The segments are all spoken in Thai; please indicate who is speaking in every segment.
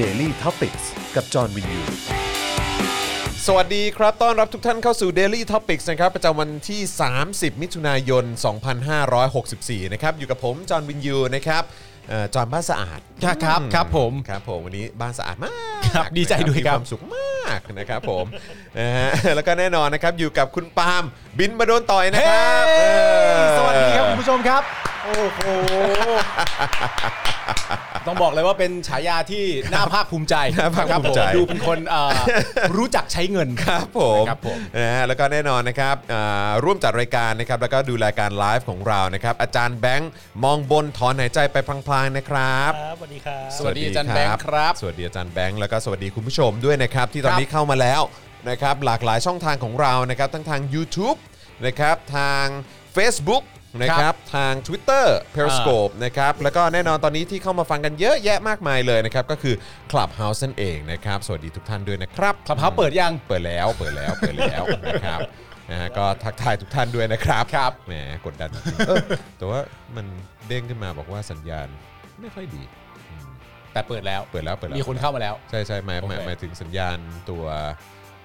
Speaker 1: Daily t o p i c กกับจอห์นวินยู
Speaker 2: สวัสดีครับ ต้อนรับทุกท่านเข้าสู่ Daily Topics นะครับ ประจำวันที่ 30 มิถุนายน 2564 นะครับ อยู่กับผม จอห์นวินยู นะครับเอ่อจอห์นบ้านสะอาด
Speaker 3: ครับครับครับผม
Speaker 2: ครับผม วันนี้บ้านสะอาดมาก
Speaker 3: ครับ ดีใจด้วยครับ
Speaker 2: มีความสุขมากนะครับผม นะฮะ แล้วก็แน่นอนนะครับ อยู่กับคุณปาล์มบินมาโดนต่อยนะ
Speaker 3: เฮ้
Speaker 2: ครับ
Speaker 3: ย
Speaker 2: เออ
Speaker 3: สวัสดีครับคุณผู้ชมครับ โอ้ โห ต้องบอกเลยว่าเป็นฉายาที่น่าภาคภูมิใจ
Speaker 2: น่าภาคภูมิใจ
Speaker 3: ครับผดูเป็นคนเอ่อ รู้จักใช้เงิน
Speaker 2: ครับผม
Speaker 3: ครับผม
Speaker 2: นะฮะแล้วก็แน่นอนนะครับอ่าร่วมจัดรายการนะครับ แล้วก็ดูรายการไลฟ์ของเรานะครับ อาจารย์แบงค์มองบนถอนหายใจไปพลางๆนะครับ
Speaker 4: ครับสวัสดีครับ
Speaker 3: สวัสดีอาจารย์แบงค์ครับ
Speaker 2: สวัสดีอาจารย์แบงค์แล้วก็สวัสดีคุณผู้ชมด้วยนะครับ ที่ตอน
Speaker 3: ครับ
Speaker 2: นี้เข้ามาแล้วนะครับ หลากหลายช่องทางของเรานะครับ ทั้งทาง YouTube นะครับทาง Facebook นะครับทาง Twitter Periscope นะครับแล้วก็แน่นอนตอนนี้ที่เข้ามาฟังกันเยอะแยะมากมายเลยนะครับ ก็คือ Clubhouse นั่นเองนะครับ สวัสดีทุกท่านด้วยนะครับ
Speaker 3: Clubhouse เปิดยัง
Speaker 2: เปิดแล้วเปิดแล้วเปิดแล้วนะครับนะฮะก็ทักทายทุกท่านด้วยนะครับครับแหมกดดันจริงๆเออแต่ว่ามันเด้งขึ้นมาบอกว่าสัญญาณไม่ค่อยดี
Speaker 3: แต่เปิดแล้ว
Speaker 2: เปิดแล้วเปิดแล้ว
Speaker 3: มีคนเข้ามาแล้ว
Speaker 2: ใช่ใช่หมายหมาย
Speaker 3: โอเค
Speaker 2: หมายถึงสัญญาณตัว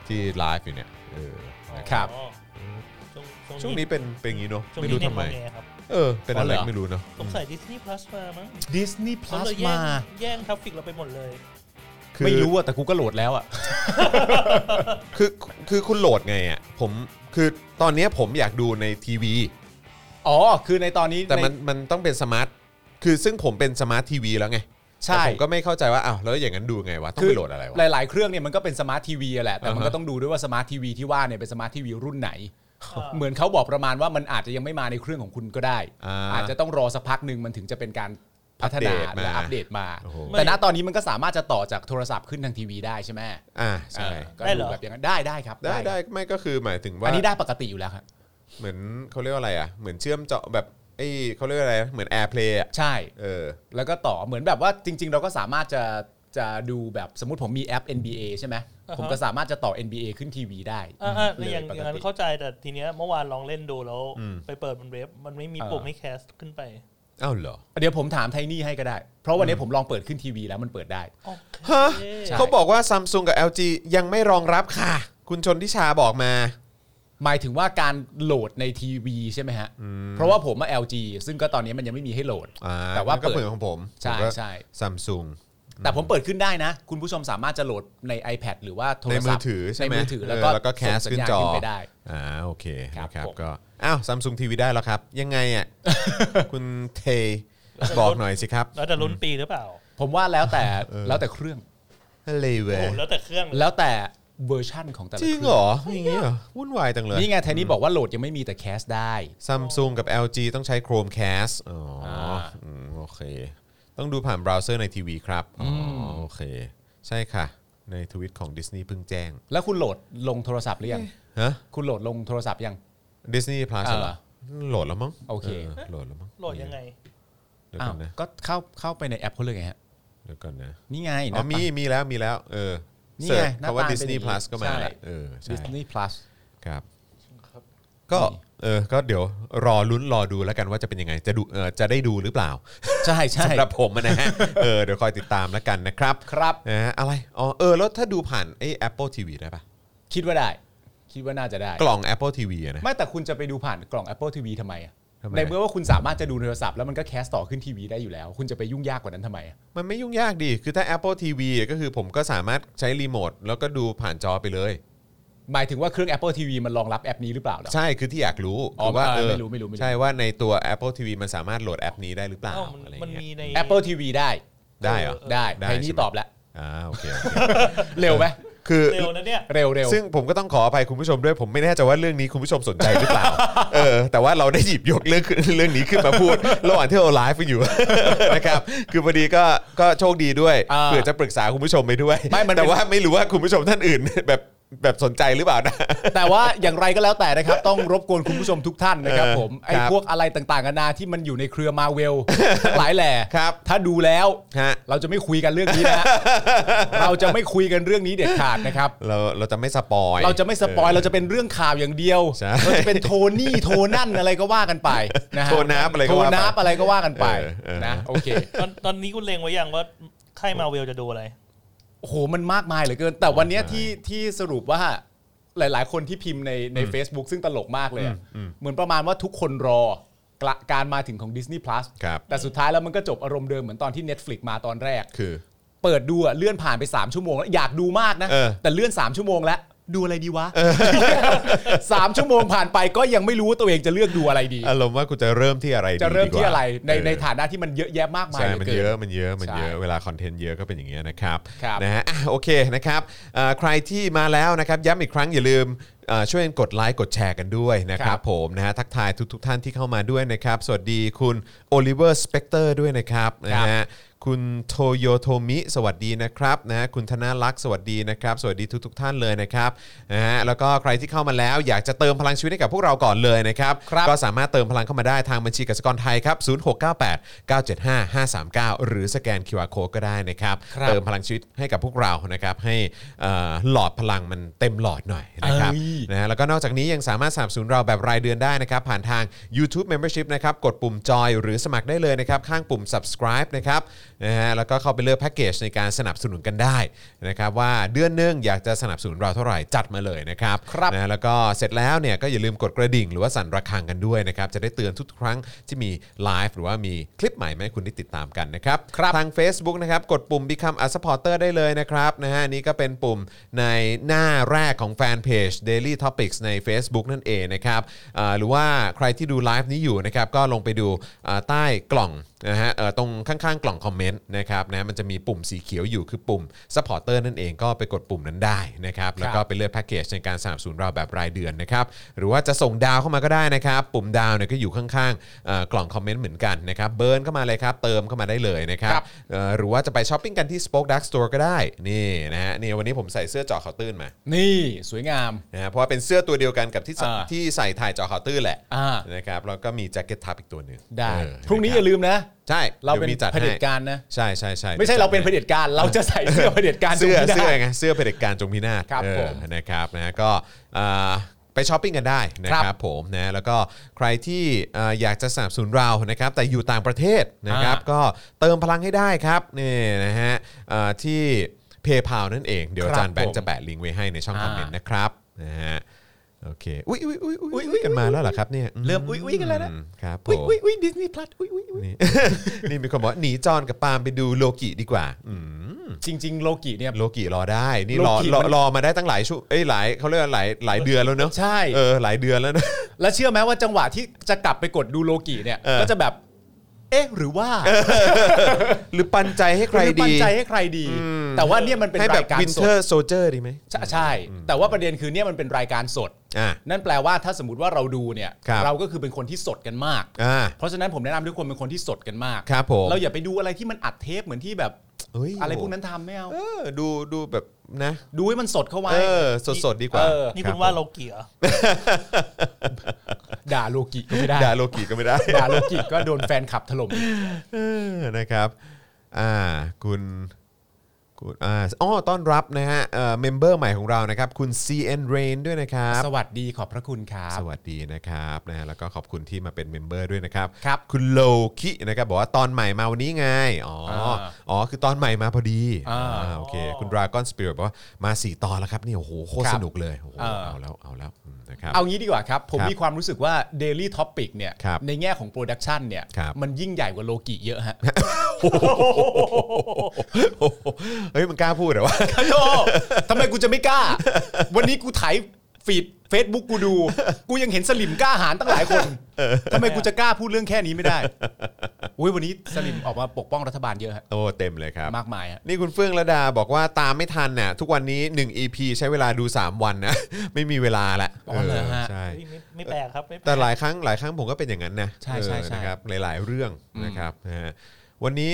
Speaker 2: ที่ไลฟ์อยู่เนี่ยเออนะค
Speaker 3: ครับ รับ
Speaker 4: อ๋อช่วง
Speaker 2: ช่วงนี้เป็นเป็นอย่างนี้เนาะ
Speaker 4: ช่วง
Speaker 2: ไม่
Speaker 4: นี้
Speaker 2: รู้
Speaker 4: เด็
Speaker 2: ทำ
Speaker 4: ก
Speaker 2: ไม
Speaker 4: งอแงครับ
Speaker 2: เออ เป็นอะไร
Speaker 3: อ๋อเหรอ
Speaker 2: ไม่รู้เนาะ
Speaker 4: สงสัยดิสนีย์พลัสมามั้ง
Speaker 3: ดิสนีย์พ
Speaker 4: เขา
Speaker 3: ลัส
Speaker 4: เลยแย่
Speaker 3: มา
Speaker 4: งแย่งทัฟฟิกเราไปหมดเลย
Speaker 2: คือ
Speaker 3: ไม่รู้อะแต่กูก็โหลดแล้วอะ
Speaker 2: คือคือคุณโหลดไงอ่ะผมคือตอนเนี้ยผมอยากดูในทีวี
Speaker 3: อ๋อ คือในตอนนี้
Speaker 2: แต่มัน
Speaker 3: ใ
Speaker 2: มันต้องเป็นสมาร์ทคือซึ่งผมเป็นสมาร์ททีวีแล้วไง
Speaker 3: ใช่
Speaker 2: แต่ผมก็ไม่เข้าใจว่าอ้าวแล้วอย่างนั้นดูไงวะ ต้อง
Speaker 3: คื
Speaker 2: ไปโหลดอะไรวะ
Speaker 3: หลาย ๆ เครื่องเนี่ยมันก็เป็นสมาร์ททีวีแหละ แต่มัน
Speaker 2: อ่า
Speaker 3: ก็
Speaker 2: ฮะ
Speaker 3: ต้องดูด้วยว่าสมาร์ททีวีที่ว่าเนี่ยเป็นสมาร์ททีวีรุ่นไหน เหมือนเขาบอกประมาณว่ามันอาจจะยังไม่มาในเครื่องของคุณก็ได้
Speaker 2: อ่า
Speaker 3: อาจจะต้องรอสักพักหนึ่งมันถึงจะเป็นการพัฒนา
Speaker 2: อัปเดตมา
Speaker 3: และอัปเดตมา
Speaker 2: โอ้โห
Speaker 3: แต่ณตอนนี้มันก็สามารถจะต่อจากโทรศัพท์ขึ้นทางทีวีได้ใช่ไหม
Speaker 2: อ่าใช่
Speaker 3: เออก็
Speaker 4: ได้เหรอ
Speaker 3: แบบอย่างนั้นได้ได้ครับ
Speaker 2: ได้ได้
Speaker 3: ครับ
Speaker 2: ไม่ก็คือหมายถึงว่า
Speaker 3: อันนี้ได้ปกติอยู่แล้วครับ
Speaker 2: เหมือนเขาเรียกว่าอะไรอ่ะเหมือนเชื่อมเจาะแบบไอ้เขาเรียกว่าอะไรเหมือน AirPlay อ่ะ
Speaker 3: ใช่
Speaker 2: เออ
Speaker 3: แล้วก็ต่อเหมือนแบบว่าจริง ๆ เราก็สามารถจะจะดูแบบสมมติผมมีแอป NBA ใช่ไหม
Speaker 4: อ่าฮะ
Speaker 3: ผมก็สามารถจะต่อ NBA ขึ้นทีวีได้
Speaker 4: อ่าๆ
Speaker 3: เล
Speaker 4: แล้วอย่าง
Speaker 3: ป
Speaker 4: อก ย่างนั้น
Speaker 3: ติ
Speaker 4: เข้าใจแต่ทีเนี้ยเมื่อวานลองเล่นดูแล้ว
Speaker 2: อืม
Speaker 4: ไปเปิดบนเว็บมันไม่มี
Speaker 3: เออ
Speaker 4: ปุ่มให้แคสขึ้นไป
Speaker 2: อ้าวเหรอ
Speaker 3: เดี๋ยวผมถามไทนี่ให้ก็ได้ เพราะวันนี้ผมลองเปิดขึ้นทีวีแล้วมันเปิดได้
Speaker 4: โอเค
Speaker 2: ฮะ
Speaker 3: ใช่
Speaker 2: เขาบอกว่า Samsung กับ LG ยังไม่รองรับค่ะ คุณชนทิชาบอกมา
Speaker 3: หมายถึงว่าการโหลดในทีวีใช่ไหมฮะ เพราะว่าผมมา LG ซึ่งก็ตอนนี้มันยังไม่มีให้โหลด
Speaker 2: อ่
Speaker 3: แต่ว่า
Speaker 2: ก็เห
Speaker 3: เปิ
Speaker 2: มือ
Speaker 3: ด
Speaker 2: นของผม
Speaker 3: ใช่ใช่
Speaker 2: ซัมซุง
Speaker 3: แต่ผมเปิดขึ้นได้นะ คุณผู้ชมสามารถจะโหลดใน iPad หรือว่าโทรศัพท์
Speaker 2: ในมือถือใช่ไหม
Speaker 3: ในมือถือแล้ว
Speaker 2: เอ
Speaker 3: ก็
Speaker 2: อแล้วก็แคส
Speaker 3: ส่งสั
Speaker 2: ขึ้
Speaker 3: ญ
Speaker 2: น
Speaker 3: ญาณ
Speaker 2: จอ
Speaker 3: ขึ้นไปได้
Speaker 2: อ่าโอเค
Speaker 3: ครับ
Speaker 2: นะครับ
Speaker 3: ผม
Speaker 2: ก็อ้าวซัมซุงทีวีได้แล้วครับ ยังไง อ่ะ คุณเทบอกหน่อยสิครับ
Speaker 4: แล้วแต่รุ่นปีหรือเปล่า
Speaker 3: ผมว่าแล้วแต่แล้วแต่เครื่อง
Speaker 2: เลเว
Speaker 4: โอ้
Speaker 2: ย
Speaker 4: โหแล้วแต่เครื่อง
Speaker 3: แล้วแต่เวอร์ชั่นของแต่ละ
Speaker 2: จ
Speaker 3: เค
Speaker 2: ริ
Speaker 3: รื่
Speaker 2: งเหรออย่างงี้เหรอวุ่นวายจังเลย
Speaker 3: นี่ไงไทนี่บอกว่าโหลดยังไม่มีแต่แคสได้
Speaker 2: ซัมซุงกับ LG ต้องใช้ Chromecast อ๋ออา อืมโอเค ต้องดูผ่านเบราว์เซอร์ในทีวีครับอ๋ออโอเค ใช่ค่ะ ในทวิตของ Disney เพิ่งแจ้ง
Speaker 3: แล้วคุณโหลดลงโทรศัพท์หรือยัง
Speaker 2: ฮะ
Speaker 3: คุณโหลดลงโทรศัพท์ยัง
Speaker 2: ดิสนีย์พลัส
Speaker 3: อ่า
Speaker 2: เหรอโหลดแล้วมั้ง
Speaker 3: โอเค
Speaker 2: โหลดแล้วมั้ง
Speaker 4: โหลดยังไง
Speaker 2: เดี๋ยว
Speaker 3: อ้า
Speaker 2: ก่
Speaker 3: ว
Speaker 2: อนนะ
Speaker 3: ก็เข้าเข้าไปในแอปเขาเลยไงฮะ
Speaker 2: เดี๋ยวก่อนนะ
Speaker 3: นี่ไง
Speaker 2: อ๋อมีมีแล้วมีแล้วเออ
Speaker 3: นี่
Speaker 2: เสิ
Speaker 3: ไง
Speaker 2: ร์ช
Speaker 3: หน้า
Speaker 2: คำว่า
Speaker 3: ตา
Speaker 2: ดิสนีย์พลัสก็มา
Speaker 3: ใช่
Speaker 2: ละเออใช่
Speaker 3: Disney Plus
Speaker 2: ครับก็เออก็เดี๋ยวรอลุ้นรอดูแล้วกันว่าจะเป็นยังไงจะดูเออจะได้ดูหรือเปล่า
Speaker 3: ใช่ใช่
Speaker 2: สำหรับผมอะนะฮะเออเดี๋ยวคอยติดตามแล้วกันนะครับ
Speaker 3: ครับ
Speaker 2: นะฮะอะไรอ๋อเออแล้วถ้าดูผ่านไอ้ Apple TV ได้ปะ
Speaker 3: คิดว่าได้ คิดว่าน่าจะได้
Speaker 2: กล่อง Apple TV อะนะ
Speaker 3: ไม่แต่คุณจะไปดูผ่านกล่อง Apple TV ทำไมอะ
Speaker 2: ทำไม
Speaker 3: ในเมื่อว่าคุณสามารถจะดูโทรศัพท์แล้วมันก็แคสต่อขึ้นทีวีได้อยู่แล้ว คุณจะไปยุ่งยากกว่านั้นทำไมอะ
Speaker 2: มันไม่ยุ่งยากดีคือถ้า Apple TV อะก็คือผมก็สามารถใช้รีโมทแล้วก็ดูผ่านจอไปเลย
Speaker 3: หมายถึงว่าเครื่อง Apple TV มันรองรับแอปนี้หรือเปล่าเหรอ
Speaker 2: ใช่คือที่อยากรู้
Speaker 3: อ๋อ
Speaker 2: คือว่า
Speaker 3: เออ
Speaker 2: เออ
Speaker 3: ไม่รู้ไม่รู้ไม่รู้
Speaker 2: ใช่ว่าในตัว Apple TV มันสามารถโหลดแอปนี้ได้หรือเปล่า
Speaker 4: เอ้ามัน
Speaker 2: อะไร
Speaker 4: มัน
Speaker 2: เงี้
Speaker 4: มี
Speaker 2: ย
Speaker 4: ใน
Speaker 3: Apple TV ได้
Speaker 2: ได้เหรอ
Speaker 4: เออ
Speaker 3: ได้
Speaker 2: ได้
Speaker 3: ไทนี่
Speaker 2: ใช่ไหม
Speaker 3: ตอบแล้ว
Speaker 2: อ่าโอเคโอเค
Speaker 3: เร็วไหม
Speaker 2: คือ
Speaker 4: เร็วนะเนี่ย
Speaker 3: เร็วเร็ว
Speaker 2: ซึ่งผมก็ต้องขออภัยคุณผู้ชมด้วยผมไม่แน่ใจว่าเรื่องนี้คุณผู้ชมสนใจหรือ เปล่า เออแต่ว่าเราได้หยิบยกเรื่องเรื่องนี้ขึ้นมาพูด ระหว่างที่เราไลฟ์กันอยู่ นะครับคือพอดีก็ก็โชคดีด้วย
Speaker 3: า
Speaker 2: เผื่อจะปรึกษาคุณผู้ชมไปด้วย
Speaker 3: ไม่มันเป็น
Speaker 2: แต่ว่าไม่รู้ว่าคุณผู้ชมท่านอื่น แบบแบบสนใจหรือเปล่านะ
Speaker 3: แต่ว่าอย่างไรก็แล้วแต่นะครับ ต้องรบกวนคุณผู้ชมทุกท่านนะครับ
Speaker 2: เออ
Speaker 3: ผมไอ้
Speaker 2: ครับ
Speaker 3: พวกอะไรต่างๆกันานาที่มันอยู่ในเครือมาเวล หลายแหล่
Speaker 2: ครับ
Speaker 3: ถ้าดูแล้ว
Speaker 2: ฮะ
Speaker 3: เราจะไม่คุยกันเรื่องนี้ นะฮะ เราจะไม่คุยกันเรื่องนี้เด็ดขาดนะครับ
Speaker 2: เราเราจะไม่สปอย
Speaker 3: เราจะไม่สปอยเราจะเป็นเรื่องข่าวอย่างเดียว
Speaker 2: ใช่
Speaker 3: เราจะเป็นโท นี่โทนั่นอะไรก็ว่ากันไปนะฮะ
Speaker 2: โทนับอะไรก็ว่าไป
Speaker 3: โทนับอะไรก็ว่ากันไป
Speaker 2: เออเออ
Speaker 3: นะโอเค
Speaker 4: ตอนตอนนี้คุณเลงไว้ยังว่าค่ายมาเวลจะดูอะไร
Speaker 3: โอ้โหมันมากมายเหลือเกิน แต่วันเนี้ยที่ที่สรุปว่าหลาย ๆ คนที่พิมพ์ในใน Facebook ซึ่งตลกมากเลยอะเหมือนประมาณว่าทุกคนรอกระการมาถึงของ Disney Plus
Speaker 2: ครับ
Speaker 3: แต่สุดท้ายแล้วมันก็จบอารมณ์เดิมเหมือนตอนที่ Netflix มาตอนแรก
Speaker 2: คือ
Speaker 3: เปิดดูอะเลื่อนผ่านไป 3 ชั่วโมงแล้วอยากดูมากนะ
Speaker 2: เออ
Speaker 3: แต่เลื่อน 3 ชั่วโมงแล้ว ดูอะไรดีวะ สามชั่วโมงผ่านไปก็ยังไม่รู้ว่าตัวเองจะเลือกดูอะไรดี
Speaker 2: อารมณ์ว่ากูจะเริ่มที่อะไรดี
Speaker 3: จะเริ่มที่อะไร
Speaker 2: ดีกว่า
Speaker 3: ในใน
Speaker 2: เออ
Speaker 3: ฐานะที่มันเยอะแยะมากมาย
Speaker 2: ใช่
Speaker 3: หลื
Speaker 2: มัน
Speaker 3: กิ
Speaker 2: เยอะ มันเยอะ มันเยอะ
Speaker 3: ใช่
Speaker 2: เวลาคอนเทนต์เยอะก็เป็นอย่างเงี้ยนะครับ
Speaker 3: ครับ
Speaker 2: นะฮะอ่ะโอเคนะครับเอ่อใครที่มาแล้วนะครับ ย้ำอีกครั้งอย่าลืมเอ่อช่วยกดไลค์กดแชร์กันด้วยนะค
Speaker 3: ค
Speaker 2: รั
Speaker 3: รั
Speaker 2: บบ ผมนะฮะ ทักทายทุกทท่านที่เข้ามาด้วยนะครับ สวัสดีคุณโอลิเวอร์สเปกเตอร์ด้วยนะครับนะฮะ คุณโทโยโทมิ สวัสดีนะครับนะฮะคุณธนาลักษณ์สวัสดีนะครับ สวัสดีทุกทท่านเลยนะครับนะฮะแล้วก็ใครที่เข้ามาแล้วอยากจะเติมพลังชีวิตให้กับพวกเราก่อนเลยนะครับ
Speaker 3: ครับ
Speaker 2: ก็สามารถเติมพลังเข้ามาได้ทางบัญชีกสิกรไทยครับ 0698 975 539 หรือสแกน QR Code ก็ได้นะครับ
Speaker 3: ครับ
Speaker 2: เติมพลังชีวิตให้กับพวกเรานะครับให้เอ่อหลอดพลังมันเต็มหลอดหน่อยนะครับ
Speaker 3: เอ้ย
Speaker 2: นะฮะแล้วก็นอกจากนี้ยังสามารถสนับสนุนเราแบบรายเดือนได้นะครับ ผ่านทาง YouTube Membership นะครับกดปุ่มจอยหรือสมัครได้เลยนะครับ ข้างปุ่ม subscribe นะครับนะฮะแล้วก็เข้าไปเลือกแพ็กเกจในการสนับสนุนกันได้นะครับว่าเดือนหนึงอยากจะสนับสนุนเราเท่าไหร่จัดมาเลยนะครับ
Speaker 3: ครับ
Speaker 2: นะแล้วก็เสร็จแล้วเนี่ยก็อย่าลืมกดกระดิ่งหรือว่าสั่นระฆังกันด้วยนะครับ จะได้เตือนทุกครั้งที่มีไลฟ์หรือว่ามีคลิปใหม่ให้คุณได้ติดตามกันนะครับ ทาง Facebook นะครับ กดปุ่ม Become a supporter ได้เลยนะครับนะฮะอันนี่ก็เป็นปุ่มในหน้าแรกของแฟนเพจ Daily Topics ใน Facebook นั่นเองนะครับอ่าหรือว่าใครที่ดูไลฟ์นี้อยู่นะครับ ก็ลงไปดูอ่าใต้กล่องนะฮะเอ่อตรงข้างๆ กล่องคอมเมนต์นะครับนะมันจะมีปุ่มสีเขียวอยู่คือปุ่ม supporter นั่นเองก็ไปกดปุ่มนั้นได้นะครับแล้วก็
Speaker 3: ครับ
Speaker 2: ก็ไปเลือกแพ็กเกจในการสนับสนุนเราแบบรายเดือนนะครับ หรือว่าจะส่งดาวเข้ามาก็ได้นะครับ ปุ่มดาวเนี่ยก็อยู่ข้างๆเอ่อกล่องคอมเมนต์เหมือนกันนะครับ เบิร์นเข้ามาเลยครับ เติมเข้ามาได้เลยนะครับ
Speaker 3: ครับ
Speaker 2: เอ่อหรือว่าจะไปช้อปปิ้งกันที่ Spoke Dark Store ก็ได้ นี่นะฮะ นี่วันนี้ผมใส่เสื้อเจอข่าวตื้นมา
Speaker 3: นี่สวยงาม
Speaker 2: นะฮะ เพราะว่าเป็นเสื้อตัวเดียวกันกับที่ใส่
Speaker 3: อ่า
Speaker 2: ที่ใส่ถ่ายเจอข่าวตื้นแหละ
Speaker 3: อ่า
Speaker 2: นะครับ แล้วก็มีแจ็คเก็ตทับอีกตัวหนึ่ง
Speaker 3: ได้
Speaker 2: เออ
Speaker 3: พรุ่งนี้
Speaker 2: ะค
Speaker 3: อ
Speaker 2: บ
Speaker 3: ย่าลืมนะ
Speaker 2: ใช่
Speaker 3: เราเป็น
Speaker 2: ดี๋ยวมีจัด
Speaker 3: เผด็จ
Speaker 2: ให้
Speaker 3: การนะ
Speaker 2: ใช่ใช่ใช่
Speaker 3: ไม่ใช่เราเป็นเผด็จการเราจะใส่เสื้อเผด็จการ
Speaker 2: เสื้อ
Speaker 3: จงพินาศ
Speaker 2: เสื้อไงเสื้อเผด็จการจงพินาศ
Speaker 3: ครับ
Speaker 2: เออ
Speaker 3: ผม
Speaker 2: นะครับนะก็เอ่อไปช้อปปิ้งกันได้นะค
Speaker 3: ครั
Speaker 2: รับบ ผมนะแล้วก็ใครที่เอ่ออยากจะสนับสนุนเรานะครับแต่อยู่ต่างประเทศนะครับ
Speaker 3: อ่า
Speaker 2: ก็เติมพลังให้ได้ครับนี่นะฮะเอ่อที่เพย์พานั่นเองเดี๋ยวอาจารย์
Speaker 3: ครับ
Speaker 2: แบงค์จะแปะลิงก์ไว้ให้ในช่องค
Speaker 3: อ่า
Speaker 2: อมเมนต์นะครับนะฮะโอเคอุ้ยอุ้ยอุ้ยอุ้ยอุ๊ยกันมาแล้วเหรอครับเนี่ย
Speaker 3: เริ่มอุ้ยอุ้ยกันแล้วนะครับ
Speaker 2: ผ
Speaker 3: อุ้ย
Speaker 2: ม
Speaker 3: อุ้ยอุ้ยดิสนีย์พลัสอุ้ยอุ้ยอุ้ย
Speaker 2: นี่ นี่มีคนบอกว่าหนีจอนกับปาล์มไปดูโลกิดีกว่าอืม
Speaker 3: จริง ๆ โลกิเนี่ย
Speaker 2: โลกิรอได้ นี่ร
Speaker 3: โล
Speaker 2: อ
Speaker 3: กิ
Speaker 2: รอ
Speaker 3: มัน
Speaker 2: รอมาได้ตั้งหลายชั่วเอ้ยหลายเขาเรียกว่าหลายหลายเดือนแล้วเนอะ
Speaker 3: ใช่
Speaker 2: เออหลายเดือนแล้วนะ
Speaker 3: แล้วเชื่อไหมว่าจังหวะที่จะกลับไปกดดูโลกิเนี่ย
Speaker 2: เออ
Speaker 3: ก็จะแบบ เอ๊ะ หรือว่า
Speaker 2: หรือปันใจให้ใคร
Speaker 3: หอปั
Speaker 2: ดี
Speaker 3: นใจให้ใครดี แต่ว่าเนี่ยมันเป็น
Speaker 2: ให้แบ
Speaker 3: รา
Speaker 2: บ
Speaker 3: ยการ
Speaker 2: วิน
Speaker 3: ส
Speaker 2: เทอ
Speaker 3: ด
Speaker 2: ร์โซเจอร์ดีไหม
Speaker 3: ใช่ใช่ แต่ว่าประเด็นคือเนี่ยมันเป็นรายการสด
Speaker 2: อ่ะ
Speaker 3: นั่นแปลว่าถ้าสมมติว่าเราดูเนี่ย
Speaker 2: ครับ
Speaker 3: เราก็คือเป็นคนที่สดกันมาก
Speaker 2: อ่ะ
Speaker 3: เพราะฉะนั้นผมแนะนำให้ทุกคนเป็นคนที่สดกันมาก
Speaker 2: ครับผม
Speaker 3: เราอย่าไปดูอะไรที่มันอัดเทปเหมือนที่แบบ
Speaker 2: เฮ้ย
Speaker 3: อะไรพวกนั้นทำไม่เอา
Speaker 2: เออดูดูแบบนะ
Speaker 3: ดูให้มันสดเข้าไว้
Speaker 2: เออ สดสดๆดีกว่า
Speaker 3: เออ
Speaker 4: นี่
Speaker 2: รับ
Speaker 4: คุณว่า
Speaker 2: ผม
Speaker 4: โลกิเหรอ
Speaker 3: ด่าโลกิก็ไม่ได้
Speaker 2: ด่าโลกิก็ไม่ได้
Speaker 3: ด่าโลกิก็โดนแฟนขับถล่มอีก
Speaker 2: เออนะครับ อ่า คุณ คุณ อ่าอ๋อต้อนรับนะฮะเอ่อเมมเบอร์ใหม่ของเรานะครับ คุณ CN Rain ด้วยนะครับ
Speaker 3: สวัสดีขอบพระคุณครับ
Speaker 2: สวัสดีนะครับนะฮะแล้วก็ขอบคุณที่มาเป็นเมมเบอร์ด้วยนะครับ
Speaker 3: ครับ
Speaker 2: คุณโลคินะครับบอกว่าตอนใหม่มาวันนี้ไง อ๋ออาอ๋อคือตอนใหม่มาพอดี
Speaker 3: อ่า
Speaker 2: อ่าโอเคคุณดราก้อนสปิริตบอกว่ามา 4 ตอนแล้วครับเนี่ยโอ้โหโคตร
Speaker 3: ครับ
Speaker 2: สนุกเลยโอ้โห
Speaker 3: อ่า
Speaker 2: เอาแล้วเอาแล้วอืมนะครับ
Speaker 3: เอางี้ดีกว่าครับ ผม
Speaker 2: ครับ
Speaker 3: มีความรู้สึกว่า Daily Topic เนี่ย
Speaker 2: ครับ
Speaker 3: ในแง่ของโปรดักชันเนี่ย
Speaker 2: ครับ
Speaker 3: มันยิ่งใหญ่กว่าโลกิเยอะฮะ
Speaker 2: โอ้โหเฮ้ยมันกล้าพูดเหรอวะ
Speaker 3: โอ้โธ่ทำไมกูจะไม่กล้า วันนี้กูไถ่ายฟีดเฟซบุ๊กกูดู กูยังเห็นสลิมกล้าหาญตั้งหลายคนทำไมกูจะกล้าพูดเรื่องแค่นี้ไม่ได้อุ้ยวันนี้สลิมออกมาปกป้องรัฐบาลเยอะฮะ
Speaker 2: โอ้เต็มเลยครับ
Speaker 3: มากมายฮะ
Speaker 2: นี่คุณเฟื่องระดาบอกว่าตามไม่ทันน่ะทุกวันนี้ 1 EP ใช้เวลาดู 3 วันนะ ไม่มีเวลาละ
Speaker 3: อ๋อเหรอฮะ
Speaker 2: ใช่
Speaker 4: เฮ้ยไม่ไม่แปลกครับไม่ปก
Speaker 2: แต่หลายครั้งหลายครั้งผมก็เป็นอย่างนั้นนะ
Speaker 3: ใช่ใช่
Speaker 2: เออ
Speaker 3: ใช่
Speaker 2: นะครับหลาย ๆ เรื่องนะครับนะฮะวันนี้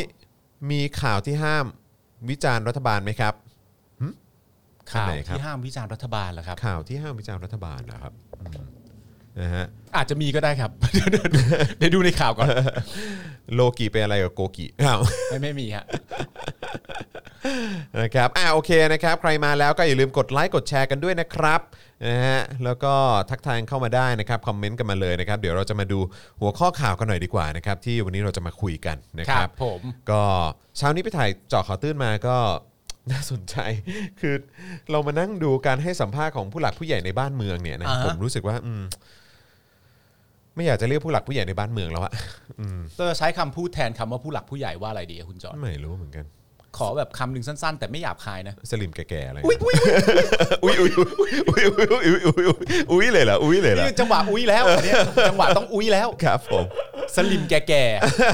Speaker 2: มีข่าวที่ห้ามวิจารณ์รัฐบาลไหมครับอั
Speaker 3: ข่าวน
Speaker 2: ไหนครับ
Speaker 3: ที่ห้ามวิจารณ์รัฐบาลเหรอครับ
Speaker 2: ข่าวที่ห้ามวิจารณ์รัฐบาลนะครับอืมนะฮะ
Speaker 3: อาจจะมีก็ได้ครับ เดี๋ยวเดี๋ยวเดี๋ยวดูในข่าวก่อน
Speaker 2: โลกีเป็นอะไรกับโกกีอ้าว
Speaker 3: ไม่ไม่มีฮะ
Speaker 2: นะครับอ่าโอเคนะครับ ใครมาแล้วก็อย่าลืมกดไลค์กดแชร์กันด้วยนะครับนะฮะแล้วก็ทักทายเข้ามาได้นะครับคอมเมนต์กันมาเลยนะครับ เดี๋ยวเราจะมาดูหัวข้อข่าวกันหน่อยดีกว่านะครับ ที่วันนี้เราจะมาคุยกันนะค
Speaker 3: ค
Speaker 2: รั
Speaker 3: รั
Speaker 2: บบ
Speaker 3: ผม
Speaker 2: ก็เช้านี้ไปถ่ายเจาะข่าวตื้นมาก็ น่าสนใจ คือเรามานั่งดูการให้สัมภาษณ์ของผู้หลักผู้ใหญ่ในบ้านเมืองเนี่ยนะ
Speaker 3: อ่าฮะ
Speaker 2: ผมรู้สึกว่าอืมไม่อยากจะเรียกผู้หลักผู้ใหญ่ในบ้านเมืองแล้วอะ
Speaker 3: จะใช้คำพูดแทนคำว่าผู้หลักผู้ใหญ่ว่าอะไรดีอะคุณจอห์น
Speaker 2: ไม่รู้เหมือนกัน
Speaker 3: ขอแบบคำหนึ่งสั้น ๆ แต่ไม่หยาบคายนะ
Speaker 2: สลิมแก่ๆอะไรอุ้ยอุ้ยอุ้ยอุ้ยอุ้ยอุ้ยอุ้ยอุ้ยเลยเหรออุ้ยเลยเหรอ
Speaker 3: นี่จังหวะอุ้ยแล้วอันเนี้ยจังหวะต้องอุ้ยแล้ว
Speaker 2: ครับผม
Speaker 3: สลิมแก่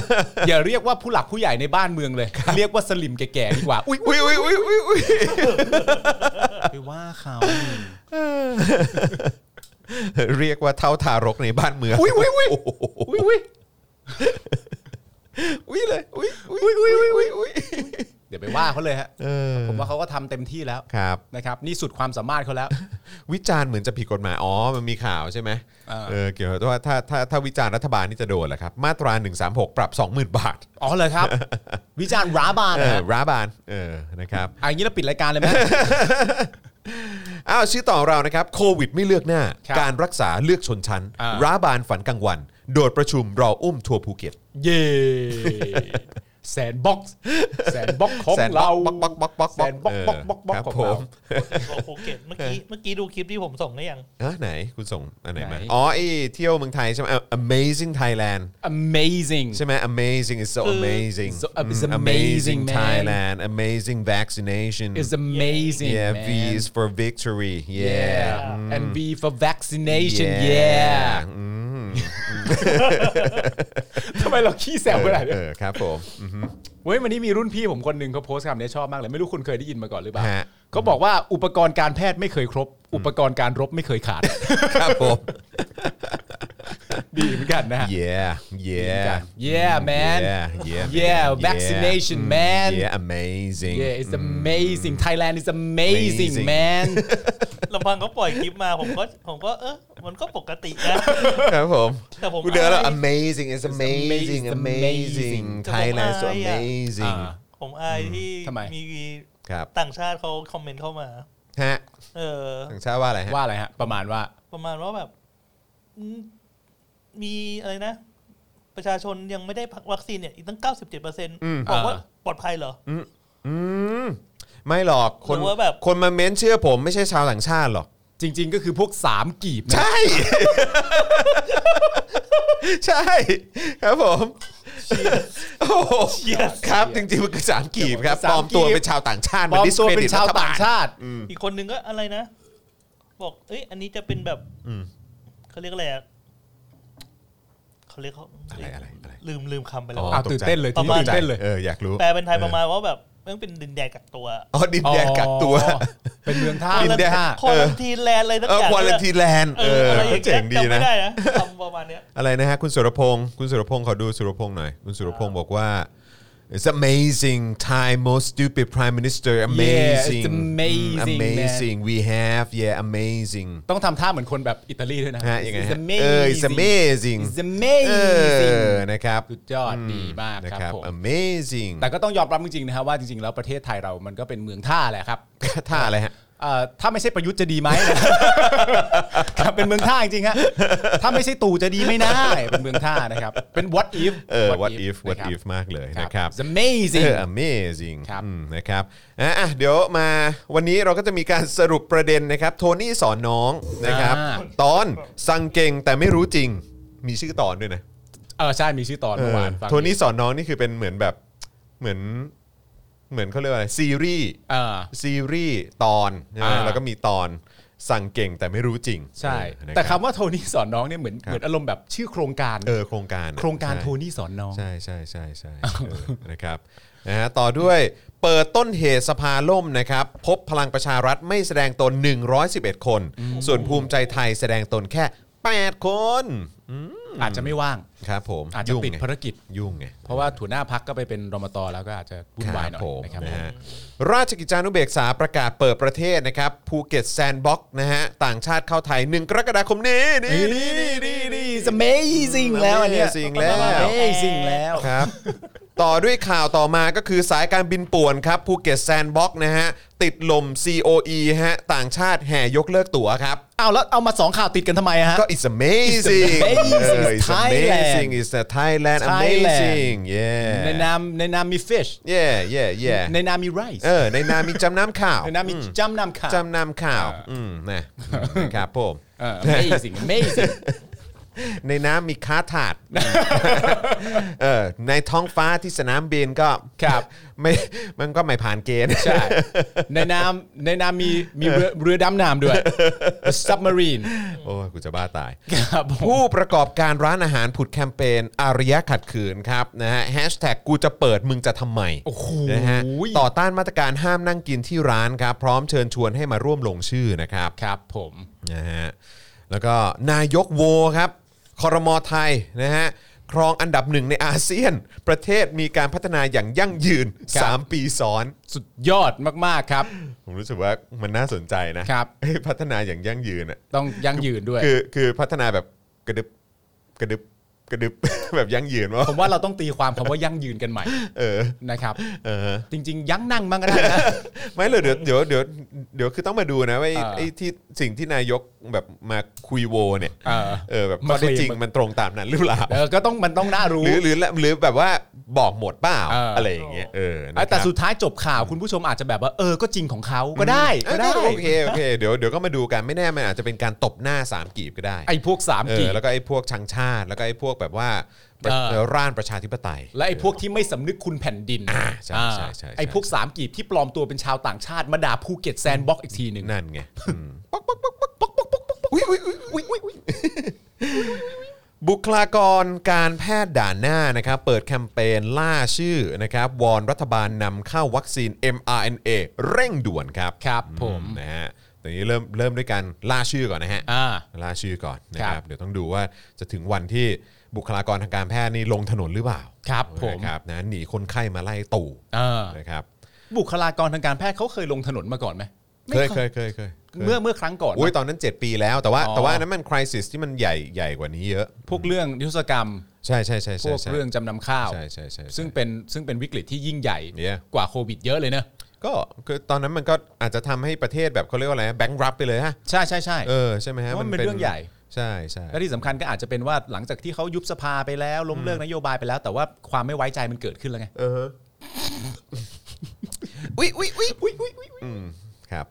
Speaker 3: ๆ อย่าเรียกว่าผู้หลักผู้ใหญ่ในบ้านเมืองเลย เรียกว่าสลิมแก่ๆดีกว่า อุ้ย
Speaker 2: อุ้ยอุ้ยอุ้ยอุ้ยอุ้ย
Speaker 3: ไปว่าเขา
Speaker 2: เรียกว่าเท่าทารกในบ้านเมือง
Speaker 3: อุ้ยอุ้ยอุ้ยอุ้ยอุ้ย
Speaker 2: อุ้ยเลยอุ้ยอุ้ยอุ้ยอุ้ยอุ้ยอุ้ย
Speaker 3: เดี๋ยวไปว่าเขาเลยฮะ
Speaker 2: เออ
Speaker 3: ผมว่าเขาก็ทำเต็มที่แล้ว
Speaker 2: ครับ
Speaker 3: นะครับนี่สุดความสามารถเขาแล้ว
Speaker 2: วิจารณ์เหมือนจะผิดกฎหมายอ๋อมันมีข่าวใช่ไหม
Speaker 3: เออ
Speaker 2: เออเกี่ยวกับว่าถ้าถ้าถ้าวิจารณ์รัฐบาลนี่จะโดนแหละครับ มาตรา 136 ปรับ 20,000 บาท
Speaker 3: อ๋อเลยครับ วิจารณ์ร้าบาน
Speaker 2: เอ
Speaker 3: นะ
Speaker 2: อ
Speaker 3: ฮะ
Speaker 2: ร้าบานเออนะครับ
Speaker 3: อ่ะอย่างนี้เราปิดรายการเลยไหม
Speaker 2: อ้าวชื่อต่อของเรานะครับโควิดไม่เลือกหน้า
Speaker 3: ครับ
Speaker 2: การรักษาเลือกชนชั้น
Speaker 3: อ่า
Speaker 2: ร้าบานฝันกลางวัน โดดประชุมรออุ้มทัวร์ภูเก็ต
Speaker 3: เย่แสนบ็อกซ์แสนบ็อกซ์ของเรา
Speaker 2: บ็อกบ็อกบ็อกบ็อก
Speaker 3: แสนบ็อกซ์บ็อกซ์บ็อกซ์บ็อก
Speaker 2: ครั
Speaker 3: ซ์
Speaker 2: บ
Speaker 3: ข
Speaker 2: ผม
Speaker 3: องเรา
Speaker 4: บอกภูเก็ตเมื่อกี้เมื่อกี้ดูคลิปที่ผมส่งได้ยัง
Speaker 2: อ่ะไหนคุณส่งอันไหนมา
Speaker 3: ไหน
Speaker 2: อ๋อไอเที่ยวเมืองไทยใช่ไหมอ่ะ Amazing Thailand
Speaker 3: amazing
Speaker 2: ใช่ไหม Amazing is so
Speaker 4: คือ
Speaker 2: amazing
Speaker 3: so- it's amazing,
Speaker 2: amazing
Speaker 3: man.
Speaker 2: Thailand amazing vaccination
Speaker 3: is amazing
Speaker 2: yeah V
Speaker 3: man.
Speaker 2: is for victory yeah
Speaker 3: Yeah. And V for vaccination.
Speaker 2: Yeah.
Speaker 3: Yeah. ทำไมเราขี้แซวขนาด
Speaker 2: เอ
Speaker 3: นี้
Speaker 2: อครับผม
Speaker 3: เว้ยวันนี้มีรุ่นพี่ผมคนหนึ่งเขาโพสต์คำนี้ชอบมากเลย ไม่รู้คุณเคยได้ยินมาก่อนหรือเปล่า
Speaker 2: ฮะ
Speaker 3: เขาบอกว่าอุปกรณ์การแพทย์ไม่เคยครบ อุปกรณ์การรบไม่เคยขาด
Speaker 2: ครับผม
Speaker 3: ดีเหมือนกันนะฮะ
Speaker 2: yeah
Speaker 3: ดีเหมือน
Speaker 2: yeah
Speaker 3: กัน Yeah man
Speaker 2: yeah yeah
Speaker 3: Yeah
Speaker 2: man.
Speaker 3: vaccination man
Speaker 2: yeah amazing
Speaker 3: Yeah it's amazing Thailand is amazing
Speaker 2: Amazing.
Speaker 3: man
Speaker 4: ลำพังเขาปล่อยคลิปมาผมก็ผมก็เออมันก็ปกติ นะ
Speaker 2: ครับผม
Speaker 4: แต่ผม
Speaker 2: กูเดินแล้ว
Speaker 4: อาย
Speaker 2: amazing it's amazing
Speaker 3: amazing,
Speaker 2: amazing
Speaker 3: amazing.
Speaker 2: Thailand so
Speaker 4: แต่ผมอายอะ
Speaker 2: amazing
Speaker 3: อ่า
Speaker 4: ผมอายที่
Speaker 3: ทำไม
Speaker 4: มี
Speaker 2: ครับ
Speaker 4: ต่างชาติเขาคอมเมนต์เข้ามา
Speaker 2: ฮะ
Speaker 4: เออ
Speaker 2: ต่างชาติว่าอะไรฮะ
Speaker 3: ว่าอะไรฮะ ประมาณว่า
Speaker 4: ประมาณว่าแบบอืมมีอะไรนะ ประชาชนยังไม่ได้วัคซีนเนี่ยอีกตั้ง 97เปอร์เซ็นต์บอกว่า
Speaker 3: อ่า
Speaker 4: ปลอดภัยเหรอ
Speaker 2: อืมไม่หรอกคน
Speaker 4: หรือว่าแบบ
Speaker 2: คนมาเม้นเชื่อผมไม่ใช่ชาวต่างชาติหรอก
Speaker 3: จริง ๆ ก็คือพวกสามกีบนะ
Speaker 2: ใช่ ใช่ ครับผมโอ้โหครับ จริงๆมันคือสามกีบครับ
Speaker 3: สาม
Speaker 2: ปลอม
Speaker 3: กีบ
Speaker 2: ตัวเป็นชาวต่างชาติ
Speaker 3: ปลอมตัว
Speaker 2: ดิสคร
Speaker 3: เป็
Speaker 2: ดิ
Speaker 3: นชาว
Speaker 2: รัฐบล
Speaker 3: ต่างชาติ
Speaker 4: อีกคนนึงก็อะไรนะ บอก เอ้ย อันนี้จะเป็นแบบเขาเรียกอะไรอะเขาเรียกเขา
Speaker 2: อะไรอะไรอะไร
Speaker 4: ลืมลืมคำไปแล้
Speaker 2: อ๋
Speaker 4: ว
Speaker 2: อ
Speaker 4: อะ
Speaker 3: ตื่นเต้นเลย
Speaker 2: ประมาณ
Speaker 3: ตื่นเต้นเลย
Speaker 2: เอออยากรู้
Speaker 4: แปลเป็นไทยประมาณว่าแบบมันเป็นดินแดนกักตัว
Speaker 2: อ๋อดินแดนกักตัว
Speaker 3: อ๋อเป็นเมืองท่า
Speaker 2: ดินแดน
Speaker 3: เมืองท่า
Speaker 4: คอลันทีนแลนด์อะไรทั้ง
Speaker 2: เออ
Speaker 4: อย่าง
Speaker 2: ควอลันทีแลนด์
Speaker 4: เอ
Speaker 2: เอ
Speaker 4: อ
Speaker 2: อ
Speaker 4: อะไรอ
Speaker 2: ก็
Speaker 4: ย่าง
Speaker 2: เจ๋ง
Speaker 4: เงี้ย
Speaker 2: ดี
Speaker 4: จำไม่
Speaker 2: นะ
Speaker 4: ได้นะคำประมาณเนี้ย
Speaker 2: อะไรนะฮะ คุณสุรพงศ์คุณสุรพงศ์ขอดูสุรพงศ์หน่อย คุณสุรพงศ์บอกว่า it's amazing Thai most stupid prime minister amazing
Speaker 3: it's amazing,
Speaker 2: Mm, amazing we have yeah amazing
Speaker 3: ต้องทำท่าเหมือนคนแบบอิตาลีด้วยนะ
Speaker 2: ฮะยังไง
Speaker 3: It's
Speaker 2: ฮะ
Speaker 3: amazing
Speaker 2: เออ it's amazing
Speaker 3: It's
Speaker 2: เอ
Speaker 3: amazing
Speaker 2: อนะครับ
Speaker 3: สุดยอดดีมาก
Speaker 2: นะ
Speaker 3: ค
Speaker 2: ครั
Speaker 3: รับ บผม
Speaker 2: amazing
Speaker 3: แต่ก็ต้องยอมรับจริงๆนะครับว่าจริงๆ แล้วประเทศไทยเรามันก็เป็นเมืองท่าแหละ ครับ
Speaker 2: ท่าอะไรฮะ
Speaker 3: เอ่อถ้าไม่ใช่ประยุทธ์จะดีไหม ครับเป็นเมืองท่าจริงๆฮะถ้าไม่ใช่ตู่จะดีไหม่น่าเป็นเมืองท่านะครับ เป็น what if
Speaker 2: เออ what if what
Speaker 3: นะครับ
Speaker 2: if มากเลยนะครับ
Speaker 3: It's amazing
Speaker 2: เออ amazing
Speaker 3: ครับ
Speaker 2: อืมนะครับอ่ะอ่ะเดี๋ยวมาวันนี้เราก็จะมีการสรุปประเด็นนะครับ โทนี่สอนน้องนะครับ
Speaker 3: อ่า
Speaker 2: ตอนสังเกงแต่ไม่รู้จริง มีชื่อตอนด้วยนะ
Speaker 3: เออใช่มีชื่อตอน
Speaker 2: เอ
Speaker 3: เมื่อ
Speaker 2: อ
Speaker 3: วานฟัง
Speaker 2: โทนี่สอนน้องนี่คือเป็นเหมือนแบบเหมือนเหมือนเขาเรียกว่าอะไรซีรีส์
Speaker 3: เออ
Speaker 2: ซีรีส์ตอนใช่ไหม
Speaker 3: อ่า
Speaker 2: แล้วก็มีตอนสั่งเก่งแต่ไม่รู้จริง
Speaker 3: ใช่
Speaker 2: เออนะ
Speaker 3: แต่
Speaker 2: รับ
Speaker 3: คำว่าโทนี่สอนน้องเนี่ยเหมือน
Speaker 2: ครับ
Speaker 3: เหมือนอารมณ์แบบชื่อโครงการ
Speaker 2: เออโครงการอะ
Speaker 3: โครงการ
Speaker 2: ใช่
Speaker 3: โทนี่สอนน้อง
Speaker 2: ใช่ใช่ใช่ใช่ เออนะครับนะฮะต่อด้วยเปิดต้นเหตุสภาล่มนะครับ พบพลังประชารัฐไม่แสดงตน 111 คน ส่วนภูมิใจไทยแสดงตนแค่ 8 คนอืม
Speaker 3: อาจจะไม่ว่าง
Speaker 2: ครับผม
Speaker 3: อาจจะ
Speaker 2: ยุ่ง
Speaker 3: ติด
Speaker 2: ไง
Speaker 3: ภารกิจ
Speaker 2: ยุ่งไง
Speaker 3: เพราะว่าถัวหน้าพักก็ไปเป็นรมตแล้วก็อาจจะวุ่นวายหน่อย
Speaker 2: ผม
Speaker 3: นะครับ
Speaker 2: นะฮะราชกิจจานุเบกษาประกาศเปิดประเทศนะครับภูเก็ตแซนด์บ็อกซ์นะฮะต่างชาติเข้าไทย 1 กรกฎาคมนี้นี่
Speaker 3: นี่
Speaker 2: นี่
Speaker 3: นี่
Speaker 2: นี่นี่
Speaker 3: นี่นี่ it's amazing แล้วอันเนี้ย
Speaker 2: Amazing แล้ว
Speaker 3: amazing แล้ว
Speaker 2: ครับ ต่อด้วยข่าวต่อมาก็คือสายการบินป่วนครับภูเก็ตแซนด์บ็อกนะฮะ ติดลม COE ฮะ ต่างชาติแห่ยกเลิกตั๋วครับ
Speaker 3: เอาแล้วเอามาสองข่าวติดกันทำไมอะฮะ
Speaker 2: ก็ it's amazing
Speaker 3: It's amazing.
Speaker 2: เออ it's
Speaker 3: Thailand.
Speaker 2: amazing it's a Thailand
Speaker 3: Thailand.
Speaker 2: amazing yeah
Speaker 3: ในนามในนามมี fish
Speaker 2: yeah yeah yeah
Speaker 3: ในนามมี rice
Speaker 2: เออในนามมีจำนำข่าว
Speaker 3: ในนามมีจำนำข่าว
Speaker 2: จำนำข่าวอืมนะนะครับผม
Speaker 3: เออ amazing amazing
Speaker 2: ในน้ำมีค้าถา ด เออในท้องฟ้าที่สนามบินก็
Speaker 3: ครับ
Speaker 2: ไม่ มันก็ไม่ผ่านเกณฑ์
Speaker 3: ใช่ ในนามในนามมีมีเรือเรือดำน้ำด้วย submarine
Speaker 2: โอ้ยกูจะบ้าตาย
Speaker 3: ครับผม
Speaker 2: ผู้ประกอบการร้านอาหารผุดแคมเปญอารยะขัดขืนครับนะฮะแฮชแท็กกูจะเปิดมึงจะทำไม
Speaker 3: โอ้โห
Speaker 2: นะฮะต่อต้านมาตรการห้ามนั่งกินที่ร้านครับ พร้อมเชิญชวนให้มาร่วมลงชื่อนะครับ
Speaker 3: ครับผม
Speaker 2: นะฮะแล้วก็นายกโวครับคอรมอไทยนะฮะครองอันดับหนึ่งในอาเซียน ประเทศมีการพัฒนาอย่างยั่งยืน
Speaker 3: ครับ
Speaker 2: 3 ปีซ้อน
Speaker 3: สุดยอดมาก ๆ ครับ
Speaker 2: ผมรู้สึกว่ามันน่าสนใจนะครับ เอ้ยพัฒนาอย่างยั่งยืนอ่ะ
Speaker 3: ต้องยั่งยืนด้วย
Speaker 2: คือคือพัฒนาแบบกระดึบกระดึบกระดึบ แบบยั่งยืนว่า
Speaker 3: ผมว่าเราต้องตีความคำว่ายั่งยืนกันใหม่
Speaker 2: เออ
Speaker 3: นะครับ
Speaker 2: เออ
Speaker 3: จริง ๆ ยั้งนั่งมั้งก็ได้นะ
Speaker 2: ไม่เลยเดี๋ยวเดี๋ยวเดี๋ยวเดี๋ยวคือต้องมาดูนะว่าไอ้
Speaker 3: เออ
Speaker 2: ไอ้ที่สิ่งที่นายกแบบมาคุยโวเนี่ย
Speaker 3: เออ
Speaker 2: เออแบบข้
Speaker 3: มา
Speaker 2: อ
Speaker 3: เคลม
Speaker 2: เท็จจริงมันตรงตามนั้นหรือเปล่า
Speaker 3: เออก็ต้องมันต้องน่ารู้
Speaker 2: หรือหรือหรือแบบว่าบอกหมดเปล่า
Speaker 3: เอออ
Speaker 2: อะไรอย่างเงี้ยเออนะค
Speaker 3: อ่ะ
Speaker 2: รับ
Speaker 3: แต่สุดท้ายจบข่าวคุณผู้ชมอาจจะแบบว่าเออก็จริงของเขาก็ได้
Speaker 2: เอ
Speaker 3: ก็
Speaker 2: อ
Speaker 3: ได้
Speaker 2: โอเคโอเคเดี๋ยวเดี๋ยวก็มาดูกันไม่แน่มันอาจจะเป็นการตบหน้าสามกีบก็ได้
Speaker 3: ไอ้พวกสาม
Speaker 2: เอ
Speaker 3: กี
Speaker 2: อบ แล้วก็ไอ้พวกชังชาติ แล้วก็ไอ้พวกแบบว่าประ
Speaker 3: เออ
Speaker 2: เอ่อร่านประชาธิปไตย
Speaker 3: และไอ้พวกที่ไม่สำนึกคุณแผ่นดิน
Speaker 2: อ่าใช่ใช่ใช่ใช่
Speaker 3: ไอ้พวกสามกีบที่ปลอมตัวเป็นชาวต่างชาติมาด่าภูเก็ตแซนด์บ็อกซ์อีกทีหนึ่ง
Speaker 2: นั่น ไงอืม
Speaker 3: ป๊อกป๊อกป๊อกป๊อกป๊อกป๊อกป๊อกป๊อกป๊อกอุ๊ยอุ๊ยอุ๊ย
Speaker 2: บุคลากรการแพทย์ด่านหน้านะครับเปิดแคมเปญล่าชื่อนะครับวอนรัฐบาลนำเข้าวัคซีน mRNA เร่งด่วนครับ
Speaker 3: ครับผม
Speaker 2: นะฮะตอนนี้เริ่มเริ่มด้วยการล่าชื่อก่อนนะฮะ
Speaker 3: อ่า
Speaker 2: ล่าชื่อก่อนนะค
Speaker 3: ครั
Speaker 2: รับบ เดี๋ยวต้องดูว่าจะถึงวันที่บุคลากรทางการแพทย์นี่ลงถนนหรือเปล่า
Speaker 3: ครับผม
Speaker 2: นะครับนะหนีคนไข้มาไล่ตู่
Speaker 3: เออ
Speaker 2: นะครับ
Speaker 3: บุคลากรทางการแพทย์เขาเคยลงถนนมาก่อนไหม
Speaker 2: เคยเคยเคยเคย
Speaker 3: เมื่อเมื่อครั้งก่อน
Speaker 2: อุ้ยตอนนั้น 7 ปีแล้วแต่ว่า
Speaker 3: อ๋อ
Speaker 2: แต่ว่าอันนั้นมันคริสิสที่มันใหญ่ใหญ่กว่านี้เยอะ
Speaker 3: พวกเรื่องนิรศกรรม
Speaker 2: ใช่ใช่ใช่
Speaker 3: พ
Speaker 2: ใช่
Speaker 3: วก
Speaker 2: ใช่
Speaker 3: เรื่องจำนำข้าว
Speaker 2: ใช่ใช่ใช่ใช่
Speaker 3: ซึ่งเป็นซึ่งเป็นวิกฤตที่ยิ่งใหญ่
Speaker 2: Yeah
Speaker 3: กว่าโควิดเยอะเลยเนอะ
Speaker 2: ก็คือตอนนั้นมันก็อาจจะทำให้ประเทศแบบเขาเรียกว่าอะไรแบงค์รับไปเลยฮะ
Speaker 3: ใช่ใช่ใช่
Speaker 2: เออใช่ไหมฮะ
Speaker 3: เพราะมันเป็นเรื่องใหญ่
Speaker 2: ใช่ใช่
Speaker 3: และที่สำคัญก็อาจจะเป็นว่าหลังจากที่เขายุบสภาไปแล้วล้มเลิกนโยบายไปแล้ว แต่ว่าความไม่ไว้ใจมันเกิดขึ้นแล้วไง
Speaker 2: เออฮะ
Speaker 3: อุ๊ยอุ๊ยอุ๊ยอุ๊ยอุ๊ยอุ๊ยอุ๊ย
Speaker 2: ครับ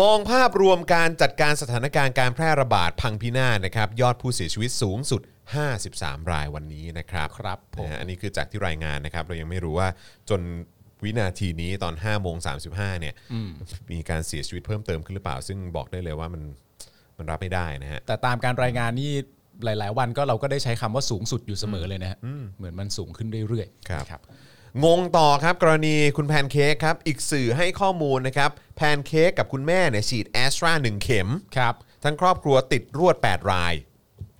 Speaker 2: มองภาพรวมการจัดการสถานการณ์การแพร่ระบาดพังพินาศนะครับ ยอดผู้เสียชีวิตสูงสุด 53 รายวันนี้นะครับ
Speaker 3: ครับผม
Speaker 2: นะฮะอันนี้คือจากที่รายงานนะครับ เรายังไม่รู้ว่าจนวินาทีนี้ตอน5โมง35เนี่ยมีการเสียชีวิตเพิ่มเติมขึ้นหรือเปล่า ซึ่งบอกได้เลยว่ามันมันรับไม่ได้นะฮะ
Speaker 3: แต่ตามการรายงานนี่หลาย ๆ วันก็เราก็ได้ใช้คำว่าสูงสุดอยู่เสมอเลยนะฮะเหมือนมันสูงขึ้นเรื่อยๆ
Speaker 2: ครับ
Speaker 3: นะ
Speaker 2: งงต่อครับกรณีคุณแพนเค้กครับ อีกสื่อให้ข้อมูลนะครับแพนเค้กกับคุณแม่เนี่ยฉีดแอสตราหนึ่งเข็ม
Speaker 3: ครับ
Speaker 2: ทั้งครอบครัวติดรวด 8 ราย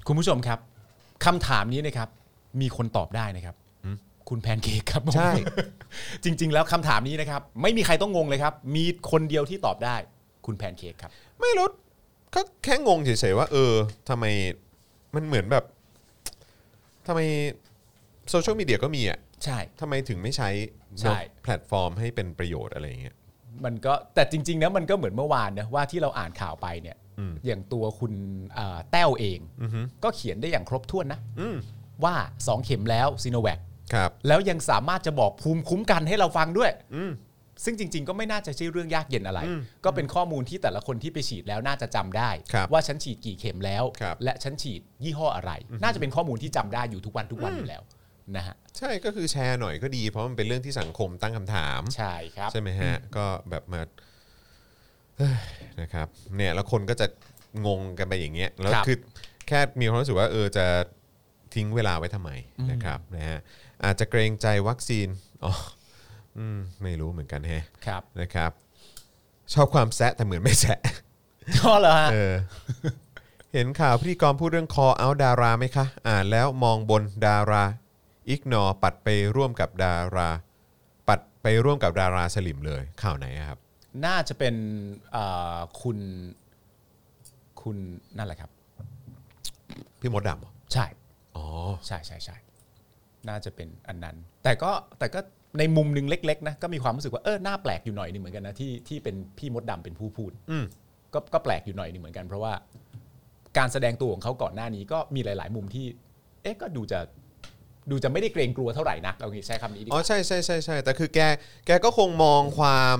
Speaker 3: คุณผู้ชมครับคำถามนี้นะครับ มีคนตอบได้นะครับ คุณแพนเค้กครับผม
Speaker 2: ใช่
Speaker 3: จริง ๆ แล้วคำถามนี้นะครับ ไม่มีใครต้องงงเลยครับ มีคนเดียวที่ตอบได้ คุณแพนเค้กครับ
Speaker 2: ไม่รู้ก็แค่งงเฉยๆว่า เออทำไมมันเหมือนแบบทำไมโซเชียลมีเดียก็มีอ่ะ
Speaker 3: ใช่
Speaker 2: ทำไมถึงไม่ใช้
Speaker 3: ใช่
Speaker 2: เนอะแพลตฟอร์มให้เป็นประโยชน์อะไรอย่างเงี้ย
Speaker 3: มันก็แต่จริงๆนะมันก็เหมือนเมื่อวานนะว่าที่เราอ่านข่าวไปเนี่ย
Speaker 2: อืม
Speaker 3: อย่างตัวคุณเอ่อแต้วเอง
Speaker 2: อือฮึ
Speaker 3: ก็เขียนได้อย่างครบถ้วนนะ
Speaker 2: อืม
Speaker 3: ว่า 2 เข็มแล้วซีโนแวค
Speaker 2: ครับ
Speaker 3: แล้วยังสามารถจะบอกภูมิคุ้มกันให้เราฟังด้วย
Speaker 2: อืม
Speaker 3: ซึ่งจริง ๆ ก็ไม่น่าจะใช่เรื่องยากเย็นอะไร
Speaker 2: อืม
Speaker 3: ก็เป็นข้อมูลที่แต่ละคนที่ไปฉีดแล้วน่าจะจำได้
Speaker 2: ครับ
Speaker 3: ว่าฉันฉีดกี่เข็มแล้ว
Speaker 2: ครับ
Speaker 3: และฉันฉีดยี่ห้ออะไร น่าจะเป็นข้อมูลที่จำได้อยู่ทุกวันทุกวันอยู่แล้วนะฮะ
Speaker 2: ใช่ก็คือแชร์หน่อยก็ดี เพราะมันเป็นเรื่องที่สังคมตั้งคำถาม
Speaker 3: ใช่ครับ
Speaker 2: ใช่ไหมฮะ ก็แบบมาเอ้ยนะครับ เนี่ย แล้วคนก็จะงงกันไปอย่างเงี้ยแล้ว
Speaker 3: ครับ
Speaker 2: คือแค่มีความรู้สึกว่า เออจะทิ้งเวลาไว้ทำไมนะครับนะฮะอาจจะเกรงใจวัคซีนอ๋ออืมไม่รู้เหมือนกันแฮะ
Speaker 3: ครับ
Speaker 2: นะครับ ชอบความแซะแต่เหมือนไม่แซะ
Speaker 3: ก็เหรอฮะ
Speaker 2: เออ เห็นข่าวพิธีกรพูดเรื่อง call out ดาราไหมคะ อ่านแล้วมองบนดาราอิกนอปัดไปร่วมกับดารา ปัดไปร่วมกับดาราสลิมเลยข่าวไหนอะครับ
Speaker 3: น่าจะเป็นเอ่อคุณคุณนั่นแหละครับ
Speaker 2: พี่มดดำเหรอ
Speaker 3: ใช่
Speaker 2: อ๋อ
Speaker 3: ใช่ใช่ใช่น่าจะเป็นอันนั้น แต่ก็แต่ก็ในมุมหนึ่งเล็ก ๆ นะ ก็มีความรู้สึกว่าเออหน้าแปลกอยู่หน่อยหนึงเหมือนกันนะที่ที่เป็นพี่มดดำเป็นผู้พูด
Speaker 2: อืม
Speaker 3: ก็ก็แปลกอยู่หน่อยหนึงเหมือนกัน เพราะว่าการแสดงตัวของเขาก่อนหน้านี้ก็มีหลาย ๆ มุมที่ เอ๊ะก็ดูจะดูจะไม่ได้เกรงกลัวเท่าไหร่นะเอางี้ใช้คำนี้ดีก
Speaker 2: อ๋อ
Speaker 3: ว่า
Speaker 2: ใช่ใช่ใช่ใช่แต่คือแกแกก็คงมองความ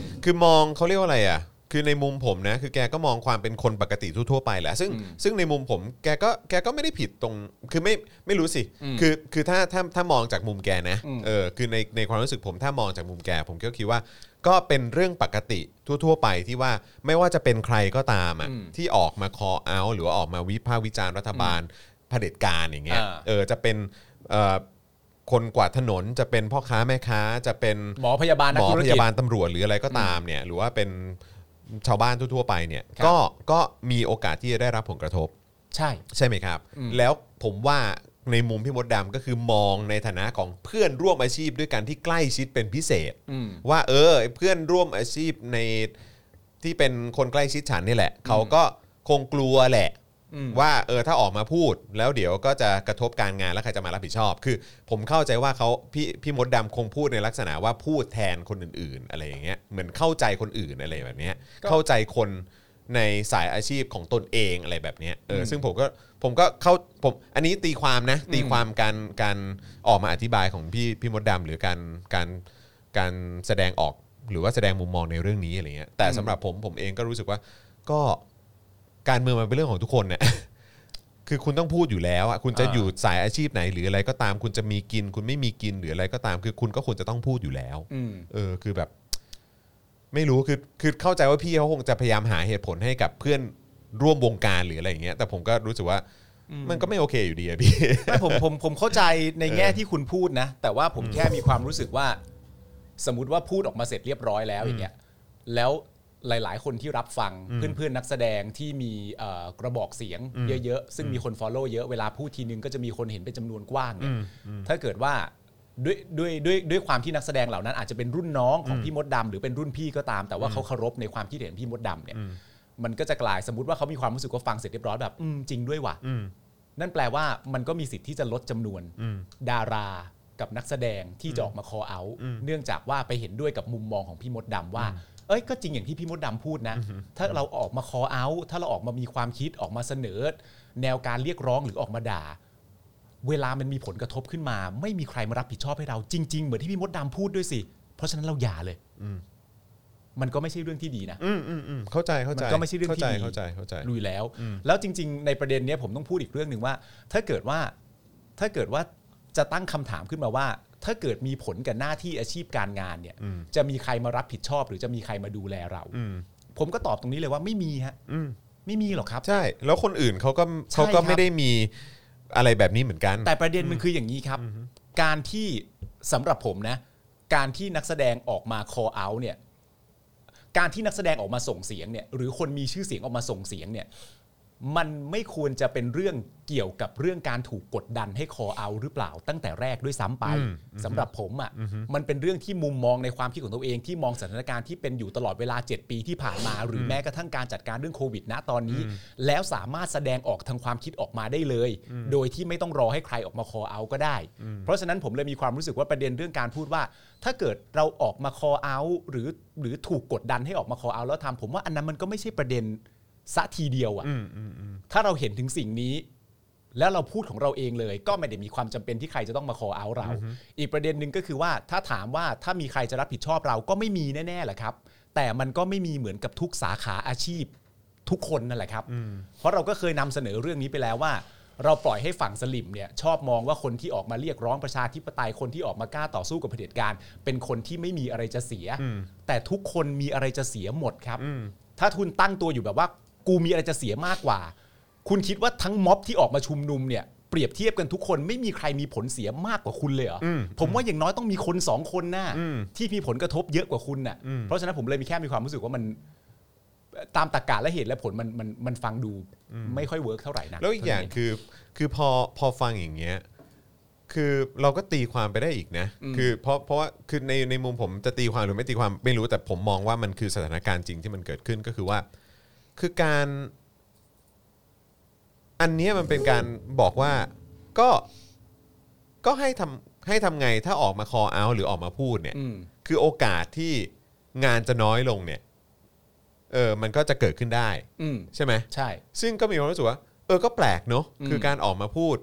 Speaker 3: ม
Speaker 2: คือมองเขาเรียกว่าอะไรอ่ะ คือในมุมผมนะ คือแกก็มองความเป็นคนปกติทั่วๆไปแหละ ซึ่ง
Speaker 3: อืม
Speaker 2: ซึ่งในมุมผมแกก็แกก็ไม่ได้ผิดตรง คือไม่ไม่รู้สิ
Speaker 3: อืม
Speaker 2: คือคือถ้าถ้าถ้ามองจากมุมแกนะ
Speaker 3: อืม
Speaker 2: เออ คือในในความรู้สึกผมถ้ามองจากมุมแก ผมก็คิดว่า ก็เป็นเรื่องปกติทั่ว ๆ ไปที่ว่าไม่ว่าจะเป็นใครก็ตามอ่ะ
Speaker 3: อืม
Speaker 2: ที่ออกมาคอเอาหรือว่าออกมาวิพากษ์วิจารณ์รัฐบาลเผด็จการอย่างเงี้ย
Speaker 3: อ่า
Speaker 2: เออจะเป็นเอ่อคนกวาดถนนจะเป็นพ่อค้าแม่ค้าจะเป็น
Speaker 3: หมอพยาบาลนั
Speaker 2: ห
Speaker 3: ก
Speaker 2: มอ
Speaker 3: ธุร
Speaker 2: พ
Speaker 3: กิจ
Speaker 2: ยาบาลตำรวจหรืออะไรก็ตามเนี่ยหรือว่าเป็นชาวบ้านทั่ว ๆ ไปเนี่ย
Speaker 3: ครับ
Speaker 2: ก็ก็มีโอกาสที่จะได้รับผลกระทบ
Speaker 3: ใช่
Speaker 2: ใช่ไหมครับ
Speaker 3: อืม
Speaker 2: แล้วผมว่าในมุมพี่มดดำก็คือมองในฐานะของเพื่อนร่วมอาชีพด้วยกันที่ใกล้ชิดเป็นพิเศษ
Speaker 3: อืม
Speaker 2: ว่าเออไอ้เพื่อนร่วมอาชีพในที่เป็นคนใกล้ชิดฉันนี่แหละ เขาก็คงกลัวแหละ
Speaker 3: อืม
Speaker 2: ว่าเออถ้าออกมาพูด แล้วเดี๋ยวก็จะกระทบการงานแล้วใครจะมารับผิดชอบ คือ ผมเข้าใจว่าเขาพี่พี่มดดำคงพูดในลักษณะว่าพูดแทนคนอื่น ๆ อะไรอย่างเงี้ยเหมือนเข้าใจคนอื่นอะไรแบบเนี้ยเข้าใจคนในสายอาชีพของตนเองอะไรแบบเนี้ยเอออ
Speaker 3: ม
Speaker 2: ซึ่งผมก็ผมก็เข้าผมอันนี้ตีความนะตีความการการออกมาอธิบายของพี่พี่มดดำหรือการการ การแสดงออกหรือว่าแสดงมุมมองในเรื่องนี้อะไรเงี้ยแต่สำหรับผมผมเองก็รู้สึกว่าก็การเมืองมันเป็นเรื่องของทุกคนเนี่ย คือคุณต้องพูดอยู่แล้วอะคุณจะ
Speaker 3: อ่า
Speaker 2: อยู่สายอาชีพไหน หรืออะไรก็ตามคุณจะมีกิน คุณไม่มีกินหรืออะไรก็ตาม คือคุณก็ควรจะต้องพูดอยู่แล้ว
Speaker 3: อืม
Speaker 2: เออคือแบบ ไม่รู้คือคือเข้าใจว่าพี่เขาคงจะพยายามหาเหตุผลให้กับเพื่อนร่วมวงการหรืออะไรอย่างเงี้ยแต่ผมก็รู้สึกว่า มันก็ไม่โอเคอยู่ดีอะพี่
Speaker 3: ไม่ผมผมผมเข้าใจในแง่ที่คุณพูดนะ แต่ว่าผมแค่มีความรู้สึกว่า สมมติว่าพูดออกมาเสร็จเรียบร้อยแล้วอย่างเงี้ยแล้วหลาย ๆ คนที่รับฟังเพื่อน ๆ นักแสดงที่มีเอ่อกระบอกเสียงเยอะ ๆ ซึ่งมีคน Follow เยอะเวลาพูดทีนึงก็จะมีคนเห็นเป็นจำนวนกว้างเนี่ยถ้าเกิดว่าด้วยด้วยด้วยด้วยความที่นักแสดงเหล่านั้นอาจจะเป็นรุ่นน้องของพี่มดดำหรือเป็นรุ่นพี่ก็ตาม แต่ว่าเขาเคารพในความคิดเห็นพี่มดดำเนี่ย มันก็จะกลายสมมติว่าเขามีความรู้สึกว่าฟังเสร็จเรียบร้อยแบบอืมจริงด้วยว่ะ นั่นแปลว่ามันก็มีสิทธิ์ที่จะลดจำนวนดารากับนักแสดงที่จะออกมาคอเอาเนื่องจากว่าไปเห็นด้วยกับมุมมองของพี่มดดำว่า เอ้ยก็จริงอย่างที่พี่มดดำพูดนะ ถ้าเราออกมาคอเอาถ้าเราออกมามีความคิดออกมาเสนอ แนวการเรียกร้องหรือออกมาด่า เวลามันมีผลกระทบขึ้นมา ไม่มีใครมารับผิดชอบให้เราจริง ๆ เหมือนที่พี่มดดำพูดด้วยสิ เพราะฉะนั้นเราอย่าเลยมันก็ไม่ใช่เรื่องที่ดีนะ
Speaker 2: อืมอืมอืมเข้าใจเข้าใจ
Speaker 3: มันก็ไม่ใช่เรื่องที่ดี
Speaker 2: เข้าใจเข้าใจเข้าใจ
Speaker 3: ลุยแล้ว แล้วจริง ๆ ในประเด็นเนี้ยผมต้องพูดอีกเรื่องหนึ่งว่า ถ้าเกิดว่าถ้าเกิดว่าจะตั้งคำถามขึ้นมาว่า ถ้าเกิดมีผลกับหน้าที่อาชีพการงานเนี่ย จะมีใครมารับผิดชอบ หรือจะมีใครมาดูแลเรา
Speaker 2: อืม
Speaker 3: ผมก็ตอบตรงนี้เลยว่าไม่มีฮะ
Speaker 2: อืม
Speaker 3: ไม่มีหรอกครับ
Speaker 2: ใช่ แล้วคนอื่นเขาก็
Speaker 3: ใช่
Speaker 2: เขาก็
Speaker 3: ครับ
Speaker 2: ไม่ได้มีอะไรแบบนี้เหมือนกัน
Speaker 3: แต่ประเด็นมันคืออย่างนี้ครับ การที่สำหรับผมนะ การที่นักแสดงออกมา call out เนี่ย การที่นักแสดงออกมาส่งเสียงเนี่ย หรือคนมีชื่อเสียงออกมาส่งเสียงเนี่ย มันไม่ควรจะเป็นเรื่องเกี่ยวกับเรื่องการถูกกดดันให้ call out หรือเปล่า ตั้งแต่แรกด้วยซ้ำไป
Speaker 2: อืม
Speaker 3: สำหรับผมอะ่ะมันเป็นเรื่องที่มุมมองในความคิดของตัวเองที่มองสถานการณ์ที่เป็นอยู่ตลอดเวลา 7 ปีที่ผ่านมา หรือแม้กระทั่งการจัดการเรื่องโควิดณตอนนี้ แล้วสามารถแสดงออกทางความคิดออกมาได้เลย โดยที่ไม่ต้องรอให้ใครออกมา call out ก็ได้ เพราะฉะนั้นผมเลยมีความรู้สึกว่าประเด็นเรื่องการพูดว่า ถ้าเกิดเราออกมา call out หรือหรือถูกกดดันให้ออกมา call out แล้วทำผมว่าอันนั้นมันก็ไม่ใช่ประเด็นซะทีเดียวอ่ะ
Speaker 2: อืมอืมอืม
Speaker 3: ถ้าเราเห็นถึงสิ่งนี้ แล้วเราพูดของเราเองเลย ก็ไม่ได้มีความจำเป็นที่ใครจะต้องมา call out เรา อีกประเด็นหนึ่งก็คือว่าถ้าถามว่าถ้ามีใครจะรับผิดชอบเราก็ไม่มีแน่ๆแหละครับ แต่มันก็ไม่มีเหมือนกับทุกสาขาอาชีพทุกคนนั่นแหละครับ เพราะเราก็เคยนำเสนอเรื่องนี้ไปแล้วว่า เราปล่อยให้ฝั่งสลิมเนี่ยชอบมองว่าคนที่ออกมาเรียกร้องประชาธิปไตยคนที่ออกมากล้าต่อสู้กับเผด็จการ เป็นคนที่ไม่มีอะไรจะเสีย แต่ทุกคนมีอะไรจะเสียหมดครับ ถ้าคุณตั้งตัวอยู่แบบว่า กูมีอะไรจะเสียมากกว่า คุณคิดว่าทั้งม็อบที่ออกมาชุมนุมเนี่ยเปรียบเทียบกันทุกคนไม่มีใครมีผลเสียมากกว่าคุณเลยเหรออผมว่าอย่างน้อยต้องมีคนสองคนน่ะที่มีผลกระทบเยอะกว่าคุณน่ะเพราะฉะนั้นผมเลยมีแค่มีความรู้สึกว่ามัน ตามตรรกะและเหตุและผลมันมันมันฟังดูไม่ค่อยเวิร์กเท่าไหร่นะ
Speaker 2: แล้วอีกอย่างคือ คือพอพอฟังอย่างเงี้ย คือเราก็ตีความไปได้อีกนะ คือเพราะเพราะว่าคือในในมุมผมจะตีความหรือไม่ตีความไม่รู้แต่ผมมองว่ามันคือสถานการณ์จริงที่มันเกิดขึ้นก็คือว่า คือการ อันเนี้ยมันเป็นการบอกว่าก็ก็ให้ทำให้ทำไงถ้าออกมาคอเอาหรือออกมาพูดเนี่ย
Speaker 3: อืม
Speaker 2: คือโอกาสที่งานจะน้อยลงเนี่ย เออ มันก็จะเกิดขึ้นได้
Speaker 3: อืม
Speaker 2: ใช่ไหม
Speaker 3: ใช่
Speaker 2: ซึ่งก็มีความรู้สึกว่า เออ ก็แปลกเนอะ
Speaker 3: อืม
Speaker 2: คือการออกมาพูด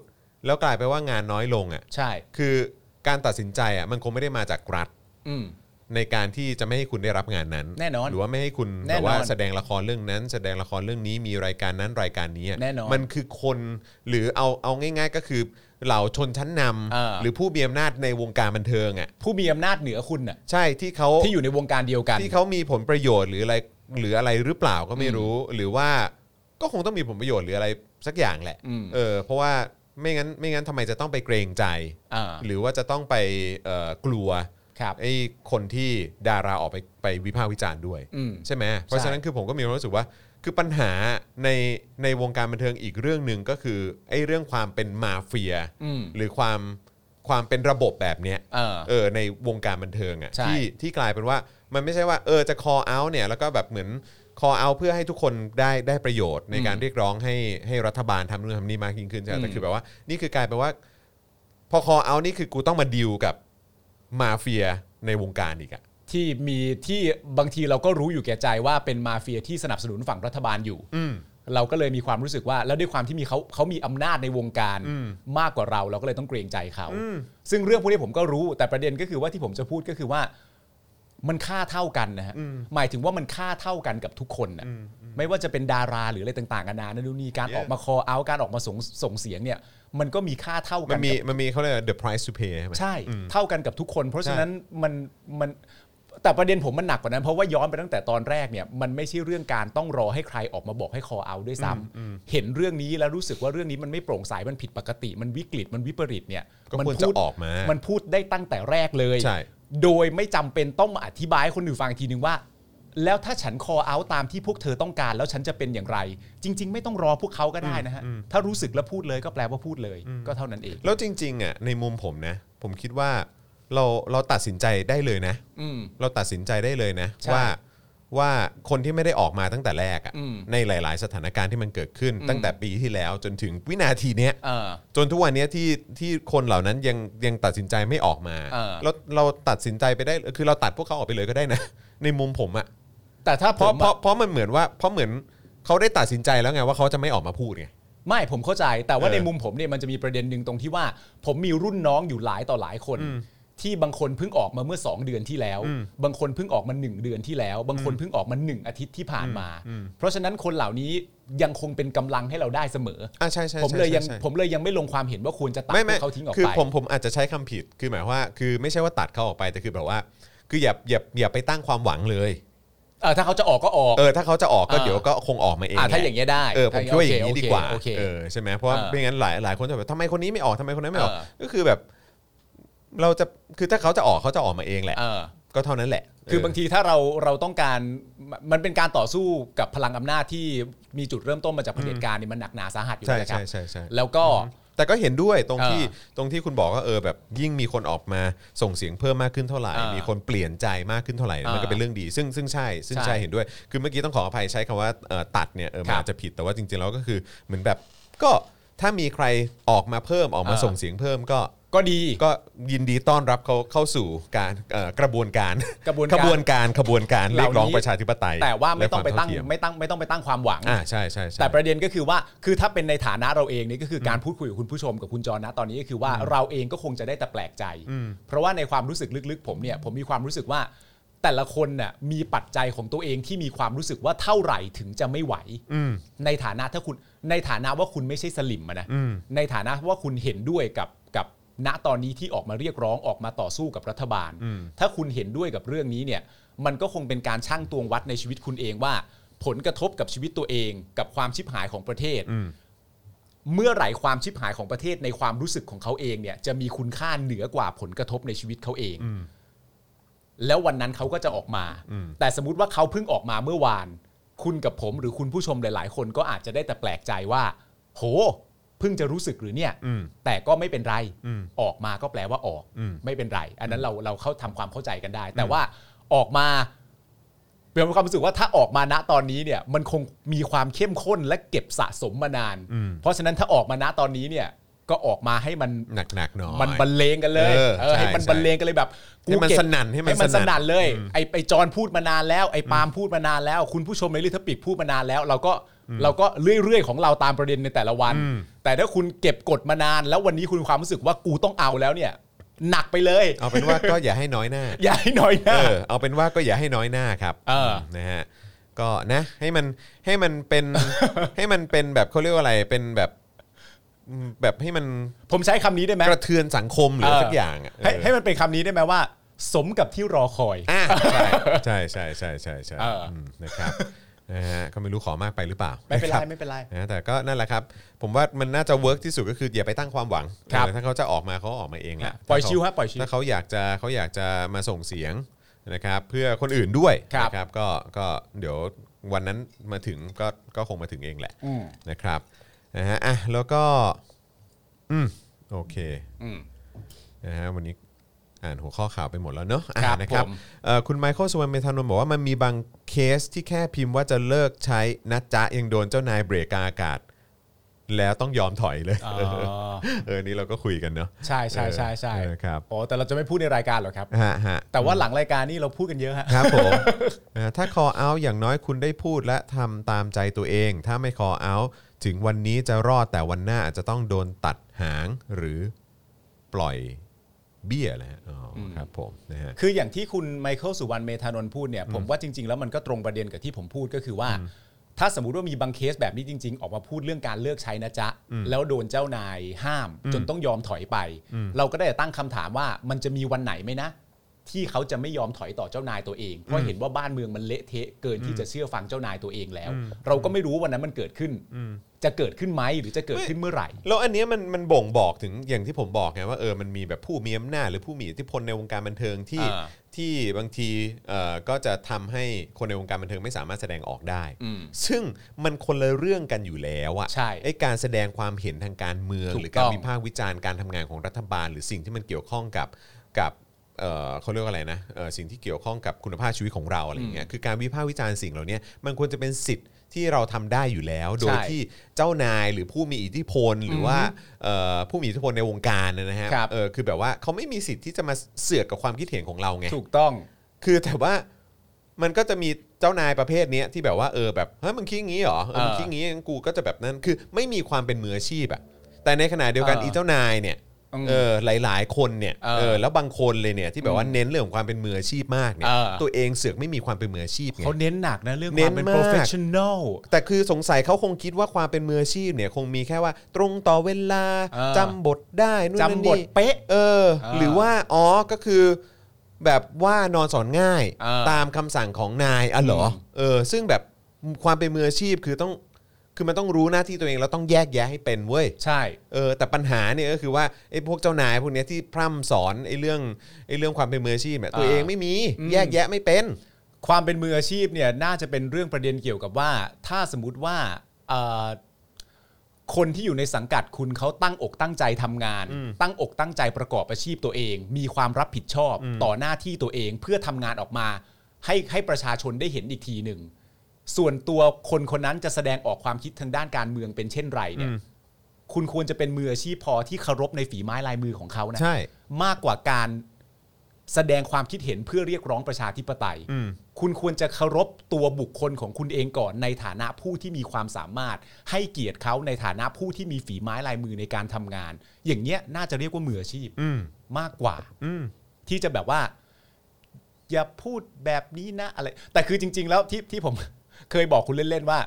Speaker 2: แล้วกลายไปว่างานน้อยลงอะ่ะ
Speaker 3: ใช่
Speaker 2: คือการตัดสินใจอะ่ะ มันคงไม่ได้มาจากรัฐ
Speaker 3: อืม
Speaker 2: ในการที่จะไม่ให้คุณได้รับงานนั้น
Speaker 3: แน่นอน
Speaker 2: หรือว่าไม่ให้คุณ
Speaker 3: แน่นอน
Speaker 2: แบบว่าแสดงละครเรื่องนั้น แสดงละครเรื่องนี้มีรายการนั้นรายการนี้ะ
Speaker 3: แน่นอน
Speaker 2: มันคือคนหรือเอาเอาง่าย ๆ ก็คือเหล่าชนชั้นนำ
Speaker 3: เออ
Speaker 2: หรือผู้มีอำนาจในวงการบันเทิงอ่ะ
Speaker 3: ผู้มีอำนาจเหนือคุณน่ะ
Speaker 2: ใช่ที่เขา
Speaker 3: ที่อยู่ในวงการเดียวกัน
Speaker 2: ที่เขามีผลประโยชน์หรืออะไรหรืออะไรหรือเปล่าก็ไม่รู้ หรือว่าก็คงต้องมีผลประโยชน์หรืออะไรสักอย่างแหละ
Speaker 3: อืม
Speaker 2: เออเพราะว่าไม่งั้นไม่งั้นทำไมจะต้องไปเกรงใจ
Speaker 3: อ่า
Speaker 2: หรือว่าจะต้องไปเอ่อกลัว
Speaker 3: ครับ
Speaker 2: ไอ้คนที่ดาราออกไปไปวิพากษ์วิจารณ์ด้วย
Speaker 3: อืม
Speaker 2: ใช่ไหมเพราะฉะนั้นคือผมก็มีความรู้สึกว่า คือปัญหาในในวงการบันเทิงอีกเรื่องหนึ่งก็คือไอ้เรื่องความเป็นมาเฟีย
Speaker 3: อืม
Speaker 2: หรือความความเป็นระบบแบบเนี้ย
Speaker 3: เออ
Speaker 2: เออในวงการบันเทิงอ่ะ
Speaker 3: ใช่
Speaker 2: ที่ที่กลายเป็นว่ามันไม่ใช่ว่าเออจะ call out เนี่ยแล้วก็แบบเหมือน call out เพื่อให้ทุกคนได้ได้ประโยชน์ในการเรียกร้องให้ให้รัฐบาลทำนู่นทำนี่มากยิ่งขึ้นใช่ไหมแต่คือแบบว่านี่คือกลายเป็นว่า พอ call out นี่คือกูต้องมาดิวกับมาเฟียในวงการอีกอ่ะ
Speaker 3: ที่มีที่บางทีเราก็รู้อยู่แก่ใจว่าเป็นมาเฟียที่สนับสนุนฝั่งรัฐบาลอยู่
Speaker 2: อืม
Speaker 3: เราก็เลยมีความรู้สึกว่า แล้วด้วยความที่มีเขาเขามีอำนาจในวงการมากกว่าเราเราก็เลยต้องเกรงใจเขา ซึ่งเรื่องพวกนี้ผมก็รู้ แต่ประเด็นก็คือว่าที่ผมจะพูดก็คือว่า มันค่าเท่ากันนะฮะหมายถึงว่ามันค่าเท่ากันกับทุกคนนะไม่ว่าจะเป็นดาราหรืออะไรต่างๆกันานานู่นนี่การ
Speaker 2: Yeah
Speaker 3: ออกมาคอเอาการออกมาส่งส่งเสียงเนี่ย มันก็มีค่าเท่ากั
Speaker 2: มัน
Speaker 3: น
Speaker 2: มี
Speaker 3: กับ
Speaker 2: มันมีเขาเรียกว่า the price to pay ใช่ไหม
Speaker 3: ใช่เท่ากันกับทุกคน เพราะฉะนั้นมันมันแต่ประเด็นผมมันหนักกว่านั้น เพราะว่าย้อนไปตั้งแต่ตอนแรกเนี่ยมันไม่ใช่เรื่องการต้องรอให้ใครออกมาบอกให้คอเอาด้วยซ้ำเห็นเรื่องนี้แล้วรู้สึกว่าเรื่องนี้มันไม่โปร่งใสมันผิดปกติ มันวิกฤตมันวิปริตเนี่ย
Speaker 2: ก็ควรจะ
Speaker 3: พูด
Speaker 2: ออกมาน
Speaker 3: พูดได้ตั้งแต่แรกเลย
Speaker 2: ใช่
Speaker 3: โดยไม่จำเป็นต้องมาอธิบายให้คนอื่นฟังอีกทีนึงว่า แล้วถ้าฉันคอเอาตามที่พวกเธอต้องการ แล้วฉันจะเป็นอย่างไร จริง ๆ ไม่ต้องรอพวกเขาก็ได้นะฮะถ้ารู้สึกแล้วพูดเลยก็แปลว่าพูดเลย ก็เท่านั้นเอง
Speaker 2: แล้วจริงๆอ่ะในมุมผมนะ ผมคิดว่าเราเราตัดสินใจได้เลยนะ
Speaker 3: อืม
Speaker 2: เราตัดสินใจได้เลยนะ
Speaker 3: ใช่
Speaker 2: ว่าว่าคนที่ไม่ได้ออกมาตั้งแต่แรกอะ
Speaker 3: อืม
Speaker 2: ในหลาย ๆ สถานการณ์ที่มันเกิดขึ้น
Speaker 3: อืม
Speaker 2: ตั้งแต่ปีที่แล้วจนถึงวินาทีเนี้ย
Speaker 3: เออ
Speaker 2: จนทุกวันเนี้ยที่ที่คนเหล่านั้นยังยังตัดสินใจไม่ออกมา
Speaker 3: เออ
Speaker 2: เราเราตัดสินใจไปได้คือเราตัดพวกเขาออกไปเลยก็ได้นะ ในมุมผมอะ
Speaker 3: แต่ถ้า
Speaker 2: เพ
Speaker 3: ผ
Speaker 2: ราะ
Speaker 3: ม
Speaker 2: เพราะเพราะมันเหมือนว่าเพราะเหมือนเขาได้ตัดสินใจแล้วไงว่าเขาจะไม่ออกมาพูดไง
Speaker 3: ไม่ผมเข้าใจ แต่ว่า
Speaker 2: เออ
Speaker 3: ในมุมผมเนี่ยมันจะมีประเด็นหนึ่งตรงที่ว่า ผมมีรุ่นน้องอยู่หลายต่อหลายคน ที่บางคนเพิ่งออกมาเมื่อ 2 เดือนที่แล้ว บางคนเพิ่งออกมา 1 เดือนที่แล้ว บางคนเพิ่งออกมา 1 อาทิตย์ที่ผ่านมา เพราะฉะนั้นคนเหล่านี้ยังคงเป็นกำลังให้เราได้เสมอ
Speaker 2: ะใช่ใช่
Speaker 3: ผมเลย
Speaker 2: ใช่
Speaker 3: ยัง
Speaker 2: ใช่
Speaker 3: ผมเลยยังไม่ลงความเห็นว่าควรจะตัด
Speaker 2: ไม่ไม่
Speaker 3: พวกเขาทิ้งออก
Speaker 2: คือ
Speaker 3: ไป
Speaker 2: ผมผมอาจจะใช้คำผิดคือหมายว่าคือไม่ใช่ว่าตัดเขาออกไปแต่คือแบบว่า คืออย่าอย่าอย่าไปตั้งความหวังเลย
Speaker 3: เออถ้าเขาจะออกก็ออก
Speaker 2: เออถ้าเขาจะออกก็
Speaker 3: อ่า
Speaker 2: เดี๋ยวก็คงออกมาเอง
Speaker 3: อ่าถ้า
Speaker 2: แหละ
Speaker 3: อย่างเงี้ยได้
Speaker 2: เออผมคิดว่าอย่างนี้
Speaker 3: โเค
Speaker 2: ดีกว่า
Speaker 3: โอเค
Speaker 2: เออใช่ไหมเพราะว่า
Speaker 3: อ่า
Speaker 2: ไม่งั้นหลายหลายคนจะแบบทำไมคนนี้ไม่ออกทำไมคนนั้นไม่ออก
Speaker 3: เออ
Speaker 2: ก็คือแบบ เราจะคือถ้าเขาจะออกเขาจะออกมาเองแหละ
Speaker 3: เออ
Speaker 2: ก็เท่านั้นแหละ
Speaker 3: คือบางทีถ้าเราเราต้องการมมันเป็นการต่อสู้กับพลังอำนาจที่มีจุดเริ่มต้นมาจากเผด็จการเนี่ยมันหนักหนาสาหัสอยู่
Speaker 2: ใช่
Speaker 3: นะครั
Speaker 2: ใช่
Speaker 3: บ
Speaker 2: ใช่ใช่
Speaker 3: แล้วก็
Speaker 2: แต่ก็เห็นด้วยตรงที่
Speaker 3: เอ
Speaker 2: ตรงที่คุณบอกก็เออแบบยิ่งมีคนออกมาส่งเสียงเพิ่มมากขึ้นเท่าไหร่
Speaker 3: อ่ามี
Speaker 2: มีคนเปลี่ยนใจมากขึ้นเท่าไหร่
Speaker 3: อ่ามั
Speaker 2: มันก็เป็นเรื่องดี ซึ่งซึ่งใช่ซึ่ง
Speaker 3: ใช่
Speaker 2: ใช่เห็นด้วย คือเมื่อกี้ต้องขออภัยใช้คำว่าเอ่อตัดเนี่ยเออมัน
Speaker 3: ครับ
Speaker 2: อาจจะผิดแต่ว่าจริงๆแล้วก็คือเหมือนแบบก็ถ้ามีใครออกมาเพิ่มออกมา
Speaker 3: อ่า
Speaker 2: ส่งเสียงเพิ่มก็
Speaker 3: ก็ดี
Speaker 2: ก็ยินดีต้อนรับเขาเข้าสู่การเอ่อกระบวนการ
Speaker 3: กระบวน
Speaker 2: ข
Speaker 3: การ
Speaker 2: บวนการขบวนการ
Speaker 3: เห
Speaker 2: เรี
Speaker 3: ล่านี้
Speaker 2: ยกร้องประชาธิปไตย
Speaker 3: แต่ว่าไม่ต้องไป
Speaker 2: และคว
Speaker 3: ตั้ง
Speaker 2: เท่าเทียม
Speaker 3: ไม่ตั้งไม่ต้องไปตั้งความหวัง
Speaker 2: อ่าใช่ใช่ใช่
Speaker 3: แต่ประเด็นก็คือว่าคือถ้าเป็นในฐานะเราเองเนี่ยก็คือการพูดคุยกับคุณผู้ชมกับคุณจรนะตอนนี้ก็คือว่าเราเองก็คงจะได้แต่แปลกใจ เพราะว่าในความรู้สึกลึกๆ ผมเนี่ยผมมีความรู้สึกว่าแต่ละคนน่ะมีปัจจัยของตัวเองที่มีความรู้สึกว่าเท่าไหร่ถึงจะไม่ไหว
Speaker 2: อืม
Speaker 3: ในฐานะถ้าคุณในฐานะว่าคุณไม่ใช่สลิมอะนะ
Speaker 2: อืม
Speaker 3: ในฐานะว่าคุณเห็นด้วยกับกับณตอนนี้ที่ออกมาเรียกร้องออกมาต่อสู้กับรัฐบาล ถ้าคุณเห็นด้วยกับเรื่องนี้เนี่ย มันก็คงเป็นการชั่งตวงวัดในชีวิตคุณเองว่า ผลกระทบกับชีวิตตัวเอง กับความชิบหายของประเทศ เมื่อไหร่ความชิบหายของประเทศในความรู้สึกของเขาเองเนี่ยจะมีคุณค่าเหนือกว่าผลกระทบในชีวิตเขาเอง แล้ววันนั้นเขาก็จะออกมา แต่สมมติว่าเขาเพิ่งออกมาเมื่อวาน คุณกับผมหรือคุณผู้ชมหลาย ๆ คนก็อาจจะได้แต่แปลกใจว่า โห เพิ่งจะรู้สึกหรือเนี่ย
Speaker 2: อืม
Speaker 3: แต่ก็ไม่เป็นไร
Speaker 2: อืม
Speaker 3: ออกมาก็แปลว่าออก
Speaker 2: อืม
Speaker 3: ไม่เป็นไร อันนั้นเราเราเข้าทำความเข้าใจกันได้ แต่ว่าออกมา เป็นความรู้สึกว่าถ้าออกมาณตอนนี้เนี่ยมันคงมีความเข้มข้นและเก็บสะสมมานาน เพราะฉะนั้นถ้าออกมาณตอนนี้เนี่ยก็ออกมาให้มัน
Speaker 2: หนักๆหน่อย
Speaker 3: มันบรรเลงกันเลย
Speaker 2: เออ
Speaker 3: เออให้
Speaker 2: ใช่
Speaker 3: มันบรรเลงกันเลยแบบ
Speaker 2: ให้มัน
Speaker 3: กูเก็บ
Speaker 2: สนั่นให้มัน
Speaker 3: ให้มัน
Speaker 2: ส
Speaker 3: ส
Speaker 2: นั่น
Speaker 3: นั่นเลยไอไอจอนพูดมานานแล้วไอปาล์มพูดมานานแล้ว คุณผู้ชมในลิทปิกพูดมานานแล้ว เราก็เราก็เรื่อยๆของเราตามประเด็นในแต่ละวัน แต่ถ้าคุณเก็บกดมานาน แล้ววันนี้คุณมีความรู้สึกว่ากูต้องเอาแล้วเนี่ย หนักไปเลย
Speaker 2: เอาเป็นว่าก็อย่าให้น้อยหน้า
Speaker 3: อย่าให้น้อยห
Speaker 2: เอ
Speaker 3: น้า
Speaker 2: อเอาเป็นว่าก็อย่าให้น้อยหน้าครับ
Speaker 3: เออ
Speaker 2: มนะฮะก็นะให้มันให้มันเป็น ให้มันเป็นแบบเขาเรียกว่าอะไรเป็นแบบอืมแบบให้มัน
Speaker 3: ผมใช้คำนี้ได้ไหม
Speaker 2: กระเทือนสังคมหรือสักอย่างอ่ะ
Speaker 3: ให้
Speaker 2: เออ
Speaker 3: ให้มันเป็นคำนี้ได้ไหมว่า สมกับที่รอคอย
Speaker 2: อ่ะใช่ใช่ใช่ใช่ใช่
Speaker 3: เอออื
Speaker 2: มนะครับนะฮะก็ไม่รู้ขอมากไปหรือเปล่า
Speaker 3: ไม่เป็นไร
Speaker 2: คบ
Speaker 3: ไม่เป็นไร
Speaker 2: นะแต่ก็นั่นแหละครับ ผมว่ามันน่าจะเวิร์กที่สุดก็คืออย่าไปตั้งความหวัง
Speaker 3: ครับ
Speaker 2: เออถ้าเขาจะออกมาเขาออกมาเองแหละ
Speaker 3: ฮะปล่อย
Speaker 2: ถ้าเขา
Speaker 3: ชิวฮะปล่อยชิว
Speaker 2: ถ้าเขาอยากจะเขาอยากจะมาส่งเสียงนะครับ เพื่อคนอื่นด้วย
Speaker 3: ครับ
Speaker 2: นะครับ ก็ก็เดี๋ยววันนั้นมาถึงก็ก็คงมาถึงเองแหละ
Speaker 3: อืม
Speaker 2: นะครับนะฮะอ่ะแล้วก็อืมโอเค
Speaker 3: อืม
Speaker 2: นะฮะวันนี้อ่านหัวข้อข่าวไปหมดแล้วเนาะอ่ะ
Speaker 3: ครับ
Speaker 2: นะครับ
Speaker 3: ผม
Speaker 2: เอ่อคุณไมเคิลสุวรรณเมธานนท์บอกว่ามันมีบางเคสที่แค่พิมพ์ว่าจะเลิกใช้นะจ๊ะยังโดนเจ้านายเบรกกลางอากาศ แล้วต้องยอมถอยเลย
Speaker 3: อ๋อ
Speaker 2: เออ นี่เราก็คุยกันเนาะ
Speaker 3: ใช่ใช่ใช่ใช่
Speaker 2: เออครับ
Speaker 3: อ๋อแต่เราจะไม่พูดในรายการหรอกครับ
Speaker 2: ฮะฮะ
Speaker 3: แต่ว่าหลังรายการนี่เราพูดกันเยอะฮะ
Speaker 2: ครับผม นะฮะถ้า call out อย่างน้อยคุณได้พูดและทำตามใจตัวเอง ถ้าไม่ call out ถึงวันนี้จะรอดแต่วันหน้าอาจจะต้องโดนตัดหางหรือปล่อยเบี้ยแหละฮะอ๋ออครับผมนะฮะ
Speaker 3: คืออย่างที่คุณไมเคิลสุวรรณเมธานนท์พูดเนี่ยผมว่าจริง ๆ แล้วมันก็ตรงประเด็นกับที่ผมพูดก็คือว่า ถ้าสมมติว่ามีบางเคสแบบนี้จริง ๆ ออกมาพูดเรื่องการเลิกใช้นะจ๊ะ แล้วโดนเจ้านายห้าม จนต้องยอมถอยไป เราก็ได้แต่ตั้งคำถามว่ามันจะมีวันไหนไหมนะ ที่เขาจะไม่ยอมถอยต่อเจ้านายตัวเอง เพราะเห็นว่าบ้านเมืองมันเละเทะเกินที่จะเชื่อฟังเจ้านายตัวเองแล้ว เราก็ไม่รู้วันนั้นมันเกิดขึ้นจะเกิดขึ้นไหมหรือจะเกิดขึ้นเมื่อไหร่
Speaker 2: แล้วอันเนี้ยมันมันบ่งบอกถึงอย่างที่ผมบอกไงว่าเออมันมีแบบผู้มีอำนาจหรือผู้มีอิทธิพลในวงการบันเทิงที่
Speaker 3: อ่า
Speaker 2: ที่บางทีเอ่อก็จะทำให้คนในวงการบันเทิงไม่สามารถแสดงออกได้
Speaker 3: อืม
Speaker 2: ซึ่งมันคนละเรื่องกันอยู่แล้วอะ
Speaker 3: ใช่
Speaker 2: ไอการแสดงความเห็นทางการเมือง
Speaker 3: ถูก
Speaker 2: หรือการ
Speaker 3: ต้อง
Speaker 2: วิพากษ์วิจารณ์การทำงานของรัฐบาล หรือสิ่งที่มันเกี่ยวข้องกับกับเอ่อเขาเรียกว่าอะไรนะเอ่อสิ่งที่เกี่ยวข้องกับคุณภาพชีวิตของเราอะไรอย่างเงี้ยคือการวิพากษ์วิจารณ์สิ่งเหล่าเนี้ยมันควรจะเป็นสิทธิ์ที่เราทำได้อยู่แล้ว โดย
Speaker 3: ใช่
Speaker 2: ที่ เจ้านายหรือผู้มีอิทธิพลหรือว่าเอ่อผู้มีอิทธิพลในวงการนะนะฮะ
Speaker 3: ครับ
Speaker 2: เออคือแบบว่าเขาไม่มีสิทธิ์ที่จะมาเสือกกับความคิดเห็นของเราไง
Speaker 3: ถูกต้อง
Speaker 2: คือแต่ว่ามันก็จะมีเจ้านายประเภทเนี้ยที่แบบว่าเออแบบเฮ้ยมึงคิดงี้เหรอเออมึง
Speaker 3: เออ
Speaker 2: คิดงี้งั้นกูก็จะแบบนั้นคือไม่มีความเป็นมืออาชีพอะแต่ในขณะเดียวกัน
Speaker 3: เอออี
Speaker 2: อีเจ้านายเนี่ย
Speaker 3: อืม
Speaker 2: เออหลายๆ คนเนี่ย
Speaker 3: เออ
Speaker 2: เออแล้วบางคนเลยเนี่ยที่แบบว่าเน้นเรื่องของความเป็นมืออาชีพมากเนี่ย
Speaker 3: เออ
Speaker 2: ตัวเองเสือกไม่มีความเป็นมืออาชีพไง
Speaker 3: เขาเน้นหนักนะเรื่องค
Speaker 2: เน้
Speaker 3: วาม
Speaker 2: น
Speaker 3: เป็น
Speaker 2: มาก
Speaker 3: professional
Speaker 2: แต่คือสงสัยเขาคงคิดว่าความเป็นมืออาชีพเนี่ยคงมีแค่ว่าตรงต่อเวลา
Speaker 3: เออ
Speaker 2: จำบทได้นู่นนั่น
Speaker 3: จำบท
Speaker 2: นี่
Speaker 3: เป๊ะ
Speaker 2: เออ
Speaker 3: เออ
Speaker 2: หรือว่าอ๋อก็คือแบบว่านอนสอนง่าย
Speaker 3: เออ
Speaker 2: ตามคำสั่งของนายอ๋อเหรออ
Speaker 3: ม
Speaker 2: เออ ซึ่งแบบความเป็นมืออาชีพคือต้องคือมันต้องรู้หน้าที่ตัวเองแล้วต้องแยกแยะให้เป็นเว้ย
Speaker 3: ใช่
Speaker 2: เออแต่ปัญหาเนี่ยก็คือว่าไอ้พวกเจ้านายพวกเนี้ยที่พร่ำสอนไอ้เรื่องไอ้เรื่องความเป็นมืออาชีพเนี่ยตัวเองไม่มี
Speaker 3: อืม
Speaker 2: แยกแยะไม่เป็น
Speaker 3: ความเป็นมืออาชีพเนี่ยน่าจะเป็นเรื่องประเด็นเกี่ยวกับว่า ถ้าสมมติว่าเอ่อคนที่อยู่ในสังกัดคุณเขาตั้งอกตั้งใจทำงาน ตั้งอกตั้งใจประกอบอาชีพตัวเอง มีความรับผิดชอบต่อหน้าที่ตัวเองเพื่อทำงานออกมา ให้ให้ประชาชนได้เห็นอีกทีหนึ่งส่วนตัวคนคนนั้นจะแสดงออกความคิดทางด้านการเมืองเป็นเช่นไรเนี่ยคุณควรจะเป็นมืออาชีพพอที่เคารพในฝีไม้ลายมือของเขานะ
Speaker 2: ใช่
Speaker 3: มากกว่าการแสดงความคิดเห็นเพื่อเรียกร้องประชาธิปไตย
Speaker 2: อืม
Speaker 3: คุณควรจะเคารพตัวบุคคลของคุณเองก่อนในฐานะผู้ที่มีความสามารถ ให้เกียรติเขาในฐานะผู้ที่มีฝีไม้ลายมือในการทำงาน อย่างเงี้ยน่าจะเรียกว่ามืออาชีพ
Speaker 2: อืม
Speaker 3: มากกว่า
Speaker 2: อืม
Speaker 3: ที่จะแบบว่า อย่าพูดแบบนี้นะอะไร แต่คือจริง ๆ แล้วที่ที่ผม เคยบอกคุณเล่น ๆ ว่า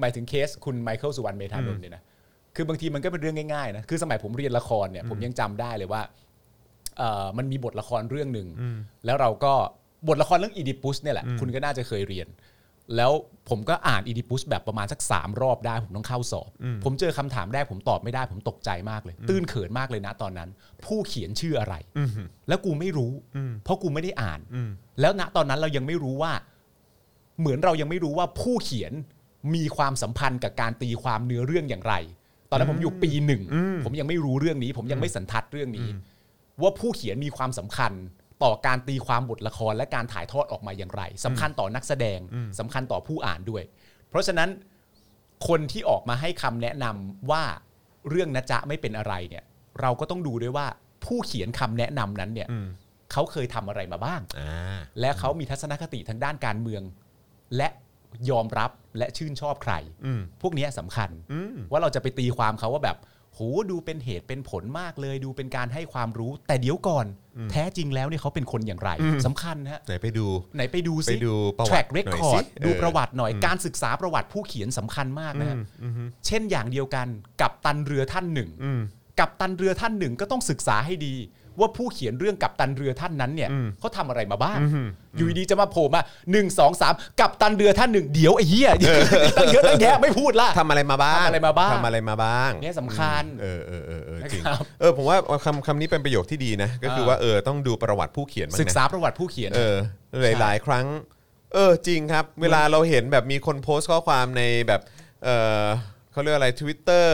Speaker 3: หมายถึงเคสคุณไมเคิลสุวรรณเมธานนท์เนี่ยนะคือบางทีมันก็เป็นเรื่องง่ายๆนะคือสมัยผมเรียนละครเนี่ยผมยังจำได้เลยว่าเอ่อมันมีบทละครเรื่องหนึ่งแล้วเราก็บทละครเรื่องอีดิปุสเนี่ยแหละคุณก็น่าจะเคยเรียน แล้วผมก็อ่านอีดิปุสแบบประมาณสักสามรอบได้ผมต้องเข้าสอบ ผมเจอคำถามแรกผมตอบไม่ได้ ผมตกใจมากเลย ตื้นเขินมากเลยนะตอนนั้น ผู้เขียนชื่ออะไร แล้วกูไม่รู้ เพราะกูไม่ได้อ่าน แล้วณตอนนั้นเรายังไม่รู้ว่า เหมือนเรายังไม่รู้ว่าผู้เขียนมีความสัมพันธ์กับการตีความเนื้อเรื่องอย่างไร ตอนนั้นผมอยู่ปีหนึ่งผมยังไม่รู้เรื่องนี้ ผมยังไม่สันทัดเรื่องนี้ ว่าผู้เขียนมีความสำคัญ ต่อการตีความบทละครและการถ่ายทอดออกมาอย่างไรสำคัญต่อนักแสดงสำคัญต่อผู้อ่านด้วย เพราะฉะนั้นคนที่ออกมาให้คำแนะนำว่าเรื่องนะจ๊ะไม่เป็นอะไรเนี่ย เราก็ต้องดูด้วยว่าผู้เขียนคำแนะนำนั้นเนี่ย
Speaker 2: อืม
Speaker 3: เขาเคยทำอะไรมาบ้าง
Speaker 2: อ่า
Speaker 3: และเขามีทัศนคติทางด้านการเมือง และยอมรับและชื่นชอบใคร
Speaker 2: อืม
Speaker 3: พวกเนี้ยสำคัญ
Speaker 2: อืม
Speaker 3: ว่าเราจะไปตีความเขาว่าแบบโหดูเป็นเหตุเป็นผลมากเลย ดูเป็นการให้ความรู้ แต่เดี๋ยวก่อน แท้จริงแล้วเนี่ยเขาเป็นคนอย่างไร
Speaker 2: อืม
Speaker 3: สำคัญนะฮะ
Speaker 2: ไหนไปดู
Speaker 3: ไหนไปดูซิ
Speaker 2: ไปดูประวัติ
Speaker 3: track
Speaker 2: หน่อย
Speaker 3: record
Speaker 2: สิเออ
Speaker 3: ดูประวัติหน่อย การศึกษาประวัติผู้เขียนสำคัญมากนะฮะ
Speaker 2: อืมอืม
Speaker 3: เช่นอย่างเดียวกันกับตันเรือท่านหนึ่ง
Speaker 2: อืม
Speaker 3: กับตันเรือท่านหนึ่งก็ต้องศึกษาให้ดี ว่าผู้เขียนเรื่องกับตันเรือท่านนั้นเนี่ย
Speaker 2: อืม
Speaker 3: เขาทำอะไรมาบ้าง
Speaker 2: อืม
Speaker 3: อยู่ดีๆจะมาโผล่มาหนึ่งสองสามกับตันเรือท่านหนึ่งเดี๋ยวไอ้เหี้ยตั้งเยอะตั้งแยะไม่พูดละ
Speaker 2: ทำอะไรมาบ้าง
Speaker 3: ทำอะไรมาบ้าง
Speaker 2: ทำอะไรมาบ้าง
Speaker 3: เนี่ยสำคัญ
Speaker 2: เออเออเออเออจริง
Speaker 3: นะครับ
Speaker 2: เออผมว่าคำคำนี้เป็นประโยคที่ดีนะ ก็คือ
Speaker 3: เออ
Speaker 2: ว่าเออต้องดูประวัติผู้เขียนบ้าง
Speaker 3: ศึก
Speaker 2: นะ
Speaker 3: ษาประวัติผู้เขียน
Speaker 2: เออหลายหลายครั้ง เออจริงครับ เวลาเราเห็นแบบมีคนโพสต์ข้อความในแบบเออเขาเรียกอะไร Twitter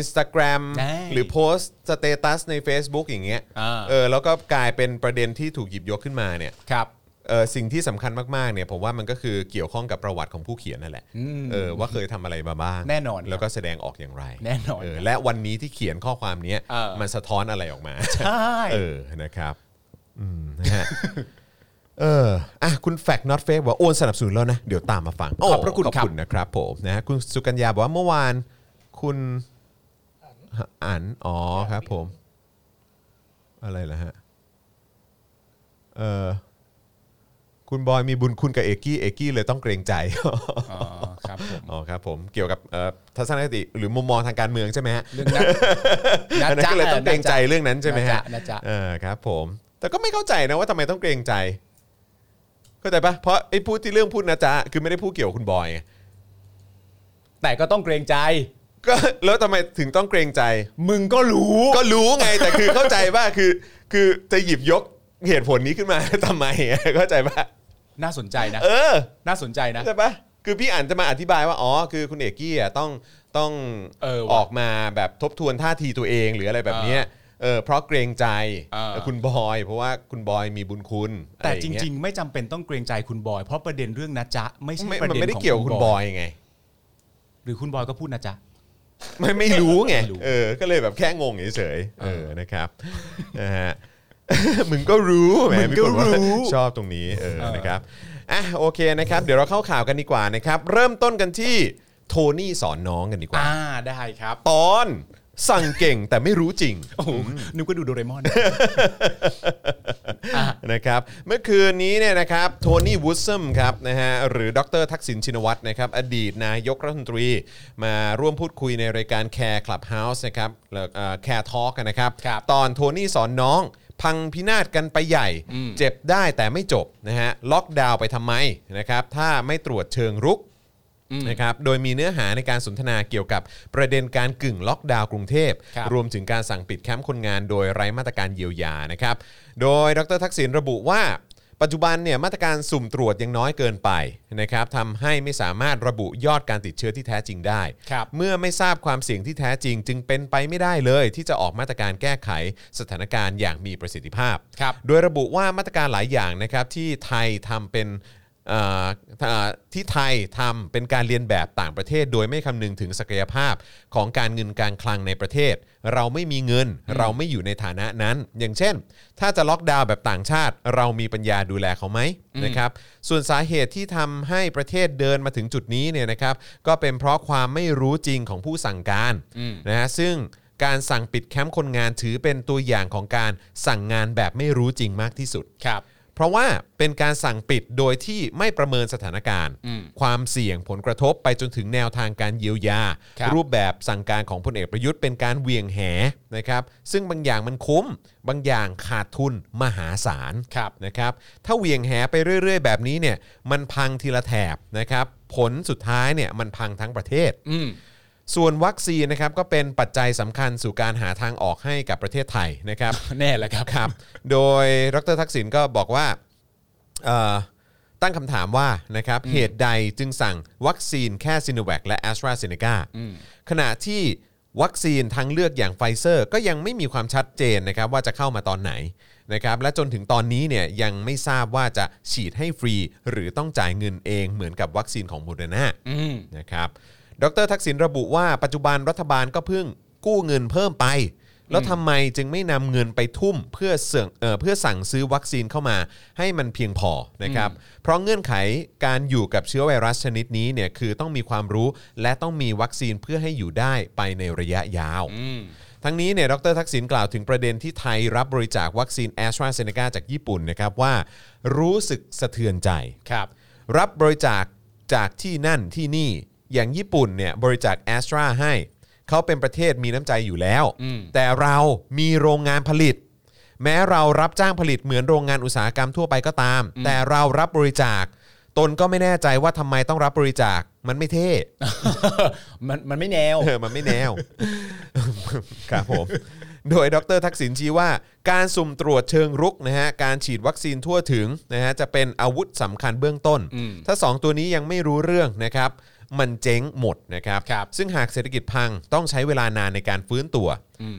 Speaker 2: Instagram
Speaker 3: ใช่
Speaker 2: หรือโพสต์สเตตัสใน Facebook อย่างเงี้ย
Speaker 3: อ่า
Speaker 2: เออแล้วก็กลายเป็นประเด็นที่ถูกหยิบยกขึ้นมาเนี่ย
Speaker 3: ครับ
Speaker 2: เออสิ่งที่สำคัญมากๆเนี่ยผมว่ามันก็คือเกี่ยวข้องกับประวัติของผู้เขียนนั่นแหละ
Speaker 3: อืม
Speaker 2: เออว่าเคยทำอะไรมาบ้าง
Speaker 3: แน่นอน
Speaker 2: แล้วก็แสดงออกอย่างไร
Speaker 3: แน่นอน
Speaker 2: เและวันนี้ที่เขียนข้อความเนี้ย
Speaker 3: เออ
Speaker 2: มันสะท้อนอะไรออกมา
Speaker 3: ใช่
Speaker 2: เออนะครับอืมนะฮ ะเอออ่ะคุณแฟกต์ not fake บอกว่าโอนสนับสนุนแล้วนะ เดี๋ยวตามมาฟังโ
Speaker 3: ขอบพระคุณ
Speaker 2: ขอบ
Speaker 3: ครับ
Speaker 2: คุณนะครับผมนะฮะคุณสุกัญญาบอกว่าเมื่อวานคุณอันอ๋อครับผม อะไรล่ะฮะ เออคุณบอยมีบุญคุณกับเอกกี้ เอกกี้เลยต้องเกรงใจ
Speaker 3: อ๋อครับผม
Speaker 2: อ๋อครับผมเกี่ยวกับเอ่อทัศนคติหรือมุมมองทางการเมืองใช่ไหมฮะ
Speaker 3: เรื่องนั้น
Speaker 2: อันนั้นก็เลยต้องเกรงใจเรื่องนั้นใช่ไหมฮะ
Speaker 3: นะจ๊ะ
Speaker 2: เออครับผม แต่ก็ไม่เข้าใจนะว่าทำไมต้องเกรงใจเข้าใจปะเพราะไอ้พูดที่เรื่องพูดนะจ๊ะคือไม่ได้พูดเกี่ยวกับคุณบอยไง
Speaker 3: แต่ก็ต้องเกรงใจ
Speaker 2: ก็แล้วทำไมถึงต้องเกรงใจ
Speaker 3: มึงก็รู้
Speaker 2: ก็รู้ไงแต่คือเข้าใจว่าคือ คือจะหยิบยกเหตุผลนี้ขึ้นมา ทำไมเข้าใจปะ
Speaker 3: น่าสนใจนะ
Speaker 2: เออ
Speaker 3: น่าสนใจนะ
Speaker 2: เข้าใจปะคือพี่อ่านจะมาอธิบายว่า อ๋อ คือคุณเอกกี้อ่ะต้องต้อง
Speaker 3: เออว่ะ
Speaker 2: ออกมาแบบทบทวนท่าทีตัวเองหรืออะไรแบบเนี้ยเออเพราะเกรงใจ
Speaker 3: เออ
Speaker 2: คุณบอย เพราะว่าคุณบอยมีบุญคุณ
Speaker 3: แต่จ
Speaker 2: อะไอย่า
Speaker 3: ริ
Speaker 2: เย
Speaker 3: ง ๆ ไม่จำเป็นต้องเกรงใจคุณบอย เพราะประเด็นเรื่องนะจ๊ะไม่ใช่
Speaker 2: ไม่
Speaker 3: ประ
Speaker 2: มัน
Speaker 3: เด็น
Speaker 2: ไม่ได้
Speaker 3: ของ
Speaker 2: เกี่ยวกับ
Speaker 3: คุ
Speaker 2: คุณ ณ
Speaker 3: บบ อ
Speaker 2: อย ยไง
Speaker 3: หรือคุณบอยก็พูดนะจ๊ะ
Speaker 2: ไม่ไม่รู้ไง
Speaker 3: ไม่รู้
Speaker 2: เออ ก็เลยแบบแค่งงเฉยๆเออนะครับ นะฮะ มึงก็รู้แหมมีคนว่าชอบตรงนี้เออนะครับอ่ะโอเคนะครับ เดี๋ยวเราเข้าข่าวกันดีกว่านะครับ เริ่มต้นกันที่โทนี่สอนน้องกันดีกว่า
Speaker 3: อ่าได้ครับ
Speaker 2: ตอนสั่งเก่งแต่ไม่รู้จริง
Speaker 3: โอ้โหนึกว่าดูโดเรมอน อ่ะ
Speaker 2: นะครับเมื่อคืนนี้เนี่ยนะครับโทนี่วูดซัมครับนะฮะหรือดรทักษิณชินวัตรนะครับอดีตนายกรัฐมนตรี มาร่วมพูดคุยในรายการแคร์คลับเฮาส์นะครับแคร์ทอล์กนะครับ
Speaker 3: ครับ
Speaker 2: ตอนโทนี่สอนน้อง พังพินาศกันไปใหญ่
Speaker 3: อืม
Speaker 2: เจ็บได้แต่ไม่จบนะฮะล็อกดาวน์ไปทำไมนะครับถ้าไม่ตรวจเชิงรุก
Speaker 3: อืม
Speaker 2: นะครับ โดยมีเนื้อหาในการสนทนาเกี่ยวกับประเด็นการกึ่งล็อกดาวน์กรุงเทพ
Speaker 3: ครับ
Speaker 2: รวมถึงการสั่งปิดแคมป์คนงานโดยไร้มาตรการเยียวยานะครับ โดยดรทักษิณระบุว่า ปัจจุบันเนี่ยมาตรการสุ่มตรวจยังน้อยเกินไปนะครับทำให้ไม่สามารถระบุยอดการติดเชื้อที่แท้จริงได้
Speaker 3: ครับ
Speaker 2: เมื่อไม่ทราบความเสี่ยงที่แท้จริง จึงเป็นไปไม่ได้เลย ที่จะออกมาตรการแก้ไขสถานการณ์อย่างมีประสิทธิภาพ
Speaker 3: ครับ
Speaker 2: โดยระบุว่ามาตรการหลายอย่างนะครับที่ไทยทำเป็นเอ่ออ่าที่ไทยทำเป็นการเรียนแบบต่างประเทศ โดยไม่คำนึงถึงศักยภาพของการเงินการคลังในประเทศ เราไม่มีเงินเราไม่อยู่ในฐานะนั้น อย่างเช่น ถ้าจะล็อกดาวน์แบบต่างชาติ เรามีปัญญาดูแลเขาไหมนะครับส่วนสาเหตุที่ทำให้ประเทศเดินมาถึงจุดนี้เนี่ยนะครับก็เป็นเพราะความไม่รู้จริงของผู้สั่งการนะฮะซึ่ง การสั่งปิดแคมป์คนงานถือเป็นตัวอย่างของการสั่งงานแบบไม่รู้จริงมากที่สุด
Speaker 3: ครับ
Speaker 2: เพราะว่าเป็นการสั่งปิดโดยที่ไม่ประเมินสถานการณ์
Speaker 3: อืม
Speaker 2: ความเสี่ยงผลกระทบไปจนถึงแนวทางการเยียวยา
Speaker 3: ครับ
Speaker 2: รูปแบบสั่งการของพลเอกประยุทธ์เป็นการเหวียงแหนะครับซึ่งบางอย่างมันคุ้ม บางอย่างขาดทุนมหาศาล
Speaker 3: ครับ
Speaker 2: นะครับถ้าเหวียงแหไปเรื่อย ๆ แบบนี้เนี่ยมันพังทีละแถบนะครับผลสุดท้ายเนี่ยมันพังทั้งประเทศ
Speaker 3: อืม
Speaker 2: ส่วนวัคซีนนะครับก็เป็นปัจจัยสำคัญสู่การหาทางออกให้กับประเทศไทยนะครับ
Speaker 3: แน่แหละครับ
Speaker 2: ครับ โดยดรทักษิณก็บอกว่าเอ่อตั้งคำถามว่านะครับเหตุใดจึงสั่งวัคซีนแค่ซิโนแวคและแอสตราเซเนกาขณะที่วัคซีนทางเลือกอย่างไฟเซอร์ ก็ยังไม่มีความชัดเจนนะครับว่าจะเข้ามาตอนไหน นะครับและจนถึงตอนนี้เนี่ยยังไม่ทราบว่าจะฉีดให้ฟรี หรือต้องจ่ายเงินเองเหมือนกับวัคซีนของโมเดอร์นา
Speaker 3: อืม
Speaker 2: นะครับ ดรทักษิณระบุว่าปัจจุบันรัฐบาลก็เพิ่งกู้เงินเพิ่มไป แล้วทำไมจึงไม่นำเงินไปทุ่มเพื่อเสื่องเอ่อเพื่อสั่งซื้อวัคซีนเข้ามาให้มันเพียงพอนะครับ เพราะเงื่อนไขการอยู่กับเชื้อไวรัสชนิดนี้เนี่ยคือต้องมีความรู้และต้องมีวัคซีนเพื่อให้อยู่ได้ไปในระยะยาว ทั้งนี้เนี่ยดรทักษิณกล่าวถึงประเด็นที่ไทยรับบริจาควัคซีนแอสตราเซเนกาจากญี่ปุ่นนะครับว่า รู้สึกสะเทือนใจ
Speaker 3: ครับ
Speaker 2: รับบริจาคจากที่นั่นที่นี่อย่างญี่ปุ่นเนี่ยบริจาคแอสตราให้ เขาเป็นประเทศมีน้ำใจอยู่แล้ว
Speaker 3: อืม
Speaker 2: แต่เรามีโรงงานผลิต แม้เรารับจ้างผลิตเหมือนโรงงานอุตสาหกรรมทั่วไปก็ตาม แต่เรารับบริจาค ตนก็ไม่แน่ใจว่าทำไมต้องรับบริจาคมันไม่เท่
Speaker 3: มันมันไม่แนว
Speaker 2: เออมันไม่แนว ครับผม โดยดรทักษิณชี้ว่า การสุ่มตรวจเชิงรุกนะฮะ การฉีดวัคซีนทั่วถึงนะฮะจะเป็นอาวุธสำคัญเบื้องต้น
Speaker 3: อืม
Speaker 2: ถ้า 2 ตัวนี้ยังไม่รู้เรื่องนะครับ มันเจ๊งหมดนะครับ
Speaker 3: ครับ
Speaker 2: ซึ่งหากเศรษฐกิจพังต้องใช้เวลานานในการฟื้นตัว
Speaker 3: อืม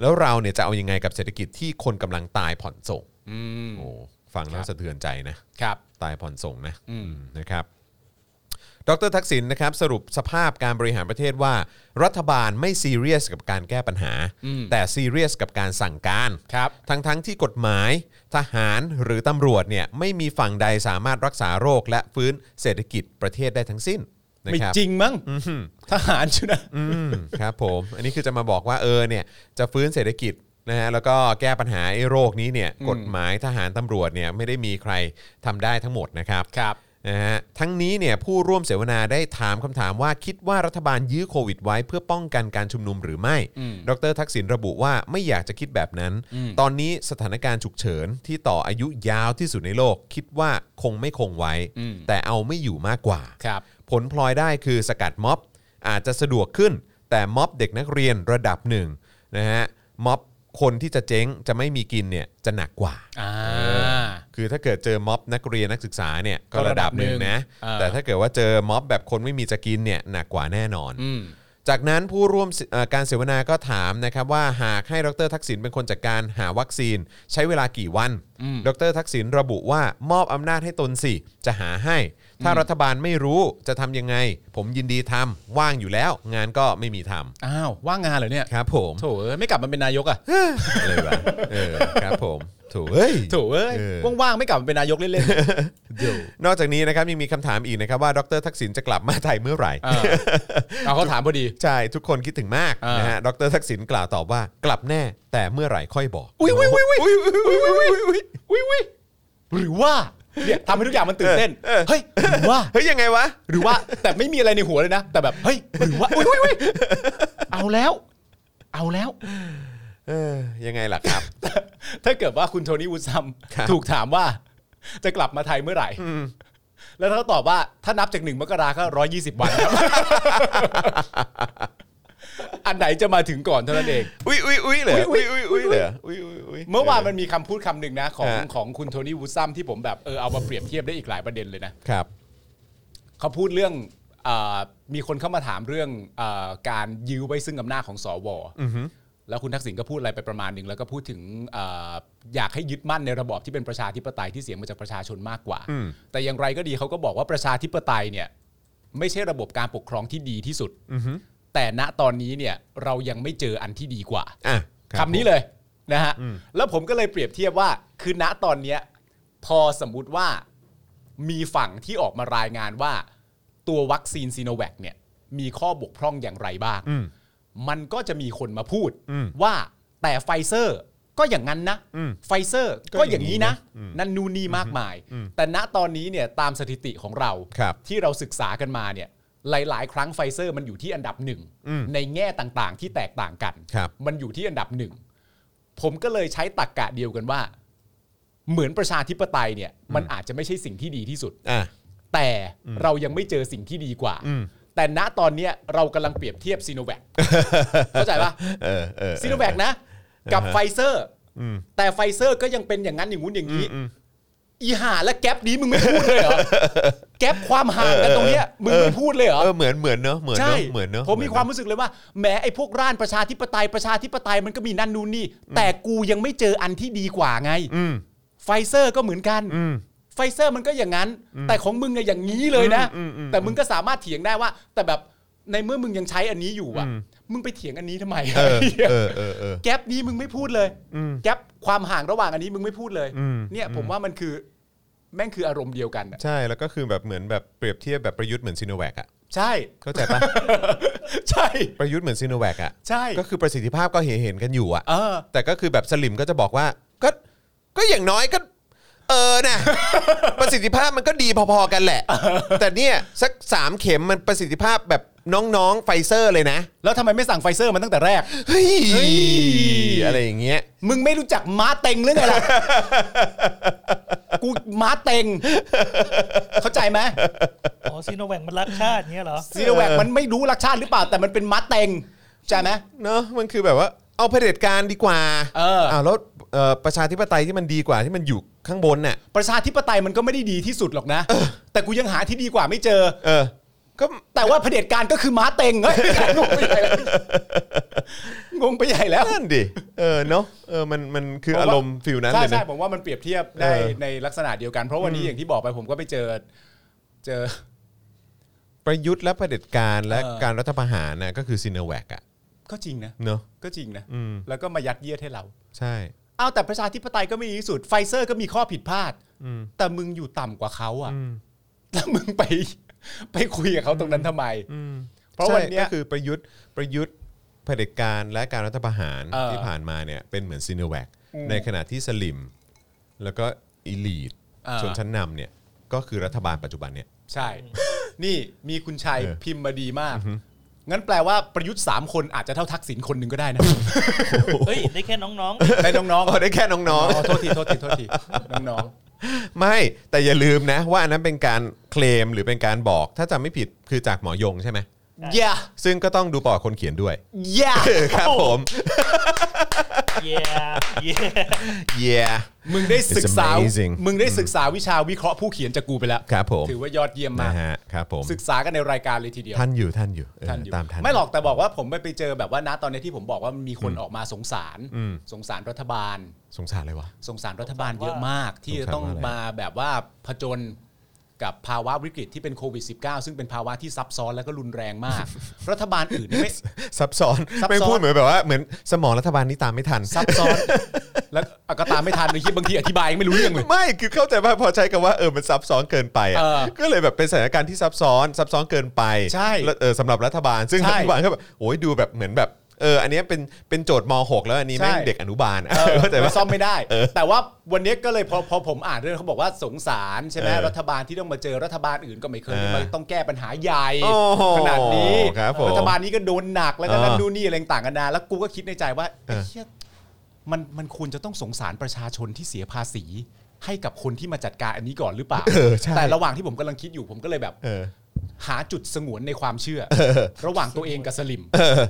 Speaker 2: แล้วเราเนี่ยจะเอายังไงกับเศรษฐกิจที่คนกำลังตายผ่อนส่ง
Speaker 3: อืม
Speaker 2: โอ้ฟังแล้วสะเทือนใจนะ
Speaker 3: ครับ
Speaker 2: ตายผ่อนส่งนะ
Speaker 3: อืม
Speaker 2: อืมนะครับดรทักษิณนะครับสรุปสภาพการบริหารประเทศว่า รัฐบาลไม่ซีเรียสกับการแก้ปัญหา แต่ซีเรียสกับการสั่งการ
Speaker 3: ครับ
Speaker 2: ทั้งๆที่กฎหมาย ทหารหรือตำรวจเนี่ยไม่มีฝั่งใดสามารถรักษาโรคและฟื้นเศรษฐกิจประเทศได้ทั้งสิ้นนะ
Speaker 3: ไม่
Speaker 2: ครับ
Speaker 3: จริงมั้งทหารชุนะ
Speaker 2: อืมครับผมอันนี้คือจะมาบอกว่าเออเนี่ยจะฟื้นเศรษฐกิจนะฮะแล้วก็แก้ปัญหาไอ้โรคนี้เนี่ย
Speaker 3: อืม
Speaker 2: กฎหมายทหารตำรวจเนี่ยไม่ได้มีใครทำได้ทั้งหมดนะครับ
Speaker 3: ครับ
Speaker 2: นะฮะทั้งนี้เนี่ยผู้ร่วมเสวนาได้ถามคำถามว่าคิดว่ารัฐบาลยื้อโควิดไว้เพื่อป้องกันการชุมนุมหรือไม่ ดรทักษิณระบุว่าไม่อยากจะคิดแบบนั้น ตอนนี้สถานการณ์ฉุกเฉินที่ต่ออายุยาวที่สุดในโลก คิดว่าคงไม่คงไว้
Speaker 3: อืม
Speaker 2: แต่เอาไม่อยู่มากกว่า
Speaker 3: ครับ
Speaker 2: ผลพลอยได้คือสกัดม็อบ อาจจะสะดวกขึ้น แต่ม็อบเด็กนักเรียนระดับหนึ่งนะฮะม็อบคนที่จะเจ๊งจะไม่มีกินเนี่ยจะหนักกว่า
Speaker 3: อ่า
Speaker 2: คือถ้าเกิดเจอม็อบนักเรียนนักศึกษาเนี่ยก็ระดับหนึ่งนะ
Speaker 3: เออ
Speaker 2: แต่ถ้าเกิดว่าเจอม็อบแบบคนไม่มีจะกินเนี่ยหนักกว่าแน่นอน
Speaker 3: อืม
Speaker 2: จากนั้นผู้ร่วมเสเอ่อการเสวนาก็ถามนะครับว่าหากให้ดรทักษิณเป็นคนจัดการหาวัคซีน ใช้เวลากี่วัน
Speaker 3: อืม
Speaker 2: ดรทักษิณระบุว่ามอบอำนาจให้ตนสิ จะหาให้ ถ้ารัฐบาลไม่รู้จะทำยังไง ผมยินดีทำว่างอยู่แล้ว งานก็ไม่มีท
Speaker 3: อ้าวว่างงานเหรอเนี่ย
Speaker 2: ำครับผม
Speaker 3: โถเอ้ยไม่กลับมาเป็นนายกอ่ะ
Speaker 2: อะไรแบบเออครับผมโถูกเฮ้ย
Speaker 3: โถเอ้ย
Speaker 2: เออ
Speaker 3: ว่างๆไม่กลับมาเป็นนายกเล่นๆเดี๋ยวน
Speaker 2: อกจากนี้นะครับยังมีคำถามอีกนะครับว่าดรทักษิณจะกลับมาไทยเมื่อไหร่
Speaker 3: อ่าเอาเขาถามพอดี
Speaker 2: ใช่ ทุกคนคิดถึงมาก
Speaker 3: อ่าน
Speaker 2: นะฮะดรทักษิณกล่าวตอบว่ากลับแน่ แต่เมื่อไหร่ค่อยบอก
Speaker 3: อุ้ยอุ้ยอุ้ยอุ้ยอุ้ยอุ้ยอุ้ยอุ้ยอุ้ยอุ้ยหรือว่าเนี่ยทำให้ทุกอย่างมันตื่นเต้น
Speaker 2: เออเออ
Speaker 3: เฮ้ยหรือว่า
Speaker 2: เฮ้ย ยังไงวะ
Speaker 3: หรือว่าแต่ไม่มีอะไรในหัวเลยนะ แต่แบบเฮ้ยหรือว่าอุ้ยอุ้ยอุ้ยเอาแล้ว เอาแล้ว
Speaker 2: เออ ยังไงล่ะครับ
Speaker 3: ถ้าเกิดว่าคุณโทนี่วูดซัม
Speaker 2: ครับ
Speaker 3: ถูกถามว่า จะกลับมาไทยเมื่อไหร่ แล้วเขาตอบว่าถ้านับจากหนึ่งมกราก็ร้อยี่สิบวันครับ อันไหนจะมาถึงก่อนเท่านั้นเอง
Speaker 2: อุ้ยอุ้ยอุ้ยเหรอ
Speaker 3: อุ๊
Speaker 2: อุ้
Speaker 3: ย
Speaker 2: ย
Speaker 3: อุ๊
Speaker 2: อุ้ยอุ้
Speaker 3: ยอุ๊ย
Speaker 2: ยเหรออุ้ยอุ้ยอุ้ย
Speaker 3: เมื่อวานมันมีคำพูดคำหนึ่งนะ ของ
Speaker 2: ฮะ
Speaker 3: ของคุณโทนี่วูดซัมที่ผมแบบเออเอามาเปรียบเทียบได้อีกหลายประเด็นเลยนะ
Speaker 2: ครับ
Speaker 3: เขาพูดเรื่องเออมีคนเข้ามาถามเรื่องเออการยื้อไว้ซึ่งอำนาจของสวแล้วคุณทักษิณก็พูดอะไรไปประมาณหนึ่งแล้วก็พูดถึงเอออยากให้ยึดมั่นในระบอบที่เป็นประชาธิปไตยที่เสียงมาจากประชาชนมากกว่า
Speaker 2: อืม
Speaker 3: แต่อย่างไรก็ดีเขาก็บอกว่าประชาธิปไตยเนี่ยไม่ใช่ระบบการปกครองที่ดีที่สุด
Speaker 2: อือฮึ
Speaker 3: แต่ณตอนนี้เนี่ยเรายังไม่เจออันที่ดีกว่า
Speaker 2: อ่ะ
Speaker 3: คำนี้เลยนะฮะ แล้วผมก็เลยเปรียบเทียบว่า คือณตอนเนี้ยพอสมมุติว่ามีฝั่งที่ออกมารายงานว่า ตัววัคซีนซีโนแวคเนี่ยมีข้อบกพร่องอย่างไรบ้าง
Speaker 2: อืม
Speaker 3: มันก็จะมีคนมาพูด
Speaker 2: อืม
Speaker 3: ว่าแต่ไฟเซอร์ก็อย่างนั้นนะ
Speaker 2: อืม
Speaker 3: ไฟเซอร์
Speaker 2: ก็
Speaker 3: ก็
Speaker 2: อย่
Speaker 3: อา
Speaker 2: ย่าง งนี้
Speaker 3: นี้นะ
Speaker 2: นะ
Speaker 3: นั่นนู่นนี่มากมาย
Speaker 2: อืม
Speaker 3: แต่ณตอนนี้เนี่ยตามสถิติของเรา
Speaker 2: ครับ
Speaker 3: ที่เราศึกษากันมาเนี่ยหลาย ๆ ครั้งไฟเซอร์มันอยู่ที่อันดับหนึ่ง
Speaker 2: อืม
Speaker 3: ในแง่ต่างๆ ที่แตกต่างกัน
Speaker 2: ครับ
Speaker 3: มันอยู่ที่อันดับหนึ่ง ผมก็เลยใช้ตรกกะเดียวกันว่า เหมือนประชาธิปไตยเนี่ย มันอาจจะไม่ใช่สิ่งที่ดีที่สุด
Speaker 2: อ่ะ
Speaker 3: แต่เรายังไม่เจอสิ่งที่ดีกว่า
Speaker 2: อืม
Speaker 3: แต่ณตอนเนี้ยเรากำลังเปรียบเทียบซีโนแว ค เข้าใจปะ
Speaker 2: เออเออเออ
Speaker 3: ซีโนแวคนะ กับ
Speaker 2: อ่าฮะ
Speaker 3: ไฟเซอร์
Speaker 2: อืม
Speaker 3: แต่ไฟเซอร์ก็ยังเป็นอย่างนั้นอย่างงู้นอย่าง
Speaker 2: อื
Speaker 3: นี้
Speaker 2: มอืม
Speaker 3: อีห่าและแก๊ปนี้มึงไม่พูดเลยเหร อ แก๊ปความห่างกันตรงเนี้ยมึงไม่พูดเลยเหรอ
Speaker 2: เออเหมือนเหมือนเนอะเหมือนเน
Speaker 3: ใช่
Speaker 2: อะเหมือนเนอะ
Speaker 3: ผมมีความ
Speaker 2: เหอนเนอะ
Speaker 3: รู้สึกเลยว่าแหมไอ้พวกร่านประชาธิปไตยประชาธิปไตยมันก็มีนั่นนู่นนี่ แต่กูยังไม่เจออันที่ดีกว่าไง
Speaker 2: อืม
Speaker 3: ไฟเซอร์ก็เหมือนกัน
Speaker 2: อืม
Speaker 3: ไฟเซอร์มันก็อย่างนั้น แต่ของมึงอะอย่างนี้เลยนะ
Speaker 2: อืมอืมอืม
Speaker 3: แต่มึงก็สามารถเถียงได้ว่า แต่แบบในเมื่อมึงยังใช้อันนี้อยู่อะ
Speaker 2: อืม
Speaker 3: มึงไปเถียงอันนี้ทำไม
Speaker 2: เออเออเออเออ
Speaker 3: แก๊ปนี้มึงไม่พูดเลย
Speaker 2: อืม
Speaker 3: แก๊ปความห่างระหว่างอันนี้มึงไม่พูดเลย
Speaker 2: อืม
Speaker 3: เนี่ย ผมว่ามันคือแม่งคืออารมณ์เดียวกันอะ
Speaker 2: ใช่แล้วก็คือแบบเหมือนแบบเปรียบเทียบแบบประยุทธ์เหมือนซีโนแวคอะ
Speaker 3: ใช่
Speaker 2: เข้าใจปะ
Speaker 3: ใช่
Speaker 2: ประยุทธ์เหมือนซีโนแวคอะ
Speaker 3: ใช่
Speaker 2: ก็คือประสิทธิภาพก็เห็นเห็นๆกันอยู่อะ
Speaker 3: เออ
Speaker 2: แต่ก็คือแบบสลิมก็จะบอกว่า ก็ก็อย่างน้อยก็ เออ นะ ประสิทธิภาพมันก็ดีพอๆกันแหละ แต่เนี่ยสักสามเข็มมันประสิทธิภาพแบบน้องๆไฟเซอร์เลยนะ
Speaker 3: แล้วทำไมไม่สั่งไฟเซอร์มันตั้งแต่แรก
Speaker 2: เฮ้ย
Speaker 3: เฮ้ย
Speaker 2: อะไรอย่างเงี้ย
Speaker 3: มึงไม่รู้จักม้าเต็งหรือไงล่ะ กูม้าเต็ง เข้าใจไหม
Speaker 4: อ๋อซีโนแวคมันรักชาติเงี้ยเหรอ
Speaker 3: ซีโนแวคมันไม่รู้รักชาติหรือเปล่า แต่มันเป็นม้าเต็งเข้าใจไหม
Speaker 2: เนอะมันคือแบบว่าเอาเผด็จการดีกว่า
Speaker 3: เอออ้
Speaker 2: วแล้วเอ่อประชาธิปไตยที่มันดีกว่าที่มันอยู่ข้างบนน่ะ
Speaker 3: ประชาธิปไตยมันก็ไม่ได้ดีที่สุดหรอกนะ แต่กูยังหาที่ดีกว่าไม่เจอ
Speaker 2: เออ ก็
Speaker 3: แต่ว่าเผด็จการก็คือม้าเต็งเฮ้ยงงไปใหญ่แล้วงงไปใหญ่แล้ว
Speaker 2: นั่นดิเออเนาะเออมันมันคืออารมณ์ฟิลนั้น
Speaker 3: ใช่
Speaker 2: เลยนะ
Speaker 3: ใช่ผมว่ามันเปรียบเทียบได้
Speaker 2: เออ
Speaker 3: ในลักษณะเดียวกันเพราะวันนี้อย่างที่บอกไปผมก็ไปเจอ เจอ
Speaker 2: ประยุทธ์และเผด็จการและ
Speaker 3: เออ
Speaker 2: การรัฐประหารนะก็คือซีเนแวกอะ
Speaker 3: ก็จริงนะ
Speaker 2: เนาะ
Speaker 3: ก็จริงนะ
Speaker 2: อืม
Speaker 3: แล้วก็มายัดเยียดให้เรา
Speaker 2: ใช่
Speaker 3: เอาแต่ประชาธิปไตยก็ไม่ดีที่สุดไฟเซอร์ก็มีข้อผิดพลาด
Speaker 2: อืม
Speaker 3: แต่มึงอยู่ต่ำกว่าเขาอะ
Speaker 2: อืม
Speaker 3: แล้วมึงไป ไปคุยกับเขาตรงนั้นทำไม
Speaker 2: อืม
Speaker 3: เพราะ
Speaker 2: ใช่
Speaker 3: วันเนี้ย
Speaker 2: ก็คือประยุทธ์ประยุทธ์เผด็จการและการรัฐประหาร
Speaker 3: เออ
Speaker 2: ที่ผ่านมาเนี่ยเป็นเหมือนซีเนแวก
Speaker 3: อืม
Speaker 2: ในขณะที่สลิม แล้วก็อีลีท
Speaker 3: เออ
Speaker 2: ชนชั้นนำเนี่ยก็คือรัฐบาลปัจจุบันเนี่ย
Speaker 3: ใช่ นี่มีคุณชัย
Speaker 2: เออ
Speaker 3: พิมพ์มาดีมาก งั้นแปลว่าประยุทธ์ 3 คนอาจจะเท่าทักษิณคนหนึ่งก็ได้นะ
Speaker 4: เฮ้ย ได้แค่น้อง
Speaker 3: ได้น้อง
Speaker 2: อ๋อ ได้แค่
Speaker 3: ๆ
Speaker 2: น้
Speaker 3: อ๋
Speaker 2: อ
Speaker 3: อง โทษทีโทษทีโทษทีน้อง
Speaker 2: ๆ ไม่ แต่อย่าลืมนะ ว่าอันนั้นเป็นการเคลมหรือเป็นการบอกถ้าจำไม่ผิดคือจากหมอยงใช่ไหม
Speaker 3: ๆ yeah
Speaker 2: ซึ่งก็ต้องดูประวัติคนเขียนด้วย
Speaker 3: yeah
Speaker 2: เออครับผม
Speaker 4: ๆ เย่เย่
Speaker 2: yeah
Speaker 3: มึงได้ศึกษา
Speaker 2: It's amazing
Speaker 3: มึงได้ศึกษาวิชาวิเคราะห์ผู้เขียนจากกูไปแล้ว
Speaker 2: ครับผม
Speaker 3: ถือว่ายอดเยี่ยมมา
Speaker 2: นะ
Speaker 3: ก
Speaker 2: ฮะครับผม
Speaker 3: ศึกษากันในรายการเลยทีเดียว
Speaker 2: ท่านอยู่ท่านอยู่เออ
Speaker 3: ทันอยู่
Speaker 2: ตามทัน
Speaker 3: ไม่หรอกแต่บอกว่าผมไปไปเจอแบบว่าณตอนนี้ที่ผมบอกว่ามันมีคนออกมาสงสาร
Speaker 2: อืม
Speaker 3: สงสารรัฐบาล
Speaker 2: สงสารเลยวะ
Speaker 3: สงสารรัฐบาลเยอะมาก ที่จะต้อง
Speaker 2: สงสารว่าอะไร
Speaker 3: มาแบบว่าผจญกับภาวะวิกฤตที่เป็นโควิด -19 ซึ่งเป็นภาวะที่ซับซ้อนและก็รุนแรงมาก รัฐบาลอื่นนี่ไม่
Speaker 2: ซับซ้อน
Speaker 3: ซับซ้อน
Speaker 2: ไม่พูดเหมือนแบบว่าเหมือนสมองรัฐบาลนี่ตามไม่ทัน
Speaker 3: ซับซ้อน แล้ว อ่ะก็ตามไม่ทันเลยที่บ างทีอธิบายยังไม่รู้เรื่องเลย
Speaker 2: ไม่คือเข้าใจว่าพอใช้คำว่าเออมันซับซ้อนเกินไปอ่ะ
Speaker 3: เออ
Speaker 2: ก็เลยแบบเป็นสถานการณ์ที่ซับซ้อนซับซ้อนเกินไป
Speaker 3: ใช่
Speaker 2: แล้วเออสำหรับรัฐบาล ซึ่ง
Speaker 3: ใช่
Speaker 2: รัฐบาลก็แบบโอ้ยดูแบบเหมือนแบบเอออันเนี้ยเป็นเป็นโจทย์ม .6 แล้วอันนี้
Speaker 3: ใช่
Speaker 2: แม่งเด็กอนุบาล
Speaker 3: เออ
Speaker 2: เข้าใจ
Speaker 3: มั
Speaker 2: ว่า
Speaker 3: นซ่อมไม่ได้ แต่ว่าวันนี้ก็เลยพอพอผมอ่านเรื่องเขาบอกว่าสงสารใช่ไหม
Speaker 2: เออ
Speaker 3: รัฐบาลที่ต้องมาเจอรัฐบาลอื่นก็ไม่เคย
Speaker 2: เออ
Speaker 3: มาต้องแก้ปัญหาใหญ่
Speaker 2: โอ้โห
Speaker 3: ขนาดนี้
Speaker 2: ครับผม
Speaker 3: รัฐบาลนี้ก็โดนหนักแล้วก็
Speaker 2: เออ
Speaker 3: นั่นดูนนี่อะไรต่างกันานาแล้วกูก็คิดในใจว่า
Speaker 2: เออ
Speaker 3: ไอ้เหี้ยมันมันควรจะต้องสงสารประชาชนที่เสียภาษี ให้กับคนที่มาจัดการอันนี้ก่อนหรือเปล่า
Speaker 2: เออใช่
Speaker 3: แต่ระหว่างที่ผมกำลังคิดอยู่ผมก็เลยแบบ
Speaker 2: เออ
Speaker 3: หาจุดสงวนในความเชื่อ ระหว่างตัวเองกับสลิม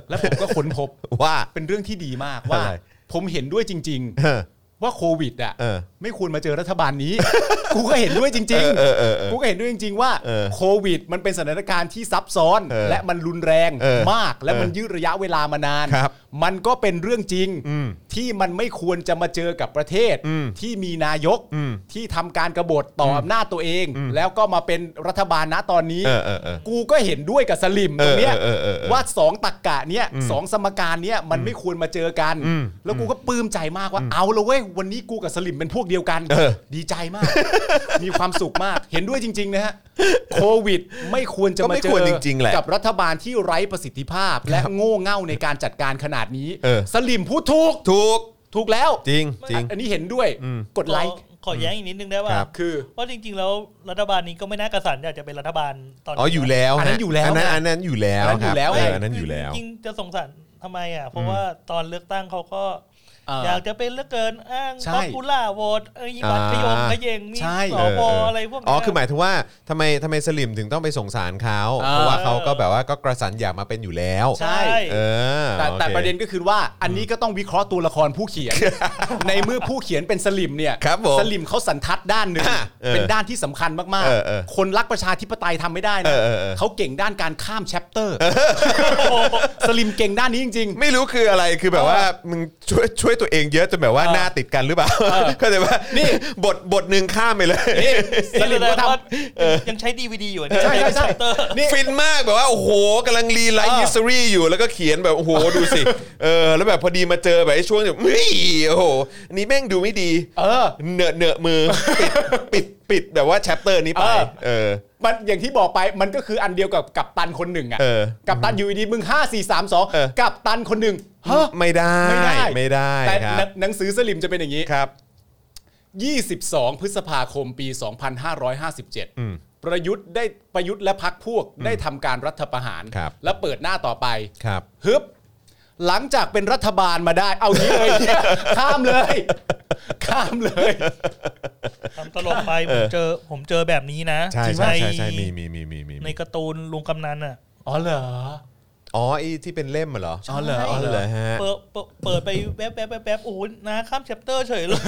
Speaker 3: แล้วผมก็ค้นพบ
Speaker 2: ว่า
Speaker 3: เป็นเรื่องที่ดีมากว่า
Speaker 2: อะไร
Speaker 3: ผมเห็นด้วยจริง ๆ
Speaker 2: เออ
Speaker 3: ว่าโควิดอ่ะ
Speaker 2: เออ
Speaker 3: ไม่ควรมาเจอรัฐบาลนี้ กูก็เห็นด้วยจริง
Speaker 2: เออเออเออ
Speaker 3: กูก็เห็นด้วยจริง ๆ ว่า
Speaker 2: เออ
Speaker 3: โควิด มันเป็นสถานการณ์ที่ซับซ้อน
Speaker 2: เออ
Speaker 3: และมันรุนแรง
Speaker 2: เออ
Speaker 3: มาก และมัน
Speaker 2: เออ
Speaker 3: ยืดระยะเวลามานาน
Speaker 2: ครับ
Speaker 3: มันก็เป็นเรื่องจริง
Speaker 2: อืม
Speaker 3: ที่มันไม่ควรจะมาเจอกับประเทศ
Speaker 2: อืม
Speaker 3: ที่มีนายก
Speaker 2: อืม
Speaker 3: ที่ทำการกบฏต่อออำนาจตัวเอง แล้วก็มาเป็นรัฐบาลณตอนนี้
Speaker 2: เออเออเออ
Speaker 3: กูก็เห็นด้วยกับสลิมตรงเนี้ย
Speaker 2: เออเออเออเออ
Speaker 3: ว่าสองตรกกะเนี้ยสองสมการเนี้ยมันไม่ควรมาเจอกัน
Speaker 2: อืม
Speaker 3: แล้วกูก็ปลื้มใจมากว่าเอาละเว้ยวันนี้กูกับสลิมเป็นพวกเดียวกัน
Speaker 2: เออ
Speaker 3: ดีใจมาก มีความสุขมากเห็นด้วยจริง ๆ นะฮะโควิด ไม่ควรจะ
Speaker 2: ก็
Speaker 3: มา
Speaker 2: ไม่
Speaker 3: เจ
Speaker 2: ควร
Speaker 3: อ
Speaker 2: จริงๆแหละ
Speaker 3: กับรัฐบาลที่ไร้ประสิทธิภาพ และโง่เง่าในการจัดการขนาดนี้
Speaker 2: เออ
Speaker 3: สลิมพูดถูก
Speaker 2: ถูก
Speaker 3: ถูกแล้ว
Speaker 2: จริงจริง
Speaker 3: อันนี้เห็นด้วย
Speaker 2: อืม
Speaker 3: กดไลค์
Speaker 4: ขอขอแย้งอีกนิดนึงได้ว่า
Speaker 2: ครับ
Speaker 3: คือ
Speaker 4: เพราะจริง ๆ แล้วรัฐบาลนี้ก็ไม่น่ากระสันอยากจะเป็นรัฐบาลตอนนี้
Speaker 2: อ๋ออยู่แล้ว
Speaker 3: อันนั้น
Speaker 2: ฮะ
Speaker 3: อยู่แล้ว
Speaker 2: อันนั้นอันนั้นอยู่แล้ว
Speaker 3: อันนั้นอยู่แล้
Speaker 2: ค
Speaker 3: ว
Speaker 2: รับเอ
Speaker 4: ไม่
Speaker 2: ออันนั้นอยู่แล้ว
Speaker 4: จริงๆจะสงสารทำไมอ่ะ เพราะว่าตอนเลือกตั้งเขาก็
Speaker 3: เอออย
Speaker 4: อากจะเป็นเหลือเกินอ้าง
Speaker 3: ใช่
Speaker 4: ป๊อปปูล่าโหวตเอ้ย
Speaker 2: อ่า
Speaker 4: บัตรขยงขยงมี
Speaker 3: ใช่
Speaker 4: สวอะไรพวก
Speaker 2: อ๋อ
Speaker 4: เนี้ย
Speaker 2: คือหมายถึงว่าทำไมทำไมสลิมถึงต้องไปส่งสารเขา
Speaker 3: เออ
Speaker 2: เพราะว่าเขาก็แบบว่าก็กระสันอยากมาเป็นอยู่แล้ว
Speaker 4: ใช่
Speaker 2: เออ
Speaker 3: แต่แต่
Speaker 2: โอค
Speaker 3: ประเด็นก็คือว่าอันนี้ก็ต้องวิเคราะห์ตัวละครผู้เขีย น ในเมื่อผู้เขียนเป็นสลิมเนี่ย
Speaker 2: ครับผม
Speaker 3: สลิมเขาสันทัดด้านหนึ่ง
Speaker 2: อ่ะเออ
Speaker 3: เป็นด้านที่สำคัญมาก
Speaker 2: เออเออ
Speaker 3: ๆ คนรักประชาธิปไตยทำไม่ได้
Speaker 2: เอ
Speaker 3: นะ
Speaker 2: อเออเออ
Speaker 3: เขาเก่งด้านการข้ามแชปเต อร์สลิมเก่งด้านนี้จริง
Speaker 2: ไม่รู้คืออะไรคือแบบว่ามึงช่วยช่วยตัวเองเยอะจนแบบว่าหน้าติดกันหรือเปล่าเข้าใจว่านี่บทบทหนึ่งข้ามไปเลย
Speaker 3: ๆ นี่สลิม
Speaker 4: แด
Speaker 3: ก็
Speaker 4: งว่า
Speaker 3: ทำ
Speaker 4: ยังใช้ดีวดีอยู่อะ
Speaker 3: ใช่ใช่ใช่
Speaker 4: เตอร์
Speaker 3: นี่
Speaker 2: ฟินมากแบบว่า โอ้โหกำลังรีไลท์
Speaker 3: เออ
Speaker 2: ฮิสตอรีอยู่แล้วก็เขียนแบบ โอ้โห ดูสิ เออ แล้วแบบพอดีมาเจอแบบไอ้ช่วงแบบเฮ้ยโอ้โหอันนี่แม่งดูไม่ดี
Speaker 3: เออ
Speaker 2: เหนอะเหนอะมือ ปิดปิดปิดแบบว่าแชปเตอร์นี้ไป
Speaker 3: เออ
Speaker 2: เออ
Speaker 3: มันอย่างที่บอกไปมันก็คืออันเดียวกับกับตันคนหนึ่งอ่ะ
Speaker 2: เออ
Speaker 3: กับตันอยู่ดีๆมึงห้าสี่สามสอง
Speaker 2: เออ
Speaker 3: กับตันคนหนึ่งฮะ
Speaker 2: ไม่ได้
Speaker 3: ไม่ได้
Speaker 2: ไม่ได้
Speaker 3: แต่
Speaker 2: ครับ
Speaker 3: หนังหนังสือสลิมจะเป็นอย่างนี้
Speaker 2: ครับ
Speaker 3: 22 พฤษภาคมปี 2557 ประยุทธ์ได้ประยุทธ์และพักพวกได้ทำการรัฐประหาร
Speaker 2: ครับ
Speaker 3: และเปิดหน้าต่อไป
Speaker 2: ครับ
Speaker 3: ฮึบหลังจากเป็นรัฐบาลมาได้ เอานี้เลย ข้ามเลย ข้ามเลย
Speaker 4: ทำตลกไปผมเจอผมเจอแบบนี้นะ
Speaker 2: ใช่ใช่ใช่ใช่มีมีมีมีมี
Speaker 4: ในการ์ตูนลุงกำนันอ่ะ
Speaker 3: อ๋อเหรอ
Speaker 2: อ๋อไอ้ที่เป็นเล่มเหรอ
Speaker 3: อ๋อเหรออ๋อเหรอ
Speaker 2: เหรอฮะ
Speaker 4: เปิดเปิดเปิดไปแวบแวบแวบแวบโอ้โหนะข้ามแชปเตอร์เฉยเลย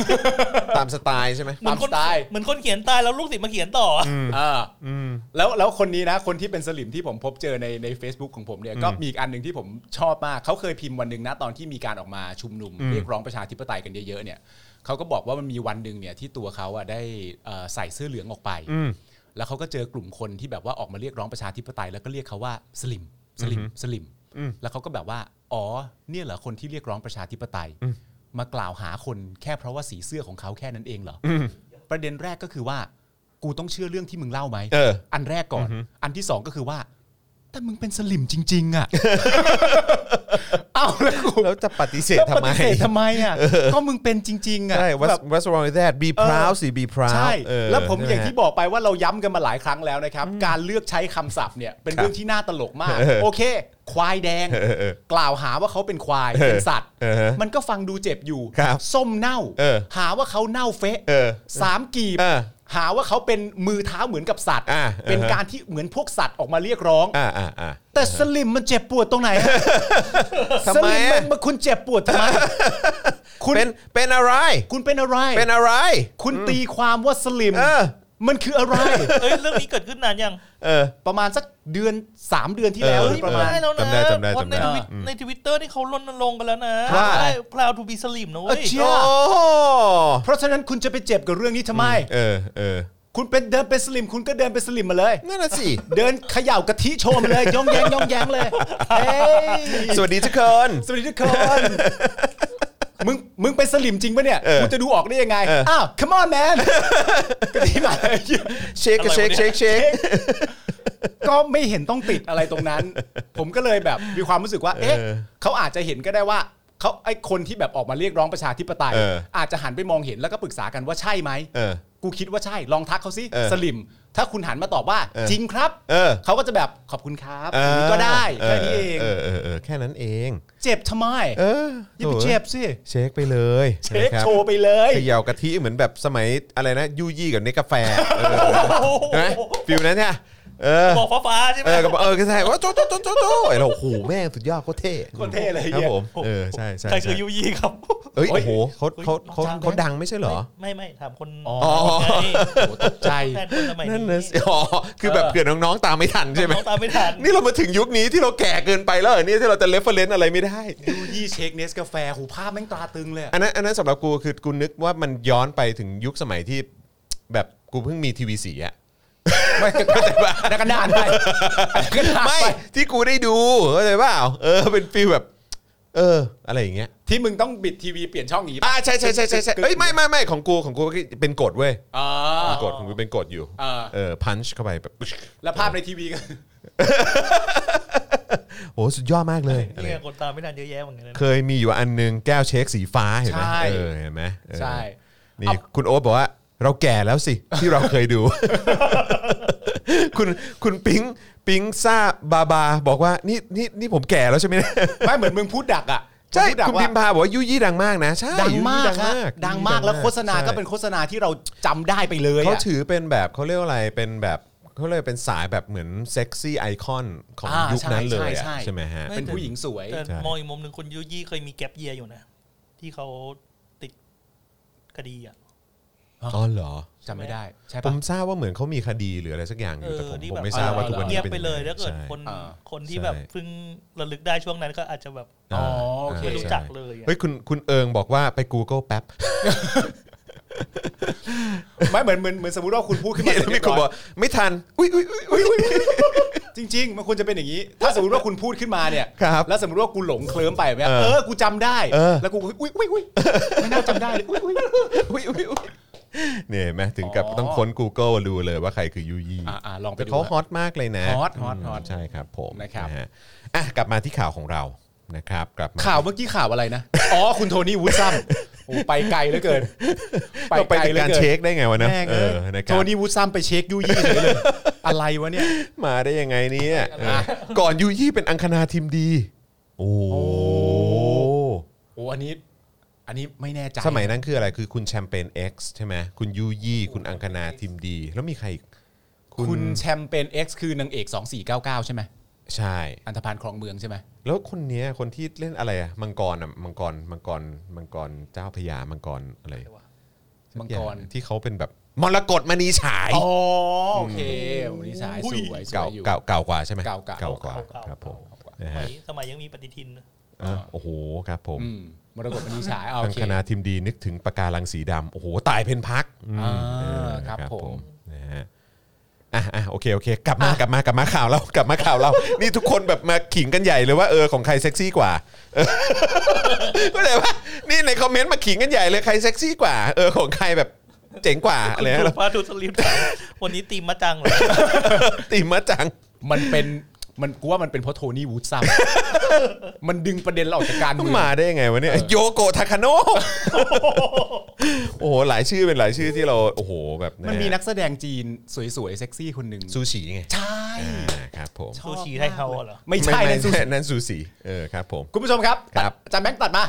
Speaker 2: ตามสไตล์ใช่ไหม
Speaker 4: เหมือนคน
Speaker 3: ตามสไตล์
Speaker 4: เหมือนคนเขียนตายแล้วลูกศิษย์มาเขียนต่ออ
Speaker 3: อ่าแล้วแล้วคนนี้นะ คนที่เป็นสลิมที่ผมพบเจอในใน Facebook ของผมเนี่ยก็มีอีกอันหนึ่งที่ผมชอบมาก เขาเคยพิมพ์วันหนึ่งนะตอนที่มีการออกมาชุมนุม เรียกร้องประชาธิปไตยกันเยอะๆเนี่ยเขาก็บอกว่ามันมีวันหนึ่งเนี่ยที่ตัวเขาอ่ะได้เอ่อใส่เสื้อเหลืองออกไป แล้วเขาก็เจอกลุ่มคนที่แบบว่าออกมาเรียกร้องประชาธิปไตย แล้วก็เรียกเขาว่าสลิมสลิมสลิมแล้วเขาก็แบบว่า อ๋อ เนี่ยเหรอคนที่เรียกร้องประชาธิปไตย มากล่าวหาคนแค่เพราะว่าสีเสื้อของเขาแค่นั้นเองเหรออประเด็นแรกก็คือว่า กูต้องเชื่อเรื่องที่มึงเล่าไหม
Speaker 2: เออ
Speaker 3: อันแรกก่อน อันที่สองก็คือว่า แต่มึงเป็นสลิมจริง ๆ อ่ะ เอ้าแล้วกู
Speaker 2: แล้วจะปฏิเสธ
Speaker 3: แล้ว
Speaker 2: ทำ
Speaker 3: ป
Speaker 2: ไม
Speaker 3: ฏิเสธทำไมอ่ะ ก็มึงเป็นจริง ๆ อ่ะ
Speaker 2: ใช่
Speaker 3: แบ
Speaker 2: what's
Speaker 3: บ
Speaker 2: what's wrong with that be proud สิ be proud
Speaker 3: ใช่
Speaker 2: เออ
Speaker 3: แล้วผม
Speaker 2: ใช่ไห
Speaker 3: อย่างที่บอกไปว่าเราย้ำกันมาหลายครั้งแล้วนะครับ การเลือกใช้คำศัพท์เนี่ยเป็นเรื่องที่น่าตลกมาก โอเค ควายแดง
Speaker 2: เออเออ
Speaker 3: กล่าวหาว่าเขาเป็นควาย เป็นสัตว์
Speaker 2: เออฮะ
Speaker 3: มันก็ฟังดูเจ็บอยู่
Speaker 2: ครับ
Speaker 3: ส้มเน่า
Speaker 2: เออ
Speaker 3: หาว่าเขาเน่าเฟะ
Speaker 2: เออ
Speaker 3: สามกีบ
Speaker 2: เออ
Speaker 3: หาว่าเขาเป็นมือเท้าเหมือนกับสัตว์
Speaker 2: อ่า
Speaker 3: เป็น
Speaker 2: เออฮะ
Speaker 3: การที่เหมือนพวกสัตว์ออกมาเรียกร้อง
Speaker 2: อ่าอ่าอ่า
Speaker 3: แต่สลิมมันเจ็บปวดตรงไหนฮะ
Speaker 2: ทำ
Speaker 3: ส
Speaker 2: ไม
Speaker 3: ลิม
Speaker 2: อะ
Speaker 3: มันมันคุณเจ็บปวดทำไมคุณ
Speaker 2: เป็นเป็นอะไร
Speaker 3: คุณเป็นอะไร
Speaker 2: เป็นอะไร
Speaker 3: คุณตีความว่าสลิม
Speaker 2: เออ
Speaker 3: มันคืออะไร
Speaker 4: เอ้ยเรื่องนี้เกิดขึ้นนานยัง
Speaker 2: เออ
Speaker 3: ประมาณสักเดือน 3 เดือนที่แล้ว
Speaker 2: เออ
Speaker 3: หรือประมาณ
Speaker 4: ไม่ได้แล้วนะ
Speaker 2: จำได้จำได้
Speaker 4: เพราะใน
Speaker 2: จำได้
Speaker 4: ทวิตในทวิตเตอร์นี่เขารณรงค์กันแล้วนะ
Speaker 2: ว่า
Speaker 4: ได้ proud to be slim นะเว้ย
Speaker 3: เออเชี่ย
Speaker 2: โอ้
Speaker 3: เพราะฉะนั้นคุณจะไปเจ็บกับเรื่องนี้ทำไม
Speaker 2: เออเออ
Speaker 3: คุณเป็นเดินเป็นสลิม คุณก็เดินเป็นสลิมมาเลย
Speaker 2: นั่นน่ะสิ
Speaker 3: เดินเขย่ากะทิโชว์มาเลยย่องแยงย่องแยงเลยเฮ้ย
Speaker 2: สวัสดีทุกคน
Speaker 3: สวัสดีทุกคนมึงมึงเป็นสลิมจริงปะเนี่ย
Speaker 2: เออ
Speaker 3: กูจะดูออกได้ยังไง
Speaker 2: เอออ้
Speaker 3: อ้าว come on man กะทิมาเลย
Speaker 2: เช็คเช็คเช็คเช็ค
Speaker 3: ก็ไม่เห็นต้องติดอะไรตรงนั้น ผมก็เลยแบบมีความรู้สึกว่า เอ๊ะ
Speaker 2: เออ
Speaker 3: เขาอาจจะเห็นก็ได้ว่าเขาไอ้คนที่แบบออกมาเรียกร้องประชาธิปไตย
Speaker 2: เออ
Speaker 3: อาจจะหันไปมองเห็นแล้วก็ปรึกษากันว่าใช่ไหม
Speaker 2: เออ
Speaker 3: กูคิดว่าใช่ลองทักเขาสิ
Speaker 2: เออ
Speaker 3: สลิม ถ้าคุณหันมาตอบว่า
Speaker 2: เออ
Speaker 3: จริงครับ
Speaker 2: เออ
Speaker 3: เขาก็จะแบบขอบคุณครับ
Speaker 2: เออ
Speaker 3: ก็ได้แค่นี้เอง
Speaker 2: เออเออเออแค่นั้นเอง
Speaker 3: เจ็บทำไม
Speaker 2: เออ
Speaker 3: อย่าไปเจ็บสิ
Speaker 2: เช็คไปเลย
Speaker 3: เช็ค
Speaker 2: นะครับ
Speaker 3: โชว์ไปเลย
Speaker 2: เขย่ากะทิเหมือนแบบสมัยอะไรนะยูยี่กับเนกาแฟเออเห็นไหมฟิลนั้นเนี่ยเออ
Speaker 4: บอกฟ้าฟ้าๆใช่ไหม
Speaker 2: เออก็บอกเออก็ใช่ว่าโจโจโจโจโจไอ้เราโอ้โหแม่งสุดยอดโคตรเท่
Speaker 3: โคตรเท่เลย
Speaker 2: ครั
Speaker 3: เหี้ย
Speaker 2: บผมเออใช่ใช่
Speaker 4: ใคร
Speaker 2: ใช่
Speaker 4: คือยูยี่ครับ
Speaker 2: เอ้ยโอ้โหเขาเขาเขา
Speaker 4: จำได้
Speaker 2: เขาดังไม่ใช่เหรอ
Speaker 4: ไม่ไม่ถามคน
Speaker 3: อ๋อ
Speaker 4: ไง
Speaker 3: โอ้ตกใจ
Speaker 4: แฟนคนสมัย
Speaker 2: นั่น
Speaker 4: นี้
Speaker 2: นะสิอ๋อคือแบบเผื่อน้องๆตามไม่ทันใช่ไหม
Speaker 4: น้องตามไม่ทัน
Speaker 2: นี่เรามาถึงยุคนี้ที่เราแก่เกินไปแล้วเหรอเนี่ยที่เราจะเลฟเฟรนอะไรไม่ได้
Speaker 3: ดูยี่เช็คเนสกาแฟหูภาพแม่งตราตรึงเลยอะ
Speaker 2: อันนั้นอันนั้นสำหรับกูคือกูนึกว่ามันย้อนไปถึงยุคสมัยที่แบบกูเพิ่งมีทีวีสีอะ
Speaker 3: ไม่ก็แต่ว่านักดานไปนักดาน
Speaker 2: ไม่
Speaker 3: ไป
Speaker 2: ที่กูได้ดูเข้าใจเปล่าเออเป็นฟีลแบบ เออ อะไรอย่างเงี้ย
Speaker 3: ที่มึงต้องบิดทีวีเปลี่ยนช่องอย่างงี้
Speaker 2: อ่า
Speaker 3: ป่ะ
Speaker 2: ใช่ใช่ใช่ใช่ใช่เอ้ยไม่ไม่ไม่ของกูของกูก็เป็นกฎเว้ย
Speaker 3: อ๋อ
Speaker 2: เป็นกฎของกูเป็นกฎอยู่
Speaker 3: อ่า
Speaker 2: เออพันช์เข้าไปแบบ
Speaker 3: แล้วภาพในทีวีก็
Speaker 2: โหสุดยอดมากเลยอะไร
Speaker 4: เนี่ยคนตามไม่ทันเยอะแยะเหมือนกันนะ
Speaker 2: เคยมีอยู่อันหนึงแก้วเช็คสีฟ้าเห็นไหม
Speaker 3: ใช่
Speaker 2: เออเห็นไหมเออ
Speaker 3: ใช่
Speaker 2: นี่
Speaker 3: เอา
Speaker 2: คุณโอ๊ตบอกว่า เราแก่แล้วสิ ที่เราเคย ดู คุณคุณปิงปิงซาบาบา บอกว่านี่นี่นี่ผมแก่แล้วใช่ไหมเนี่ย
Speaker 3: ไม่เหมือนมึงพูดดักอ่ะ
Speaker 2: ใช่
Speaker 3: ผมพูดดัก
Speaker 2: คุณ
Speaker 3: ว่า
Speaker 2: พิมพาบอกว่ายุยี่ดังมากนะ ใช่
Speaker 3: ดัง
Speaker 2: ยุ
Speaker 3: มา
Speaker 2: ยี่
Speaker 3: กฮะดังมากแล้วโฆษณาก็เป็น
Speaker 2: ใช่
Speaker 3: โฆษณาที่เราจำได้ไปเลย
Speaker 2: เขา
Speaker 3: อะ
Speaker 2: ถือเป็นแบบเขาเรียกว่าอะไรเป็นแบบเขาเรียกเป็นสายแบบเหมือนเซ็กซี่ไอคอนของ
Speaker 3: อ่า
Speaker 2: ยุคนั้นเลยอะ
Speaker 3: ใช่ใช่
Speaker 2: ใช่ไหมฮะ
Speaker 3: เป็นผู้หญิงสวย
Speaker 4: แต่
Speaker 2: ใช่
Speaker 4: มองอีกมุมหนึ่งคุณยูยี่เคยมีแก็บเยียอยู่นะ ที่เขาติดคดีอ่ะ
Speaker 2: อ๋อเหรอ
Speaker 3: จำไม่ได้ ใช่
Speaker 2: ผ
Speaker 3: ปะ
Speaker 2: มทราบว่าเหมือนเขามีคดีหรืออะไรสักอย่างอ
Speaker 4: เอยู่ อ
Speaker 2: แต่ผม
Speaker 4: ที่
Speaker 2: ผม
Speaker 4: แบบ
Speaker 2: ไม่ทราบว่าทุกวัน
Speaker 4: เงี
Speaker 2: นี้
Speaker 4: ยบ
Speaker 2: เป็น
Speaker 4: ไปเลยถ้าเกิด
Speaker 2: ใช่
Speaker 4: คน
Speaker 3: อ่า
Speaker 4: คนที่แบบ
Speaker 2: ใช่
Speaker 4: เพิ่งระลึกได้ช่วงนั้นก็อาจจะแบบ
Speaker 3: อ๋อโอเค
Speaker 4: ไม่รู้จักเลยอะ
Speaker 2: เฮ้ยคุณคุณเอิงบอกว่าไป Google แป๊บ
Speaker 3: ไม่เหมือนเหมือนเหมือนสมมติว่าคุณพูดขึ้นมาเสร็จ
Speaker 2: มี
Speaker 3: เรียบ
Speaker 2: คนบ
Speaker 3: ร้อย
Speaker 2: อกไม่ทัน อุ้ยอุ้ยอุ๊ยอุ้ย
Speaker 3: จริง ๆ มันควรจะเป็นอย่างนี้ ถ้าสมมติว่าคุณพูดขึ้นมาเนี่ย
Speaker 2: ครับ
Speaker 3: แล้วสมมติว่ากูหลงเคลิ้มไปแบบเนี้ย
Speaker 2: เออ
Speaker 3: เออ กูจำได้
Speaker 2: เออ
Speaker 3: แล้วกูก็อุ้ยอุ้ยอุ้ยไม่น่าจำได้เลยอุ้ยอุ้ย
Speaker 2: อุ้ยอุ้ยอุ๊ยเนี่ยเห็นไหมถึงกับ
Speaker 3: อ๋อ
Speaker 2: ต้องค้น Google ดูเลยว่าใครคือยูยี่
Speaker 3: อ่ะอ่ะลองไป
Speaker 2: แต่
Speaker 3: ดู
Speaker 2: เขาฮ
Speaker 3: ฮะ
Speaker 2: อตมากเลยนะ
Speaker 3: ฮอตฮอตฮอต
Speaker 2: มใช่ครับผม
Speaker 3: นะครับ
Speaker 2: ฮอ่ะกลับมาที่ข่าวของเรานะครับกลับมา
Speaker 3: ข่าวเมื่อกี้ข่าวอะไรนะ อ๋อ คุณโทนี่วูดซัมโอ้ไปไกลเหลือเกิน ไป
Speaker 2: เรา
Speaker 3: ไก
Speaker 2: ไป
Speaker 3: ล
Speaker 2: ใน
Speaker 3: เหลือ
Speaker 2: การ
Speaker 3: เกิ
Speaker 2: เช็
Speaker 3: น
Speaker 2: คได้ไงวะนะ
Speaker 3: แม่ง
Speaker 2: เอ
Speaker 3: เอ้ย
Speaker 2: อนะครับ
Speaker 3: โทนี่วูดซัมไปเช็คยูยี่เฉยเลย อะไรวะเนี่ย
Speaker 2: มาได้ยังไงเนี่ยเออก่อนยูยี่เป็นอังคณาทีมดี โอ้โห
Speaker 3: โอ้อันนี้ อันนี้ไม่แน่ใจ
Speaker 2: สมัยนั้นคืออะไรคือคุณแชมเปญ X ใช่ไหมคุณยูยี่คุณอังคณาทีมดี แล้วมีใครอีก
Speaker 3: คุณแชมเปญ X คือนางเอก 2499 ใช่ไหม
Speaker 2: ใช่
Speaker 3: อันธพาลครองเมืองใช่ไหม
Speaker 2: แล้วคนเนี้ยคนที่เล่นอะไรอะมังกรอะมังกรมังกรมังกรเจ้าพญามังกรอะไร
Speaker 3: มังกร
Speaker 2: ที่เขาเป็นแบบมรกตมณีฉาย
Speaker 3: อ๋อโอเควันนี้สายสวยสว
Speaker 2: เก่าย
Speaker 3: อยู่
Speaker 2: เก่าเก่ากว่าใช่ไหม
Speaker 3: เก่าเก่า
Speaker 2: กว่า
Speaker 4: เก่าเก่า
Speaker 2: ครับผม
Speaker 4: ส
Speaker 2: นะ
Speaker 4: มั
Speaker 2: ฮะ
Speaker 4: ยสมัยยังมีปฏิทินนะ
Speaker 2: อ่ะโอ้โหครับผม
Speaker 3: อืมมรดกมันมีสายเอา
Speaker 2: อั
Speaker 3: โอง เค
Speaker 2: คณาทีมดีนึกถึงปะการังสีดำโอ้โหตายเพนพักอืม
Speaker 3: อ่า
Speaker 2: เออ
Speaker 3: ครับผม
Speaker 2: นะฮะอ่ะอ่ะโอเคโอเค กลับมากลับมากลับมาข่าวเรา กลับมาข่าวเรา นี่ทุกคนแบบมาขิงกันใหญ่เลยว่าเออของใครเซ็กซี่กว่าเอ อก็เลยว่านี่ในคอมเมนต์มาขิงกันใหญ่เลยใครเซ็กซี่กว่า เออของใครแบบเจ๋งกว่าอะไร
Speaker 4: คุณ
Speaker 2: นะ
Speaker 4: ดูพาดูสลิป ถามวันนี้ตีมมาจังเลย
Speaker 2: ติมมาจัง
Speaker 3: มันเป็นมันกูว่ามันเป็นเพราะโทนี่วูด ซัม มันดึงประเด็นเราออกจากการ
Speaker 2: ต้อง
Speaker 3: เมือง
Speaker 2: มาได้ยังไงวะเนี่ยโยโกะทาคาโนะ โอ้โหหลายชื่อเป็นหลายชื่อที่เราโอ้โหแบบะฮะ
Speaker 3: มันมีนักแสดงจีนสวยๆ เซ็กซี่คนหนึ่ง
Speaker 2: ซูชิไง
Speaker 3: ใช่
Speaker 2: อ่าครับผม
Speaker 4: ซูชิไทยเขาเหรอ
Speaker 3: ไม่ใช่
Speaker 2: ไม่
Speaker 3: นะซูชิ
Speaker 2: นั่นซูชิเออครับผม
Speaker 3: คุณผู้ชมครับ
Speaker 2: ครับ
Speaker 3: อาจารย์แบงค์ตัดมา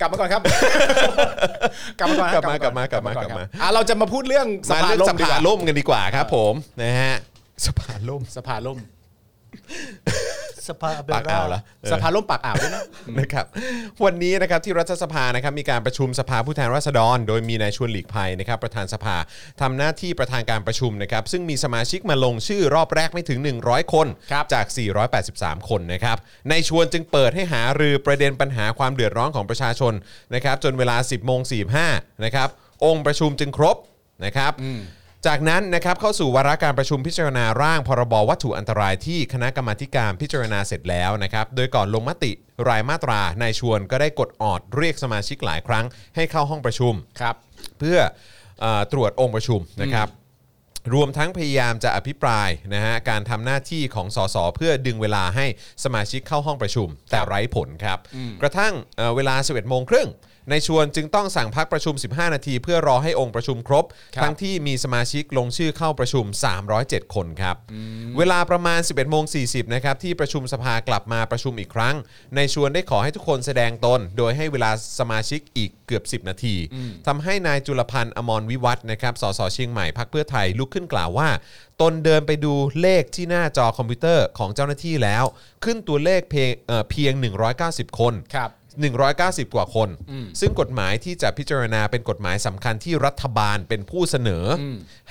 Speaker 3: กลับมาก่อนครับ กลับมาก่อน
Speaker 2: ก
Speaker 3: ฮะ
Speaker 2: ลับมากลับมากลับมาก
Speaker 3: อน
Speaker 2: กลับมา
Speaker 3: ครับอ่ะเราจะมาพูดเรื่องส
Speaker 2: มา
Speaker 3: ภา
Speaker 2: เรื่อง
Speaker 3: ล่
Speaker 2: ส
Speaker 3: มดีก
Speaker 2: ภา
Speaker 3: ว่า
Speaker 2: ล่มกันดีกว่าครับผมนะฮะสภาล่ม
Speaker 3: สภาล่ม
Speaker 4: สภาเบ
Speaker 2: ปาก
Speaker 4: ร่า
Speaker 2: อ่าวละเอ
Speaker 3: ส
Speaker 2: อ
Speaker 3: ภาล่มปากอ่าวด้วยนะ
Speaker 2: นะครับวันนี้นะครับที่รัฐสภานะครับมีการประชุมสภาผู้แทนราษฎร โดยมีนายชวนหลีกภัยนะครับประธานสภาทำหน้าที่ประธานการประชุมนะครับซึ่งมีสมาชิกมาลงชื่อรอบแรกไม่ถึง 100 คน
Speaker 3: ครับ
Speaker 2: จาก 483 คนนะครับนายชวนจึงเปิดให้หารือประเด็นปัญหาความเดือดร้อนของประชาชนนะครับจนเวลา 10โมง45นะครับองค์ประชุมจึงครบนะครับ จากนั้นนะครับเข้าสู่วาระการประชุมพิจารณาร่างพรบวัตถุอันตรายที่คณะกรรมาธิการพิจารณาเสร็จแล้วนะครับ โดยก่อนลงมติรายมาตรานายชวนก็ได้กดออดเรียกสมาชิกหลายครั้งให้เข้าห้องประชุม
Speaker 3: ครับ
Speaker 2: เพื่อเออตรวจองค์ประชุมนะครับ รวมทั้งพยายามจะอภิปรายนะฮะการทำหน้าที่ของสสเพื่อดึงเวลาให้สมาชิกเข้าห้องประชุม แต่ไร้ผลครับ กระทั่งเอ่อเวลา 11โมงครึ่งในชวนจึงต้องสั่งพักประชุม 15 นาที เพื่อรอให้องค์ประชุมครบ
Speaker 3: ครับ
Speaker 2: ทั้งที่มีสมาชิกลงชื่อเข้าประชุม 307 คนครับ เวลาประมาณ 11โมง40นะครับที่ประชุมสภากลับมาประชุมอีกครั้ง ในชวนได้ขอให้ทุกคนแสดงตน โดยให้เวลาสมาชิกอีกเกือบ 10 นาทีทำให้นายจุลพันธ์อมรวิวัฒน์นะครับสสเชียงใหม่พักเพื่อไทยลุกขึ้นกล่าวว่า ตนเดินไปดูเลขที่หน้าจอคอมพิวเตอร์ของเจ้าหน้าที่แล้ว ขึ้นตัวเลขเพียงเอ่อเพียง 190 คน
Speaker 3: ครับ
Speaker 2: 190 กว่าคน ซึ่งกฎหมายที่จะพิจารณาเป็นกฎหมายสำคัญที่รัฐบาลเป็นผู้เสนออ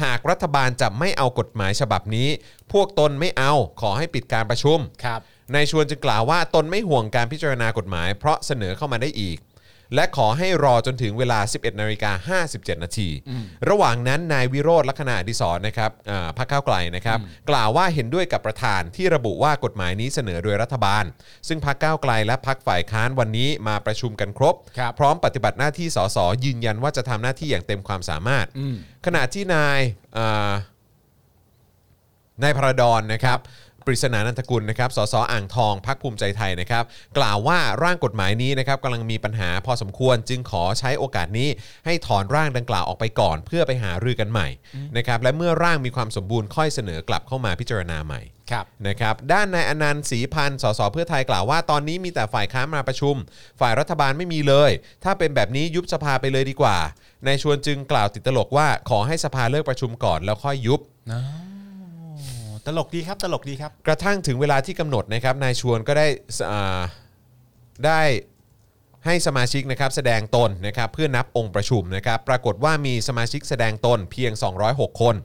Speaker 2: หากรัฐบาลจะไม่เอากฎหมายฉบับนี้ พวกตนไม่เอาขอให้ปิดการประชุม
Speaker 3: ครับ
Speaker 2: นายชวนจึงกล่าวว่าตนไม่ห่วงการพิจารณากฎหมาย เพราะเสนอเข้ามาได้อีก และขอให้รอจนถึงเวลา 11นาฬิกา57 นาที ระหว่างนั้นนายวิโรธลักษณะดิศรนะครับอ่าพรรคก้าวไกลนะครับ กล่าวว่าเห็นด้วยกับประธานที่ระบุว่ากฎหมายนี้เสนอโดยรัฐบาล ซึ่งพรรคก้าวไกลและพรรคฝ่ายค้านวันนี้มาประชุมกันครบ
Speaker 3: ครับ
Speaker 2: พร้อมปฏิบัติหน้าที่สสยืนยันว่าจะทำหน้าที่อย่างเต็มความสามารถ ขณะที่นายอ่า นายพระดอนนะครับ ปริศนานันทกุลนะครับสสอ่างทองพักภูมิใจไทยนะครับ กล่าวว่าร่างกฎหมายนี้นะครับกำลังมีปัญหาพอสมควรจึงขอใช้โอกาสนี้ ให้ถอนร่างดังกล่าวออกไปก่อน เพื่อไปหารือกันใหม่นะครับและเมื่อร่างมีความสมบูรณ์ค่อยเสนอกลับเข้ามาพิจารณาใหม่
Speaker 3: ครับ
Speaker 2: นะครับด้านนายอนันต์ศรีพันธ์สสเพื่อไทยกล่าวว่าตอนนี้มีแต่ฝ่ายค้านมาประชุม ฝ่ายรัฐบาลไม่มีเลย ถ้าเป็นแบบนี้ยุบสภาไปเลยดีกว่านายชวนจึงกล่าวติดตลกว่าขอให้สภาเลิกประชุมก่อนแล้วค่อยยุบ
Speaker 3: ตลกดีครับ ตลกดีครับ
Speaker 2: กระทั่งถึงเวลาที่กำหนดนะครับนายชวนก็ได้สอ่าได้ให้สมาชิกนะครับแสดงตนนะครับเพื่อนับองค์ประชุมนะครับปรากฏว่ามีสมาชิกแสดงตนเพียง 206 คน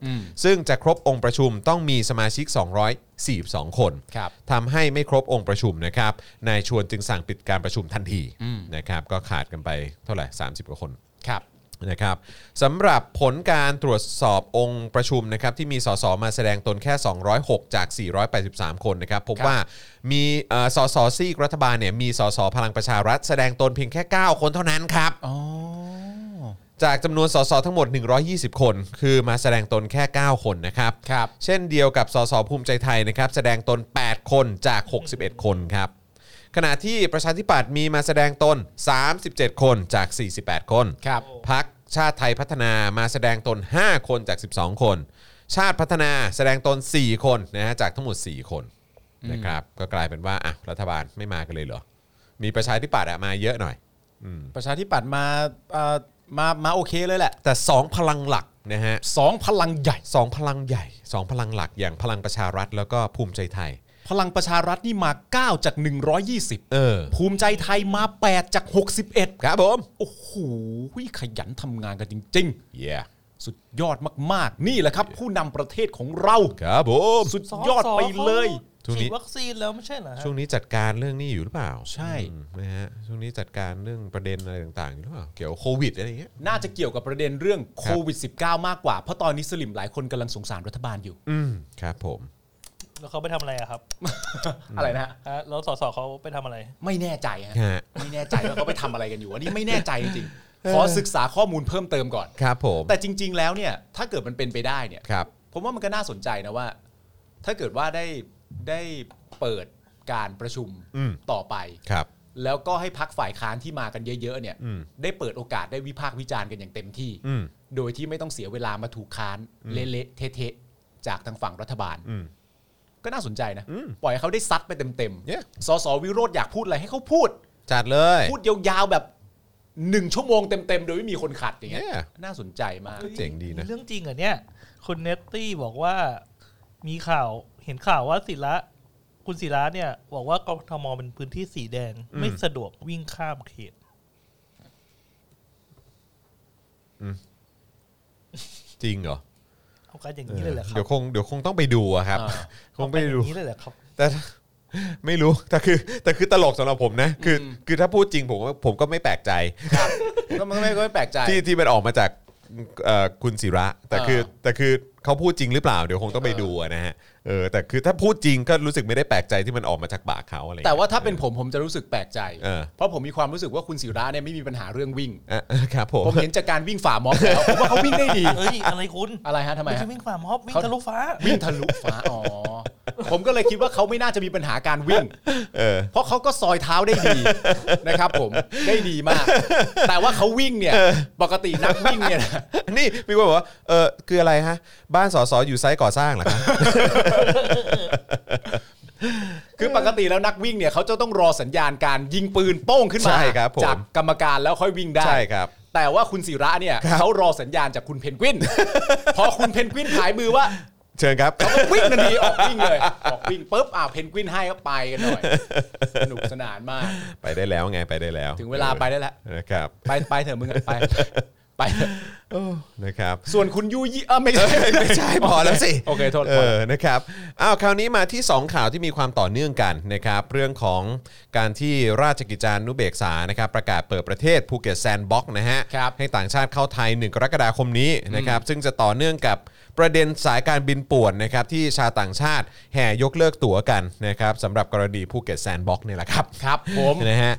Speaker 2: ซึ่งจะครบองค์ประชุมต้องมีสมาชิก 242 คน
Speaker 3: ครับ
Speaker 2: ทำให้ไม่ครบองค์ประชุมนะครับนายชวนจึงสั่งปิดการประชุมทันทีนะครับก็ขาดกันไปเท่าไหร่ 30 กว่าคน
Speaker 3: ครับ
Speaker 2: นะครับสำหรับผลการตรวจสอบองค์ประชุมนะครับที่มีสสมาแสดงตนแค่ 206 จาก 483 คนนะครับพบว่ามีเอ่อสสซีกรัฐบาลเนี่ยมีสสพลังประชารัฐแสดงตนเพียงแค่ 9 คนเท่านั้นครับ
Speaker 3: อ๋อ
Speaker 2: จากจำนวนสสทั้งหมด 120 คน คือมาแสดงตนแค่ 9 คนนะครับ
Speaker 3: ครับ
Speaker 2: เช่นเดียวกับสสภูมิใจไทยนะครับแสดงตน 8 คนจาก 61 คนครับ ขณะที่ประชาธิปัตย์มีมาแสดงตน 37 คนจาก 48 คน
Speaker 3: ครับ
Speaker 2: พักชาติไทยพัฒนามาแสดงตน 5 คนจาก 12 คน ชาติพัฒนาแสดงตน 4 คนนะฮะจากทั้งหมด 4 คนนะครับก็กลายเป็นว่าอ่ะรัฐบาลไม่มากันเลยเหรอ มีประชาธิปัตย์อะมาเยอะหน่อย
Speaker 3: ประชาธิปัตย์มาเอ่อมา มาโอเคเลยแหละ
Speaker 2: แต่ 2 พลังหลักนะฮะ
Speaker 3: สองพลังใหญ่
Speaker 2: สองพลังใหญ่ 2 พลังหลักอย่างพลังประชารัฐแล้วก็ภูมิใจไทย
Speaker 3: พลังประชารัฐนี่มา 9 จาก 120
Speaker 2: เออ
Speaker 3: ภูมิใจไทยมา 8 จาก 61
Speaker 2: ครับผม
Speaker 3: โอ้โหขยันทำงานกันจริง
Speaker 2: เย่
Speaker 3: ๆ สุดยอดมากๆ นี่แหละครับ ผู้นำประเทศของเรา
Speaker 2: ครับผม
Speaker 3: สุดยอดไปเลย
Speaker 2: ช่วงนี้
Speaker 4: ฉีดวัคซีนแล้วไม่ใช่เหรอฮะ
Speaker 2: ช่วงนี้จัดการเรื่องนี้อยู่หรือเปล่า
Speaker 3: ใช่
Speaker 2: อืมนะฮะช่วงนี้จัดการเรื่องประเด็นอะไรต่างๆอยู่หรือเปล่าเกี่ยวกับโควิดอะไรอย่างเงี้ย
Speaker 3: น่าจะเกี่ยวกับประเด็นเรื่องโควิด -19 มากกว่า เพราะตอนนี้สลิมหลายคนกำลังสงสารรัฐบาลอยู่
Speaker 2: อืมครับผม
Speaker 4: แล้วเขาไปทำอะไรอะครับ
Speaker 3: อะไรนะฮะ
Speaker 4: ฮะแล้วสสเขาไปทำอะไร
Speaker 3: ไม่แน่ใจฮะ
Speaker 2: ฮะ
Speaker 3: ไม่แน่ใจว่าเขาไปทำอะไรกันอยู่อันนี้ไม่แน่ใจจริงๆขอศึกษาข้อมูลเพิ่มเติมก่อน
Speaker 2: ครับผม
Speaker 3: แต่จริง ๆ แล้วเนี่ย ถ้าเกิดมันเป็นไปได้เนี่ย
Speaker 2: ครับ
Speaker 3: ผมว่ามันก็น่าสนใจนะว่า ถ้าเกิดว่าได้ได้เปิดการประชุม
Speaker 2: อืม
Speaker 3: ต่อไป
Speaker 2: ครับ
Speaker 3: แล้วก็ให้พักฝ่ายค้านที่มากันเยอะๆเนี่ย
Speaker 2: อืม
Speaker 3: ได้เปิดโอกาสได้วิพากษ์วิจารณ์กันอย่างเต็มที่
Speaker 2: อืม
Speaker 3: โดยที่ไม่ต้องเสียเวลามาถูกค้านเละๆเทะๆจากทางฝั่งรัฐบาล
Speaker 2: อืม
Speaker 3: ก็น่าสนใจนะ
Speaker 2: อืม
Speaker 3: ปล่อยให้เขาได้ซัดไปเต็ม
Speaker 2: Yeah
Speaker 3: ๆ สสวิโรธอยากพูดอะไรให้เขาพูด
Speaker 2: จัดเลย
Speaker 3: พูดยาวๆแบบหนึ่งชั่วโมงเต็มๆ โดยไม่มีคนขัดอย่างเงี้ย
Speaker 2: เนี่ย
Speaker 3: น่าสนใจมาก
Speaker 2: ก็เจ๋งดีนะ
Speaker 4: เรื่องจริงเหรอเนี่ย คุณเนตตี้บอกว่ามีข่าวเห็นข่าวว่าศิระคุณศิระเนี่ยบอกว่ากทมเป็นพื้นที่สีแดง
Speaker 2: อืม
Speaker 4: ไม่สะดวกวิ่งข้ามเขต
Speaker 2: จริงเหรอ
Speaker 4: เอากันอย่างนี้เลยเหรอครั
Speaker 2: เดี๋ย
Speaker 4: บ
Speaker 2: วคงเดี๋ยวคงต้องไปดูอะครับ
Speaker 3: อ่า
Speaker 2: คงไป
Speaker 4: เอากันอ
Speaker 2: ดู
Speaker 4: ย่างนี้เลยเหรอครับ
Speaker 2: แต่ ไม่รู้แต่คือแต่คือตลกสำหรับผมนะ คืออคือถ้าพูดจริงผมก็ผมก็ไม่แปลกใจ
Speaker 3: ครับก็มันก็ไม่ก็ไม่แปลกใจ
Speaker 2: ที่ที่มันออกมาจากเอ่อคุณศิระ แต่คือ
Speaker 3: เออ
Speaker 2: แต่คือเขาพูดจริงหรือเปล่าเดี๋ยวคงต้องไปดูอะนะฮะเออแต่คือถ้าพูดจริงก็รู้สึกไม่ได้แปลกใจที่มันออกมาจากปากเขาอะไรอย่ง
Speaker 3: แต่
Speaker 2: งี้ย
Speaker 3: ว่าถ้าเป็นผมผมจะรู้สึกแปลกใจ
Speaker 2: เออ
Speaker 3: เพราะผมมีความรู้สึกว่าคุณศิระเนี่ยไม่มีปัญหาเรื่องวิ่ง
Speaker 2: อ่ะ อ่ะครับผม
Speaker 3: ผมเห็นจากการวิ่งฝ่าม็อบแล้วผมว่าเขาวิ่งได้ดี
Speaker 4: เอ้ยอะไรคุณ
Speaker 3: อะไรฮะทำไม
Speaker 4: ไม่
Speaker 3: ฮะ
Speaker 4: ใช่วิ่งฝ่ามฮอบวิ่ง
Speaker 3: เขา
Speaker 4: ทะลุฟ้า
Speaker 3: วิ่งทะลุฟ้าอ๋อผมก็เลยคิดว่าเขาไม่น่าจะมีปัญหาการวิ่ง
Speaker 2: เออ
Speaker 3: เพราะเขาก็ซอยเท้าได้ดี นะครับผมได้ดีมาก แต่ว่าเขาวิ่งเนี่ย ปกตินักวิ่งเนี่ยนะ
Speaker 2: นี่มีคนบอกว่าเออคืออะไรฮะ บ้านสอสออยู่ไซต์ก่อสร้างเหรอครับ
Speaker 3: คือปกติแล้วนักวิ่งเนี่ยเขาจะต้องรอสัญญาณการยิงปืนโป้งขึ้นมา
Speaker 2: ใช่ครับผม
Speaker 3: จากกรรมการแล้วค่อยวิ่งได้
Speaker 2: ใช่ครับ
Speaker 3: แต่ว่าคุณศิระเนี่ยเขารอสัญญาณจากคุณเพนกวิน พอคุณเพนกวินผายมือว่า
Speaker 2: เชิญครับ
Speaker 3: เขาก็วิ่งทันทีออกวิ่งเลย ออกวิ่งปุ๊บอ่าเพนกวินให้ก็ไปกันหน่อยสนุกสนานมาก
Speaker 2: ไปได้แล้วไงไปได้แล้ว
Speaker 3: ถึงเวลาไปได้แล้ว
Speaker 2: เออนะครับ
Speaker 3: ไปไปเถอะมึงอะไปไปเถอะ
Speaker 2: นะครับ
Speaker 3: ส่วนคุณยูยี่เออไม่ใช่
Speaker 2: ไม่ ใช่พอแล้วสิ
Speaker 3: โอเคโทษ
Speaker 2: เอ
Speaker 3: พอ
Speaker 2: อ นะครับ อ้าว คราวนี้มาที่ 2 ข่าวที่มีความต่อเนื่องกันนะครับ เรื่องของการที่ราชกิจจานุเบกษา นะครับ ประกาศเปิดประเทศภูเก็ตแซนด์บ็อกซ์นะฮะ
Speaker 3: ครับ
Speaker 2: ให้ต่างชาติเข้าไทย 1 กรกฎาคมนี้นะครับ ซึ่งจะต่อเนื่องกับประเด็นสายการบินป่วนนะครับที่ชาวต่างชาติแห่ยกเลิกตั๋วกันนะครับสำหรับกรณีภูเก็ตแซนด์บ็อกซ์เนี่ยแหละครับ
Speaker 3: ครับผม
Speaker 2: นะฮะ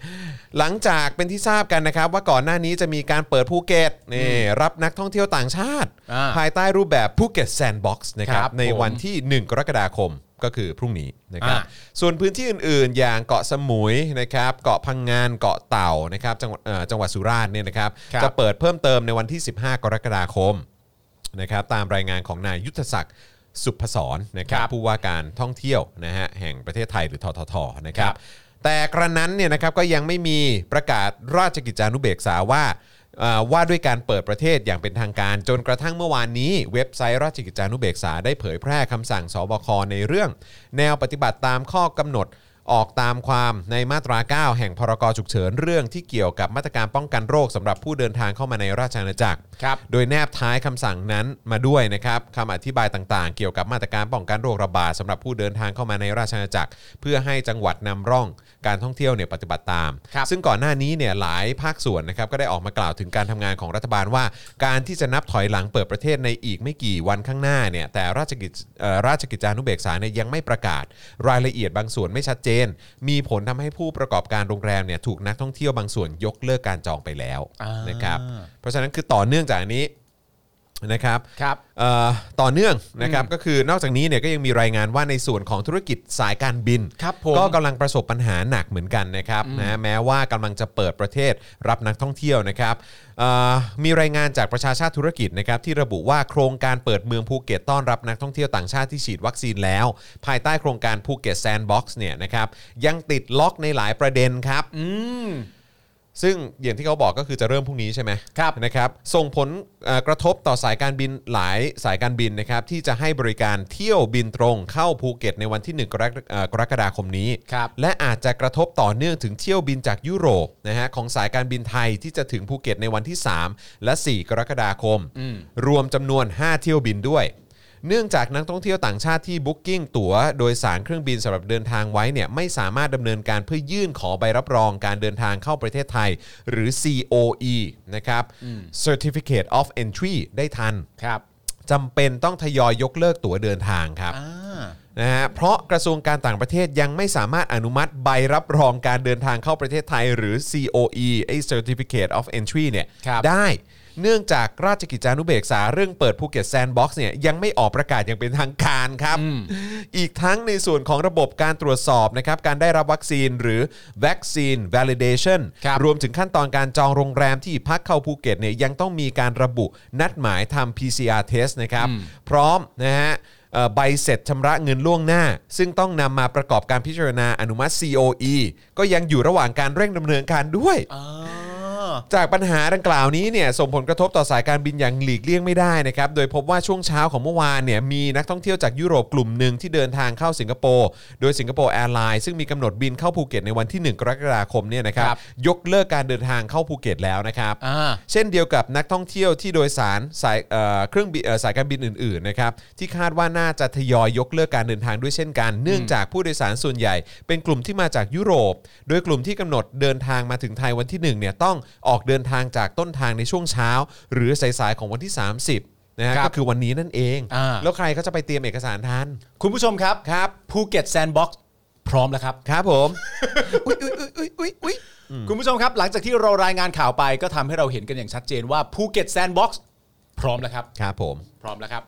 Speaker 2: หลังจากเป็นที่ทราบกันนะครับ ว่าก่อนหน้านี้จะมีการเปิดภูเก็ตนี่รับนักท่องเที่ยวต่างชาติ
Speaker 3: อ่า
Speaker 2: ภายใต้รูปแบบภูเก็ตแซนด์บ็อกซ์นะครับ
Speaker 3: ครับ
Speaker 2: ในวันที่ 1 กรกฎาคม ก็คือพรุ่งนี้นะครับ
Speaker 3: อ่า
Speaker 2: ส่วนพื้นที่อื่นๆ อย่างเกาะสมุยนะครับเกาะพังงานเกาะเต่านะครับจังหวัดเอ่อจังหวัดสุราษฎร์เนี่ยนะครับ
Speaker 3: ครับ
Speaker 2: จะเปิดเพิ่มเติมในวันที่ 15 กรกฎาคม นะครับตามรายงานของนายยุทธศักดิ์สุพศรนะครับผู้ว่าการท่องเที่ยวนะฮะแห่งประเทศไทยหรือทททนะครับแต่กระนั้นเนี่ยนะครับก็ยังไม่มีประกาศราชกิจจานุเบกษาว่าเอ่อว่าด้วยการเปิดประเทศอย่างเป็นทางการจนกระทั่งเมื่อวานนี้ เว็บไซต์ราชกิจจานุเบกษาได้เผยแพร่คำสั่งสบคในเรื่อง แนวปฏิบัติตามข้อกำหนด ออกตามความในมาตรา 9 แห่งพรกฉุกเฉินเรื่องที่เกี่ยวกับมาตรการป้องกันโรคสำหรับผู้เดินทางเข้ามาในราชอาณาจักร
Speaker 3: ครับ
Speaker 2: โดยแนบท้ายคำสั่งนั้นมาด้วยนะครับคำอธิบายต่างๆ เกี่ยวกับมาตรการป้องกันโรคระบาดสำหรับผู้เดินทางเข้ามาในราชอาณาจักร เพื่อให้จังหวัดนำร่องการท่องเที่ยวเนี่ยปฏิบัติตาม
Speaker 3: ครับ
Speaker 2: ซึ่งก่อนหน้านี้เนี่ยหลายภาคส่วนนะครับก็ได้ออกมากล่าวถึงการทำงานของรัฐบาลว่า การที่จะนับถอยหลังเปิดประเทศในอีกไม่กี่วันข้างหน้าเนี่ยแต่ราชกิจเอ่อราชกิจจานุเบกษาเนี่ยยังไม่ประกาศ รายละเอียดบางส่วนไม่ชัดเจน มีผลทำให้ผู้ประกอบการโรงแรมเนี่ยถูกนักท่องเที่ยวบางส่วนยกเลิกการจองไปแล้วนะครับเพราะฉะนั้นคือต่อเนื่องจากอันนี้นะครับ
Speaker 3: ครับ
Speaker 2: เอ่อต่อเนื่องนะครับก็คือนอกจากนี้เนี่ยก็ยังมีรายงานว่าในส่วนของธุรกิจสายการบิน
Speaker 3: ครับผม
Speaker 2: ก็กำลังประสบปัญหาหนักเหมือนกันนะครับนะแม้ว่ากำลังจะเปิดประเทศรับนักท่องเที่ยวนะครับเอ่อมีรายงานจากประชาชาติธุรกิจนะครับที่ระบุว่าโครงการเปิดเมืองภูเก็ตต้อนรับนักท่องเที่ยวต่างชาติที่ฉีดวัคซีนแล้ว ภายใต้โครงการภูเก็ตแซนด์บ็อกซ์เนี่ยนะครับยังติดล็อกในหลายประเด็นครับ ซึ่งอย่างที่เขาบอกก็คือจะเริ่มพรุ่งนี้ใช่ไหม
Speaker 3: ครับ
Speaker 2: นะครับส่งผลเอ่อกระทบต่อสายการบินหลายสายการบินนะครับที่จะให้บริการเที่ยวบินตรงเข้าภูเก็ตในวันที่ 1 กรกเอ่อกรกฎาคมนี้
Speaker 3: ครับ
Speaker 2: และอาจจะกระทบต่อเนื่องถึงเที่ยวบินจากยุโรปนะฮะของสายการบินไทยที่จะถึงภูเก็ตในวันที่ 3 และ 4 กรกฎาคม รวมจำนวน 5 เที่ยวบินด้วย เนื่องจากนักท่องเที่ยวต่างชาติที่บุ๊กิ้งตั๋วโดยสารเครื่องบินสำหรับเดินทางไว้เนี่ยไม่สามารถดำเนินการเพื่อยื่นขอใบรับรองการเดินทางเข้าประเทศไทย หรือ COE นะครับ Certificate of Entry ได้ทัน
Speaker 3: ครับ
Speaker 2: จำเป็นต้องทยอยยกเลิกตั๋วเดินทางครับ
Speaker 3: อ่า
Speaker 2: นะฮะเพราะกระทรวงการต่างประเทศยังไม่สามารถอนุมัติใบรับรองการเดินทางเข้าประเทศไทย หรือ COE ไอ้ Certificate of Entry เนี่ย
Speaker 3: ครับ
Speaker 2: ได้เนื่องจากราชกิจจานุเบกษาเรื่องเปิดภูเก็ตแซนด์บ็อกซ์เนี่ยยังไม่ออกประกาศอย่างเป็นทางการครับ อีกทั้งในส่วนของระบบการตรวจสอบนะครับการได้รับวัคซีนหรือ Vaccine Validation
Speaker 3: ครับ
Speaker 2: รวมถึงขั้นตอนการจองโรงแรมที่พักเข้าภูเก็ตเนี่ยยังต้องมีการระบุนัดหมายทำ PCR test นะครับ พร้อมนะฮะ เอ่อใบเสร็จชำระเงินล่วงหน้า ซึ่งต้องนำมาประกอบการพิจารณาอนุมัติ COE ก็ยังอยู่ระหว่างการเร่งดำเนินการด้วย
Speaker 3: อ่า
Speaker 2: จากปัญหาดังกล่าวนี้เนี่ยส่งผลกระทบต่อสายการบินอย่างหลีกเลี่ยงไม่ได้นะครับโดยพบว่าช่วงเช้าของเมื่อวานเนี่ยมีนักท่องเที่ยวจากยุโรปกลุ่มหนึ่งที่เดินทางเข้าสิงคโปร์โดยสิงคโปร์แอร์ไลน์ซึ่งมีกำหนดบินเข้าภูเก็ตในวันที่ 1 กรกฎาคมเนี่ยนะครับ
Speaker 3: ครับ
Speaker 2: ยกเลิกการเดินทางเข้าภูเก็ตแล้วนะครับ
Speaker 3: อ่า
Speaker 2: เช่นเดียวกับนักท่องเที่ยวที่โดยสารสายเอ่อเครื่องบินเอ่อสายการบินอื่นๆนะครับที่คาดว่าน่าจะทยอยยกเลิกการเดินทางด้วยเช่นกัน เนื่องจากผู้โดยสารส่วนใหญ่ เป็นกลุ่มที่มาจากยุโรป โดยกลุ่มที่กำหนดเดินทางมาถึงไทยวันที่1เนี่ยต้องออกเดินทางจากต้นทางในช่วงเช้า หรือสายๆของวันที่ 30นะฮะ
Speaker 3: ครับ
Speaker 2: ก็คือวันนี้นั่นเอง
Speaker 3: อ่า
Speaker 2: แล้วใครเขาจะไปเตรียมเอกสารทัน
Speaker 3: คุณผู้ชมครับ
Speaker 2: ครับ
Speaker 3: ภูเก็ตแซนด์บ็อกซ์พร้อมแล้วครับ
Speaker 2: ครับผมอุ๊ยอุ๊ยอุ๊ยอุ๊ยอุ๊ยอุ๊ย
Speaker 3: คุณผู้ชมครับ หลังจากที่เรารายงานข่าวไปก็ทำให้เราเห็นกันอย่างชัดเจนว่าภูเก็ตแซนด์บ็อกซ์พร้อมแล้วครับ
Speaker 2: ครับผม
Speaker 3: พร้อมแล้วครับ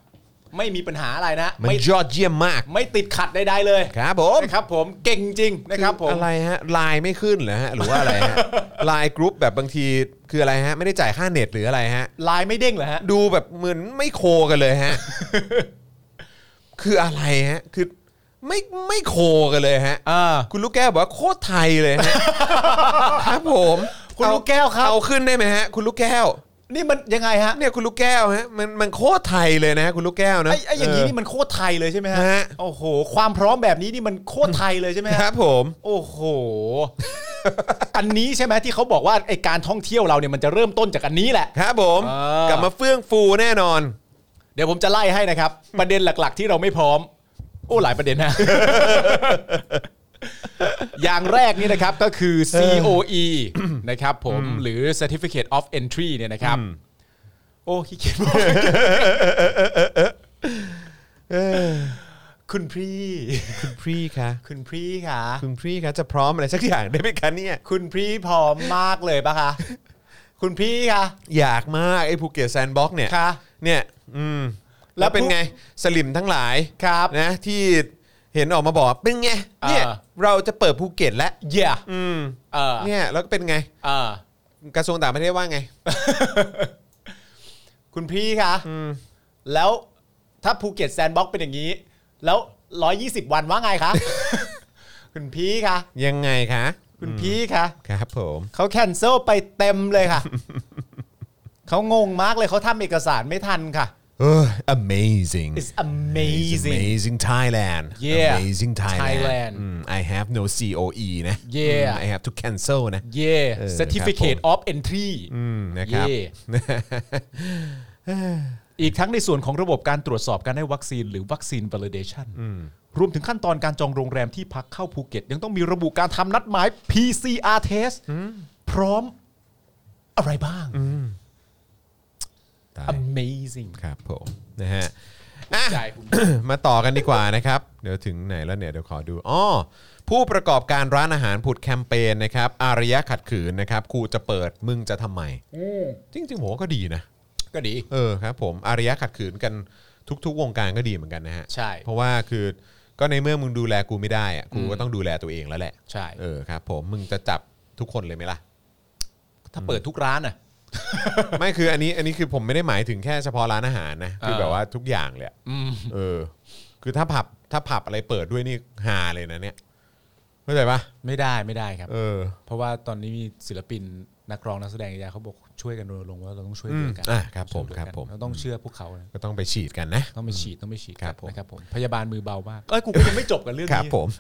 Speaker 3: ไม่มีปัญหาอะไรนะ
Speaker 2: มัน
Speaker 3: ไม่
Speaker 2: ยอดเยี่ยมมาก
Speaker 3: ไม่ติดขัดใดๆเลย
Speaker 2: ครับผม
Speaker 3: นะครับผมเก่งจริงนะครับผม
Speaker 2: อะไรฮะไลน์ไม่ขึ้นเหรอฮะหรือว่าอะไร ฮะ ไลน์กรุ๊ปแบบบางทีคืออะไรฮะ ไม่ได้จ่ายค่าเน็ตหรืออะไรฮะ
Speaker 3: ไลายไม่เด้งเหรอฮะ
Speaker 2: ดูแบบเหมือนไม่โคกันเลย ฮะ คืออะไรฮะ คือไม่ไม่โคกันเลยฮะ
Speaker 3: อ่า
Speaker 2: คุณลูกแก้วบอกว่าโคตรไทยเลย ฮะ ครับผม
Speaker 3: คุณลูกแก้วครับ
Speaker 2: เอาขึ้นได้ไหมฮะ คุณลูกแก้ว
Speaker 3: นี่มันยังไงฮะ
Speaker 2: เนี่ยคุณลูกแก้วฮะมันมันโคตรไทยเลยนะฮะคุณลูกแก้วนะ
Speaker 3: ไอ้ไอ้อย่างนี้
Speaker 2: เ
Speaker 3: นี่มันโคตรไทยเลยใช่ไหมฮะ
Speaker 2: ฮะ
Speaker 3: โอ้โห ความพร้อมแบบนี้นี่มันโคตรไทยเลยใช่ไหม
Speaker 2: ค
Speaker 3: ฮะ
Speaker 2: รับผม
Speaker 3: โอ้โห อันนี้ใช่ไหมที่เขาบอกว่าไอการท่องเที่ยวเราเนี่ยมันจะเริ่มต้นจากอันนี้แหละ
Speaker 2: ครับผม
Speaker 3: อ่าก
Speaker 2: กลับมาเฟื่องฟูแน่นอน
Speaker 3: เดี๋ยวผมจะไล่ให้ นะครับ ประเด็นหลัก ๆ ที่เราไม่พร้อม โอ้หลายประเด็นนะ อย่างแรกนี่นะครับก็คือ COE นะครับผมหรือ Certificate of Entry เนี่ยนะครับ โอ้ขี้เกียจบอกคุณพี่
Speaker 2: คุณพี่คะ
Speaker 3: คุณพี่ค่ะ
Speaker 2: คุณพี่คะจะพร้อมอะไรสักอย่างได้ไหมคะเนี่ย
Speaker 3: คุณพี่พร้อมมากเลยปะคะคุณพี่ค่ะ
Speaker 2: อยากมาก ไอ้ภูเก็ตแซนด์บ็อกซ์เนี่ย
Speaker 3: ค่ะ
Speaker 2: เนี่ย อืม
Speaker 3: แล้
Speaker 2: แล้ว
Speaker 3: ว
Speaker 2: เป็น
Speaker 3: ผู้
Speaker 2: ไง สลิมทั้งหลาย
Speaker 3: ครับ
Speaker 2: นะที่ เห็นออกมาบอกเป็นไงเนี่ย
Speaker 3: อ่า
Speaker 2: เราจะเปิดภูเก็ตแล้ว
Speaker 3: เย่
Speaker 2: อืม
Speaker 3: เออ
Speaker 2: เนี่ยแล้วก็เป็นไง
Speaker 3: เออก
Speaker 2: ระทรวงต่างประเทศว่าไง
Speaker 3: คุณพี่คะ
Speaker 2: อืม
Speaker 3: แล้วถ้าภูเก็ตแซนด์บ็อกซ์เป็นอย่างนี้ แล้ว 120 วันว่าไง คะ คุณพี่คะ
Speaker 2: ยังไงคะ
Speaker 3: คุณพี่คะ
Speaker 2: ครับผม
Speaker 3: เขาแคนเซิลไปเต็มเลย ค่ะ เขางงมากเลยเขาทำเอกสารไม่ทันค่ะ
Speaker 2: เออ amazing
Speaker 3: it's amazing
Speaker 2: amazing Thailand
Speaker 3: Yeah
Speaker 2: amazing Thailand,
Speaker 3: Thailand
Speaker 2: อืม I have no COE นะ
Speaker 3: Yeah
Speaker 2: อืม I have to cancel นะ
Speaker 3: yeah
Speaker 2: เออ
Speaker 3: certificate
Speaker 2: ครับผม
Speaker 3: of entry
Speaker 2: อืมนะครับ
Speaker 3: เย่ อีกทั้งในส่วนของระบบการตรวจสอบการได้วัคซีนหรือวัคซีน validation รวมถึงขั้นตอนการจองโรงแรมที่พักเข้าภูเก็ต ยังต้องมีระบุการทำนัดหมาย PCR test พร้อมอะไรบ้าง
Speaker 2: ตาย
Speaker 3: Amazing
Speaker 2: ครับผมนะฮะอ่ะ
Speaker 3: ใจคุณ
Speaker 2: มาต่อกันดีกว่านะครับ เดี๋ยวถึงไหนแล้วเนี่ยเดี๋ยวขอดูอ๋อผู้ประกอบการร้านอาหารผุดแคมเปญนะครับอารยะขัดขืนนะครับกูจะเปิดมึงจะทำไมจริงๆผมว่าก็ดีนะ
Speaker 3: ก็ดี
Speaker 2: เออครับผมอารยะขัดขืนกันทุก ๆ วงการก็ดีเหมือนกันนะฮะ
Speaker 3: ใช่
Speaker 2: เพราะว่าคือก็ในเมื่อมึงดูแลกูไม่ได้อะกูก็ต้องดูแลตัวเองแล้วแหละ
Speaker 3: ใช่
Speaker 2: เออครับผมมึงจะจับทุกคนเลยไหมล่ะ
Speaker 3: ถ้าเปิดทุกร้านอ่ะ
Speaker 2: ไม่คืออันนี้อันนี้คือผมไม่ได้หมายถึงแค่เฉพาะร้านอาหารนะคือ
Speaker 3: เออ
Speaker 2: แบบว่าทุกอย่างเลยอะเออ คือถ้าผับถ้าผับอะไรเปิดด้วยนี่หาเลยนะเนี่ยเข้าใจปะ
Speaker 3: ไม่ได้ไม่ได้ครับ
Speaker 2: เออ
Speaker 3: เพราะว่าตอนนี้มีศิลปินนักร้องนักแสดงเยอะแยะเขาบอกช่วยกันรณรงค์ว่าเราต้องช่วย
Speaker 2: อื
Speaker 3: เหลื
Speaker 2: ม
Speaker 3: อกัน
Speaker 2: อ่ะครับ ผ
Speaker 3: ช่วย
Speaker 2: ม
Speaker 3: เหลือ
Speaker 2: ครับ
Speaker 3: กัน
Speaker 2: ผม
Speaker 3: เราต้องเชื่อพวกเขานะ
Speaker 2: ก็ต้องไปฉีดกันนะ
Speaker 3: ต้องไปฉีดต้องไปฉีด
Speaker 2: ครับผม
Speaker 3: นะครับผมพยาบาลมือเบามากเอ้ยกูก็ยังไม่จบกับเรื่อง
Speaker 2: ครับ
Speaker 3: นี้
Speaker 2: ผม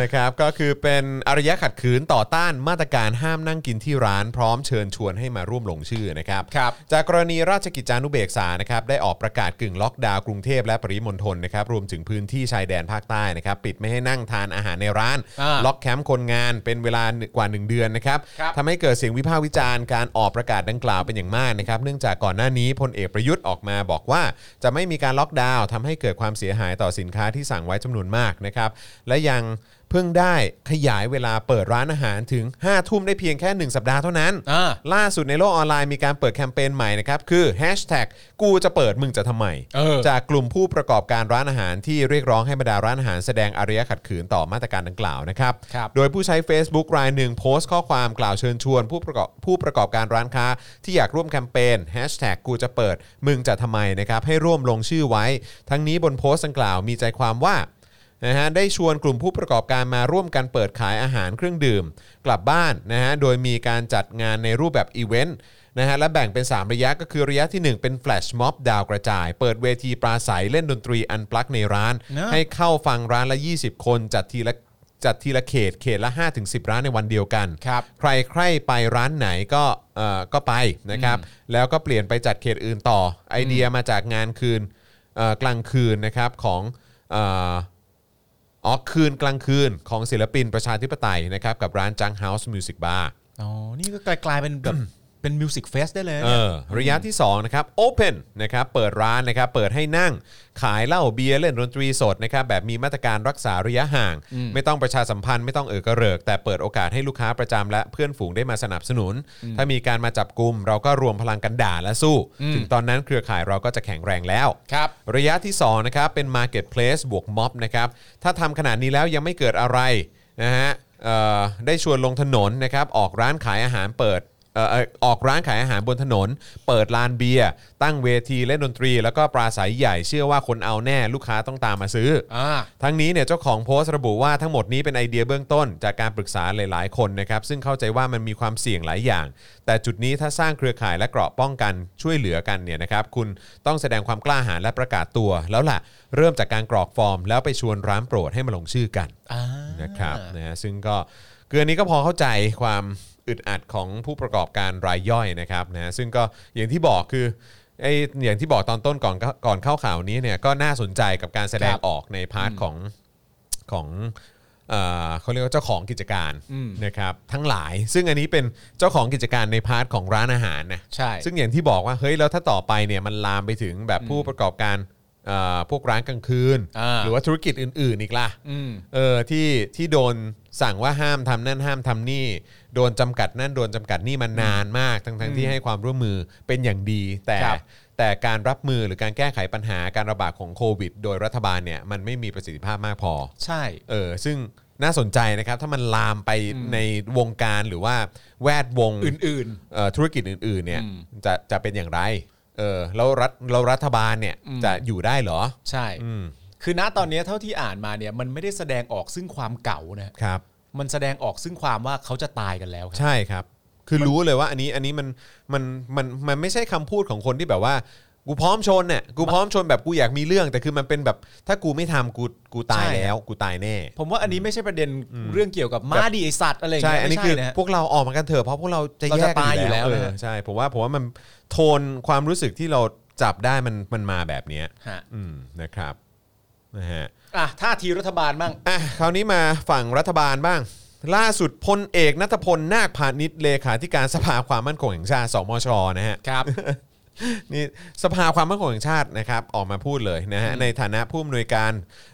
Speaker 2: นะครับก็คือเป็นอารยะขัดขืนต่อต้านมาตรการห้ามนั่งกินที่ร้านพร้อมเชิญชวนให้มาร่วมลงชื่อนะครับ
Speaker 3: ครับ
Speaker 2: จากกรณีราชกิจจานุเบกษานะครับได้ออกประกาศกึ่งล็อกดาวน์กรุงเทพและปริมณฑลนะครับรวมถึงพื้นที่ชายแดนภาคใต้นะครับปิดไม่ให้นั่งทานอาหารในร้าน
Speaker 3: อ่า
Speaker 2: ล็อกแคมป์คนงานเป็นเวลากว่า 1 เดือนนะครับ
Speaker 3: ครับ
Speaker 2: ทำให้เกิดเสียงวิพากษ์วิจารณ์การออกประกาศดังกล่าวเป็นอย่างมากนะครับเนื่องจากก่อนหน้านี้พลเอกประยุทธ์ออกมาบอกว่า จะไม่มีการล็อกดาวน์ทำให้เกิดความเสียหายต่อสินค้าที่สั่งไว้จำนวนมากนะครับและยังเพิ่งได้ขยายเวลาเปิดร้านอาหารถึง5ทุ่มได้เพียงแค่หนึ่งสัปดาห์เท่านั้น
Speaker 3: อ่า
Speaker 2: ล่าสุดในโลกออนไลน์มีการเปิดแคมเปญใหม่นะครับ คือแฮชแท็กกูจะเปิดมึงจะทำไม
Speaker 3: เออ
Speaker 2: จากกลุ่มผู้ประกอบการร้านอาหารที่เรียกร้องให้บรรดาร้านอาหารแสดงอารียขัดขืนต่อมาตรการดังกล่าวนะครับ
Speaker 3: ครับ
Speaker 2: โดยผู้ใช้ Facebook รายหนึ่งโพสต์ข้อความกล่าวเชิญชวน ผู้ประกอบผู้ประกอบการร้านค้า ที่อยากร่วมแคมเปญแฮชแท็กกูจะเปิดมึงจะทำไมนะครับให้ร่วมลงชื่อไว้ ทั้งนี้บนโพสต์ดังกล่าวมีใจความว่า นะฮะได้ชวนกลุ่มผู้ประกอบการมาร่วมกันเปิดขายอาหารเครื่องดื่ม กลับบ้านนะฮะโดยมีการจัดงานในรูปแบบอีเวนต์นะฮะและแบ่งเป็น 3 ระยะก็คือระยะทีหนึ่1 เป็นแฟลชม็อบดาวกระจาย เปิดเวทีปราศัยเล่นดนตรีอันปลั๊กในร้าน
Speaker 3: นะ
Speaker 2: ให้เข้าฟังร้านละ 20 คนจัดทีละจัดทีละเขตเขตละ 5-10 ร้านในวันเดียวกัน
Speaker 3: ครับ
Speaker 2: ใครใครไปร้านไหนก็เอ่อก็ไปนะครับ แล้วก็เปลี่ยนไปจัดเขตอื่นต่อไอเดียมาจากงานคืนเอ่อกลางคืนนะครับของเอ่ออ๋อคืนกลางคืนของศิลปินประชาธิปไตยนะครับกับร้านจัง House Music Bar
Speaker 3: อ๋อ นี่ก็กลายๆเป็นแบบ เป็นมิวสิกเฟสได้เลยนะ
Speaker 2: เอ
Speaker 3: เนี่ย
Speaker 2: อระยะที่ 2 นะครับ Open นะครับเปิดร้านนะครับเปิดให้นั่งขายเหล้าเบียร์เล่นดนตรีสดนะครับแบบมีมาตรการรักษาระยะห่าง ไม่ต้องประชาสัมพันธ์ไม่ต้องเออกระเริก แต่เปิดโอกาสให้ลูกค้าประจำและเพื่อนฝูงได้มาสนับสนุน ถ้ามีการมาจับกลุ่มเราก็รวมพลังกันด่าและสู้ ถึงตอนนั้นเครือข่ายเราก็จะแข็งแรงแล้ว
Speaker 3: ครับ
Speaker 2: ระยะที่2นะครับเป็น Marketplace บวกม็อบนะครับถ้าทำขนาดนี้แล้วยังไม่เกิดอะไรนะฮะเอ่อได้ชวนลงถนนนะครับออกร้านขายอาหารเปิดเอ่อเอ่อออกร้านขายอาหารบนถนน เปิดลานเบียร์ตั้งเวทีเล่นดนตรี แล้วก็ปราศัยใหญ่เชื่อว่าคนเอาแน่ลูกค้าต้องตามมาซื้อ
Speaker 3: อ่า
Speaker 2: ทั้งนี้เนี่ยเจ้าของโพสต์ระบุว่าทั้งหมดนี้เป็นไอเดียเบื้องต้น จากการปรึกษาหลาย ๆ คนนะครับ ซึ่งเข้าใจว่ามันมีความเสี่ยงหลายอย่าง แต่จุดนี้ถ้าสร้างเครือข่ายและเกราะป้องกันช่วยเหลือกันเนี่ยนะครับ คุณต้องแสดงความกล้าหาญและประกาศตัว แล้วล่ะ เริ่มจากการกรอกฟอร์ม แล้วไปชวนร้านโปรดให้มาลงชื่อกัน
Speaker 3: อ่า
Speaker 2: นะครับนะฮะซึ่งก็เกือนนี้ก็พอเข้าใจความอึดอัดของผู้ประกอบการรายย่อยนะครับนะซึ่งก็อย่างที่บอกคือไออย่างที่บอกตอนต้นก่อนก็ก่อนเข้าข่าวนี้เนี่ยก็น่าสนใจกับการแสดง
Speaker 3: ครับ
Speaker 2: ออกในพาร์ทของ ของเอ่อเขาเรียกว่าเจ้าของกิจการ
Speaker 3: อืม
Speaker 2: นะครับทั้งหลาย ซึ่งอันนี้เป็นเจ้าของกิจการในพาร์ทของร้านอาหารนะ
Speaker 3: ใช่
Speaker 2: ซึ่งอย่างที่บอกว่าเฮ้ยแล้วถ้าต่อไปเนี่ยมันลามไปถึงแบบผู้ประกอบการเอ่อพวกร้านกลางคืน
Speaker 3: อ่า
Speaker 2: หรือว่าธุรกิจอื่น ๆ อีกล่ะ
Speaker 3: อืม
Speaker 2: เออที่ที่โดนสั่งว่าห้ามทำนั่นห้ามทำนี่ โดนจำกัดนั่นโดนจำกัดนี่มานานมาก ทั้งๆที่ให้ความร่วมมือเป็นอย่างดี แต่
Speaker 3: ครับ
Speaker 2: แต่การรับมือหรือการแก้ไขปัญหาการระบาดของโควิด โดยรัฐบาลเนี่ยมันไม่มีประสิทธิภาพมากพอ
Speaker 3: ใช่
Speaker 2: เออซึ่งน่าสนใจนะครับ ถ้ามันลามไปในวงการหรือว่าแวดวง
Speaker 3: อื่น
Speaker 2: เอ่อธุรกิจอื่นๆเนี่ย
Speaker 3: อืม
Speaker 2: จะจะเป็นอย่างไรเออแล้วรัฐแล้วรัฐบาลเนี่ยจะอยู่ได้เหรอ
Speaker 3: ๆ ใช่
Speaker 2: อืม
Speaker 3: คือณตอนเนี้ยเท่าที่อ่านมาเนี่ยมันไม่ได้แสดงออกซึ่งความเก่านะ
Speaker 2: ครับ
Speaker 3: มันแสดงออกซึ่งความว่าเขาจะตายกันแล้วครับ
Speaker 2: ใช่ครับ คือรู้เลยว่าอันนี้อันนี้มันมันมันมันไม่ใช่คำพูดของคนที่แบบว่า กูพร้อมชนเนี่ยกูพร้อมชนแบบกูอยากมีเรื่อง แต่คือมันเป็นแบบถ้ากูไม่ทำกูกูตาย
Speaker 3: ใช่
Speaker 2: แล้ว กูตายแน่
Speaker 3: ผมว่าอันนี้ไม่ใช่ประเด็นเรื่องเกี่ยวกับมาดีไอสัตว์อะไรอย่าง
Speaker 2: ใช่
Speaker 3: เงี้ย
Speaker 2: อันนี้
Speaker 3: ไม่
Speaker 2: คือ
Speaker 3: ใช่นะ
Speaker 2: พวกเราออกมากันเถอะเพราะพวกเราจะ
Speaker 3: เรา
Speaker 2: แยก
Speaker 3: จะ
Speaker 2: กัน
Speaker 3: ตายอยู่แล้ว
Speaker 2: เ
Speaker 3: นะฮะ
Speaker 2: ใช่ ผมว่าผมว่ามันโทนความรู้สึกที่เราจับได้มันมันมาแบบเนี้ย
Speaker 3: ฮะ
Speaker 2: อืมนะครับนะฮะ
Speaker 3: อ่ะท่าทีรัฐบาลบ้าง
Speaker 2: อ่ะคราวนี้มาฝั่งรัฐบาลบ้าง ล่าสุดพลเอกนัทพลนาคพาณิชย์เลขาธิการสภาความมั่นคงแห่งชาติสมชนะฮะ
Speaker 3: ครับ
Speaker 2: นี่สภาความมั่นคงแห่งชาตินะครับออกมาพูดเลยนะฮะในฐานะผู้อำนวยการ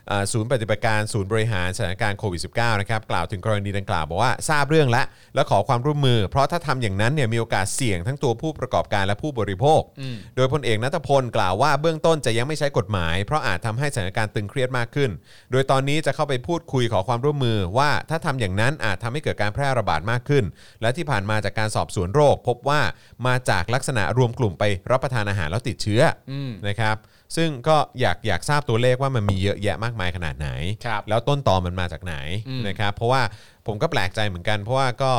Speaker 2: เอ่อศูนย์ปฏิบัติการศูนย์บริหารสถานการณ์โควิด -19 นะครับกล่าวถึงกรณีดังกล่าวบอกว่าทราบเรื่องแล้วและขอความร่วมมือ เพราะถ้าทำอย่างนั้นเนี่ยมีโอกาสเสี่ยงทั้งตัวผู้ประกอบการและผู้บริโภค โดยพลเอกนัทพลกล่าวว่าเบื้องต้นจะยังไม่ใช้กฎหมาย เพราะอาจทำให้สถานการณ์ตึงเครียดมากขึ้น โดยตอนนี้จะเข้าไปพูดคุยขอความร่วมมือว่าถ้าทำอย่างนั้นอาจทำให้เกิดการแพร่ระบาดมากขึ้น และที่ผ่านมาจากการสอบสวนโรค พบว่ามาจากลักษณะรวมกลุ่มไปรับประทานอาหารแล้วติดเชื้ออนะครับ ซึ่งก็อยากอยากทราบตัวเลขว่ามันมีเยอะแยะมากมายขนาดไหน
Speaker 3: ครับ
Speaker 2: แล้วต้นตอมันมาจากไหน
Speaker 3: อืม
Speaker 2: นะครับ เพราะว่าผมก็แปลกใจเหมือนกัน เพราะว่าก็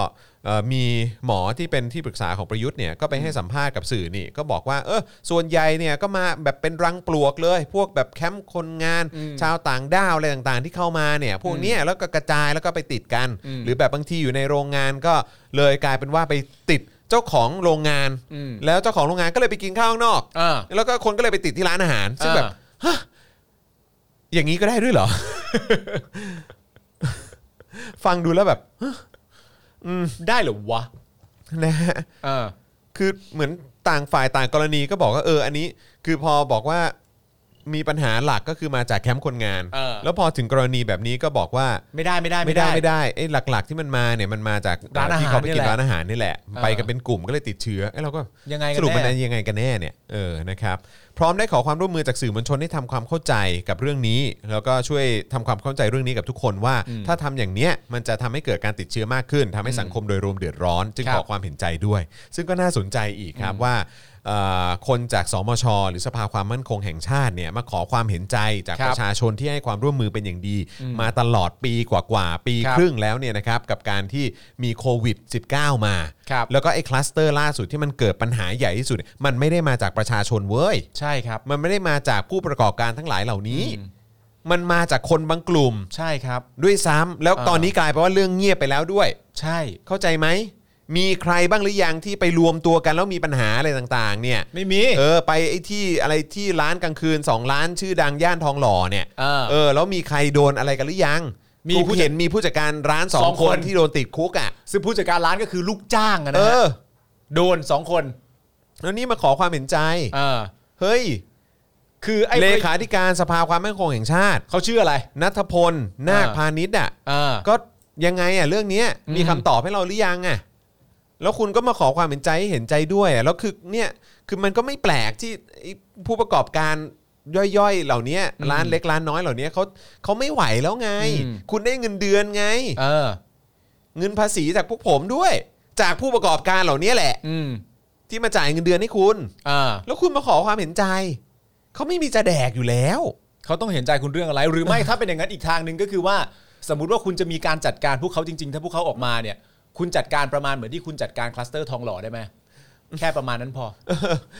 Speaker 2: เอ่อมีหมอที่เป็นที่ปรึกษาของประยุทธ์เนี่ยก็ไปให้สัมภาษณ์กับสื่อนี่ก็บอกว่าเออส่วนใหญ่เนี่ยก็มาแบบเป็นรังปลวกเลย พวกแบบแคมป์คนงาน ชาวต่างด้าวอะไรต่างๆ ที่เข้ามาเนี่ยพวกเนี้ยแล้วก็กระจายแล้วก็ไปติดกัน หรือแบบบางทีอยู่ในโรงงานก็เลยกลายเป็นว่าไปติดเจ้าของโรงงาน
Speaker 3: อืม
Speaker 2: แล้วเจ้าของโรงงานก็เลยไปกินข้าวข้างนอก
Speaker 3: อ่า
Speaker 2: แล้วก็คนก็เลยไปติดที่ร้านอาหาร ซึ่ง
Speaker 3: อ่า
Speaker 2: แบบฮะอย่างนี้ก็ได้ด้วยเหรอ ฟังดูแล้วแบบฮะ
Speaker 3: ได้เหรอวะ
Speaker 2: นะฮะ
Speaker 3: เออ
Speaker 2: คือเหมือนต่างฝ่ายต่างกรณีก็บอกว่าเออ อันนี้ คือพอบอกว่ามีปัญหาหลักก็คือมาจากแคมป์คนงาน
Speaker 3: เออ
Speaker 2: แล้วพอถึงกรณีแบบนี้ก็บอกว่า
Speaker 3: ไม่ได้ไม่ได้
Speaker 2: ไม่ได้ไม่ได้ไอ้หลัก ๆ ที่มันมาเนี่ยมันมาจาก
Speaker 3: ร้านอาหาร
Speaker 2: ที่เขาไปกิน
Speaker 3: นี่แหละ
Speaker 2: ร้านอาหารนี่แหละ
Speaker 3: เออ
Speaker 2: ไปกันเป็นกลุ่มก็เลยติดเชื้อไอ้ยเราก็
Speaker 3: ยังไงกันแน่
Speaker 2: สรุปมันยังไงกันแน่เนี่ยเออนะครับพร้อมได้ขอความร่วมมือจากสื่อมวลชนให้ทำความเข้าใจกับเรื่องนี้ แล้วก็ช่วยทำความเข้าใจเรื่องนี้กับทุกคนว่า
Speaker 3: อืม
Speaker 2: ถ้าทำอย่างเนี้ยมันจะทำให้เกิดการติดเชื้อมากขึ้นทำให้สังคมโดยรวมเดือดร้อน จึง
Speaker 3: ครับ
Speaker 2: ขอความเห็นใจด้วย ซึ่งก็น่าสนใจอีกครับว่าเอ่อคนจากสมช หรือสภาความมั่นคงแห่งชาติเนี่ยมาขอความเห็นใจจาก
Speaker 3: ครั
Speaker 2: ป
Speaker 3: บ
Speaker 2: ระชา ประชาชนที่ให้ความร่วมมือเป็นอย่างดี มาตลอดปีกว่าๆปี
Speaker 3: ครับ
Speaker 2: ครึ่งแล้วเนี่ยนะครับกับการที่มีโควิด -19 มา
Speaker 3: ครับ
Speaker 2: แล้วก็ไอ้คลัสเตอร์ล่าสุดที่มันเกิดปัญหาใหญ่ที่สุดเนี่ยมันไม่ได้มาจากประชาชนเว้ย
Speaker 3: ใช่ครับ
Speaker 2: มันไม่ได้มาจากผู้ประกอบการทั้งหลายเหล่านี้ มันมาจากคนบางกลุ่ม
Speaker 3: ใช่ครับ
Speaker 2: ด้วยซ้ำแล้ว
Speaker 3: อ่า
Speaker 2: ตอนนี้กลายเป็นว่าเรื่องเงียบไปแล้วด้วย
Speaker 3: ใช่
Speaker 2: เข้าใจไหมมีใครบ้างหรือยังที่ไปรวมตัวกันแล้วมีปัญหาอะไรต่างๆ เนี่ย
Speaker 3: ไม่มี
Speaker 2: เออไปไอ้ที่อะไรที่ร้านกลางคืน 2 ร้านชื่อดังย่านทองหล่อเนี่ย
Speaker 3: เออ
Speaker 2: เออแล้วมีใครโดนอะไรกันหรือยัง
Speaker 3: มี
Speaker 2: กู
Speaker 3: ผู้จัด
Speaker 2: เห็นมีผู้จัดการร้านสอ
Speaker 3: สอง ง
Speaker 2: ค
Speaker 3: คน น
Speaker 2: ที่โดนติดคุกอ่ะ
Speaker 3: ซึ่งผู้จัดการร้านก็คือลูกจ้างอะ
Speaker 2: เอ
Speaker 3: นะ
Speaker 2: อ
Speaker 3: ฮะโดนสองคน
Speaker 2: แล้วนี่มาขอความเห็นใจ
Speaker 3: เออ
Speaker 2: เฮ้ย
Speaker 3: คือไอ้
Speaker 2: เลขาธิการสภาความมั่นคงแห่งชาติ
Speaker 3: เขาชื่ออะไร
Speaker 2: นัทพล นาค
Speaker 3: อ่า
Speaker 2: พาณิชย์อ่ะ
Speaker 3: เออ
Speaker 2: ก็ยังไงอ่ะเรื่องเนี้ย
Speaker 3: อืม
Speaker 2: มีคำตอบให้เราหรือยังอ่ะแล้วคุณก็มาขอความเห็นใจให้เห็นใจด้วยอ่ะแล้วคือเนี่ยคือมันก็ไม่แปลกที่ไอ้ผู้ประกอบการย่อยๆ เหล่านี้ร้านเล็กร้านน้อยเหล่านี้เขาเขาไม่ไหวแล้วไง คุณได้เงินเดือนไง
Speaker 3: เออ
Speaker 2: เงินภาษีจากพวกผมด้วย จากผู้ประกอบการเหล่านี้แหละ
Speaker 3: อืม
Speaker 2: ที่มาจ่ายเงินเดือนให้คุณ
Speaker 3: เออ
Speaker 2: แล้วคุณมาขอความเห็นใจเขาไม่มีจะแดกอยู่แล้ว
Speaker 3: เขาต้องเห็นใจคุณเรื่องอะไร หรือไม่ ถ้าเป็นอย่างนั้นอีกทางหนึ่งก็คือว่า สมมติว่าคุณจะมีการจัดการพวกเขาจริง ๆ ถ้าพวกเขาออกมาเนี่ย คุณจัดการประมาณเหมือนที่คุณจัดการคลัสเตอร์ทองหล่อได้ไหมแค่ประมาณนั้นพอ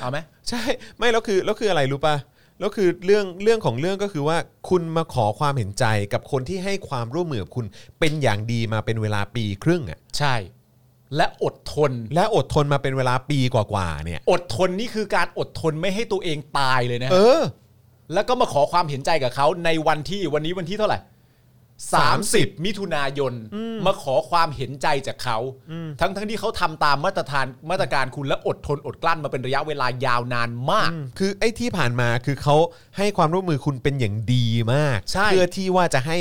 Speaker 3: เอาไหม
Speaker 2: ใช่ไม่แล้วคือแล้วคืออะไรรู้ป่ะแล้วคือเรื่องเรื่องของเรื่องก็คือว่า คุณมาขอความเห็นใจกับคนที่ให้ความร่วมมือกับคุณเป็นอย่างดีมาเป็นเวลาปีครึ่งอะ
Speaker 3: ใช่ และอดทน
Speaker 2: และอดทนมาเป็นเวลาปีกว่าๆเนี่ย
Speaker 3: อดทนนี่คือการอดทนไม่ให้ตัวเองตายเลยนะฮะ
Speaker 2: เออ
Speaker 3: แล้วก็มาขอความเห็นใจกับเขาในวันที่วันนี้วันที่เท่าไหร่ 30 มิถุนายนมาขอความเห็นใจจากเขา ทั้งทั้งที่เขาทำตามมาตรฐานมาตรการคุณและอดทนอดกลั้นมาเป็นระยะเวลายาวนานมาก
Speaker 2: คือไอ้ที่ผ่านมาคือเขาให้ความร่วมมือคุณเป็นอย่างดีมาก
Speaker 3: ใช่
Speaker 2: เพื่อที่ว่าจะให้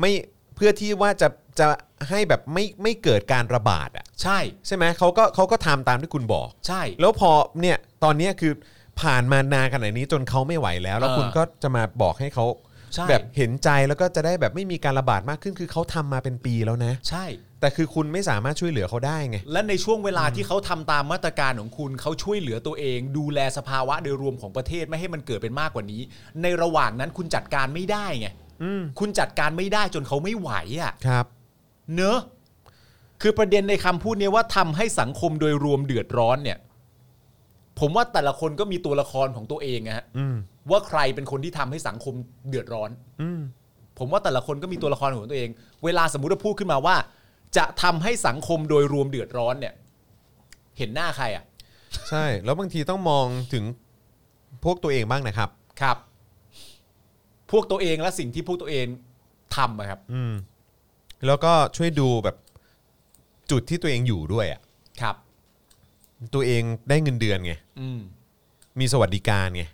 Speaker 2: ไม่เพื่อที่ว่าจะจะให้แบบไม่ไม่เกิดการระบาดอ่ะ
Speaker 3: ใช่
Speaker 2: ใช่ไหมเขาก็เขาก็ทำตามที่คุณบอก
Speaker 3: ใช่
Speaker 2: แล้วพอเนี่ยตอนเนี้ยคือ ผ่านมานานขนาดนี้จนเขาไม่ไหวแล้ว แล้ว
Speaker 3: เออ
Speaker 2: คุณก็จะมาบอกให้เขา
Speaker 3: ใช่
Speaker 2: แบบเห็นใจแล้วก็จะได้แบบไม่มีการระบาดมากขึ้นคือเขาทำมาเป็นปีแล้วนะ
Speaker 3: ใช่
Speaker 2: แต่คือคุณไม่สามารถช่วยเหลือเขาได้ไง
Speaker 3: และในช่วงเวลาที่เขาทำตามมาตรการของคุณเขาช่วยเหลือตัวเอง ดูแลสภาวะโดยรวมของประเทศไม่ให้มันเกิดเป็นมากกว่านี้ ในระหว่างนั้นคุณจัดการไม่ได้ไง
Speaker 2: อืม
Speaker 3: คุณจัดการไม่ได้จนเขาไม่ไหวอ่ะ
Speaker 2: ครับ
Speaker 3: เนอะคือประเด็นในคำพูดเนี้ยว่าทำให้สังคมโดยรวมเดือดร้อนเนี่ย ผมว่าแต่ละคนก็มีตัวละครของตัวเองนะฮะ
Speaker 2: อืม
Speaker 3: ว่าใครเป็นคนที่ทำให้สังคมเดือดร้อน
Speaker 2: อืม
Speaker 3: ผมว่าแต่ละคนก็มีตัวละครของตัวเอง เวลาสมมุติว่าพูดขึ้นมาว่า จะทำให้สังคมโดยรวมเดือดร้อนเนี่ย เห็นหน้าใครอ่ะ
Speaker 2: ใช่ แล้วบางทีต้องมองถึงพวกตัวเองบ้างนะครับ
Speaker 3: ครับ พวกตัวเองและสิ่งที่พวกตัวเองทำอะครับ
Speaker 2: อืมแล้วก็ช่วยดูแบบจุดที่ตัวเองอยู่ด้วยอะ่ะ
Speaker 3: ครับ
Speaker 2: ตัวเองได้เงินเดือนไง
Speaker 3: อืม
Speaker 2: มีสวัสดิการไง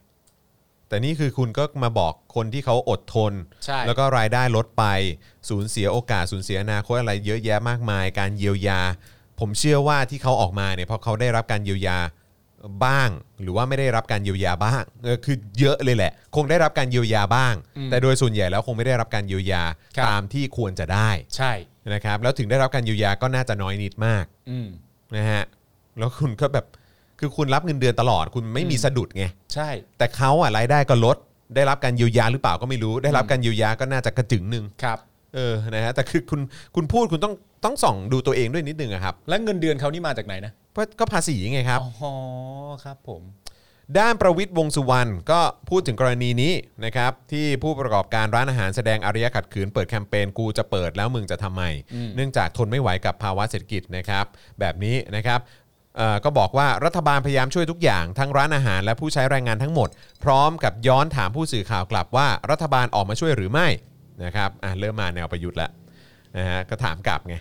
Speaker 2: แต่นี่คือคุณก็มาบอกคนที่เขาอดทน
Speaker 3: ใช่
Speaker 2: แล้วก็รายได้ลดไปสูญเสียโอกาสสูญเสียอนาคตอะไรเยอะแยะมากมาย การเยียวยา ผมเชื่อว่าที่เขาออกมาเนี่ยเพราะเขาได้รับการเยียวยาบ้าง หรือว่าไม่ได้รับการเยียวยาบ้างเออคือเยอะเลยแหละ คงได้รับการเยียวยาบ้าง แต่โดยส่วนใหญ่แล้วคงไม่ได้รับการเยียวยา
Speaker 3: ครับ
Speaker 2: ตามที่ควรจะได้
Speaker 3: ใช่
Speaker 2: นะครับแล้วถึงได้รับการเยียวยาก็น่าจะน้อยนิดมาก
Speaker 3: อืม
Speaker 2: นะฮะแล้วคุณก็แบบคือคุณรับเงินเดือนตลอด คุณไม่มีสะดุดไง
Speaker 3: ใช่
Speaker 2: แต่เขาอ่ะรายได้ก็ลด ได้รับการเยียวยาหรือเปล่าก็ไม่รู้ ได้รับการเยียวยาก็น่าจะกระจึงหนึ่ง
Speaker 3: ครับ
Speaker 2: เออนะฮะแต่คือคุณคุณพูดคุณต้องต้องส่องดูตัวเองด้วยนิดนึงอะครับ
Speaker 3: และเงินเดือนเขานี่มาจากไหนนะ
Speaker 2: เพราะก็ภาษีไงครับ
Speaker 3: อ๋อครับผม
Speaker 2: ด้านประวิทย์วงษ์สุวรรณก็พูดถึงกรณีนี้นะครับที่ผู้ประกอบการร้านอาหารแสดงอารียขัดขืนเปิดแคมเปญกูจะเปิดแล้วมึงจะทำไม
Speaker 3: อืม
Speaker 2: เนื่องจากทนไม่ไหวกับภาวะเศรษฐกิจนะครับแบบนี้นะครับเอ่อก็บอกว่ารัฐบาลพยายามช่วยทุกอย่าง ทั้งร้านอาหารและผู้ใช้แรงงานทั้งหมด พร้อมกับย้อนถามผู้สื่อข่าวกลับว่ารัฐบาลออกมาช่วยหรือไม่นะครับอ่ะเริ่มมาแนวประยุทธ์ละนะฮะก็ถามกลับไง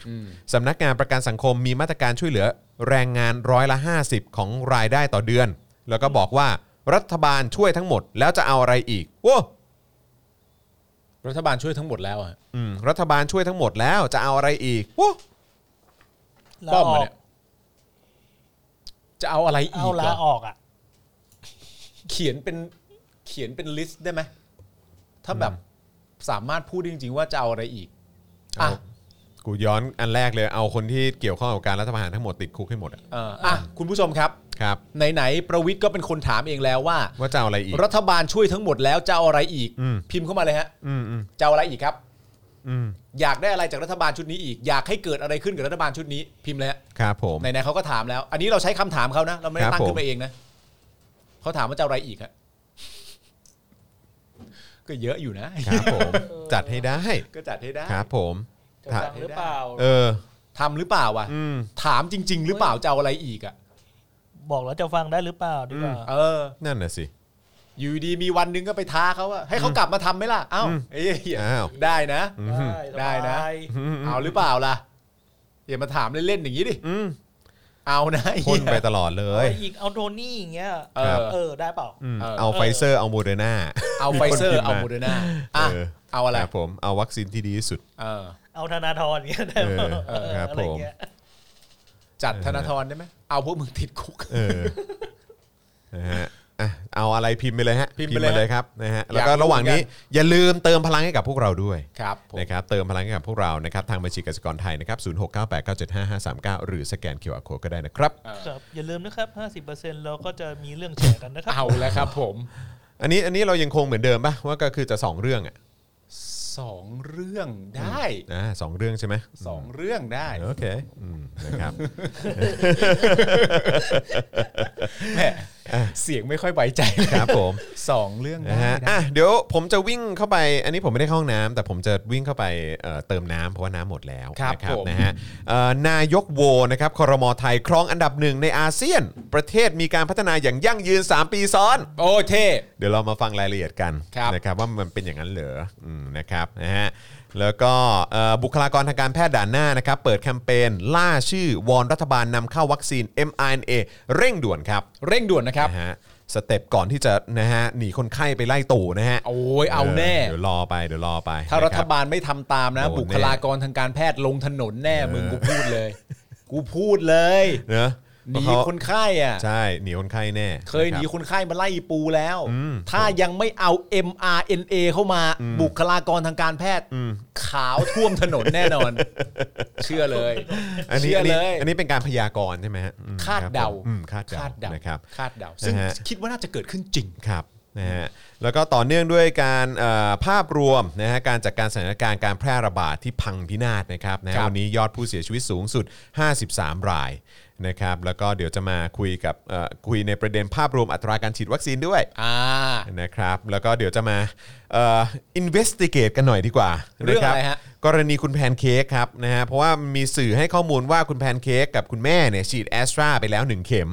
Speaker 2: สำนักงานประกันสังคมมีมาตรการช่วยเหลือแรงงานร้อยละ 50 ของรายได้ต่อเดือน แล้วก็บอกว่ารัฐบาลช่วยทั้งหมดแล้วจะเอาอะไรอีกโว้
Speaker 3: รัฐบาลช่วยทั้งหมดแล้วอะ
Speaker 2: อืมรัฐบาลช่วยทั้งหมดแล้วจะเอาอะไรอีกโว้
Speaker 4: ลา
Speaker 3: ป้อม
Speaker 4: อ
Speaker 3: มา
Speaker 4: อก
Speaker 3: เนี่ย จะเอาอะไรอี
Speaker 4: เอา
Speaker 3: กเหร
Speaker 4: ลา
Speaker 3: อ
Speaker 4: ออกอ่ะ
Speaker 3: เขียนเป็นเขียนเป็นลิสต์ได้ไหม ถ้าแบบสามารถพูดได้จริงๆว่าจะเอาอะไรอีก อ่ะ
Speaker 2: กูย้อนอันแรกเลยเอาคนที่เกี่ยวข้องกับการรัฐประหารทั้งหมดติดคุกให้หมดอะ
Speaker 3: เอ่ออ่ะ คุณผู้ชมครับ
Speaker 2: ครับ
Speaker 3: ไหนๆประวิทย์ก็เป็นคนถามเองแล้วว่า
Speaker 2: ว่าจะเอาอะไรอีก
Speaker 3: รัฐบาลช่วยทั้งหมดแล้วจะเอาอะไรอีก
Speaker 2: อืม
Speaker 3: พิมพ์เข้ามาเลยฮะ
Speaker 2: อืมอืม
Speaker 3: จะเอาอะไรอีกครับ
Speaker 2: อืม
Speaker 3: อยากได้อะไรจากรัฐบาลชุดนี้อีก อยากให้เกิดอะไรขึ้นกับรัฐบาลชุดนี้ พิมพ์เลยฮะ
Speaker 2: ครับผม
Speaker 3: ไหนๆเขาก็ถามแล้ว อันนี้เราใช้คำถามเขานะ เราไม่ได้
Speaker 2: ครับ
Speaker 3: ตั้ง
Speaker 2: ผ
Speaker 3: ขึ้
Speaker 2: ม
Speaker 3: นมาเองนะเขาถามว่าจะเอาอะไรอีกฮะ ก็เยอะอยู่นะ
Speaker 2: ครับผมจัดให้ได้
Speaker 3: ก็จัดให้ได้
Speaker 2: ครับผม
Speaker 4: จะฟังหรือเปล่า
Speaker 2: เออ
Speaker 3: ทำหรือเปล่าวะ
Speaker 2: อืม
Speaker 3: ถามจริง ๆ หรือเปล่าจะเอาอะไรอีกอ่ะ
Speaker 4: บอกแล้วจะฟังได้หรือเปล่าดีกว่า
Speaker 3: เออ
Speaker 2: นั่นน่ะสิ
Speaker 3: อยู่ดีมีวันหนึงก็ไปท้าเขาว่าให้เขากลับมาทำไหมล่ะ เอ้า
Speaker 2: อืม
Speaker 3: ไอ้เหี้ย
Speaker 2: อ้าว
Speaker 3: ได้นะ
Speaker 2: อืม
Speaker 3: ได้นะ
Speaker 4: สบาย
Speaker 3: เอาหรือเปล่าล่ะอย่ามาถามเล่นๆอย่างนี้ดิ
Speaker 2: อืม
Speaker 3: เอานะไอ้
Speaker 2: พ่
Speaker 3: เหี้
Speaker 2: น
Speaker 3: ย
Speaker 2: ไปตลอดเลย
Speaker 4: เอาอีกเอาโทนี่อย่างเงี้ย
Speaker 3: เอ
Speaker 2: ครับ
Speaker 4: เอ
Speaker 3: อ
Speaker 4: อได้เปล่า
Speaker 2: อืม
Speaker 3: เออ
Speaker 2: เอาไฟเซอร์เอาโมเดอร์นา
Speaker 3: เอาไฟเซอ
Speaker 2: มี
Speaker 3: ร์
Speaker 2: คนพิมพ์มา
Speaker 3: เอาโมเดอร์นาอ่ะ
Speaker 2: เออ
Speaker 3: เอาอะไร
Speaker 2: ครับผมเอาวัคซีนที่ดีที่สุด
Speaker 3: เออ
Speaker 4: เอาธนาธรอย่างเงี้ยได้เปล่า
Speaker 2: เออครับ
Speaker 4: ะไเงี้ย
Speaker 3: จัดธนาธรได้ไหมเอาพวกมึงติดคุก
Speaker 2: เออ นะฮะอ่ะเอาอะไรพิมพ์ไปเลยฮะ
Speaker 3: พิมพ์ไปเลย
Speaker 2: มาเลยครับนะฮะแล้วก็
Speaker 3: อยากรู้
Speaker 2: ระหว่างนี้
Speaker 3: เหมือนกั
Speaker 2: อย่าลืมเติมพลังให้กับพวกเราด้วย
Speaker 3: ครับผม
Speaker 2: นะครับเติมพลังให้กับพวกเรานะครับทางบัญชีกสิกรไทยนะครับ0698975539 หรือสแกน QR Code ก็ได้นะครับ
Speaker 4: ครับอย่าลืมนะครับ 50%เราก็จะมีเรื่องแชร์กันนะครับ
Speaker 3: เอาแล้วครับผม
Speaker 2: อันนี้อันนี้เรายังคงเหมือนเดิมป่ะว่าก็คือจะสองเรื่องอ่ะ
Speaker 3: สองเรื่องได้
Speaker 2: นะสองเรื่องใช่ไหม
Speaker 3: สองเรื่องได้
Speaker 2: โอเคอืมนะครับ
Speaker 3: แหมเสียงไม่ค่อยไว้ใจ
Speaker 2: ครับผม
Speaker 3: สองเรื่อง
Speaker 2: นะ
Speaker 3: ได้
Speaker 2: ฮะ
Speaker 3: นะ
Speaker 2: อ่ะเดี๋ยวผมจะวิ่งเข้าไป อันนี้ผมไม่ได้เข้าห้องน้ำแต่ผมจะวิ่งเข้าไปเอ่อเติมน้ำเพราะว่าน้ำหมดแล้ว
Speaker 3: ครับ
Speaker 2: นะ
Speaker 3: ผม
Speaker 2: นะฮะเอ่อนายกโวนะครับครมไทยครองอันดับหนึ่งในอาเซียน ประเทศมีการพัฒนาอย่างยั่งยืน 3 ปีซ้อน
Speaker 3: โอเท่
Speaker 2: เดี๋ยวเรามาฟังรายละเอียดกัน
Speaker 3: ครับ
Speaker 2: นะครับว่ามันเป็นอย่างนั้นเหรออืมนะครับนะฮะแล้วก็เอ่อบุคลากรทางการแพทย์ด่านหน้านะครับเปิดแคมเปญล่าชื่อวอนรัฐบาลนำเข้าวัคซีน mRNA เร่งด่วนครับ
Speaker 3: เร่งด่วนนะครับ
Speaker 2: นะฮะสเต็ปก่อนที่จะนะฮะหนีคนไข้ไปไล่ตู่นะฮะ
Speaker 3: โอ้ยเอาแน่
Speaker 2: เดี๋ยวรอไปเดี๋ยวรอไป
Speaker 3: ถ้ารัฐ
Speaker 2: นะค
Speaker 3: บาลไม่ทำตามนะ
Speaker 2: โดนแน่
Speaker 3: บุ คลากรทางการแพทย์ลงถนนแน่ มึงกูพูดเลย กูพูดเลย
Speaker 2: เนอะ
Speaker 3: หนี
Speaker 2: เพราะเขา
Speaker 3: คนไข้อ่ะ
Speaker 2: ใช่ หนีคนไข้แน่
Speaker 3: เคยหนี
Speaker 2: ะรับ
Speaker 3: คนไข้มาไล่ปูแล้ว
Speaker 2: อืม
Speaker 3: ถ้ายังไม่เอา mRNA เข้ามาบุคลากรทางการแพทย์
Speaker 2: อืม
Speaker 3: ขาวท่วมถนนแน่นอน เชื่อเลย
Speaker 2: อันนี้
Speaker 3: เชื่อ
Speaker 2: อันนี้
Speaker 3: เลย
Speaker 2: อันนี้เป็นการพยากรณ์ใช่ไหมฮะอืม
Speaker 3: คาด
Speaker 2: รับ
Speaker 3: เดา
Speaker 2: ผมอืมคาดเดา
Speaker 3: คาดเดา
Speaker 2: นะครับ
Speaker 3: คาดเดา ซึ่ง
Speaker 2: นะฮะ
Speaker 3: คิดว่าน่าจะเกิดขึ้นจริง
Speaker 2: ครับนะฮะแล้วก็ต่อเนื่องด้วยการเอ่อภาพรวมนะฮะการจัดการสถานการณ์การแพร่ระบาดที่พังพินาศนะครับนะฮะ
Speaker 3: ครับ
Speaker 2: วันนี้ยอดผู้เสียชีวิตสูงสุด 53 รายนะครับแล้วก็เดี๋ยวจะมาคุยกับเอ่อคุยในประเด็นภาพรวมอัตราการฉีดวัคซีนด้วย
Speaker 3: ่า
Speaker 2: นะครับแล้วก็เดี๋ยวจะมาเอินเวสติเกตกันหน่อยดีกว่า
Speaker 3: เรื่อง
Speaker 2: นคบ
Speaker 3: อะไรฮะ
Speaker 2: กรณีคุณแพนเค้กครับนะฮะเพราะว่ามีสื่อให้ข้อมูลว่าคุณแพนเค้กกับคุณแม่เนี่ยฉีดแอสตราไปแล้วหนึ่งเข็ม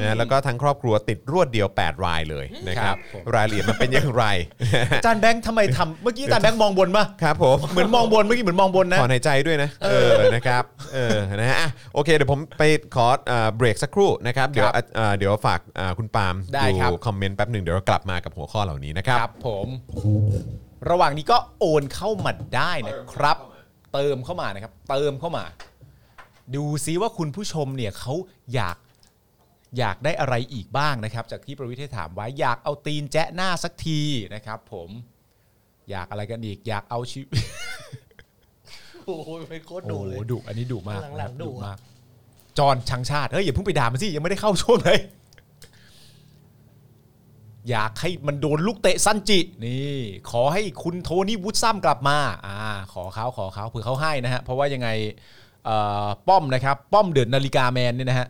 Speaker 2: นะแล้วก็ทั้งครอบครัวติดรวดเดียว 8 รายเลยนะครับ
Speaker 3: ครับผม
Speaker 2: รายละเอียดมันเป็นอย่าง ไร
Speaker 3: อาจารย์แบงค์ทำไมทำเมื่อกี้อาจารย์แบงค์มองบนปะ
Speaker 2: ครับผม
Speaker 3: เหมือนมองบนเมื่อกี้เหมือนมองบนนะ
Speaker 2: ถอนหายใจด้วยนะ เออนะครับเออนะฮะอ่ะโอเค เดี๋ยวผมไปขอเอ่อเบรกสักครู่นะครับ เดี๋ยว
Speaker 3: ครับ
Speaker 2: เอ่อเดี๋ยวฝากเอ่อคุณปาล์ม
Speaker 3: ได้
Speaker 2: ดู
Speaker 3: ครับ
Speaker 2: คอมเมนต์แป๊บหนึ่งเดี๋ยวเรากลับมากับหัวข้อเหล่านี้นะครับ
Speaker 3: ครับผม ระหว่างนี้ก็โอนเข้ามาได้นะครับ เติมเข้ามานะครับ เติมเข้ามา ดูซิว่าคุณผู้ชมเนี่ยเขาอยากอยากได้อะไรอีกบ้างนะครับ จากที่ประวิทย์ได้ถามไว้อยากเอาตีนแจ๊ะหน้าสักทีนะครับ ผม อยากอะไรกันอีก อยากเอาชีวิต
Speaker 4: โอ้โหไม่โคตร
Speaker 3: โอ้
Speaker 4: ดุ
Speaker 3: โห
Speaker 4: เลย
Speaker 3: ดุอันนี้ดุมาก
Speaker 4: หลังๆ
Speaker 3: นะครับ
Speaker 4: ดุอะ
Speaker 3: มากจอนชังชาติเฮ้ยอย่าเพิ่งไปด่ามันสิยังไม่ได้เข้าช่วงเลย อยากให้มันโดนลูกเตะซันจิ นี่ ขอให้คุณโทนี่วูดซัมกลับมา อ่า ขอเขาขอเขาเผื่อเขาให้นะฮะ เพราะว่ายังไงเอ่อป้อมนะครับ ป้อมเดินนาฬิกาแมนเนี่ยนะฮะ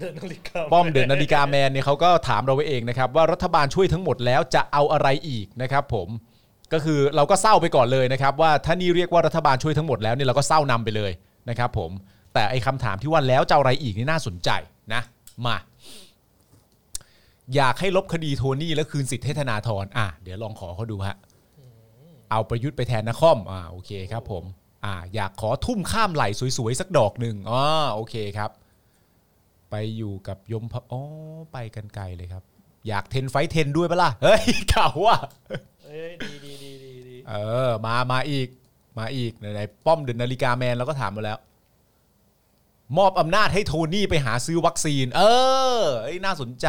Speaker 4: เดินนาฬิกา
Speaker 3: ป้อมเดินนาฬิกาแมนเนี่ยเขาก็ถามเราไว้เองนะครับ ว่ารัฐบาลช่วยทั้งหมดแล้วจะเอาอะไรอีกนะครับ ผมก็คือเราก็เศร้าไปก่อนเลยนะครับ ว่าถ้านี่เรียกว่ารัฐบาลช่วยทั้งหมดแล้วเนี่ยเราก็เศร้านำไปเลยนะครับ ผมแต่ไอ้คำถามที่ว่าแล้วจะเอาอะไรอีกนี่น่าสนใจนะ มา อยากให้ลบคดีโทนี่และคืนสิทธิ์ให้ธนาธรอ่ะเดี๋ยวลองขอเขาดูฮะเอาประยุทธ์ไปแทนนคอมอ่าโอเคครับ ผม อ่า อยากขอทุ่มข้ามไหลสวยๆสักดอกหนึ่งอ๋อโอเคครับ ไปอยู่กับยมพะอ๋อไปกันไกลเลยครับ อยากเทนไฟท์เทนด้วยปะล่ะ เฮ้ยเก่าว่ะ
Speaker 4: เอ้ยดีดีดีดีดี
Speaker 3: เออ มามาอีก มาอีก ไหนๆป้อมเดินนาฬิกาแมนเราก็ถามมาแล้ว มอบอำนาจให้โทนี่ไปหาซื้อวัคซีน เออเอ้ยน่าสนใจ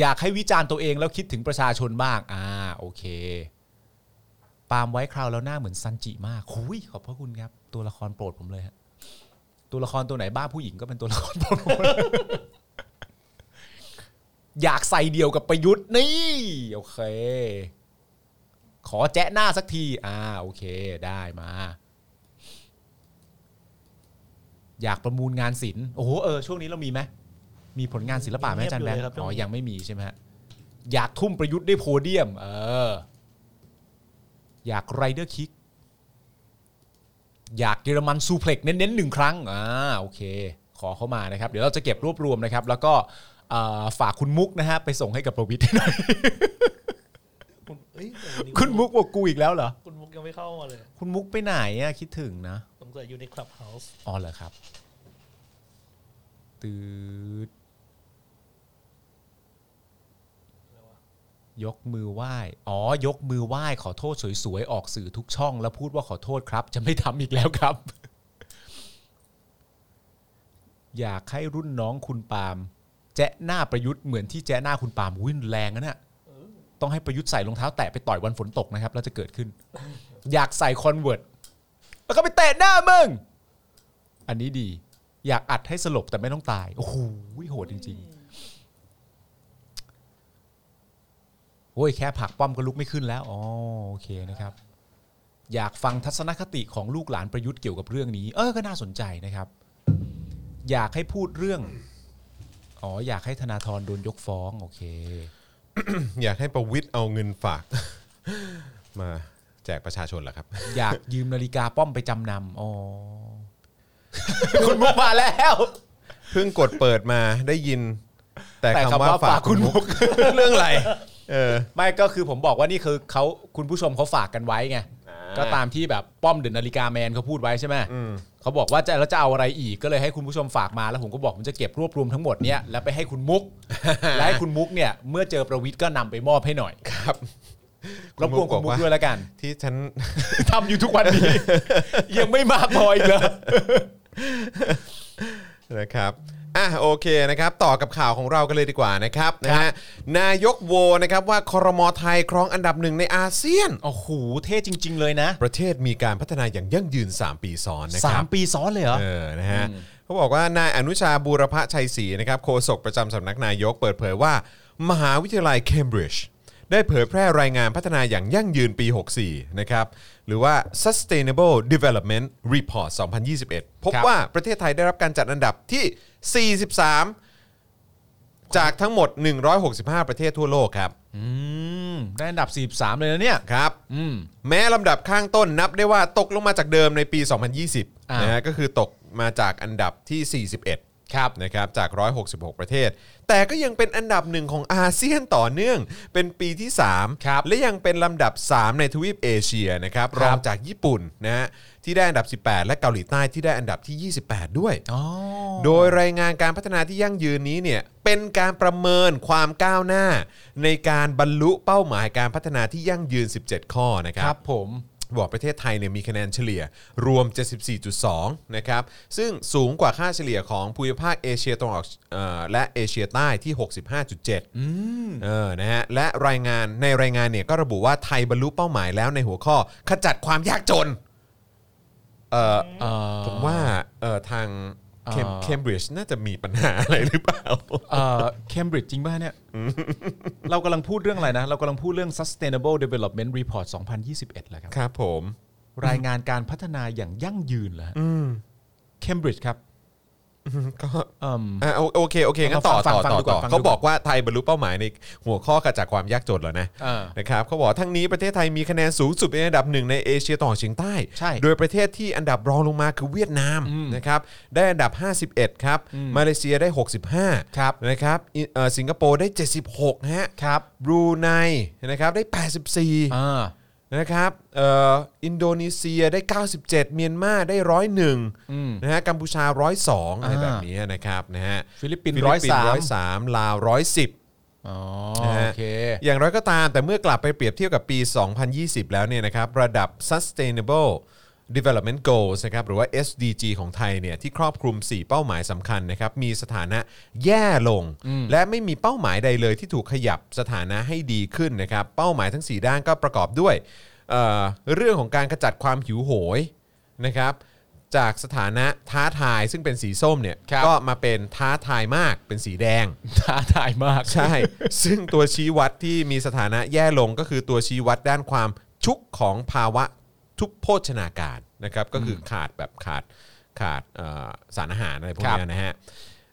Speaker 3: อยากให้วิจารณ์ตัวเองแล้วคิดถึงประชาชนบ้าง อ่า โอเค ปาล์มไว้คราวแล้วหน้าเหมือนซันจิมากหุยขอบพระคุณครับ ตัวละครโปรดผมเลยฮะตัวละครตัวไหนบ้าผู้หญิงก็เป็นตัวละครโปรดผม อยากใส่เดียวกับประยุทธ์นี่ โอเค ขอแจ๊ะหน้าสักที อ่า โอเค ได้มา อยากประมูลงานศิลป์ โอ้โห เออ ช่วงนี้เรามีไหม มีผลงานศิลปะไหมอาจารย์แบงค์อ๋อ ยังไม่มีใช่ไหมฮะ อยากทุ่มประยุทธ์ได้วยโพเดียม เออ อยากไรเดอร์คิก อยากเยอรมันซูเพล็กซ์เน้นๆหนึ่งครั้ง อ่า โอเค ขอเข้ามานะครับ เดี๋ยวเราจะเก็บรวบรวมนะครับ แล้วก็เอ่อฝากคุณมุกนะฮะ ไปส่งให้กับประวิทย์หน่อย
Speaker 4: คุณเอ้ยแต่วันนี้
Speaker 3: คุณมุกบอกกูอีกแล้วเหรอ
Speaker 4: คุณมุกยังไม่เข้ามาเลย
Speaker 3: คุณมุกไปไหนอะคิดถึงนะ
Speaker 4: สงสัยอยู่ในคลับเฮาส์
Speaker 3: อ๋อเหรอครับ ตืดยกมือไหว้ อ๋อ ยกมือไหว้ ขอโทษสวยๆ ออกสื่อทุกช่อง แล้วพูดว่าขอโทษครับ จะไม่ทำอีกแล้วครับ อยากให้รุ่นน้องคุณปาล์มแจ๊ะหน้าประยุทธ์เหมือนที่แจ๊ะหน้าคุณปาล์มวิ่งแรงนะเนี่ยต้องให้ประยุทธ์ใส่รองเท้าแตะไปต่อยวันฝนตกนะครับ แล้วจะเกิดขึ้น อยากใส่คอนเวิร์ตแล้วก็ไปเตะหน้ามึง อันนี้ดี อยากอัดให้สลบแต่ไม่ต้องตาย โอ้โหโหดจริงๆโอ้ยแค่ผลักป้อมก็ลุกไม่ขึ้นแล้วอ๋อโอเคนะครับ อยากฟังทัศนคติของลูกหลานประยุทธ์เกี่ยวกับเรื่องนี้ เออก็น่าสนใจนะครับ อยากให้พูดเรื่องอ๋ออยากให้ธนาธรโดนยกฟ้องโอเค
Speaker 2: อยากให้ประวิทย์เอาเงินฝาก มาแจกประชาชนเหรอครับ
Speaker 3: อยากยืมนาฬิกาป้อมไปจำนำอ๋อ คุณมุกมาแล้ว
Speaker 2: เพิ่งกดเปิดมาได้ยิน แต่
Speaker 3: แต่
Speaker 2: คำ
Speaker 3: คำ
Speaker 2: ว่า
Speaker 3: ว่า
Speaker 2: ฝา
Speaker 3: ฝาก ก
Speaker 2: คุ
Speaker 3: คุณ ณ
Speaker 2: มุ
Speaker 3: มุ
Speaker 2: ก
Speaker 3: ก
Speaker 2: เรื่องอะไรเออ
Speaker 3: ไม่ก็คือผมบอกว่านี่คือเขาคุณผู้ชมเขาฝากกันไว้ไงก็ตามที่แบบป้อมเดินนาฬิกาแมนเขาพูดไว้ใช่ไหม
Speaker 2: อืม
Speaker 3: เขาบอกว่าจะแล้วจะเอาอะไรอีกก็เลยให้คุณผู้ชมฝากมาแล้วผมก็บอกผมจะเก็บรวบรวมทั้งหมดเนี่ยแล้วไปให้คุณ มุก และให้คุณมุกเนี่ย เมื่อเจอประวิทย์ก็นำไปมอบให้หน่อย
Speaker 2: ครับ
Speaker 3: รบกวนคุณมุกด้วยแล้วกัน
Speaker 2: ที่ฉัน
Speaker 3: ทำ อยู่ทุกวันนี้ ยังไม่มากพออีกเหรอ
Speaker 2: นะครับอ่ะโอเคนะครับ ต่อกับข่าวของเรากันเลยดีกว่านะครับนะฮะนายกโวนะครับว่าครมไทยครองอันดับหนึ่งในอาเซียน
Speaker 3: โอ้โหเท่จริง ๆ เลยนะ
Speaker 2: ประเทศมีการพัฒนาอย่างยั่งยืน 3 ปีซ้อนนะค
Speaker 3: สา
Speaker 2: รั
Speaker 3: ม
Speaker 2: บ
Speaker 3: ปีซ้อนเลยเหรอ
Speaker 2: เออ นะฮะเขาบอกว่านายอนุชาบูรพชัยศรีนะครับโฆษกประจำสำนักนายกเปิดเผยว่า มหาวิทยาลัยเคมบริดจ์ได้เผยแพร่รายงานพัฒนาอย่างยั่งยืนปี 64 นะครับ หรือว่า Sustainable Development Report 2021 พบ
Speaker 3: ครับ
Speaker 2: ว่าประเทศไทยได้รับการจัดอันดับที่ 43 จากทั้งหมด 165 ประเทศทั่วโลกครับ
Speaker 3: อืมได้อันดับ43เลยนะเนี่ย
Speaker 2: ครับ
Speaker 3: อืม
Speaker 2: แม้ลำดับข้างต้นนับได้ว่าตกลงมาจากเดิมในปี
Speaker 3: อ่า
Speaker 2: 2020
Speaker 3: น
Speaker 2: นะฮะก็คือตกมาจากอันดับที่ 41 ครับนะครับจาก 166 ประเทศ แต่ก็ยังเป็นอันดับหนึ่งของอาเซียนต่อเนื่อง เป็นปีที่ 3
Speaker 3: ครับ
Speaker 2: และยังเป็นลำดับ 3 ในทวีปเอเชียนะครับ
Speaker 3: ครับ
Speaker 2: รองจากญี่ปุ่นนะฮะที่ได้อันดับ 18 และเกาหลีใต้ที่ได้อันดับที่ 28 ด้วย
Speaker 3: อ๋อ
Speaker 2: โดยรายงานการพัฒนาที่ยั่งยืนนี้เนี่ยเป็นการประเมินความก้าวหน้า ในการบรรลุเป้าหมายการพัฒนาที่ยั่งยืน 17 ข้อนะค
Speaker 3: ค
Speaker 2: รั
Speaker 3: รับ บผม
Speaker 2: บอกประเทศไทยเนี่ยมีคะแนนเฉลี่ยรวม 74.2 นะครับ ซึ่งสูงกว่าค่าเฉลี่ยของภูมิภาคเอเชียตะวันออกเอ่อและเอเชียใต้ที่ 65.7เออนะฮะและรายงานในรายงานเนี่ยก็ระบุว่าไทยบรรลุเป้าหมายแล้วในหัวข้อขจัดความยากจนเอ่อ
Speaker 3: เอ่อ
Speaker 2: ผมว่าเอ่อทางเคม
Speaker 3: เอ่อ
Speaker 2: เคมบริดจ์น่าจะมีปัญหาอะไรหรือเปล่า
Speaker 3: เอ่อเคมบริดจ์จริงป่ะเนี่ย เรากำลังพูดเรื่องอะไรนะ เรากำลังพูดเรื่อง Sustainable Development Report 2021เหรอครับ
Speaker 2: ครับผม
Speaker 3: รายงานการพัฒนาอย่างยั่งยืนเหรอ
Speaker 2: อืม
Speaker 3: เคมบริดจ์ครับ
Speaker 2: ก็
Speaker 3: เอิ่ม
Speaker 2: อ่ะโอโอเคโอเคงั้นต่อ
Speaker 3: ฟัง
Speaker 2: ต่อ
Speaker 3: ฟัง
Speaker 2: ต่อ
Speaker 3: ดูก่
Speaker 2: ต่
Speaker 3: อ
Speaker 2: อน
Speaker 3: ฟังดูก่อน
Speaker 2: เขาบอกว่าไทยบรรลุเป้าหมายในหัวข้อขจัดความยากจนแล้วนะ
Speaker 3: เออ
Speaker 2: นะครับเขาบอกทั้งนี้ประเทศไทยมีคะแนนสูงสุดเป็นอันดับหนึ่งในเอเชียตะวันออกเฉียงใต้
Speaker 3: ใช่
Speaker 2: โดยประเทศที่อันดับรองลงมาคือเวียดนามนะครับได้อันดับ 51 ครับ มาเลเซียได้ 65
Speaker 3: ครับ
Speaker 2: นะครับอิเอ่อสิงคโปร์ได้ 76ฮะ
Speaker 3: ครับ
Speaker 2: บรูไนนะครับได้ 84
Speaker 3: อ่า
Speaker 2: นะครับเอ่ออินโดนีเซียได้ 97 เมียนมาได้ร้อยหนึ่ง
Speaker 3: อืม
Speaker 2: นะฮะกัมพูชาร้อยสองอะไร
Speaker 3: อ่า
Speaker 2: แบบนี้นะครับนะฮะ
Speaker 3: ฟิลิปปินส์
Speaker 2: ฟิ
Speaker 3: ร้
Speaker 2: ลิ
Speaker 3: อย
Speaker 2: ปปิน
Speaker 3: สา
Speaker 2: ส์ร้
Speaker 3: ม
Speaker 2: อยสามลาวร้อยสิบ
Speaker 3: อ๋อ
Speaker 2: นะ
Speaker 3: โอ
Speaker 2: ฮะ
Speaker 3: เค
Speaker 2: อย่างไรก็ตามแต่เมื่อกลับไปเปรียบเทียบกับปี 2020 แล้วเนี่ยนะครับ ระดับ sustainable development goals นะครับหรือว่า SDG ของไทยเนี่ยที่ครอบคลุม 4 เป้าหมายสำคัญนะครับมีสถานะแย่ลง และไม่มีเป้าหมายใดเลยที่ถูกขยับสถานะให้ดีขึ้นนะครับ เป้าหมายทั้ง 4 ด้านก็ประกอบด้วยเอ่อเรื่องของการขจัดความหิวโหยนะครับจากสถานะท้าทายซึ่งเป็นสีส้มเนี่ย
Speaker 3: ครับ
Speaker 2: ก็มาเป็นท้าทายมากเป็นสีแดง
Speaker 3: ท้าทายมาก
Speaker 2: ใช่ ซึ่งตัวชี้วัดที่มีสถานะแย่ลงก็คือตัวชี้วัดด้านความชุกของภาวะทุพโภชนาการนะครับ ก็คือขาดแบบขาดขาดเอ่อสารอาหารอะไรพวก
Speaker 3: ครับ
Speaker 2: เนี้ยนะฮะ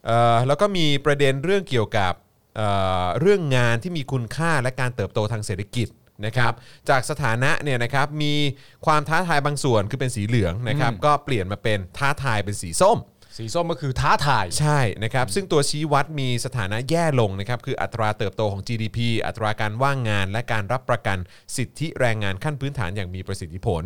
Speaker 2: เอ่อแล้วก็มีประเด็นเรื่องเกี่ยวกับเอ่อเรื่องงานที่มีคุณค่าและการเติบโตทางเศรษฐกิจนะครับ จากสถานะเนี่ยนะครับมีความท้าทายบางส่วนคือเป็นสีเหลืองนะครับ ก็เปลี่ยนมาเป็นท้าทายเป็นสีส้ม
Speaker 3: สีส้มก็คือท้าทาย
Speaker 2: ใช่นะครับ ซึ่งตัวชี้วัดมีสถานะแย่ลงนะครับ คืออัตราเติบโตของ GDP อัตราการว่างงาน และการรับประกันสิทธิแรงงานขั้นพื้นฐานอย่างมีประสิทธิผล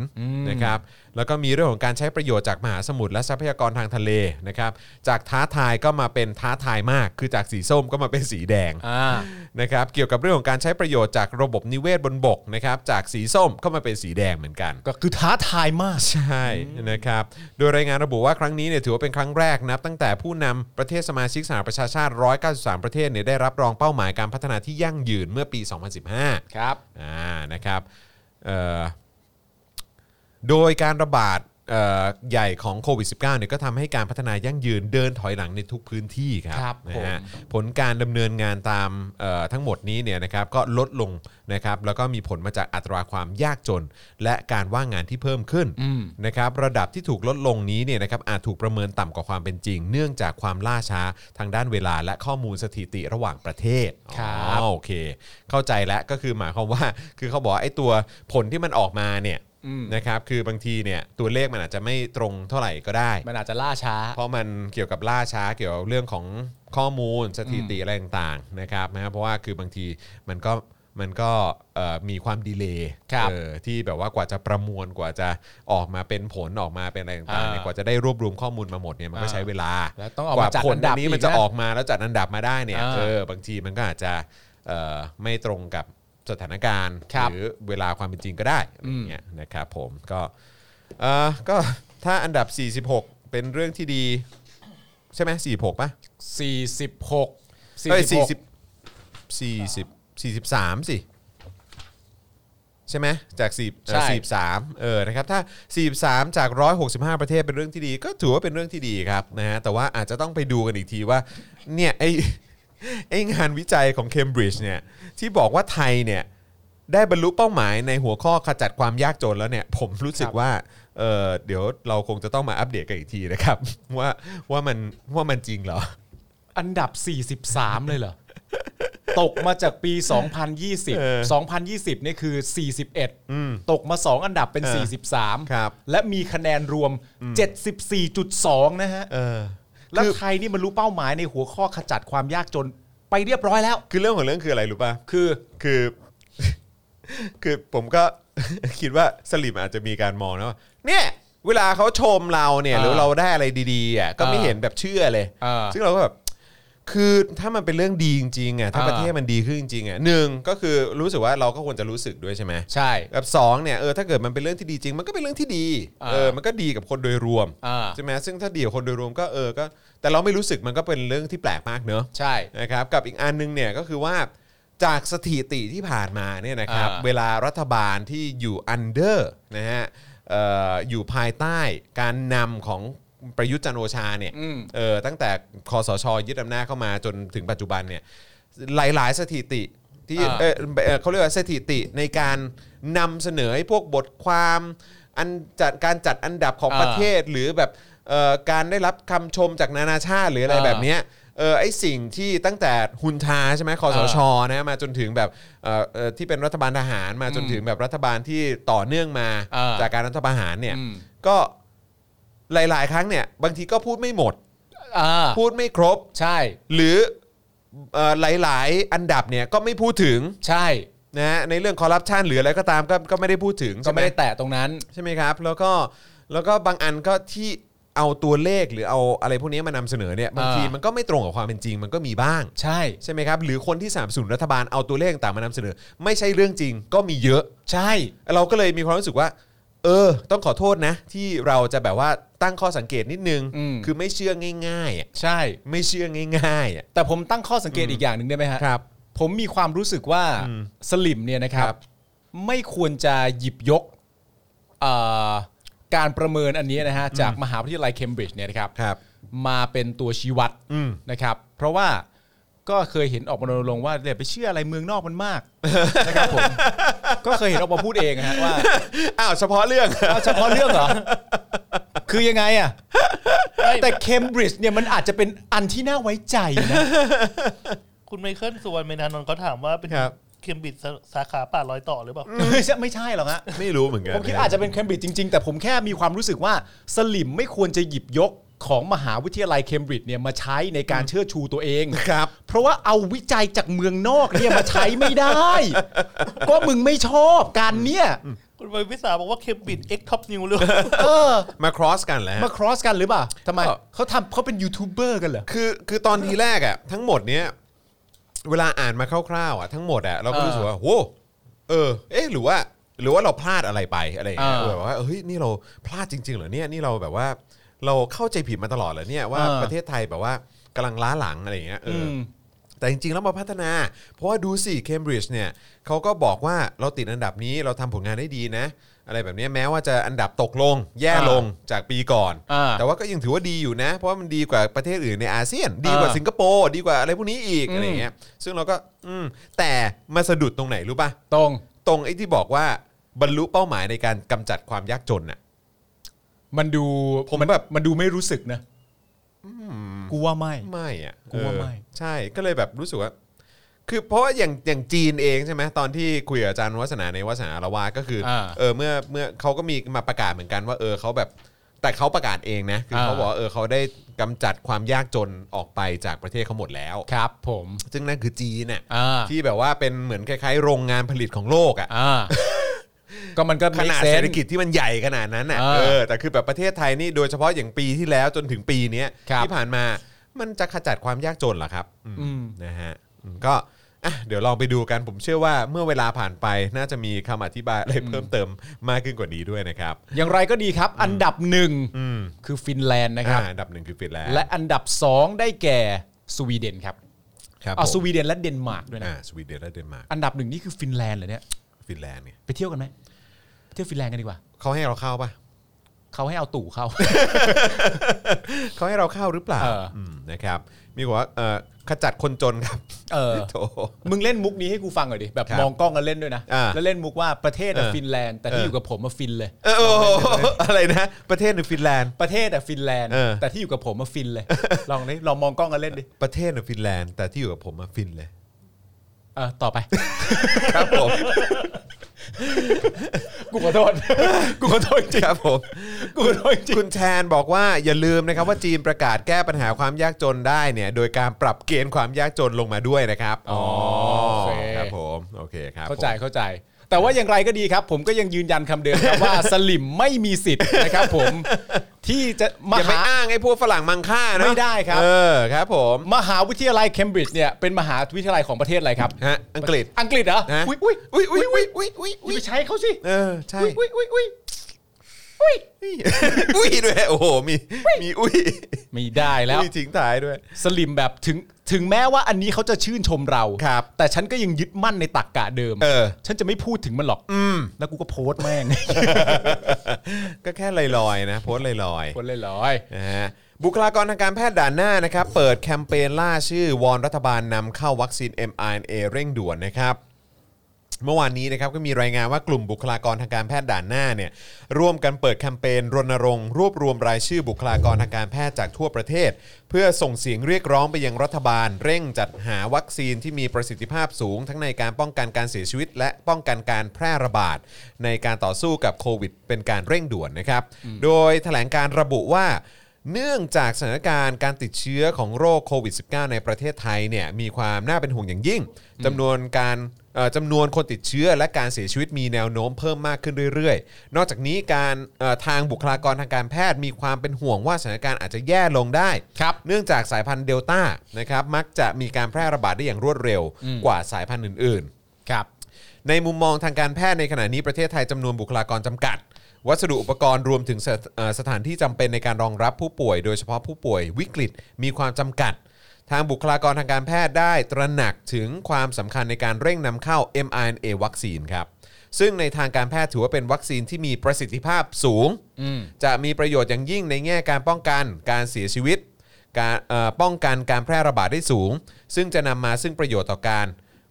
Speaker 2: นะครับ แล้วก็มีเรื่องของการใช้ประโยชน์จากมหาสมุทรและทรัพยากรทางทะเลนะครับ จากท้าทายก็มาเป็นท้าทายมาก คือจากสีส้มก็มาเป็นสีแดง
Speaker 3: อ่า
Speaker 2: นะครับ เกี่ยวกับเรื่องของการใช้ประโยชน์จากระบบนิเวศบนบกนะครับ จากสีส้มก็มาเป็นสีแดงเหมือนกัน
Speaker 3: ก็คือท้าทายมาก
Speaker 2: ใช่นะครับ โดยรายงานระบุว่าครั้งนี้เนี่ยถือว่าเป็นครั้งแรกนับ ตั้งแต่ผู้นำประเทศสมาชิกสหประชาชาติ 193 ประเทศเนี่ยได้รับรองเป้าหมายการพัฒนาที่ยั่งยืนเมื่อปี 2015
Speaker 3: ครับ
Speaker 2: อ่านะครับเอ่อโดยการระบาดเอ่อใหญ่ของโควิด -19 เนี่ยก็ทำให้การพัฒนายั่งยืนเดินถอยหลังในทุกพื้นที่ครับ
Speaker 3: ครับ
Speaker 2: นะ
Speaker 3: ผม
Speaker 2: ฮะผลการดำเนินงานตามเอ่อทั้งหมดนี้เนี่ยนะครับก็ลดลงนะครับแล้วก็มีผลมาจากอัตราความยากจน และการว่างงานที่เพิ่มขึ้นนะครับระดับที่ถูกลดลงนี้เนี่ยนะครับอาจถูกประเมินต่ำกว่าความเป็นจริง เนื่องจากความล่าช้าทางด้านเวลา และข้อมูลสถิติระหว่างประเทศ
Speaker 3: ครับ
Speaker 2: อ๋อ โอเค เข้าใจแล้วก็คือหมายความว่า คือเขาบอกว่าไอ้ตัวผลที่มันออกมาเนี่ยนะครับ คือบางทีเนี่ยตัวเลขมันอาจจะไม่ตรงเท่าไหร่ก็ได้
Speaker 3: มันอาจจะล่าช้า
Speaker 2: เพราะมันเกี่ยวกับล่าช้าเกี่ยวกับเรื่องของข้อมูลสถิติอะไรต่างๆนะครับนะเพราะว่าคือบางทีมันก็มันก็เอ่อมีความดีเลย์
Speaker 3: ครับ
Speaker 2: เออที่แบบว่ากว่าจะประมวลกว่าจะออกมาเป็นผลออกมาเป็นอะไรต่างๆเนี่ย
Speaker 3: อ่าก
Speaker 2: ว่าจะได้รวบรวมข้อมูลมาหมดเนี่ยมันก็
Speaker 3: อ่า
Speaker 2: ใช้เวลา
Speaker 3: แล้วต้องเอา
Speaker 2: ก
Speaker 3: มา
Speaker 2: ว่า
Speaker 3: จัด
Speaker 2: ผล
Speaker 3: อันดับ
Speaker 2: นี้
Speaker 3: อีก
Speaker 2: มันจะ
Speaker 3: นะ
Speaker 2: ออกมาแล้วจัดอันดับมาได้เนี่ย
Speaker 3: อ่า
Speaker 2: เออบางทีมันก็อาจจะเอ่อไม่ตรงกับสถานการณ์
Speaker 3: ครับ
Speaker 2: หรือเวลาความเป็นจริงก็ได้อะไรอย่างเงี้ยนะครับผมก็เอ่อก็ถ้าอันดับ 46 เป็นเรื่องที่ดี ใช่ไหมสี่หกป่ะ
Speaker 3: สี่สิบหกสี่
Speaker 2: เอ้ย
Speaker 3: สิ
Speaker 2: สี่
Speaker 3: บ
Speaker 2: สิบสี่สิบสี่สิบสามสิใช่ไหมจากสี่สี่สามเออนะครับถ้าสี่สามจากร้อยหกสิบห้าประเทศเป็นเรื่องที่ดี ก็ถือว่าเป็นเรื่องที่ดีครับนะฮะแต่ว่าอาจจะต้องไปดูกันอีกทีว่าเนี่ยไอ ไองานวิจัยของเคมบริดจ์เนี่ยที่บอกว่าไทยเนี่ย ได้บรรลุเป้าหมายในหัวข้อขจัดความยากจนแล้วเนี่ย ผมรู้สึกว่าเออเดี๋ยวเราคงจะต้องมาอัปเดตกันอีกทีนะครับ ว่าว่ามันว่ามันจริงเหรอ
Speaker 3: อันดับ 43 เลยเหร อ ตกมาจากปี
Speaker 2: เออ
Speaker 3: 2020 2020เนี่ยคือ 41 ตกมา 2 อันดับเป็น
Speaker 2: เออครับ
Speaker 3: 43 และมีคะแนนรวม 74.2 นะฮะ
Speaker 2: เออ
Speaker 3: แล้ว
Speaker 2: คือ
Speaker 3: ไทยนี่มันรู้เป้าหมายในหัวข้อขจัดความยากจนไปเรียบร้อยแล้ว
Speaker 2: คือเรื่องของเรื่องคืออะไรรู้ป่ะ
Speaker 3: คือ
Speaker 2: คือ คือผมก็ คิดว่าสลิมอาจจะมีการมองนะว่าเนี่ยเวลาเขาชมเราเนี่ย
Speaker 3: อ่า
Speaker 2: หรือเราได้อะไรดีๆอ่ะก็ไม่
Speaker 3: อ่า
Speaker 2: เห็นแบบเชื่อเลย
Speaker 3: อ่า
Speaker 2: ซึ่งเราก็แบบคือถ้ามันเป็นเรื่องดีจริงๆอ่ะถ้า
Speaker 3: อ่า
Speaker 2: ประเทศมันดีขึ้นจริงๆอ่ะหนึ่งก็คือรู้สึกว่าเราก็ควรจะรู้สึกด้วยใช่ไหม
Speaker 3: ใช่
Speaker 2: กับสองเนี่ยเออถ้าเกิดมันเป็นเรื่องที่ดีจริง มันก็เป็นเรื่องที่ดี
Speaker 3: อ่า
Speaker 2: เออมันก็ดีกับคนโดยรวม
Speaker 3: อ่า
Speaker 2: ใช่ไหมซึ่งถ้าดีกับคนโดยรวมก็เออก็แต่เราไม่รู้สึกมันก็เป็นเรื่องที่แปลกมากเนอะ
Speaker 3: ใช่
Speaker 2: นะครับกับอีกอันนึงเนี่ยก็คือว่าจากสถิติที่ผ่านมาเนี่ยนะครับ
Speaker 3: อ่า
Speaker 2: เวลารัฐบาลที่อยู่ under นะฮะเอ่ออยู่ภายใต้การนำของประยุทธ์จันทร์โอชาเนี่ย
Speaker 3: อืม
Speaker 2: เออตั้งแต่คอสชยึดอำนาจเข้ามาจนถึงปัจจุบันเนี่ย หลาย ๆ สถิติที่
Speaker 3: อ่า
Speaker 2: เออเอ่อเขาเรียกว่าสถิติในการนำเสนอให้พวกบทความอันจัดการจัดอันดับของ
Speaker 3: อ่า
Speaker 2: ประเทศหรือแบบเอ่อการได้รับคำชมจากนานาชาติหรืออะไร
Speaker 3: อ่า
Speaker 2: แบบเนี้ยเออไอสิ่งที่ตั้งแต่ฮุนทาใช่ไหมคอสชนะมาจนถึงแบบเอ่อเอ่อที่เป็นรัฐบาลทหารมาจนถึงแบบรัฐบาลที่ต่อเนื่องมา
Speaker 3: อ่า
Speaker 2: จากการรัฐประหารเนี่ย
Speaker 3: อืม
Speaker 2: ก็หลาย ๆ ครั้งเนี่ยบางทีก็พูดไม่หมด
Speaker 3: อ่า
Speaker 2: พูดไม่ครบ
Speaker 3: ใช่
Speaker 2: หรือเอ่อหลาย ๆ อันดับเนี่ยก็ไม่พูดถึง
Speaker 3: ใช่
Speaker 2: นะฮะในเรื่องคอร์รัปชันหรืออะไรก็ตามก็ก็ไม่ได้พูดถึง
Speaker 3: ก็
Speaker 2: ใช่ไหม
Speaker 3: ไม่ได้แตะตรงนั้น
Speaker 2: ใช่ไหมครับ แล้วก็แล้วก็บางอันก็ที่เอาตัวเลขหรือเอาอะไรพวกนี้มานำเสนอเนี่ยบางทีมันก็ไม่ตรงกับความเป็นจริง มันก็มีบ้าง
Speaker 3: ใช่
Speaker 2: ใช่ไหมครับ หรือคนที่สามสูนรัฐบาลเอาตัวเลขต่างมานำเสนอ ไม่ใช่เรื่องจริงก็มีเยอะ
Speaker 3: ใช่
Speaker 2: เราก็เลยมีความรู้สึกว่า เออ ต้องขอโทษนะ ที่เราจะแบบว่าตั้งข้อสังเกตนิดนึง
Speaker 3: อืม
Speaker 2: คือไม่เชื่อง่ายๆอ่ะ
Speaker 3: ใช่
Speaker 2: ไม่เชื่อง่ายๆอ่ะ
Speaker 3: แต่ผมตั้งข้อสังเกตอีกอย่างหนึ่งได้ไหมฮะ
Speaker 2: ครับ
Speaker 3: ผมมีความรู้สึกว่า
Speaker 2: อืม
Speaker 3: สลิมเนี่ยนะครับ
Speaker 2: ครับ
Speaker 3: ไม่ควรจะหยิบยกเอ่อการประเมินอันนี้นะฮะจากมหาวิทยาลัยเคมบริดจ์เนี่ยนะครับ
Speaker 2: ครับ
Speaker 3: มาเป็นตัวชี้วัด
Speaker 2: อืม
Speaker 3: นะครับ เพราะว่าก็เคยเห็นออกมารณรงค์ว่าเนี่ยไปเชื่ออะไรเมืองนอกมันมาก นะครับ ผมก็เคยเห็นออกมาพูดเองนะฮะว่า
Speaker 2: อ้าวเฉพาะเรื่อง
Speaker 3: เอาเฉพาะเรื่องเหรอ คือยังไง อ่ะ แต่เคมบริดจ์เนี่ยมันอาจจะเป็นอันที่น่าไว้ใจนะ
Speaker 4: คุณไมเคิลสุวรรณเมธานนท์ก็ถามว่าเป็น
Speaker 2: ครับ
Speaker 4: เคมบริดจ์สาขาป่าร้อยต่อหรือเปล่า
Speaker 3: ไม่ใช่ไม่ใช่หรอกฮะ
Speaker 2: ไม่รู้เหมือนกัน
Speaker 3: ผมคิดอาจจะเป็นเคมบริดจ์จริง ๆ แต่ผมแค่มีความรู้สึกว่าสลิมไม่ควรจะหยิบยกของมหาวิทยาลัยเคมบริดจ์เนี่ยมาใช้ในการเชิดชูตัวเอง
Speaker 2: ครับ
Speaker 3: เพราะว่าเอาวิจัยจากเมืองนอกเนี่ยมาใช้ไม่ได้ ก็มึงไม่ชอบการ เนี่ย
Speaker 4: คุณใบวิสาบอกว่าเคมบริดจ์เอ็กท็อปนิว เลย
Speaker 3: เออ
Speaker 2: มา cross กันแล้ว
Speaker 3: มาครอสกันหรือเปล่าทำไม
Speaker 2: ก็
Speaker 3: เขาทำเขาเป็นยูทูบเบอร์กันเหรอ
Speaker 2: คือคือตอนทีแรกอ่ะทั้งหมดเนี้ยเวลาอ่านมาคร่าวๆอ่ะทั้งหมดอ่ะเราก็
Speaker 3: เออ
Speaker 2: รู้สึกว่าโว้เออ เอ๊ะหรือว่า หรือว่าเราพลาดอะไรไปอะไรอย่างเงี้ย
Speaker 3: เออ
Speaker 2: แบบว่าเฮ้ยนี่เราพลาดจริงๆเหรอเนี่ยนี่เราแบบว่า เราเข้าใจผิดมาตลอดเหรอเนี่ยว่า
Speaker 3: เออ
Speaker 2: ประเทศไทยแบบว่ากำลังล้าหลังอะไรอย่างเงี้ยเอออ
Speaker 3: ม
Speaker 2: แต่จริง ๆ แล้วมาพัฒนา เพราะว่าดูสิเคมบริดจ์เนี่ยเขาก็บอกว่าเราติดอันดับนี้เราทำผลงานได้ดีนะ อะไรแบบเนี้ยแม้ว่าจะอันดับตกลง แย่ลงจากปีก่อน
Speaker 3: อ่า
Speaker 2: แต่ว่าก็ยังถือว่าดีอยู่นะ เพราะว่ามันดีกว่าประเทศอื่นในอาเซียน ดีกว่า
Speaker 3: อ่า
Speaker 2: สิงคโปร์ดีกว่าอะไรพวกนี้อีก
Speaker 3: อืม
Speaker 2: อะไรอย่างเงี้ยซึ่งเราก็อืมแต่มาสะดุดตรงไหนรู้ป่ะ
Speaker 3: ตรง
Speaker 2: ตรงไอ้ที่บอกว่าบรรลุเป้าหมายในการกำจัดความยากจนน่ะ
Speaker 3: มันดู
Speaker 2: ผม
Speaker 3: น
Speaker 2: แบบ
Speaker 3: มันดูไม่รู้สึกนะกูว่าไม่
Speaker 2: ไม่อะ
Speaker 3: กูว่าไม่
Speaker 2: เออใช่ก็เลยแบบรู้สึกว่า คือเพราะว่าอย่างอย่างจีนเองใช่ไหมตอนที่คุยกับอาจารย์วัฒนาในวัฒนาละวาก็คืออา เออเมื่อเมื่อเขาก็มีมาประกาศเหมือนกันว่า เออเขาแบบแต่เขาประกาศเองนะคืออา เขาบอกว่าเออเขาได้กำจัดความยากจนออกไปจากประเทศเขาหมดแล้ว
Speaker 3: ครับผม
Speaker 2: ซึ่งนั่นคือจีนน่ะ
Speaker 3: อ่า
Speaker 2: ที่แบบว่าเป็นเหมือนคล้าย ๆ โรงงานผลิตของโลกอ่ะ
Speaker 3: อ่า ก็มันก็
Speaker 2: ข
Speaker 3: make
Speaker 2: นาด
Speaker 3: sense
Speaker 2: เศรษฐกิจที่มันใหญ่ขนาดนั้นน่ะ
Speaker 3: อ่า
Speaker 2: เออแต่คือแบบประเทศไทยนี่โดยเฉพาะอย่างปีที่แล้วจนถึงปีเนี้ย
Speaker 3: ครับ
Speaker 2: ที่ผ่านมามันจะขจัดความยากจนเหรอครับอืม
Speaker 3: อืม
Speaker 2: นะฮะอืมก็ อ่ะเดี๋ยวลองไปดูกันผมเชื่อว่าเมื่อเวลาผ่านไปน่าจะมีคำอธิบายอะไรเพิ่มเติมมากขึ้นกว่านี้ด้วยนะครับ
Speaker 3: อย่างไรก็ดีครับ อันดับหนึ่งคือฟินแลนด์นะครับ
Speaker 2: อ่าอันดับหนึ่งคือฟินแลนด์
Speaker 3: และอันดับสองได้แก่สวีเดนครับ
Speaker 2: ครับ
Speaker 3: เอา
Speaker 2: ผม
Speaker 3: สวีเดนและเดนมาร์กด้วยนะ
Speaker 2: อ่าสวีเดนและเดนมาร์ก
Speaker 3: อันดับหนึ่งนี่คือฟินแลนด์เหรอเนี่ย
Speaker 2: ฟินแลนด์เนี่ย
Speaker 3: ไปเที่ยวกันไหมไปเที่ยวฟินแลนด์กันดีกว่า
Speaker 2: เขาให้เราเข้าปะ
Speaker 3: เขาให้เอาตู่ เข้า
Speaker 2: เขาให้เราเข้าหรือเปล่า
Speaker 3: เอออื
Speaker 2: มนะครับ มีบอกว่าเอ่อขจัดคนจนครับ
Speaker 3: เออ
Speaker 2: โถ
Speaker 3: มึงเล่นมุกนี้ให้กูฟังหน่อยดิแบบ
Speaker 2: ครับ
Speaker 3: มองกล้องแล้วเล่นด้วยนะ
Speaker 2: อ่า
Speaker 3: แล้วเล่นมุกว่าประเทศอะ
Speaker 2: เออ
Speaker 3: ฟินแลนด์แต่
Speaker 2: เออ
Speaker 3: ที่อ
Speaker 2: อ
Speaker 3: ยู่กับผมอะฟินเลย
Speaker 2: เออโอ้โหอะไรนะ ประเทศหรือฟินแลนด์
Speaker 3: ประเทศอะฟินแลนด์
Speaker 2: เออ
Speaker 3: แต่ที่อยู่กับผมอะฟินเลย ลองดิลองมองกล้องกันเล่นดิ
Speaker 2: ประเทศหรือฟินแลนด์แต่ที่อยู่กับผมมาฟินเลย
Speaker 3: เออต่อไป
Speaker 2: ครับผม
Speaker 3: กูขอโทษ กูขอโทษจริง
Speaker 2: ครับผม
Speaker 3: กูขอโทษจริง
Speaker 2: คุณแทนบอกว่าอย่าลืมนะครับว่าจีนประกาศแก้ปัญหาความยากจนได้เนี่ย โดยการปรับเกณฑ์ความยากจนลงมาด้วยนะครับ
Speaker 3: อ๋อโอเค
Speaker 2: ครับผมโอเคครับ
Speaker 3: เข้าใจ
Speaker 2: ผม
Speaker 3: เข้าใจ แต่ว่าอย่างไรก็ดีครับ ผมก็ยังยืนยันคำเดิมครับว่า สลิมไม่มีสิทธิ์นะครับผม ที่จะม
Speaker 2: อย่าไป
Speaker 3: หา
Speaker 2: อ้างไอ้พวกฝรั่งมังค่านะ
Speaker 3: ไม่ได้ครับ
Speaker 2: เออครับผม
Speaker 3: มหาวิทยาลัยเคมบริดจ์เนี่ยเป็นมหาวิทยาลัยของประเทศอะไรครับ
Speaker 2: ฮะอังกฤษ
Speaker 3: อังกฤษเหรอ
Speaker 2: ฮะ
Speaker 3: อุ้ยอุ้ย
Speaker 2: อุ้ยอุ้ยอุ้ยอุ้ยอุ้ย
Speaker 3: อย่าไปใช้เขาสิ
Speaker 2: เออใช่
Speaker 3: อุ้ยอุ้ยอุ้ยอุ้ยอุ้ย
Speaker 2: อุ้ยด้วยโอ้โหมีมีอุ้ย
Speaker 3: ไม่ได้แล้ว
Speaker 2: อุ้ยทิ้งท้ายด้วย
Speaker 3: สลิมแบบถึงถึงแม้ว่าอันนี้เขาจะชื่นชมเรา
Speaker 2: ครับ
Speaker 3: แต่ฉันก็ยังยึดมั่นในตรกกะเดิม
Speaker 2: เออ
Speaker 3: ฉันจะไม่พูดถึงมันหรอกแล้วกูก็โพสต์แม่ง
Speaker 2: ก็แค่ลอยๆนะโพสต์ลอยๆ
Speaker 3: คนเลยร้ อย
Speaker 2: นะฮะบุคลากรทางการแพทย์ด่านหน้านะครับ เปิดแคมเปญล่าชื่อ วอนรัฐบาลนำเข้าวัคซีน mRNA เร่งด่วนนะครับ เมื่อวานนี้นะครับก็มีรายงานว่ากลุ่มบุคลากรทางการแพทย์ด่านหน้าเนี่ยร่วมกันเปิดแคมเปญรณรงค์รวบรวมรายชื่อบุคลากรทางการแพทย์จากทั่วประเทศ เพื่อส่งเสียงเรียกร้องไปยังรัฐบาล เร่งจัดหาวัคซีนที่มีประสิทธิภาพสูง ทั้งในการป้องกันการเสียชีวิต และป้องกันการแพร่ระบาด ในการต่อสู้กับโควิด เป็นการเร่งด่วนนะครับ โดยแถลงการระบุว่า เนื่องจากสถานการณ์การติดเชื้อของโรคโควิด -19 ในประเทศไทยเนี่ยมีความน่าเป็นห่วงอย่างยิ่งจำนวนการเอ่อจำนวนคนติดเชื้อและการเสียชีวิตมีแนวโน้มเพิ่มมากขึ้นเรื่อยๆ นอกจากนี้การเอ่อทางบุคลากรทางการแพทย์มีความเป็นห่วงว่าสถานการณ์อาจจะแย่ลงได้
Speaker 3: ครับ
Speaker 2: เนื่องจากสายพันธุ์เดลต้านะครับมักจะมีการแพร่ระบาดได้อย่างรวดเร็วกว่าสายพันธุ์อื่นๆ
Speaker 3: ครับ
Speaker 2: ในมุมมองทางการแพทย์ในขณะนี้ประเทศไทยจำนวนบุคลากรจำกัด วัสดุอุปกรณ์รวมถึงสถเอ่อสถานที่จำเป็นในการรองรับผู้ป่วย โดยเฉพาะผู้ป่วยวิกฤตมีความจำกัด ทางบุคลากรทางการแพทย์ได้ตระหนักถึงความสำคัญในการเร่งนำเข้า mRNA วัคซีนครับ ซึ่งในทางการแพทย์ถือว่าเป็นวัคซีนที่มีประสิทธิภาพสูง จะมีประโยชน์อย่างยิ่งในแง่การป้องกันการเสียชีวิต การเอ่อป้องกันการแพร่ระบาดได้สูง ซึ่งจะนำมาซึ่งประโยชน์ต่อการ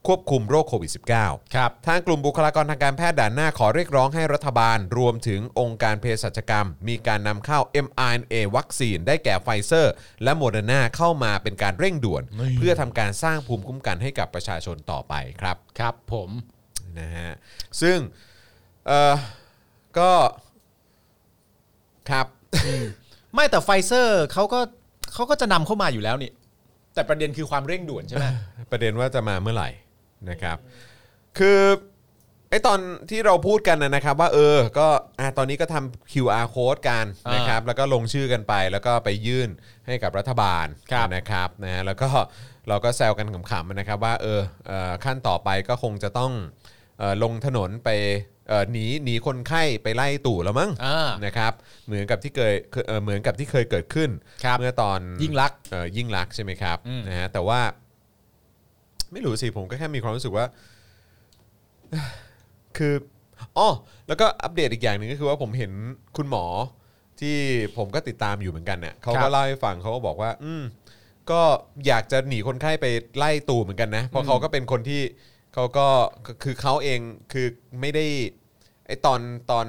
Speaker 2: ควบคุมโรคโควิด -19
Speaker 3: ครับ
Speaker 2: ทางกลุ่มบุคลากรทางการแพทย์ด่านหน้าขอเรียกร้องให้รัฐบาล รวมถึงองค์การเภสัชกรรม มีการนำเข้า mRNA วัคซีน ได้แก่ไฟเซอร์ และโมเดอร์นาเข้ามาเป็นการเร่งด่วน เพื่อทำการสร้างภูมิคุ้มกันให้กับประชาชนต่อไปครับ
Speaker 3: ครับผม
Speaker 2: นะฮะซึ่งเอ่อก็ครับ
Speaker 3: ไม่แต่ไฟเซอร์เขาก็เขาก็จะนำเข้ามาอยู่แล้วนี่ แต่ประเด็นคือความเร่งด่วนใช่ไหม
Speaker 2: ประเด็นว่าจะมาเมื่อไหร่นะครับ คือไอตอนที่เราพูดกันนะนะครับ ว่าเออ ก็อ่ะตอนนี้ก็ทำ QR code กัน
Speaker 3: อ่าน
Speaker 2: นะครับ แล้วก็ลงชื่อกันไป แล้วก็ไปยื่นให้กับรัฐบาล
Speaker 3: ครับ
Speaker 2: นะครับนะฮะแล้วก็เราก็แซวกันขำๆนะครับ ว่าเออเอ่อขั้นต่อไปก็คงจะต้องเอ่อลงถนนไปเอ่อหนีหนีคนไข้ไปไล่ตู่แล้วมั้ง
Speaker 3: อ่าน
Speaker 2: นะครับ เหมือนกับที่เคยเอ่อเหมือนกับที่เคยเกิดขึ้น
Speaker 3: ครับ
Speaker 2: เมื่อตอน
Speaker 3: ยิ่งรักษณ์
Speaker 2: เอ่อยิ่งรักษณ์ใช่ไหมครับ
Speaker 3: อืม
Speaker 2: นะฮะแต่ว่า ไม่รู้สิ ผมก็แค่มีความรู้สึกว่า คืออ๋อแล้วก็อัปเดตอีกอย่างหนึ่งก็คือว่าผมเห็นคุณหมอที่ผมก็ติดตามอยู่เหมือนกันเนี่ยเขา
Speaker 3: ครั
Speaker 2: ก็
Speaker 3: บ
Speaker 2: เล่าให้ฟังเขาก็บอกว่า อืมก็อยากจะหนีคนไข้ไปไล่ตู่เหมือนกันนะเพราะเขาก็เป็นคนที่เขาก็คือเขาเองคือไม่ได้ไอตอนตอน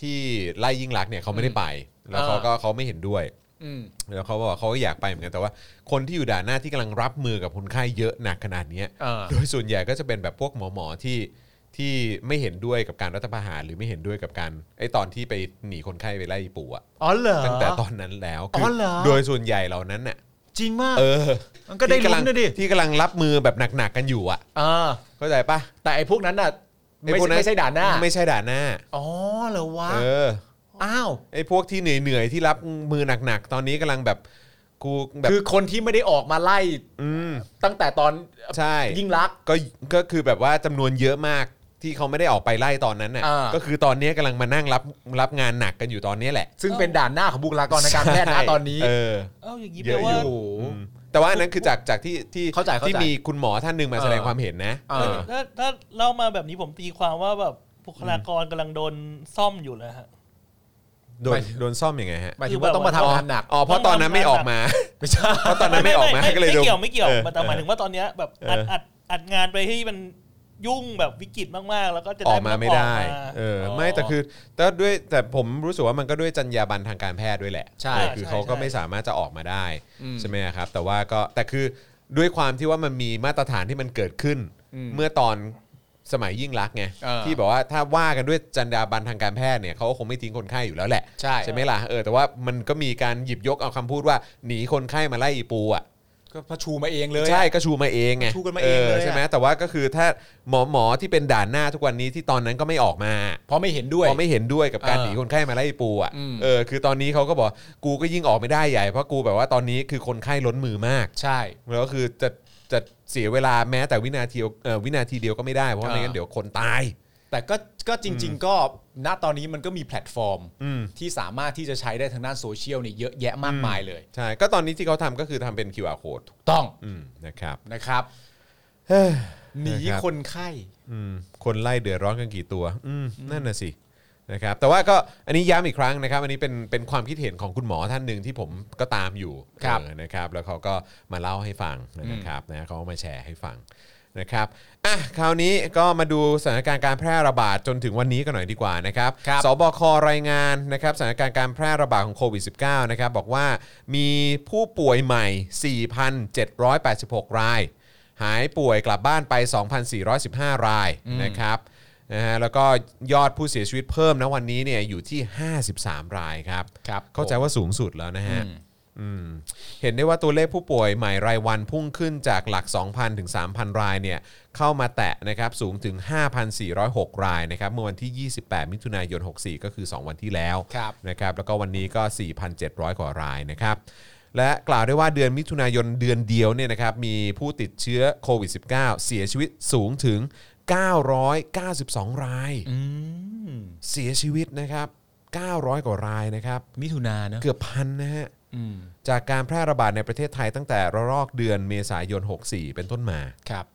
Speaker 2: ที่ไล่ยิ่งรักษณ์เนี่ยเขาไม่ได้ไป แล้วเขาก็เขาไม่เห็นด้วย
Speaker 3: อืม
Speaker 2: แล้วเขาบอกว่าเขาก็อยากไปเหมือนกันแต่ว่าคนที่อยู่ด่านหน้าที่กำลังรับมือกับคนไข้เยอะหนักขนาดเนี้ย
Speaker 3: เออ
Speaker 2: โดยส่วนใหญ่ก็จะเป็นแบบพวกหมอหมอๆที่ที่ไม่เห็นด้วยกับการรัฐประหารหรือไม่เห็นด้วยกับการไอ้ตอนที่ไปหนีคนไข้ไปไล่ปู่อะ
Speaker 3: อ๋อเหรอ
Speaker 2: ตั้งแต่ตอนนั้นแล้ว
Speaker 3: อ๋อเหรอ
Speaker 2: โดยส่วนใหญ่เหล่านั้นน่ะ
Speaker 3: จริงมาก
Speaker 2: เออ
Speaker 3: มันก็ได้
Speaker 2: ที่กำลัง
Speaker 3: ลุ้นนะดิ
Speaker 2: ที่กำลังรับมือแบบหนักๆกันอยู่อะ
Speaker 3: อ่า
Speaker 2: เข้าใจปะ
Speaker 3: แต่ไอ้พวกนั้นน่ะ
Speaker 2: อ้
Speaker 3: ไม่
Speaker 2: พวก
Speaker 3: ใช่ไม่ใช่ด่านหน้า
Speaker 2: ไม่ใช่ด่านหน้า
Speaker 3: อ๋อเหรอวะ
Speaker 2: เออ
Speaker 3: อ้าว
Speaker 2: ไอ้พวกที่เหนื่อยๆที่รับมือหนักๆ ตอนนี้กำลังแบบ ครูแบบ
Speaker 3: คือคนที่ไม่ได้ออกมาไล่
Speaker 2: อืม
Speaker 3: ตั้งแต่ตอน
Speaker 2: ใช่
Speaker 3: ยิ่งรักษณ์
Speaker 2: ก็ก็คือแบบว่าจำนวนเยอะมากที่เขาไม่ได้ออกไปไล่ตอนนั้นน่ะ
Speaker 3: อ่า
Speaker 2: ก็คือตอนเนี้ยกำลังมานั่งรับรับงานหนักกันอยู่ตอนเนี้ยแหละ
Speaker 3: ซึ่งเป็นด่านหน้าของบุคลากรทางการแพทย์นะ
Speaker 2: ใช่
Speaker 3: ตอนนี้
Speaker 2: เออ
Speaker 4: เอ้าอย่างนี้
Speaker 2: เย
Speaker 4: แปล
Speaker 2: อะอยู่
Speaker 4: ว่า
Speaker 3: โอ้โห
Speaker 2: อืมแต่ว่าอันนั้นคือจากจากที่ที่
Speaker 3: เข้าใจเข้าใจ
Speaker 2: ที่มีคุณหมอท่านหนึ่งมาแสดง
Speaker 3: เออ
Speaker 2: ความเห็นนะ
Speaker 3: เออ
Speaker 4: ถ้าถ้าเล่ามาแบบนี้ผมตีความว่าแบบบุคลากรกำลังโดนซ่อมอยู่เลยฮะ
Speaker 2: โดนโดนซ่อมยังไงฮะ
Speaker 3: หมายถึงว่าต้องมาทำงานหนัก
Speaker 2: อ๋อเพราะตอนนั้นไม่ออกมา
Speaker 3: ไม่ใช่
Speaker 2: เพราะตอนนั้นไม่ออกมาก็เลยโดน
Speaker 4: เกี่ยวไม่เกี่ยว
Speaker 2: เออ
Speaker 4: แต่หมายถึงว่าตอนเนี้ยแบบ
Speaker 2: เอ
Speaker 4: อั
Speaker 2: อ
Speaker 4: ดอัดอัดงานไปให้มันยุ่งแบบวิกฤตมากๆ แล้วก็จะ
Speaker 2: อ
Speaker 4: ได้
Speaker 2: อกมาไม่ได้
Speaker 4: ออกมา
Speaker 2: เออ ไม่แต่คือแต่ด้วยแต่ผมรู้สึกว่ามันก็ด้วยจรรยาบรรณทางการแพทย์ด้วยแหละ
Speaker 3: ใช่
Speaker 2: เออคือ
Speaker 4: ใช่
Speaker 2: เขาก็
Speaker 4: ใช่
Speaker 2: ไม่สามารถจะออกมาได้
Speaker 3: อืม
Speaker 2: ใช่ไหมครับ แต่ว่าก็แต่คือด้วยความที่ว่ามันมีมาตรฐานที่มันเกิดขึ้น
Speaker 3: อืม
Speaker 2: เมื่อตอนสมัยยิ่งรักษณ์ไง
Speaker 3: เออ
Speaker 2: ที่บอกว่าถ้าว่ากันด้วยจรรยาบรรณทางการแพทย์เนี่ยเขาก็คงไม่ทิ้งคนไข้อยู่แล้วแหละ
Speaker 3: ใช่
Speaker 2: ใช่ไหมล่ะเออแต่ว่ามันก็มีการหยิบยกเอาคำพูดว่าหนีคนไข้มาไล่อีปูอ่ะ
Speaker 3: ก็พระชูมาเองเลย
Speaker 2: ใช่ก็ชูมาเองไง
Speaker 3: ชูกันมาเองเลยอะ
Speaker 2: ใช่ไหมแต่ว่าก็คือถ้าหมอหมอที่เป็นด่านหน้าทุกวันนี้ที่ตอนนั้นก็ไม่ออกมา
Speaker 3: เพราะไม่เห็นด้วย
Speaker 2: เพราะไม่เห็นด้วยกับการ
Speaker 3: เออ
Speaker 2: หนีคนไข้มาไล่ปูอ่ะ
Speaker 3: อืม
Speaker 2: เออคือตอนนี้เขาก็บอกกูก็ยิ่งออกไม่ได้ใหญ่เพราะกูแบบว่าตอนนี้คือคนไข้ล้นมือมาก
Speaker 3: ใช่
Speaker 2: แล้วก็คือจะจะเสียเวลาแม้แต่วินาทีเอ่อวินาทีเดียวก็ไม่ได้เพราะ
Speaker 3: เออ
Speaker 2: ไม่งั้นเดี๋ยวคนตาย
Speaker 3: แต่ก็ก็จริง ๆ ก็ณตอนนี้มันก็มีแพลตฟอร์ม
Speaker 2: อืม
Speaker 3: ที่สามารถที่จะใช้ได้ทางด้านโซเชียลเนี่ยเยอะแยะมากมายเลย
Speaker 2: ใช่ก็ตอนนี้ที่เขาทำก็คือทำเป็น QR code
Speaker 3: ถูกต้อง
Speaker 2: อืมนะครับ
Speaker 3: นะครับหนี
Speaker 2: นะครับ
Speaker 3: คนไข้
Speaker 2: อืมคนไล่เดือดร้อนกันกี่ตัวอืมนั่นน่ะสินะครับแต่ว่าก็อันนี้ย้ำอีกครั้งนะครับ อันนี้เป็นเป็นความคิดเห็นของคุณหมอท่านหนึ่งที่ผมก็ตามอยู่
Speaker 3: ครับ
Speaker 2: เออนะครับ แล้วเขาก็มาเล่าให้ฟังนะครับนะเขาก็มาแชร์ให้ฟังนะครับอ่ะคราวนี้ก็มาดูสถานการณ์การแพร่ระบาดจนถึงวันนี้กันหน่อยดีกว่านะครับ
Speaker 3: ครับ
Speaker 2: สบครายงานนะครับสถานการณ์การแพร่ระบาดของโควิด -19 นะครับบอกว่ามีผู้ป่วยใหม่ 4,786 ราย หายป่วยกลับบ้านไป 2,415 รายนะครับนะฮะแล้วก็ยอดผู้เสียชีวิตเพิ่มนะวันนี้เนี่ยอยู่ที่ 53 รายครับ
Speaker 3: ครับ
Speaker 2: เข้าใจว่าสูงสุดแล้วนะฮะ
Speaker 3: อืม
Speaker 2: อืมเห็นได้ว่าตัวเลขผู้ป่วยใหม่รายวันพุ่งขึ้นจากหลัก 2,000 ถึง 3,000 รายเนี่ยเข้ามาแตะนะครับสูงถึง 5,406 รายนะครับเมื่อวันที่ 28 มิถุนายน 64 ก็คือ 2 วันที่แล้ว
Speaker 3: ครับ
Speaker 2: นะครับแล้วก็วันนี้ก็ 4,700 กว่ารายนะครับ และกล่าวได้ว่าเดือนมิถุนายนเดือนเดียวเนี่ยนะครับมีผู้ติดเชื้อโควิด -19 เสียชีวิตสูงถึง 992 ราย
Speaker 3: อืม
Speaker 2: เสียชีวิตนะครับ 900 กว่ารายนะครับ
Speaker 3: มิถุนาเนอะ
Speaker 2: เกือบพันนะฮะ
Speaker 3: อืม
Speaker 2: จากการแพร่ระบาดในประเทศไทยตั้งแต่ระลอกเดือนเมษายน 64 เป็นต้นมา
Speaker 3: ครับ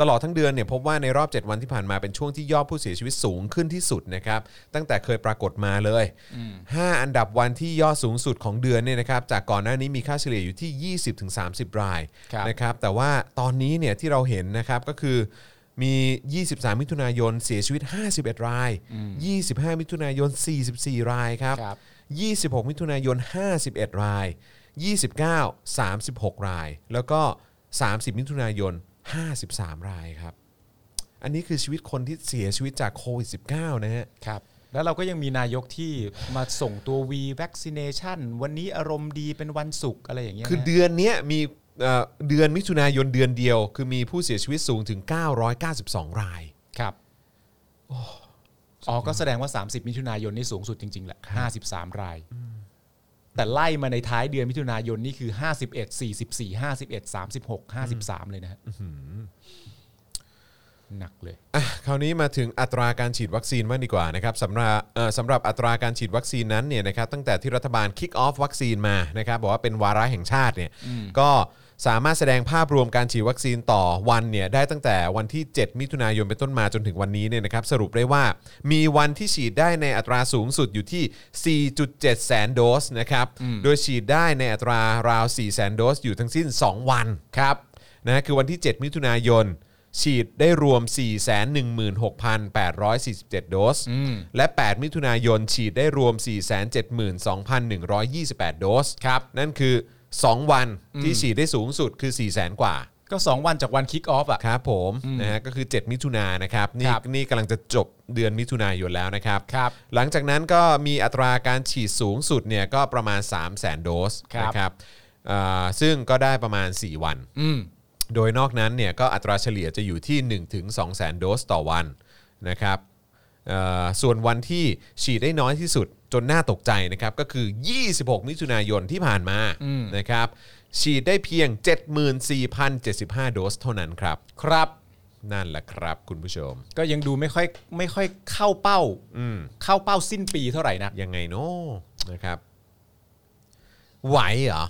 Speaker 2: ตลอดทั้งเดือนเนี่ยพบว่าในรอบ 7 วันที่ผ่านมาเป็นช่วงที่ยอดผู้เสียชีวิตสูงขึ้นที่สุดนะครับตั้งแต่เคยปรากฏมาเลย 5 อันดับวันที่ยอดสูงสุดของเดือนเนี่ยนะครับจากก่อนหน้านี้มีค่าเฉลี่ยอยู่ที่ 20-30 ราย
Speaker 3: ครับ
Speaker 2: นะครับแต่ว่าตอนนี้เนี่ยที่เราเห็นนะครับก็คือมี 23 มิถุนายนเสียชีวิต 51 ราย 25 มิถุนายน 44 รายครับ
Speaker 3: ครับ
Speaker 2: 26 มิถุนายน 51 ราย 29 36 ราย แล้วก็ 30 มิถุนายน 53 รายครับ อันนี้คือชีวิตคนที่เสียชีวิตจากโควิด -19 นะฮะ
Speaker 3: ครับ แล้วเราก็ยังมีนายกที่มาส่งตัว V vaccination วันนี้อารมณ์ดีเป็นวันศุกร์อะไรอย่างเงี้ยนะ
Speaker 2: คือเดือนเนี้ยมีเอ่อเดือนมิถุนายนเดือนเดียว คือมีผู้เสียชีวิตสูงถึง 992 ราย
Speaker 3: ครับอ๋อก็แสดงว่า 30 มิถุนายนนี่สูงสุดจริง ๆ แหละ 53 ราย แต่ไล่มาในท้ายเดือนมิถุนายนนี่คือ 51 44 51 36 53 เลยนะฮะหนักเลย
Speaker 2: อ่ะคราวนี้มาถึงอัตราการฉีดวัคซีนบ้างดีกว่านะครับสำหรับเอ่อสำหรับอัตราการฉีดวัคซีนนั้นเนี่ยนะครับตั้งแต่ที่รัฐบาลคิกออฟวัคซีนมานะครับบอกว่าเป็นวาระแห่งชาติเนี่ยก็สามารถแสดงภาพรวมการฉีดวัคซีนต่อวันเนี่ยได้ตั้งแต่วันที่ 7 มิถุนายนเป็นต้นมาจนถึงวันนี้เนี่ยนะครับสรุปได้ว่ามีวันที่ฉีดได้ในอัตราสูงสุดอยู่ที่ 4.7 แสนโดสนะครับโดยฉีดได้ในอัตราราว 4 แสนโดสอยู่ทั้งสิ้น 2 วันครับนะคือวันที่ 7 มิถุนายน ฉีดได้รวม 416,847 โดส และ 8 มิถุนายน ฉีดได้รวม 472,128 โดส ครับ นั่นคือ 2 วันที่ฉีดได้สูงสุดคือ 400,000 กว่า
Speaker 3: ก็ 2 วันจากวันคิกออฟอ่ะ
Speaker 2: ครับผมนะฮะก็คือ 7 มิถุนายนนะครับนี่
Speaker 3: ครับ
Speaker 2: นี่กำลังจะจบเดือนมิถุนายนแล้วนะครับ
Speaker 3: ครับ
Speaker 2: หลังจากนั้นก็มีอัตราการฉีดสูงสุดเนี่ยก็ประมาณ 3 0 0 0 0 0 โดส
Speaker 3: ครับ
Speaker 2: นะครับอ่าซึ่งก็ได้ประมาณ 4 วัน
Speaker 3: อืม
Speaker 2: โดยนอกนั้นเนี่ยก็อัตราเฉลี่ยจะอยู่ที่ 1-2ถึง2แสนโดสต่อวันนะครับเอ่อส่วนวันที่ฉีดได้น้อยที่สุด จนน่าตกใจนะครับ ก็คือ 26 มิถุนายนที่ผ่านมานะครับ ฉีดได้เพียง 74,075 โดสเท่านั้นครับ
Speaker 3: ครับ
Speaker 2: นั่นแหละครับคุณผู้ชม
Speaker 3: ก็ยังดูไม่ค่อยไม่ค่อยเข้าเป้า
Speaker 2: อืม
Speaker 3: เข้าเป้าสิ้นปีเท่าไหร่นัก
Speaker 2: ยังไงเนาะนะครับ ไหวเหรอ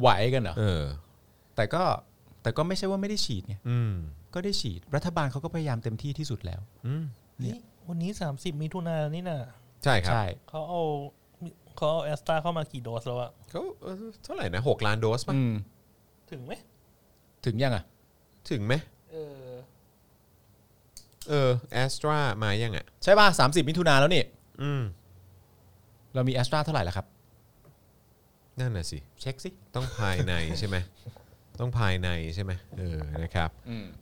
Speaker 3: ไหวกันเหรอ
Speaker 2: เออ
Speaker 3: แต่ก็แต่ก็ไม่ใช่ว่าไม่ได้ฉีดไง
Speaker 2: อืม
Speaker 3: ก็ได้ฉีดรัฐบาลเขาก็พยายามเต็มที่ที่สุดแล้ว
Speaker 2: อืม
Speaker 3: เนี่ย
Speaker 4: เฮ้ยวันนี้สามสิบมิถุนายนนี่น่ะ
Speaker 2: ใช่ครับ
Speaker 3: ใช่
Speaker 4: เขาเอาเขาเอาแอสตาเข้ามากี่โดสแล้วอะ
Speaker 2: เขาเอ่อเท่าไหร่นะ 6 ล้านโดสป่ะ
Speaker 3: อืม
Speaker 4: ถึงไหม
Speaker 3: ถึงยังอ่ะ
Speaker 2: ถึงไหม
Speaker 4: เออ
Speaker 2: เออแอสตรามายังอ่ะ
Speaker 3: ใช่ป่ะสามสิบมิถุนาแล้วนี่
Speaker 2: อืม
Speaker 3: เรามีแอสตราเท่าไหร่แล้วครับ
Speaker 2: นั่นน่ะสิ
Speaker 3: เช็คสิ
Speaker 2: ต้องภายในใช่ ไหม ต้องภายในใช่ไหมเออ นะครับ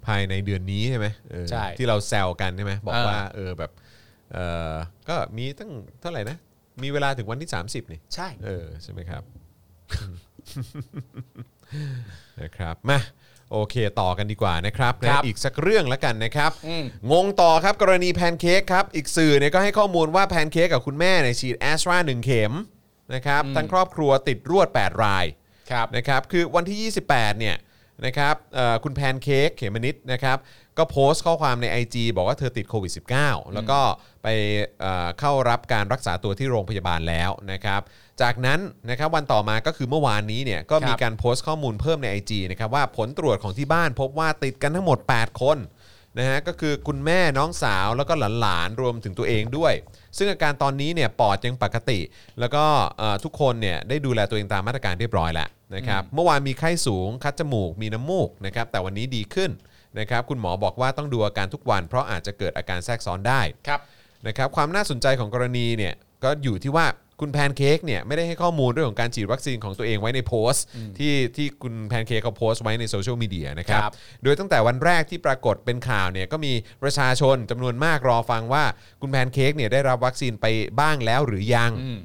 Speaker 2: ภายในเดือนนี้ใช่ไหมเออ
Speaker 3: ใช่
Speaker 2: ที่เราแซวกันใช่ไหมบอก
Speaker 3: เออ
Speaker 2: ว่าเออแบบเออก็มีตั้งเท่าไหร่นะ มีเวลาถึงวันที่ 30 นี่
Speaker 3: ใช่
Speaker 2: เออ ใช่ไหมครับ นะครับ มาโอเคต่อกันดีกว่านะครับนะอีกสักเรื่องแล้วกันนะครับ งงต่อครับกรณีแพนเค้กครับ อีกสื่อเนี่ยก็ให้ข้อมูลว่าแพนเค้กกับคุณแม่เนี่ยฉีดแอสตราหนึ่งเข็มนะครับทั้งครอบครัวติดรวด 8 ราย
Speaker 3: ครับ
Speaker 2: นะครับคือวันที่ 28 เนี่ยนะครับเอ่อคุณแพนเค้กเขมมะนิดนะครับก็โพสต์ข้อความใน IG บอกว่าเธอติดโควิด -19 แล้วก็ไปเอ่อเข้ารับการรักษาตัวที่โรงพยาบาลแล้วนะครับจากนั้นนะครับวันต่อมาก็คือเมื่อวานนี้เนี่ยก็มี
Speaker 3: ครับ
Speaker 2: การโพสต์ข้อมูลเพิ่มใน IG นะครับว่าผลตรวจของที่บ้านพบว่าติดกันทั้งหมด 8 คนนะฮะก็คือคุณแม่น้องสาวแล้วก็หลานๆรวมถึงตัวเองด้วย ซึ่งอาการตอนนี้เนี่ยปอดยังปกติ แล้วก็เอ่อทุกคนเนี่ยได้ดูแลตัวเองตามมาตรการเรียบร้อยแล้วนะครับ เมื่อวานมีไข้สูง คัดจมูก มีน้ำมูกนะครับ แต่วันนี้ดีขึ้นนะครับ คุณหมอบอกว่าต้องดูอาการทุกวัน เพราะอาจจะเกิดอาการแทรกซ้อนได้
Speaker 3: ครับ
Speaker 2: นะครับ ความน่าสนใจของกรณีเนี่ยก็อยู่ที่ว่าคุณแพนเค้กเนี่ยไม่ได้ให้ข้อมูลเรื่องของการฉีดวัคซีนของตัวเองไว้ในโพสต์ ที่ที่คุณแพนเค้กเขาโพสต์ไว้ในโซเชียลมีเดียนะครับ
Speaker 3: ครับ
Speaker 2: โดยตั้งแต่วันแรกที่ปรากฏเป็นข่าวเนี่ยก็มีประชาชนจำนวนมากรอฟังว่าคุณแพนเค้กเนี่ยได้รับวัคซีนไปบ้างแล้วหรือยัง
Speaker 3: อืม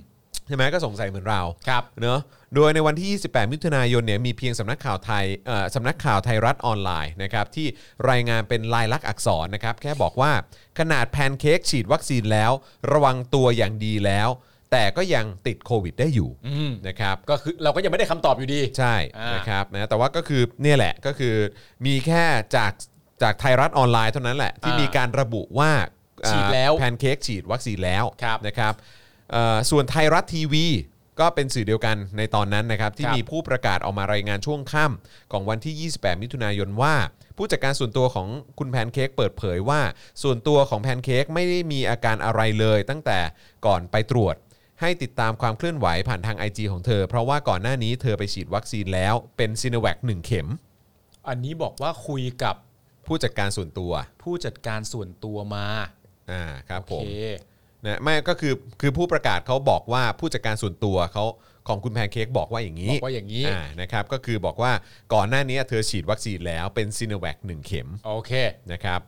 Speaker 2: ใช่ไหมก็สงสัยเหมือนเรา
Speaker 3: ครับ
Speaker 2: เนอะโดยในวันที่ 28 มิถุนายนเนี่ยมีเพียงสำนักข่าวไทยเอ่อสำนักข่าวไทยรัฐออนไลน์นะครับที่รายงานเป็นลายลักษณ์อักษรนะครับแค่บอกว่าขนาดแพนเค้กฉีดวัคซีนแล้ว ระวังตัวอย่างดีแล้ว แต่ก็ยังติดโควิดได้อยู่
Speaker 3: อืม
Speaker 2: นะครับ
Speaker 3: ก็คือเราก็ยังไม่ได้คำตอบอยู่ดี
Speaker 2: ใช่
Speaker 3: อ่าน
Speaker 2: นะครับนะแต่ว่าก็คือเนี่ยแหละก็คือมีแค่จากจากไทยรัฐออนไลน์เท่านั้นแหละ ที่
Speaker 3: อ่ามี
Speaker 2: มีการระบุว่า
Speaker 3: ฉีดแล้ว
Speaker 2: แพนเค้กฉีดวัคซีนแล้ว
Speaker 3: ครับ
Speaker 2: นะครับเอ่อส่วนไทยรัฐทีวีก็เป็นสื่อเดียวกันในตอนนั้นนะครับ ที่
Speaker 3: ครับ
Speaker 2: มีผู้ประกาศออกมารายงานช่วงค่ำของวันที่ 28 มิถุนายนว่า ผู้จัดการส่วนตัวของคุณแพนเค้กเปิดเผยว่า ส่วนตัวของแพนเค้กไม่ได้มีอาการอะไรเลย ตั้งแต่ก่อนไปตรวจ ให้ติดตามความเคลื่อนไหวผ่านทาง IG ของเธอ เพราะว่าก่อนหน้านี้เธอไปฉีดวัคซีนแล้วเป็นซีโนแวคหนึ่งเข็ม
Speaker 3: อันนี้บอกว่าคุยกับ
Speaker 2: ผู้จัดการส่วนตัว
Speaker 3: ผู้จัดการส่วนตัวมา
Speaker 2: อ่าครับ
Speaker 3: โอ
Speaker 2: ผม
Speaker 3: เค
Speaker 2: นะไม่ก็คือคือผู้ประกาศเขาบอกว่าผู้จัดการส่วนตัวเขาของคุณแพนเค้กบอกว่าอย่างนี้
Speaker 3: บอกว่าอย่างนี้
Speaker 2: อ่านะครับก็คือบอกว่าก่อนหน้านี้เธอฉีดวัคซีนแล้วเป็นซีโนแวคหนึ่งเข็ม
Speaker 3: โอเค
Speaker 2: นะครับ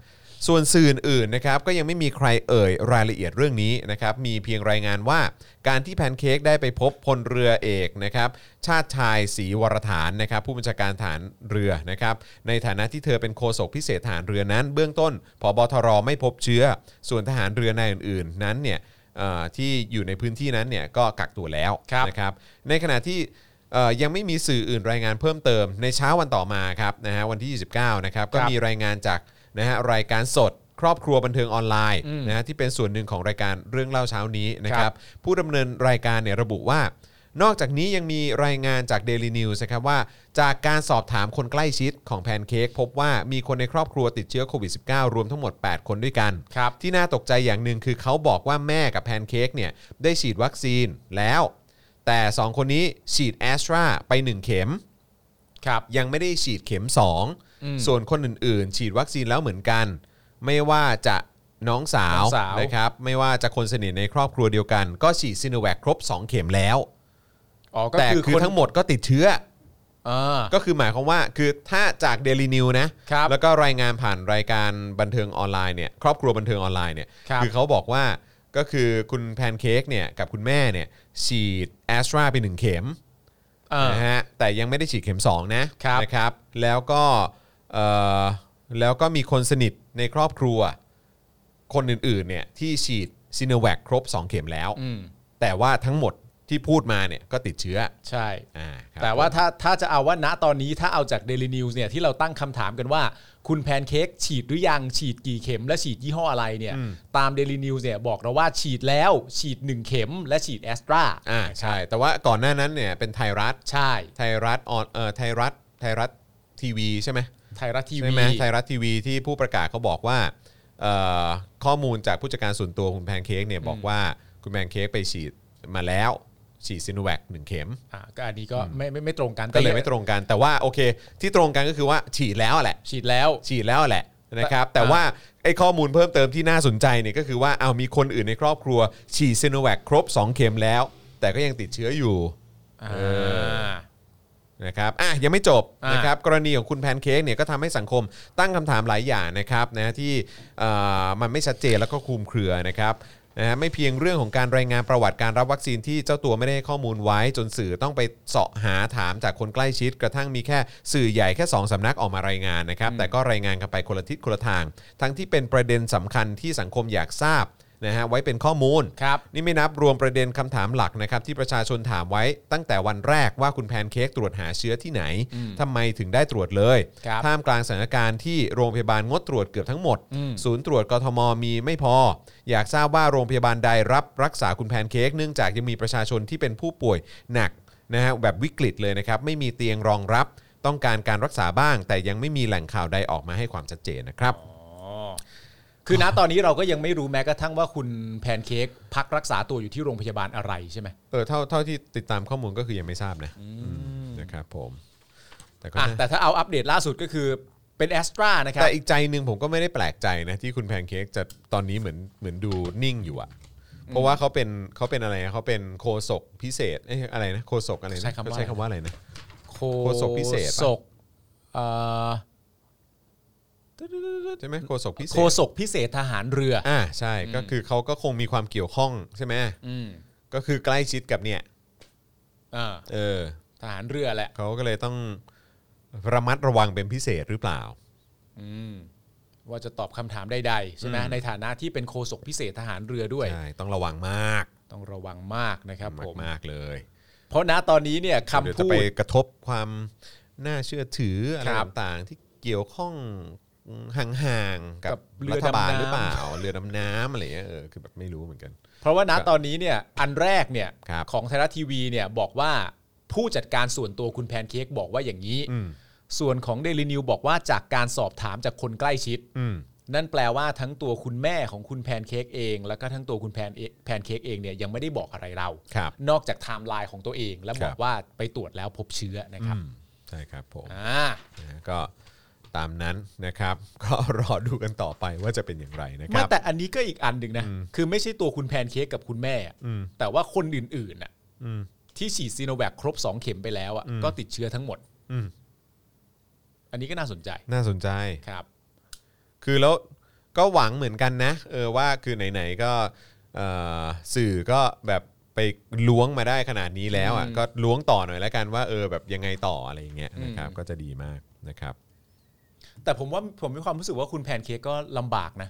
Speaker 2: ส่วนสื่ออื่นๆนะครับก็ยังไม่มีใครเอ่ยรายละเอียดเรื่องนี้นะครับมีเพียงรายงานว่าการที่แพนเค้กได้ไปพบพลเรือเอกนะครับชาติชายศรีวรฐานนะครับผู้บัญชาการฐานเรือนะครับในฐานะที่เธอเป็นโฆษกพิเศษฐานเรือนั้น เบื้องต้นผบทรไม่พบเชื้อ ส่วนทหารเรือนายอื่นๆ นั้นเนี่ยเอ่อที่อยู่ในพื้นที่นั้นเนี่ยก็กักตัวแล้ว
Speaker 3: ครับ
Speaker 2: นะครับในขณะที่เอ่อยังไม่มีสื่ออื่นรายงานเพิ่มเติมในเช้าวันต่อมาครับนะฮะวันที่ 29นะครับก็มีรายงานจาก นะฮะรายการสดครอบครัวบันเทิงออนไลน์นะฮะที่เป็นส่วนหนึ่งของรายการเรื่องเล่าเช้านี้นะค
Speaker 3: ค
Speaker 2: รั
Speaker 3: รับ บ
Speaker 2: ผู้ดำเนินรายการเนี่ยระบุว่า นอกจากนี้ยังมีรายงานจาก Daily News นะครับว่า จากการสอบถามคนใกล้ชิดของแพนเค้กพบว่ามีคนในครอบครัวติดเชื้อโควิด -19 รวมทั้งหมด 8 คนด้วยกัน
Speaker 3: ครับ
Speaker 2: ที่น่าตกใจอย่างหนึ่งคือเขาบอกว่าแม่กับแพนเค้กเนี่ยได้ฉีดวัคซีนแล้ว แต่ 2 คนนี้ฉีดแอสตราไป 1 เข็ม
Speaker 3: ครับ
Speaker 2: ยังไม่ได้ฉีดเข็ม 2 ส่วนคนอื่นๆ ฉีดวัคซีนแล้วเหมือนกัน ไม่ว่าจะน้องสาว
Speaker 3: น้องสาว
Speaker 2: นะครับไม่ว่าจะคนสนิทในครอบครัวเดียวกัน ก็ฉีดซีโนแวคครบ 2 เข็มแล้ว
Speaker 3: อ๋อก็
Speaker 2: แต่
Speaker 3: คือ
Speaker 2: คือ
Speaker 3: คน
Speaker 2: ทั้งหมดก็ติดเชื้อ
Speaker 3: อ่า
Speaker 2: ก็คือหมายความว่าคือถ้าจาก Daily New นะครับ แล้วก็รายงานผ่านรายการบันเทิงออนไลน์เนี่ยครอบครัวบันเทิงออนไลน์เนี่ย
Speaker 3: ครับ
Speaker 2: อเขาบอกว่าก็คือคุณแพนเค้กเนี่ยกับคุณแม่เนี่ยฉีดแอสตราไปหนึ่งเข็ม
Speaker 3: อ่า
Speaker 2: นะฮะแต่ยังไม่ได้ฉีดเข็ม 2 นะครับ นะครับ แล้วก็เอ่อแล้วก็มีคนสนิทในครอบครัว คนอื่นๆเนี่ยที่ฉีด ซีโนแวคครบ 2 เข็มแล้ว
Speaker 3: อืม
Speaker 2: แต่ว่าทั้งหมดที่พูดมาเนี่ยก็ติดเชื้อ
Speaker 3: ใช่
Speaker 2: อ่าครับ
Speaker 3: แต่ว่าถ้าถ้าจะเอาว่าณตอนนี้ถ้าเอาจาก Daily News เนี่ยที่เราตั้งคำถามกันว่า คุณแพนเค้กฉีดหรือยังฉีดกี่เข็ม และฉีดยี่ห้ออะไรเนี่ยตาม Daily News เนี่ยบอกเราว่าฉีดแล้วฉีด 1 เข็ม และฉีดแอสตรา
Speaker 2: อ่าใช่ แต่ว่าก่อนหน้านั้นเนี่ยเป็นไทยรัฐ
Speaker 3: ใช่
Speaker 2: ไทยรัฐออนเอ่อไทยรัฐไทยรัฐทีวีใช่ไหม
Speaker 3: ไทยรัฐที
Speaker 2: ใช่
Speaker 3: วี
Speaker 2: ไหมไทยรัฐทีวีที่ผู้ประกาศเขาบอกว่าเอ่อข้อมูลจากผู้จัดการส่วนตัวคุณแพนเค้กเนี่ยบอกว่าคุณแพนเค้กไปฉีดมาแล้ว ฉีดซิโนแวคหนึ่งเข็ม
Speaker 3: อ่าก็อันนี้ก็ไม่ไม่ไม่ตรงกัน
Speaker 2: ก็เลยไม่ตรงกันแต่ว่าโอเค ที่ตรงกันก็คือว่าฉีดแล้วแหละ
Speaker 3: ฉีดแล้ว
Speaker 2: ฉีดแล้วแหละนะครับ แต่
Speaker 3: อ่า
Speaker 2: ว่าไอ้ข้อมูลเพิ่มเติมที่น่าสนใจเนี่ยก็คือว่าเอามีคนอื่นในครอบครัว ฉีดซิโนแวคครบ 2 เข็มแล้ว แต่ก็ยังติดเชื้ออยู่
Speaker 3: อ่า
Speaker 2: นะครับ อ่ะ ยังไม่จบ
Speaker 3: อ่ะ
Speaker 2: นะครับ กรณีของคุณแพนเค้กเนี่ยก็ทำให้สังคมตั้งคำถามหลายอย่างนะครับนะที่เอ่อมันไม่ชัดเจนแล้วก็คลุมเครือนะครับนะฮะไม่เพียงเรื่องของการรายงานประวัติการรับวัคซีนที่เจ้าตัวไม่ได้ให้ข้อมูลไว้ จนสื่อต้องไปเสาะหาถามจากคนใกล้ชิด กระทั่งมีแค่สื่อใหญ่แค่สองสำนักออกมารายงานนะครับ แต่ก็รายงานกันไปคนละทิศคนละทาง ทั้งที่เป็นประเด็นสำคัญที่สังคมอยากทราบนะฮะไว้เป็นข้อมูล
Speaker 3: ครับ
Speaker 2: นี่ไม่นับรวมประเด็นคำถามหลักนะครับที่ประชาชนถามไว้ตั้งแต่วันแรกว่าคุณแพนเค้กตรวจหาเชื้อที่ไหนทำไมถึงได้ตรวจเลย
Speaker 3: ครับ
Speaker 2: ท่ามกลางสถานการณ์ที่โรงพยาบาลงดตรวจเกือบทั้งหมด
Speaker 3: อืม
Speaker 2: ศูนย์ตรวจกทมมีไม่พอ อยากทราบว่าโรงพยาบาลใดรับรักษาคุณแพนเค้กเนื่องจากยังมีประชาชนที่เป็นผู้ป่วยหนักนะฮะแบบวิกฤตเลยนะครับไม่มีเตียงรองรับ ต้องการการรักษาบ้าง แต่ยังไม่มีแหล่งข่าวใดออกมาให้ความชัดเจนนะครับ
Speaker 3: คือณตอนนี้เราก็ยังไม่รู้แม้กระทั่งว่าคุณแพนเค้กพักรักษาตัวอยู่ที่โรงพยาบาลอะไรใช่ไหม
Speaker 2: เออเท่าเท่าที่ติดตามข้อมูลก็คือยังไม่ทราบนะอืมนะครับผมแต่ก็
Speaker 3: อ่ะ
Speaker 2: น่า
Speaker 3: แต่ถ้าเอาอัปเดตล่าสุดก็คือเป็นแอสตรานะครับ
Speaker 2: แต่อีกใจหนึ่งผมก็ไม่ได้แปลกใจนะ ที่คุณแพนเค้กจะตอนนี้เหมือนเหมือนดูนิ่งอยู่อะเพราะว่าเขาเป็นเขาเป็นอะไรนะเขาเป็นโคศกพิเศษเอ้ยอะไรนะโคศกอะไรนะ
Speaker 3: ใช้คำว่า
Speaker 2: เขาใช้คำว่าอะไรนะ
Speaker 3: โค
Speaker 2: ศกพิเศษปะ
Speaker 3: ศกเอ่อ
Speaker 2: ใช่ไหมโคศกพิเศษ
Speaker 3: โคศกพิเศษทหารเรืออ
Speaker 2: อ่าใช่ก็คือเขาก็คงมีความเกี่ยวข้องใช่ไหม
Speaker 3: อืม
Speaker 2: ก็คือใกล้ชิดกับเนี่ย
Speaker 3: อ่า
Speaker 2: เออ
Speaker 3: ทหารเรือแหละ
Speaker 2: เขาก็เลยต้องระมัดระวังเป็นพิเศษหรือเปล่า
Speaker 3: อืมว่าจะตอบคำถามใดๆใช่ไหม
Speaker 2: อืม
Speaker 3: ในฐานะที่เป็นโคศกพิเศษทหารเรือด้วย
Speaker 2: ใช่ต้องระวังมาก
Speaker 3: ต้องระวังมากนะครับผม
Speaker 2: มากๆเลย
Speaker 3: เพราะณตอนนี้เนี่ยคำ
Speaker 2: เดี๋ยวจะ
Speaker 3: พู
Speaker 2: ไป
Speaker 3: ด
Speaker 2: กระทบความน่าเชื่อถืออะไร
Speaker 3: ครับ
Speaker 2: ต่างๆ ที่เกี่ยวข้องห่างๆกับ
Speaker 3: กับเรือ
Speaker 2: รัฐบาลห
Speaker 3: ดำน้ำ
Speaker 2: รือเปล่า เรือดำน้ำอะไรเงี้ยเออคือแบบไม่รู้เหมือนกัน
Speaker 3: เพราะว่าณตอนนี้เนี่ยอันแรกเนี่ย
Speaker 2: ครับ
Speaker 3: ของไทยรัฐทีวีเนี่ยบอกว่าผู้จัดการส่วนตัวคุณแพนเค้กบอกว่าอย่างนี้
Speaker 2: อืม
Speaker 3: ส่วนของเดลินิวบอกว่าจากการสอบถามจากคนใกล้ชิด
Speaker 2: อืม
Speaker 3: นั่นแปลว่าทั้งตัวคุณแม่ของคุณแพนเค้กเอง แล้วก็ทั้งตัวคุณแพนเอแพนเค้กเองเนี่ยยังไม่ได้บอกอะไรเรา
Speaker 2: ครับ
Speaker 3: นอกจากไทม์ไลน์ของตัวเอง แล้วบ
Speaker 2: ค
Speaker 3: อก
Speaker 2: รับ
Speaker 3: ว่าไปตรวจแล้วพบเชื้อนะครับ
Speaker 2: อืมใช่ครับผม
Speaker 3: อ่า
Speaker 2: นะฮะก็ตามนั้นนะครับ ก็รอดูกันต่อไปว่าจะเป็นอย่างไรนะค
Speaker 3: ไม่
Speaker 2: รับ
Speaker 3: แต่อันนี้ก็อีกอันหนึ่งนะ คือไม่ใช่ตัวคุณแพนเค้กกับคุณแม่อะ
Speaker 2: อืม
Speaker 3: แต่ว่าคนอื่นๆน่ะ
Speaker 2: อืม
Speaker 3: ที่ฉีดซีโนแวคครบ 2 เข็มไปแล้วอ่ะ
Speaker 2: อืม
Speaker 3: ก็ติดเชื้อทั้งหมด
Speaker 2: อืม
Speaker 3: อันนี้ก็น่าสนใจ
Speaker 2: น่าสนใจ
Speaker 3: ครับ
Speaker 2: คือแล้วก็หวังเหมือนกันนะเออว่าคือไหนๆก็เอ่อสื่อก็แบบไปล้วงมาได้ขนาดนี้แล้วอ่ะ
Speaker 3: อืม
Speaker 2: ก็ล้วงต่อหน่อยแล้วกันว่าเออแบบยังไงต่ออะไรอย่างเงี้ยนะครับ
Speaker 3: อืม
Speaker 2: ก็จะดีมากนะครับ
Speaker 3: แต่ผมว่าผมมีความรู้สึกว่าคุณแพนเค้กก็ลำบากนะ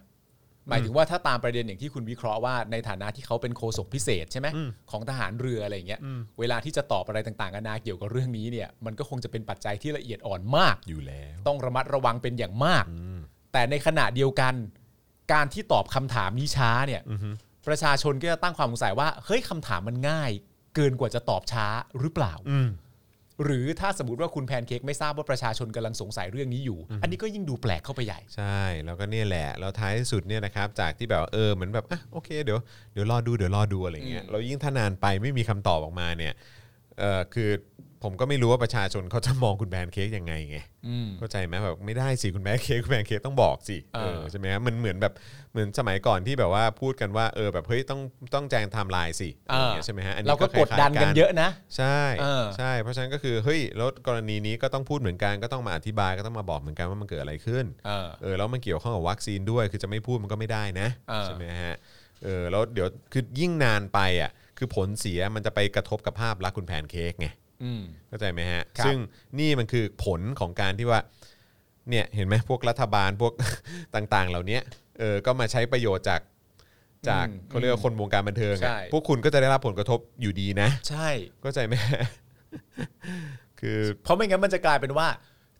Speaker 3: หมายถึงว่าถ้าตามประเด็นอย่างที่คุณวิเคราะห์ว่าในฐานะที่เขาเป็นโฆษกพิเศษใช่ไหม
Speaker 2: อืม
Speaker 3: ของทหารเรืออะไรอย่างเงี้ย
Speaker 2: อืม
Speaker 3: เวลาที่จะตอบอะไรต่างๆกันานาเกี่ยวกับเรื่องนี้เนี่ยมันก็คงจะเป็นปัจจัยที่ละเอียดอ่อนมาก
Speaker 2: อยู่แล้ว
Speaker 3: ต้องระมัดระวังเป็นอย่างมาก
Speaker 2: อืม
Speaker 3: แต่ในขณะเดียวกัน การที่ตอบคำถามนี้ช้าเนี่ย
Speaker 2: อือฮึ
Speaker 3: ประชาชนก็จะตั้งความสงสัยว่าเฮ้ยคำถามมันง่าย เกินกว่าจะตอบช้าหรือเปล่า
Speaker 2: อืม
Speaker 3: หรือถ้าสมมติว่าคุณแพนเค้กไม่ทราบว่าประชาชนกำลังสงสัยเรื่องนี้อยู่ อันนี้ก็ยิ่งดูแปลกเข้าไปใหญ่
Speaker 2: ใช่แล้วก็เนี่ยแหละแล้วท้ายที่สุดเนี่ยนะครับจากที่แบบว่าเออเหมือนแบบอ่ะโอเคเดี๋ยวเดี๋ยวรอดูเดี๋ยวรอดูอะไรเงี้ย
Speaker 3: อืม
Speaker 2: เรายิ่งถ้านานไปไม่มีคำตอบออกมาเนี่ยเออคือผมก็ไม่รู้ว่าประชาชนเขาจะมองคุณแบนเค้กยังไงไง
Speaker 3: อืม
Speaker 2: เข้าใจไหมแบบไม่ได้สิคุณแม่เค้กคุณแม่เค้กต้องบอกสิ
Speaker 3: อ่า
Speaker 2: เออใช่ไหมครับมันเหมือนแบบเหมือนสมัยก่อนที่แบบว่าพูดกันว่าเออแบบเฮ้ยต้องต้องแจงไทม์ไลน์สิอะไรอย่างเงี้ยใช่ไหมฮะอันนี้
Speaker 3: เราก็
Speaker 2: คล้ย
Speaker 3: กด
Speaker 2: ๆ
Speaker 3: ดันกันเยอะนะ
Speaker 2: ใช่
Speaker 3: เออ
Speaker 2: ใช่เพราะฉะนั้นก็คือเฮ้ยแล้วกรณีนี้ก็ต้องพูดเหมือนกันก็ต้องมาอธิบายก็ต้องมาบอกเหมือนกันว่ามันเกิดอะไรขึ้น
Speaker 3: เออ
Speaker 2: เออแล้วมันเกี่ยวข้องกับวัคซีนด้วยคือจะไม่พูดมันก็ไม่ได้นะ
Speaker 3: เออ
Speaker 2: ใช่ไหมฮะเออแล้วเดี๋ยวคือยิ่งนานไปอ่ะคือผลเสียมันจะไปกระทบกับภาพลักษณ์คุณแพนเค้กไง
Speaker 3: อืม
Speaker 2: เข้าใจไหมฮะ
Speaker 3: ครับ
Speaker 2: ซึ่งนี่มันคือผลของการที่ว่า เนี่ยเห็นไหมพวกรัฐบาลพวก ต่างๆ เหล่านี้เออก็มาใช้ประโยชน์จาก จาก
Speaker 3: อืม
Speaker 2: เขาเรียกว่าคนวงการบันเทิงอะ
Speaker 3: ใช่
Speaker 2: พวกคุณก็จะได้รับผลกระทบอยู่ดีนะ
Speaker 3: ใช่
Speaker 2: เข้าใจไหม คือ
Speaker 3: เพราะไม่งั้นมันจะกลายเป็นว่า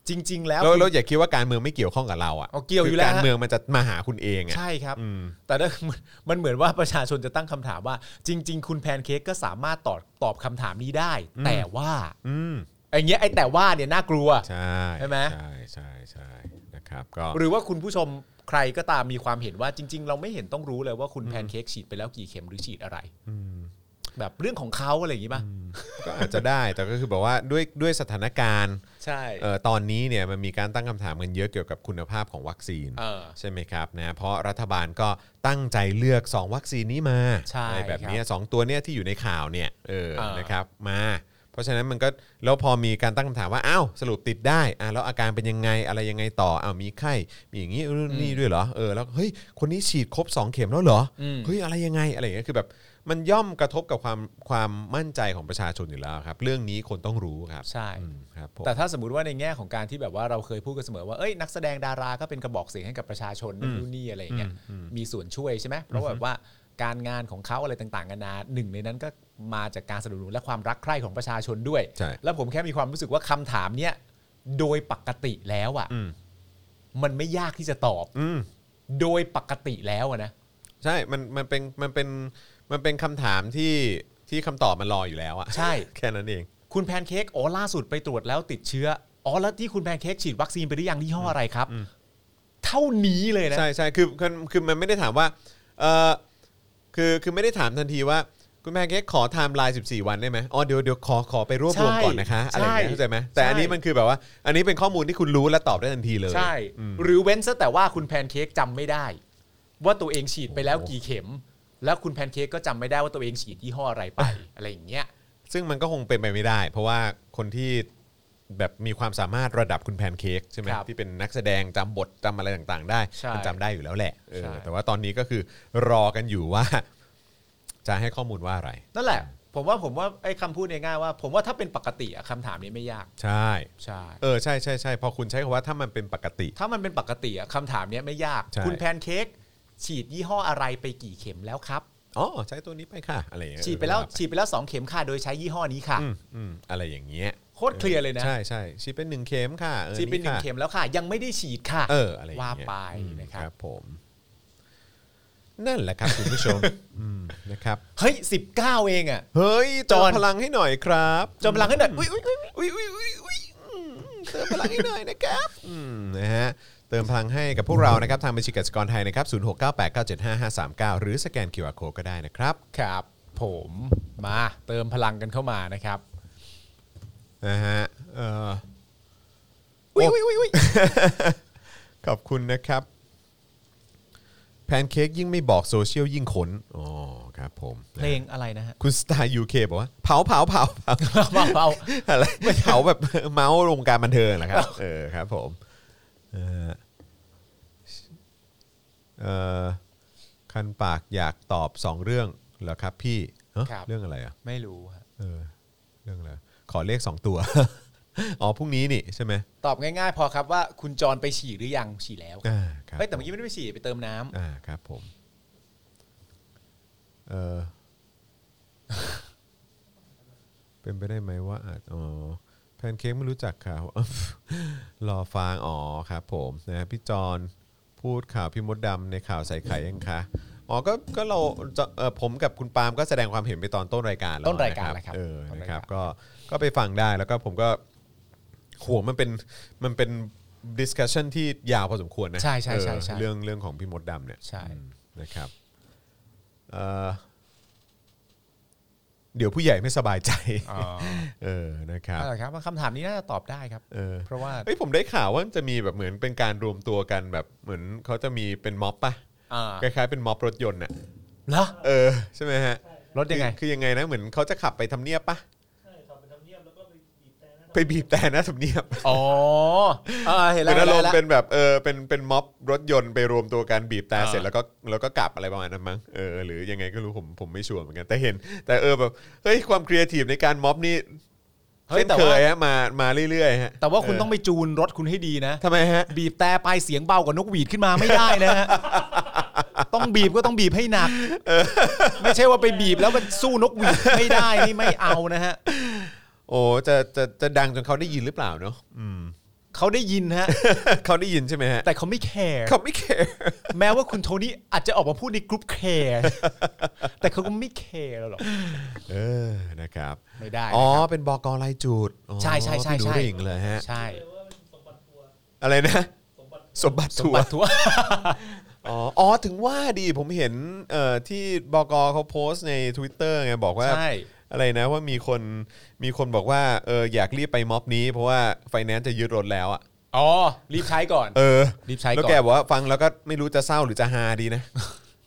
Speaker 3: จริง ๆ แล้ว
Speaker 2: แล้วแล้วอย่าคิดว่าการเมืองไม่เกี่ยวข้องกับเราอ่ะ
Speaker 3: เอาเกี่ยวอยู่แล้ว
Speaker 2: คืการเมืองมันจะมาหาคุณเองอ่ะ
Speaker 3: ใช่ครับ
Speaker 2: อืม
Speaker 3: แต่ถ้า มันมันเหมือนว่าประชาชนจะตั้งคำถามว่า จริง ๆ คุณแพนเค้กก็สามารถตอบตอบคำถามนี้ได้
Speaker 2: อืม
Speaker 3: แต่ว่า
Speaker 2: อืม
Speaker 3: อย่างเงี้ยไอ้แต่ว่าเนี่ยน่ากลัว
Speaker 2: ใช่
Speaker 3: ใช่ไหม
Speaker 2: ใช่ใช่ใช่นะครับ ก็
Speaker 3: หรือว่าคุณผู้ชมใครก็ตามมีความเห็นว่าจริง ๆ เราไม่เห็นต้องรู้เลยว่าคุณแพนเค้กฉีดไปแล้วกี่เข็มหรือฉีดอะไร
Speaker 2: อืม
Speaker 3: แบบเรื่องของเขาอะไรอย่างงี้ป่ะ
Speaker 2: ก็อาจจะได้แต่ก็คือแบบว่าด้วยด้วยสถานการณ์
Speaker 3: ใช่
Speaker 2: เอ่อตอนนี้เนี่ยมันมีการตั้งคำถามกันเยอะเกี่ยวกับคุณภาพของวัคซีน
Speaker 3: เออ
Speaker 2: ใช่ไหมครับนะเพราะรัฐบาลก็ตั้งใจเลือก 2 วัคซีนนี้มา
Speaker 3: ใช่
Speaker 2: อะไรแบบเนี้ยสองตัวเนี้ยที่อยู่ในข่าวเนี่ยเออ
Speaker 3: อ่าน
Speaker 2: นะครับมาเพราะฉะนั้นมันก็แล้วพอมีการตั้งคำถามว่าอ้าวสรุปติดได้อ่ะแล้วอาการเป็นยังไงอะไรยังไงต่ออ้าวมีไข้มีอย่างนี้นู่นนี่ด้วยเหรอเออแล้วเฮ้ยคนนี้ฉีดครบ 2 เข็มแล้วเหรอ
Speaker 3: อืม
Speaker 2: เฮ้ยอะไรยังไงอะไรอย่างเงี้ยคือแบบมันย่อมกระทบกับความความมั่นใจของประชาชนอยู่แล้วครับ เรื่องนี้คนต้องรู้ครับ
Speaker 3: ใช่
Speaker 2: อืมครับผม
Speaker 3: แต่ถ้าสมมติว่าในแง่ของการที่แบบว่าเราเคยพูดกันเสมอว่าเอ้ยนักแสดงดาราก็เป็นกระบอกเสียงให้กับประชาชน
Speaker 2: อืม
Speaker 3: นู่นนี่อะไรอย่างเงี้ย
Speaker 2: อืมอืม
Speaker 3: มีส่วนช่วยใช่ไหมเพราะแบบว่าการงานของเขาอะไรต่างๆกันานาหนึ่งในนั้นก็มาจากการสนับสนุนและความรักใคร่ของประชาชนด้วย
Speaker 2: ใช่
Speaker 3: แล้วผมแค่มีความรู้สึกว่าคำถามเนี้ยโดยปกติแล้วอ่ะ
Speaker 2: อืม
Speaker 3: มันไม่ยากที่จะตอบ
Speaker 2: อืม
Speaker 3: โดยปกติแล้วอะนะ
Speaker 2: ใช่ มัน มันเป็น มันเป็น มันเป็นคำถามที่ ที่คำตอบมันรออยู่แล้วอะ
Speaker 3: ใช่
Speaker 2: แค่นั้นเอง
Speaker 3: คุณแพนเค้กอ๋อล่าสุดไปตรวจแล้วติดเชื้ออ๋อแล้วที่คุณแพนเค้กฉีดวัคซีนไปหรือยังยี่ห้ออะไรครับ เท่านี้เลยนะ
Speaker 2: ใช่ใช่คือคือ คือ มันไม่ได้ถามว่า เออคือ คือไม่ได้ถามทันทีว่า คุณแม่เค้กขอไทม์ไลน์14 วันได้ไหมอ๋อ เดี๋ยว เดี๋ยวขอ ขอไปรวบรวมก่อนนะคะ อะไรอย่างเงี้ย
Speaker 3: ใช่
Speaker 2: เข้าใจไหมแต่อันนี้มันคือแบบว่า อันนี้เป็นข้อมูลที่คุณรู้และตอบได้ทันทีเลย
Speaker 3: ใช่
Speaker 2: อืม
Speaker 3: หรือเว้นซะแต่ว่าคุณแพนเค้กจำไม่ได้ ว่าตัวเองฉีดไปแล้ว
Speaker 2: โอ้โห
Speaker 3: กี่เข็ม แล้วคุณแพนเค้กก็จำไม่ได้ว่าตัวเองฉีดยี่ห้ออะไรไป อะไรอย่างเงี้ย
Speaker 2: ซึ่งมันก็คงเป็นไปไม่ได้ เพราะว่าคนที่แบบมีความสามารถระดับคุณแพนเค้กใช่ไหม
Speaker 3: ครับ
Speaker 2: ที่เป็นนักแสดงจำบทจำอะไรต่างๆ ได้
Speaker 3: ใช่
Speaker 2: มัจำได้อยู่แล้วแหละเออ
Speaker 3: ใช่
Speaker 2: แต่ว่าตอนนี้ก็คือรอกันอยู่ว่า จะให้ข้อมูลว่าอะไร
Speaker 3: นั่นแหละ ผมว่าผมว่าไอ้คำพูดง่ายๆว่า ผมว่าถ้าเป็นปกติอะคำถามนี้ไม่ยาก
Speaker 2: ใช่
Speaker 3: ใช่
Speaker 2: เออใช่ใช่ใช่พอคุณใช้คำว่าถ้ามันเป็นปกติ
Speaker 3: ถ้ามันเป็นปกติอะคำถามเนี้ยไม่ยาก
Speaker 2: ใช่
Speaker 3: คุณแพนเค้กฉีดยี่ห้ออะไรไปกี่เข็มแล้วครับ
Speaker 2: อ๋อใช้ตัวนี้ไปค่ะ อะไรอย่างเงี้ย
Speaker 3: ฉีดไปแล้วฉีดไปแล้วสองเข็มค่ะโดยใช้ยี่ห้อนี้ค่ะ
Speaker 2: อืมอืมอะไรอย่างเงี้ย
Speaker 3: โคตรเคลียร์เลยนะ
Speaker 2: ใช่ใช่ฉีดเป็นหนึ่งเข็มค่ะออ
Speaker 3: ฉีดเป็นหนึ่ง
Speaker 2: ค่ะ
Speaker 3: เข็มแล้วค่ะ ยังไม่ได้ฉีดค่ะ
Speaker 2: เอออะไรอย่งเงี้ย
Speaker 3: ว่าไป
Speaker 2: อืม
Speaker 3: นะครับ
Speaker 2: ผม นั่นแหละครับคุณผู้ ชม อืมนะครับ
Speaker 3: เฮ้ยสิบเก้าเองอะ
Speaker 2: เฮ้ย
Speaker 3: จ
Speaker 2: เติ
Speaker 3: อ
Speaker 2: ม
Speaker 3: ห์น
Speaker 2: พลังให้หน่อยครับ
Speaker 3: จอมพลังให้หน่อยอุ้ยอุ้ยอุ๊ย
Speaker 2: อุ้ยอุ้ยอุ้ยอุ้ยอืมเติมพลังให้หน่อยนะครับอืมนะฮะเติมพลังให้กับพวกเรานะครับ ทางบัญชีกสิกรไทยนะครับ 0698975539 หรือสแกน QR Code ก็ได้นะครับ
Speaker 3: ครับผมมาเติมพลังกันเข้ามานะครับ
Speaker 2: นะฮะเอ่อ
Speaker 3: อุ้ย
Speaker 2: โอ้
Speaker 3: อุ้ยอุ้ยอุ๊ย
Speaker 2: ขอบคุณนะครับ แพนเค้กยิ่งไม่บอกโซเชียลยิ่งขนอ๋อครับผม
Speaker 3: เพลงอะไรนะฮะ
Speaker 2: คุณสตาร์ยูเคบอกว่าเผาเผาเผาเผา
Speaker 3: เบาเบา
Speaker 2: อะไรเผาแบบ เมาส์วงการบันเทิงเหรอครับ เออครับผมเออเอ่อคันปากอยากตอบสองเรื่องเหรอครับพี่ฮะ
Speaker 3: ครับ
Speaker 2: เรื่องอะไรอ่ะ
Speaker 3: ไม่รู้ฮะ
Speaker 2: เออเรื่องอะไรขอเลขสองตัว อ๋อพรุ่งนี้นี่ใช่ไหม
Speaker 3: ตอบง่ายๆ พอครับว่าคุณจรไปฉี่หรือยังฉี่แล้ว
Speaker 2: อ่าครับ
Speaker 3: เฮ้ยแต่เมื่อกี้ไม่ได้ไปฉี่ไปเติมน้ำ
Speaker 2: อ่าครับผมเออ เป็นไปได้ไหมว่าอาจอ๋อแพนเค้กไม่รู้จักข่าว รอฟังอ๋อครับผมนะพี่จอนพูดข่าวพี่มดดำในข่าวใส่ไข่ยังคะอ๋อก็ก็เราจะเอ่อผมกับคุณปาล์มก็แสดงความเห็นไปตอนต้นรายการแล้ว
Speaker 3: ต้นรายการแหละ
Speaker 2: นะ
Speaker 3: ครับ
Speaker 2: เออ
Speaker 3: ต้น
Speaker 2: นะ
Speaker 3: ราย
Speaker 2: ค
Speaker 3: การ
Speaker 2: รับก็ก็ไปฟังได้แล้วก็ผมก็โหมันเป็นมันเป็น discussion ที่ยาวพอสมควรนะ
Speaker 3: ใช่ใช่ใช่ใช่
Speaker 2: เออเรื่องเรื่องของพี่มดดำเนี่ย
Speaker 3: ใช่
Speaker 2: อืมนะครับเอ่อเดี๋ยวผู้ใหญ่ไม่สบายใจ
Speaker 3: อ๋อ
Speaker 2: เออนะครับ
Speaker 3: เอาละครับคำถามนี้น่าจะตอบได้ครับ
Speaker 2: เออ
Speaker 3: เพราะว่า
Speaker 2: เอ้ยผมได้ข่าวว่าจะมีแบบเหมือนเป็นการรวมตัวกันแบบเหมือนเขาจะมีเป็นม็อบปะ
Speaker 3: อ่า
Speaker 2: คล้ายๆเป็นม็อบรถยนต์น่ะ
Speaker 3: เหรอ
Speaker 2: เออใช่ไหมฮะ
Speaker 3: รถยังไง
Speaker 2: คือคือยังไงนะเหมือนเขาจะขับไปทำเนียบปะ
Speaker 4: ใช่ทำเป็นทำเนียบแล้วก็ไปบีบแต่นะ
Speaker 2: ไปบีบแต่หนะทำเนียบ
Speaker 3: อ๋อเออเห็น
Speaker 2: เห
Speaker 3: แล้
Speaker 2: มือ
Speaker 3: วน เห็
Speaker 2: อานรมณ์
Speaker 3: แล้วเห็นแล้ว
Speaker 2: เป็นแบบเออเป็นเป็นม็อบรถยนต์ไปรวมตัวกันบีบแต่
Speaker 3: อ่า
Speaker 2: เสร็จแล้วก็แล้วก็กลับอะไรประมาณนั้นมั้งเออหรือยังไงก็รู้ผมผมไม่ชัวร์เหมือนกันแต่เห็น แต่เออแบบเฮ้ยความครีเอทีฟในการม็อบนี่
Speaker 3: เฮ้ย
Speaker 2: เช่น
Speaker 3: แต่
Speaker 2: เค
Speaker 3: ว่าย
Speaker 2: ฮะมามาเรื่อยๆฮะ
Speaker 3: แต่ว่าคุณต้องไปจูนรถคุณให้ดีนะ
Speaker 2: ทำไมฮะ
Speaker 3: บีบแต่ไปเสียงเบากว่านกหวีดขึ้นมาไม่ได้นะฮะ ต้องบีบก็ต้องบีบให้หนักไม่ใช่ว่าไปบีบแล้วมันสู้นกหวีดไม่ได้นี่ไม่เอานะฮะ
Speaker 2: โอ้จะจะจะดังจนเขาได้ยินหรือเปล่าเนาะ
Speaker 3: เขาได้ยินฮะ
Speaker 2: เขาได้ยินใช่ไหมฮะ
Speaker 3: แต่เขาไม่แคร์
Speaker 2: เขาไม่แคร์
Speaker 3: แม้ว่าคุณโทนี่อาจจะออกมาพูดในกรุ๊ปแคร์แต่เขาก็ไม่แคร์เราหรอก
Speaker 2: เออนะครับ
Speaker 3: ไม่ได้นะ
Speaker 2: อ๋อ
Speaker 3: ครับ
Speaker 2: เป็นบอกรายจุดอ๋อ
Speaker 3: ใช่ใช่ใช่
Speaker 2: พี่หนู
Speaker 3: ใช่
Speaker 2: เริ่งเลยฮะ
Speaker 3: ใช่
Speaker 2: อะไรนะ สมบัติ
Speaker 3: สม
Speaker 2: ทัว
Speaker 3: บั
Speaker 2: ร์
Speaker 3: ติทัวร์
Speaker 2: อ๋ออ๋อ ถึงว่าดีผมเห็นเอ่อที่บอกรเขาโพสต์ใน Twitter ไงบอกว่า
Speaker 3: ใช่
Speaker 2: อะไรนะว่ามีคนมีคนบอกว่าเอออยากรีบไปม็อบนี้ เพราะว่าไฟแนนซ์จะยึดรถแล้วอ่ะ
Speaker 3: อ๋อรีบใช้ก่อน
Speaker 2: เออ
Speaker 3: รีบใช้
Speaker 2: แล้ว
Speaker 3: ก่อ
Speaker 2: แก
Speaker 3: น
Speaker 2: บอกว่าฟังแล้วก็ไม่รู้จะเศร้าหรือจะฮาดี นะ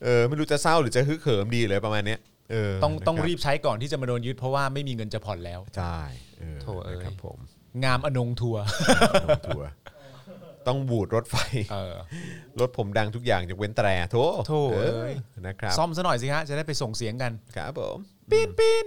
Speaker 2: เออ ไม่รู้จะเศร้าหรือจะฮึกเหิมดีเลยประมาณเนี้ยเออ
Speaker 3: ต้องต้อง
Speaker 2: นะค
Speaker 3: รีบใช้ก่อนที่จะมาโดนยึดเพราะว่าไม่มีเงินจะผ่อนแล้ว
Speaker 2: ใช่เออ
Speaker 3: โถ่เอ้ย
Speaker 2: นะครับผม
Speaker 3: งามอนงทัวร์
Speaker 2: ขนมทัวร์ต้องบูดรถไฟ
Speaker 3: เออ
Speaker 2: รถผมดังทุกอย่างยกเว้นแตรโถ
Speaker 3: โถ่
Speaker 2: เออ
Speaker 3: เอ้ย
Speaker 2: นะครับ
Speaker 3: ซ่อมซะหน่อยสิฮะจะได้ไปส่งเสียงกัน
Speaker 2: ครับผม
Speaker 3: ปีนปีน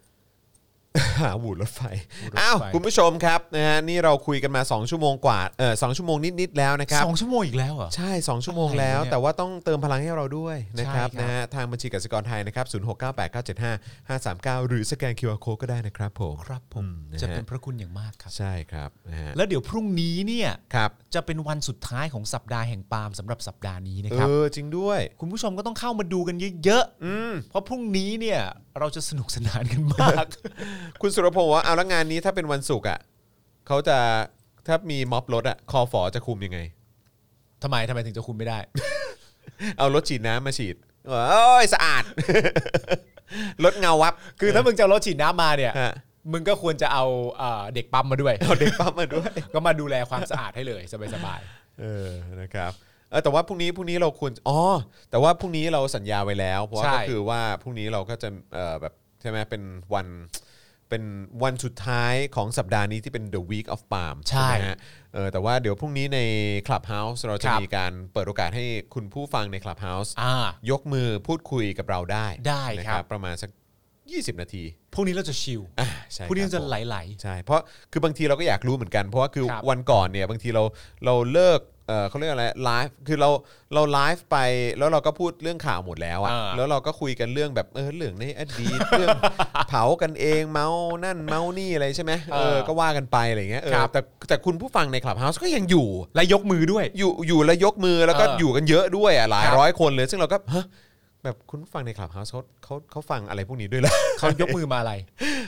Speaker 2: หาบูดรถไฟ
Speaker 3: บูดรถไฟ
Speaker 2: อ้าว คุณผู้ชมครับนะฮะนี่เราคุยกันมา 2 ชั่วโมงกว่าเออสชั่วโมงนิด ๆ แล้วนะครับ
Speaker 3: สองชั่วโมงอีกแล้วเหรอ
Speaker 2: ใช่ 2 ชั่วโมง
Speaker 3: อะไร
Speaker 2: แล้ว
Speaker 3: เนี่ย
Speaker 2: แต่ว่าต้องเติมพลังให้เราด้วยนะครับ
Speaker 3: ใช่ครับ
Speaker 2: นะฮะทางบัญชีกสิกรไทยนะครับ 0698975539 หรือสแกน QR Code ก็ได้นะครับผม
Speaker 3: ครับผม
Speaker 2: นะ
Speaker 3: จะ
Speaker 2: ฮะ
Speaker 3: เป็นพระคุณอย่างมากครับ
Speaker 2: ใช่ครับนะฮะ
Speaker 3: แล้วเดี๋ยวพรุ่งนี้เนี่ย
Speaker 2: ครับ
Speaker 3: จะเป็นวันสุดท้ายของสัปดาห์แห่งปาล์มสำหรับสัปดาห์นี้นะ
Speaker 2: เอ
Speaker 3: ครับ
Speaker 2: อ จริงด้วย
Speaker 3: คุณผู้ชมก็ต้องเข้ามาดูกันเยอะ
Speaker 2: อืม
Speaker 3: ๆ เพราะพรุ่งนี้เนี่ยเราจะสนุกสนานกัน มาก
Speaker 2: คุณสุรพงศ์บอกว่าเอาแล้วงานนี้ถ้าเป็นวันศุกร์อ่ะเขาจะถ้ามีม็อบรถอ่ะคอฝอจะคุมยังไง
Speaker 3: ทำไมทำไมถึงจะคุมไม่ ได้
Speaker 2: เอารถฉีดน้ำมาฉีดโอ้ยสะอาด รถเงาวับ
Speaker 3: คือถ้ามึงจะเอารถฉีดน้ำมาเนี่ย
Speaker 2: ฮะ
Speaker 3: มึงก็ควรจะเอาเอ่อเด็กปั๊มมา ด้วย
Speaker 2: เอาเด็กปั๊มมาด้วย
Speaker 3: ก็มาดูแลความสะอาดให้เลยสบาย
Speaker 2: เออ นะครับเออแต่ว่าพรุ่งนี้พรุ่งนี้เราควร อ๋อ แต่ว่าพรุ่งนี้เราสัญญาไว้แล้ว เพราะว่าก็คือว่าพรุ่งนี้เราก็จะ เออแบบใช่ไหมเป็นวัน เป็นวันสุดท้ายของสัปดาห์นี้ที่เป็น the week of palm
Speaker 3: ใช่
Speaker 2: ไหมฮะ เออ แต่ว่าเดี๋ยวพรุ่งนี้ใน clubhouse เราจะ
Speaker 3: ครับ
Speaker 2: มีการเปิดโอกาสให้คุณผู้ฟังใน clubhouse
Speaker 3: ๆ อ่า
Speaker 2: ยกมือพูดคุยกับเราได้
Speaker 3: ได้
Speaker 2: นะครับ ประมาณสัก 20 นาที
Speaker 3: พรุ่งนี้เราจะชิล
Speaker 2: อ่าใช่
Speaker 3: พรุ่งนี้
Speaker 2: คบ
Speaker 3: เราจะ
Speaker 2: ผม
Speaker 3: ไหล
Speaker 2: ใช่ เพราะ คือบางทีเราก็อยากรู้เหมือนกัน เพราะว่าคือ
Speaker 3: ครับ
Speaker 2: วันก่อนเนี่ย บางทีเรา เราเลิก เออเขาเรียกอะไร ไลฟ์ คือเรา เราไลฟ์ไป แล้วเราก็พูดเรื่องข่าวหมดแล้วอะ
Speaker 3: อ่า
Speaker 2: แล้วเราก็คุยกันเรื่องแบบ เออ เรื่องในอดีต เรื่องเผากันเอง เมานั่น เมานี่อะไรใช่ไหมเอ
Speaker 3: เอ
Speaker 2: อ
Speaker 3: อ
Speaker 2: ก็ว่ากันไปอะไรเงี้ย เออ
Speaker 3: ครับ
Speaker 2: แต่ แต่คุณผู้ฟังในคลับเฮาส์ก็ยังอยู่
Speaker 3: ๆ และยกมือด้วย
Speaker 2: อยู่ อยู่แล้วยกมือ แล้วก็
Speaker 3: เออ
Speaker 2: อยู่กันเยอะด้วยอะหลาย
Speaker 3: ครับ
Speaker 2: ร้อยคนเลย ซึ่งเราก็ ฮะ แบบคุณผู้ฟังในคลับเฮาส์เขาเขาเขาฟังอะไรพวกนี้ด้วยเหรอ
Speaker 3: เขายกมือมาอะไร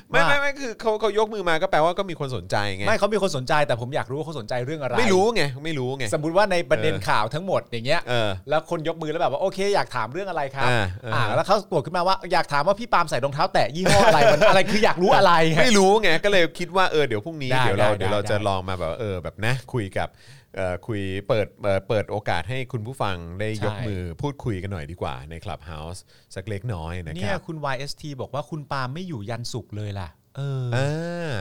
Speaker 2: ไม่ไม่
Speaker 3: ว่า
Speaker 2: ไม่คือเขาเขายกมือมาก็แปลว่าก็มีคนสนใจไง
Speaker 3: ไม่เขามีคนสนใจแต่ผมอยากรู้ว่าเขาสนใจเรื่องอะไร
Speaker 2: ไม่รู้ไงไม่รู้ไง
Speaker 3: สมมุติว่าในประเด็น
Speaker 2: เออ
Speaker 3: ข่าวทั้งหมดอย่างเงี้ย
Speaker 2: เออ
Speaker 3: แล้วคนยกมือแล้วแบบว่าโอเคอยากถามเรื่องอะไรครับ
Speaker 2: อ่าเอออ่
Speaker 3: แล้วเขากดขึ้นมาว่าอยากถามว่าพี่ปาล์มใส่รองเท้าแตะยี่ห้อ อะไรมันอะไรคืออยากรู้อะไรฮะ
Speaker 2: ไม่รู้ไงก็เลยคิดว่าเออเดี๋ยวพรุ่งนี้
Speaker 3: ได้
Speaker 2: เดี๋ยวเรา
Speaker 3: ได้
Speaker 2: เดี๋ยวเรา
Speaker 3: ได้
Speaker 2: จะ
Speaker 3: ได้
Speaker 2: ลองมาแบบว่าเออแบบนะคุยกับเอ่อคุยเปิดเอ่อเปิดโอกาสให้คุณผู้ฟังได้ยก
Speaker 3: ใช่
Speaker 2: มือพูดคุยกันหน่อยดีกว่าในคลับเฮาส์สักเล็กน้อยนะค
Speaker 3: เนี่
Speaker 2: รั
Speaker 3: ย
Speaker 2: บ
Speaker 3: คุณ YST บอกว่าคุณปาล์มไม่อยู่ยันสุกร์เลยล่ะ เออ
Speaker 2: อ่า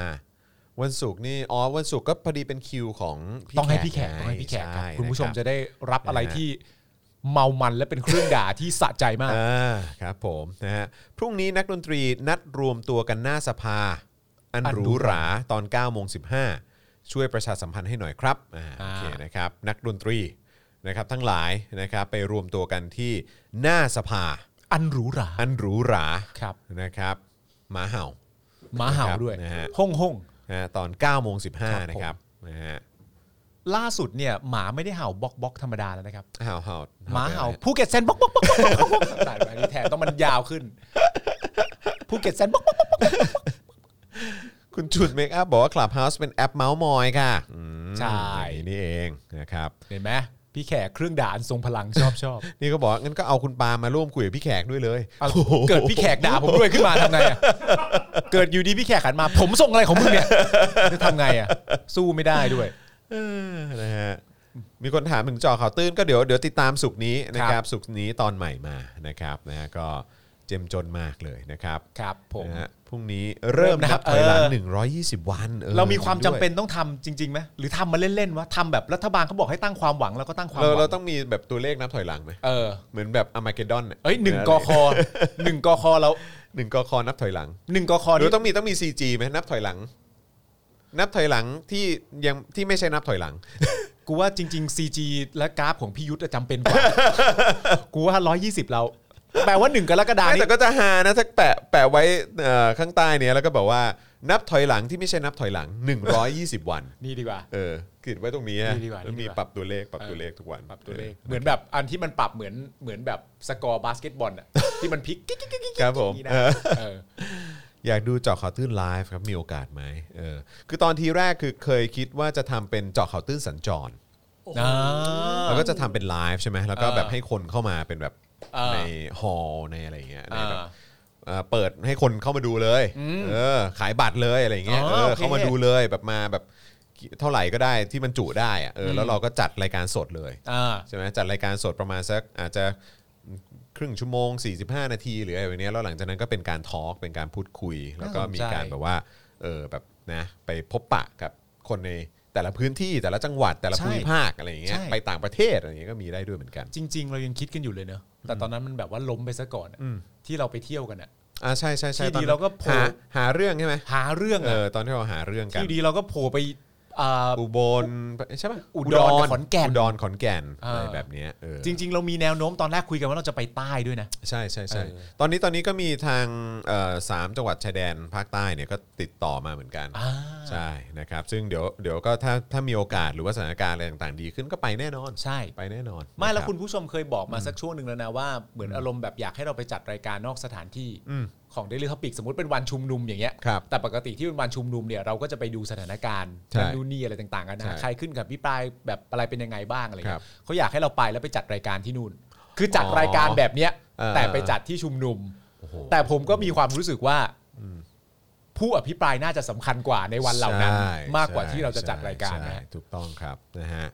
Speaker 2: วันศุกร์นี่อ๋อวันศุกร์ก็พอดีเป็นคิวของพี่
Speaker 3: ต้องให้พี่แขก
Speaker 2: ไ
Speaker 3: ต้องให้พี่แขกครับ
Speaker 2: ใช่
Speaker 3: คุณผู้ชม
Speaker 2: นะ
Speaker 3: จะ
Speaker 2: รับ
Speaker 3: ได้รับอะไร
Speaker 2: นะฮะ
Speaker 3: ที่เมามันและเป็นเครื่องด่าที่สะใจมาก
Speaker 2: อ่าครับผมนะฮะพรุ่งนี้นักดนตรีนัดรวมตัวกันหน้าสภา อัน
Speaker 3: อัน
Speaker 2: ห
Speaker 3: หรู
Speaker 2: รูหราตอน9โมง15 ช่วยประชาสัมพันธ์ให้หน่อยครับอ่าโอ
Speaker 3: อ่า
Speaker 2: เคนะครับนักดนตรีนะครับทั้งหลายนะครับไปรวมตัวกันที่หน้าสภา
Speaker 3: อันหรูหรา
Speaker 2: อันหรูหรา
Speaker 3: ครับ
Speaker 2: นะครับหมาเห่า
Speaker 3: หมาเห่าด้วย
Speaker 2: นะฮะ
Speaker 3: ห้องห้อง
Speaker 2: นะฮะตอน9โมง
Speaker 3: ครับ
Speaker 2: 15
Speaker 3: ผม
Speaker 2: นะครับนะฮะ
Speaker 3: ๆล่าสุดเนี่ยหมาไม่ได้เห่าบล็อกบล็อกธรรมดาแล้วนะครับ
Speaker 2: เห่าเห่า
Speaker 3: หมาเห่า
Speaker 2: ไปแล้ว
Speaker 3: ภูเก็ตแซนด์บ็อกบ็อกบ็อกบ็อกบ็อกต่างๆนี่แทนต้องมันยาวขึ้นภูเก็ตแซนด์บ็อกบ็อกบ็อก
Speaker 2: คุณจุดเมคอัพบอกว่าคลับเฮาส์เป็นแอปเมาส์มอยค่ะอืม
Speaker 3: ใช่
Speaker 2: อย่างนี่เองนะครับ
Speaker 3: เห็นไหมพี่แขกเครื่องด่าอันทรงพลังชอบชอบ
Speaker 2: นี่ก็บอกว่างั้นก็เอาคุณปาล์มมาร่วมคุยกับพี่แขกด้วยเลย
Speaker 3: เกิดพี่แขกด่าผมด้วยขึ้นมาทำไงอะเกิดอยู่ดีพี่แขกหันมา ผมส่งอะไรของมึงเนี่ยจะทำไงอ่ะสู้ไม่ได้ด้วย
Speaker 2: เออนะฮะมีคนถามถึงจอข่าวตื้นก็เดี๋ยวเดี๋ยวติดตามสุกร์นี้นะค
Speaker 3: ครั
Speaker 2: รับบ สุกร์นี้ตอนใหม่มานะครับนะฮะก็เจ็มจนมากเลยนะครับ
Speaker 3: ครับ ผม
Speaker 2: นะฮะพรุ่งนี้เริ่มนับถอยหลัง 120 วันออ
Speaker 3: เรามีความจำเป็น
Speaker 2: ด้
Speaker 3: ต้องทำจริงๆไหมหรือทำมาเล่นๆวะทำแบบรัฐบาลเขาบอกให้ตั้งความหวังแล้วก็ตั้งความ
Speaker 2: วย
Speaker 3: ห
Speaker 2: เรา
Speaker 3: วั
Speaker 2: เรา
Speaker 3: ง
Speaker 2: ต้องมีแบบตัวเลขนับถอยหลังไหม
Speaker 3: เออ
Speaker 2: เหมือนแบบอมาเกดอน
Speaker 3: เอ้ยหนึ่งกคหนึ่งกคเรา
Speaker 2: หนึ่งกคนับถอยหลัง
Speaker 3: หนึ่งกค
Speaker 2: หรือ
Speaker 3: นี่
Speaker 2: ต้องมีต้องมี CG ไหมนับถอยหลัง นับถอยหลังที่ยังที่ไม่ใช่นับถอยหลัง
Speaker 3: กูว่าจริง ๆ CG และกราฟของพี่ยุทธอะจำเป็นก ว่า กูว่า 120 เรา แปลว่าหนึ่งกรกฎาคม
Speaker 2: ไม่
Speaker 3: นี่
Speaker 2: แต่ก็จะหานะถ้าแปะแปะไว้เอ่อข้างใต้เนี้ยแล้วก็แบบว่านับถอยหลังที่ไม่ใช่นับถอยหลัง 120 วัน
Speaker 3: นี่ดีกว่า
Speaker 2: เออขีดไว้ตรงนี้อะ
Speaker 3: ดีดีกว่า
Speaker 2: แล้วมี
Speaker 3: ดีดีกว่า
Speaker 2: ปรับตัวเลขปรับตัวเลขทุกวัน
Speaker 3: ปรับตัวเลขเหมือนแบบอันที่มันปรับเหมือนเหมือนแบบสกอร์บาสเกตบอลอะที่มันพลิกกิ๊กกิ๊กกิ๊กกิ๊ก
Speaker 2: ครับผม
Speaker 3: นี่นะเออ
Speaker 2: อยากดูเจาะข่าวตื้นไลฟ์ครับมีโอกาสไหมเออคือตอนทีแรกคือเคยคิดว่าจะทำเป็นเจาะข่าวตื้นสัญจร แล้วก็จะทำเป็นไลฟ์ใช่ไหมแล้วก็แบบ
Speaker 3: อ่า
Speaker 2: ให้คนเข้ามาเป็นแบบ
Speaker 3: อ่า
Speaker 2: ในฮอลล์ในอะไรอย่างเงี้ยใน
Speaker 3: อ่า
Speaker 2: แบบเอ่อเปิดให้คนเข้ามาดูเลยเออขายบัตรเลยอะไรอย่างเงี้ย
Speaker 3: อ๋อ
Speaker 2: เออ
Speaker 3: โอเค
Speaker 2: เข้ามาดูเลยแบบมาแบบเท่าไหร่ก็ได้ที่มันจุได้อะเออแล้วเราก็จัดรายการสดเลย
Speaker 3: อ่า
Speaker 2: ใช่ไหมจัดรายการสดประมาณสักอาจจะครึ่งชั่วโมง 45 นาที หรืออะไรแบบเนี้ยแล้วหลังจากนั้นก็เป็นการทอล์กเป็นการพูดคุย แล้วก็
Speaker 3: น่าสนใจ
Speaker 2: มีการแบบว่าเออแบบนะไปพบปะกับคนในแต่ละพื้นที่แต่ละจังหวัดแต่ละภูมิภาคอะไรอย่างเงี้ย
Speaker 3: ใช่
Speaker 2: ไปต่างประเทศอะไรอย่างเงี้ยก็มีได้ด้วยเหมือนกัน
Speaker 3: จริง ๆ เรายังคิดกันอยู่เลยเนอะแต่ตอนนั้นมันแบบว่าล้มไปซะก่อนอะที่เราไปเที่ยวกันอะ
Speaker 2: อ่าใช่ใช่ใช่
Speaker 3: ที
Speaker 2: ตอน
Speaker 3: ดี
Speaker 2: นั้น
Speaker 3: เราก็โผล่
Speaker 2: หาหาเรื่องใช่ไหม
Speaker 3: หาเรื่อง
Speaker 2: เอ
Speaker 3: อะ
Speaker 2: อตอนที่เราหาเรื่องกัน
Speaker 3: ที่ดีเราก็โผล่ไปอ่า
Speaker 2: อุบลใช่ปะ
Speaker 3: อุดรกับขอนแก่น
Speaker 2: อุดรขอนแก่น
Speaker 3: อ่า
Speaker 2: อะไรแบบเนี้ยเออ
Speaker 3: จริง ๆ เรามีแนวโน้มตอนแรกคุยกันว่าเราจะไปใต้ด้วยนะ
Speaker 2: ใช่ใช่ใช่
Speaker 3: เออ
Speaker 2: ตอนนี้ตอนนี้ก็มีทางเอ่อสามจังหวัดชายแดนภาคใต้เนี่ยก็ติดต่อมาเหมือนกัน
Speaker 3: อ่า
Speaker 2: ใช่นะครับซึ่งเดี๋ยวเดี๋ยวก็ถ้าถ้ามีโอกาสหรือว่าสถานการณ์อะไรต่างๆ ดีขึ้นก็ไปแน่นอน
Speaker 3: ใช่
Speaker 2: ไปแน่นอน
Speaker 3: ไม่แล้ว
Speaker 2: นะรับ
Speaker 3: คุณผู้ชมเคยบอกมาสักช่วงหนึ่งแล้วนะว่าเหมือนอารมณ์แบบอยากให้เราไปจัดรายการนอกสถานที่
Speaker 2: อืม
Speaker 3: ของเดลิทอปิกสมมติเป็นวันชุมนุมอย่างเงี้ย
Speaker 2: ครับ
Speaker 3: แต่ปกติที่เป็นวันชุมนุมเนี่ยเราก็จะไปดูสถานการณ์
Speaker 2: ใช่
Speaker 3: นั่นดูนนี่อะไรต่างๆกัน
Speaker 2: ใช่
Speaker 3: นะใครขึ้นกับพี่ปลายแบบอะไรเป็นยังไงบ้างอะไร
Speaker 2: ครั
Speaker 3: เงี้
Speaker 2: บ
Speaker 3: ยเขาอยากให้เราไปแล้วไปจัดรายการที่นู่น คือจัดรายการแบบเนี้ย
Speaker 2: เออ
Speaker 3: แต่ไปจัดที่ชุมนุม แต่ผมก็มีความรู้สึกว่าผู้อภิปรายน่าจะสำคัญกว่าในวันเหล่านั้น
Speaker 2: ใช่
Speaker 3: มากกว่าที่เราจะ
Speaker 2: ใช่
Speaker 3: จัดรายการ
Speaker 2: ใช่
Speaker 3: นะ
Speaker 2: ถูกต้องครับนะฮะ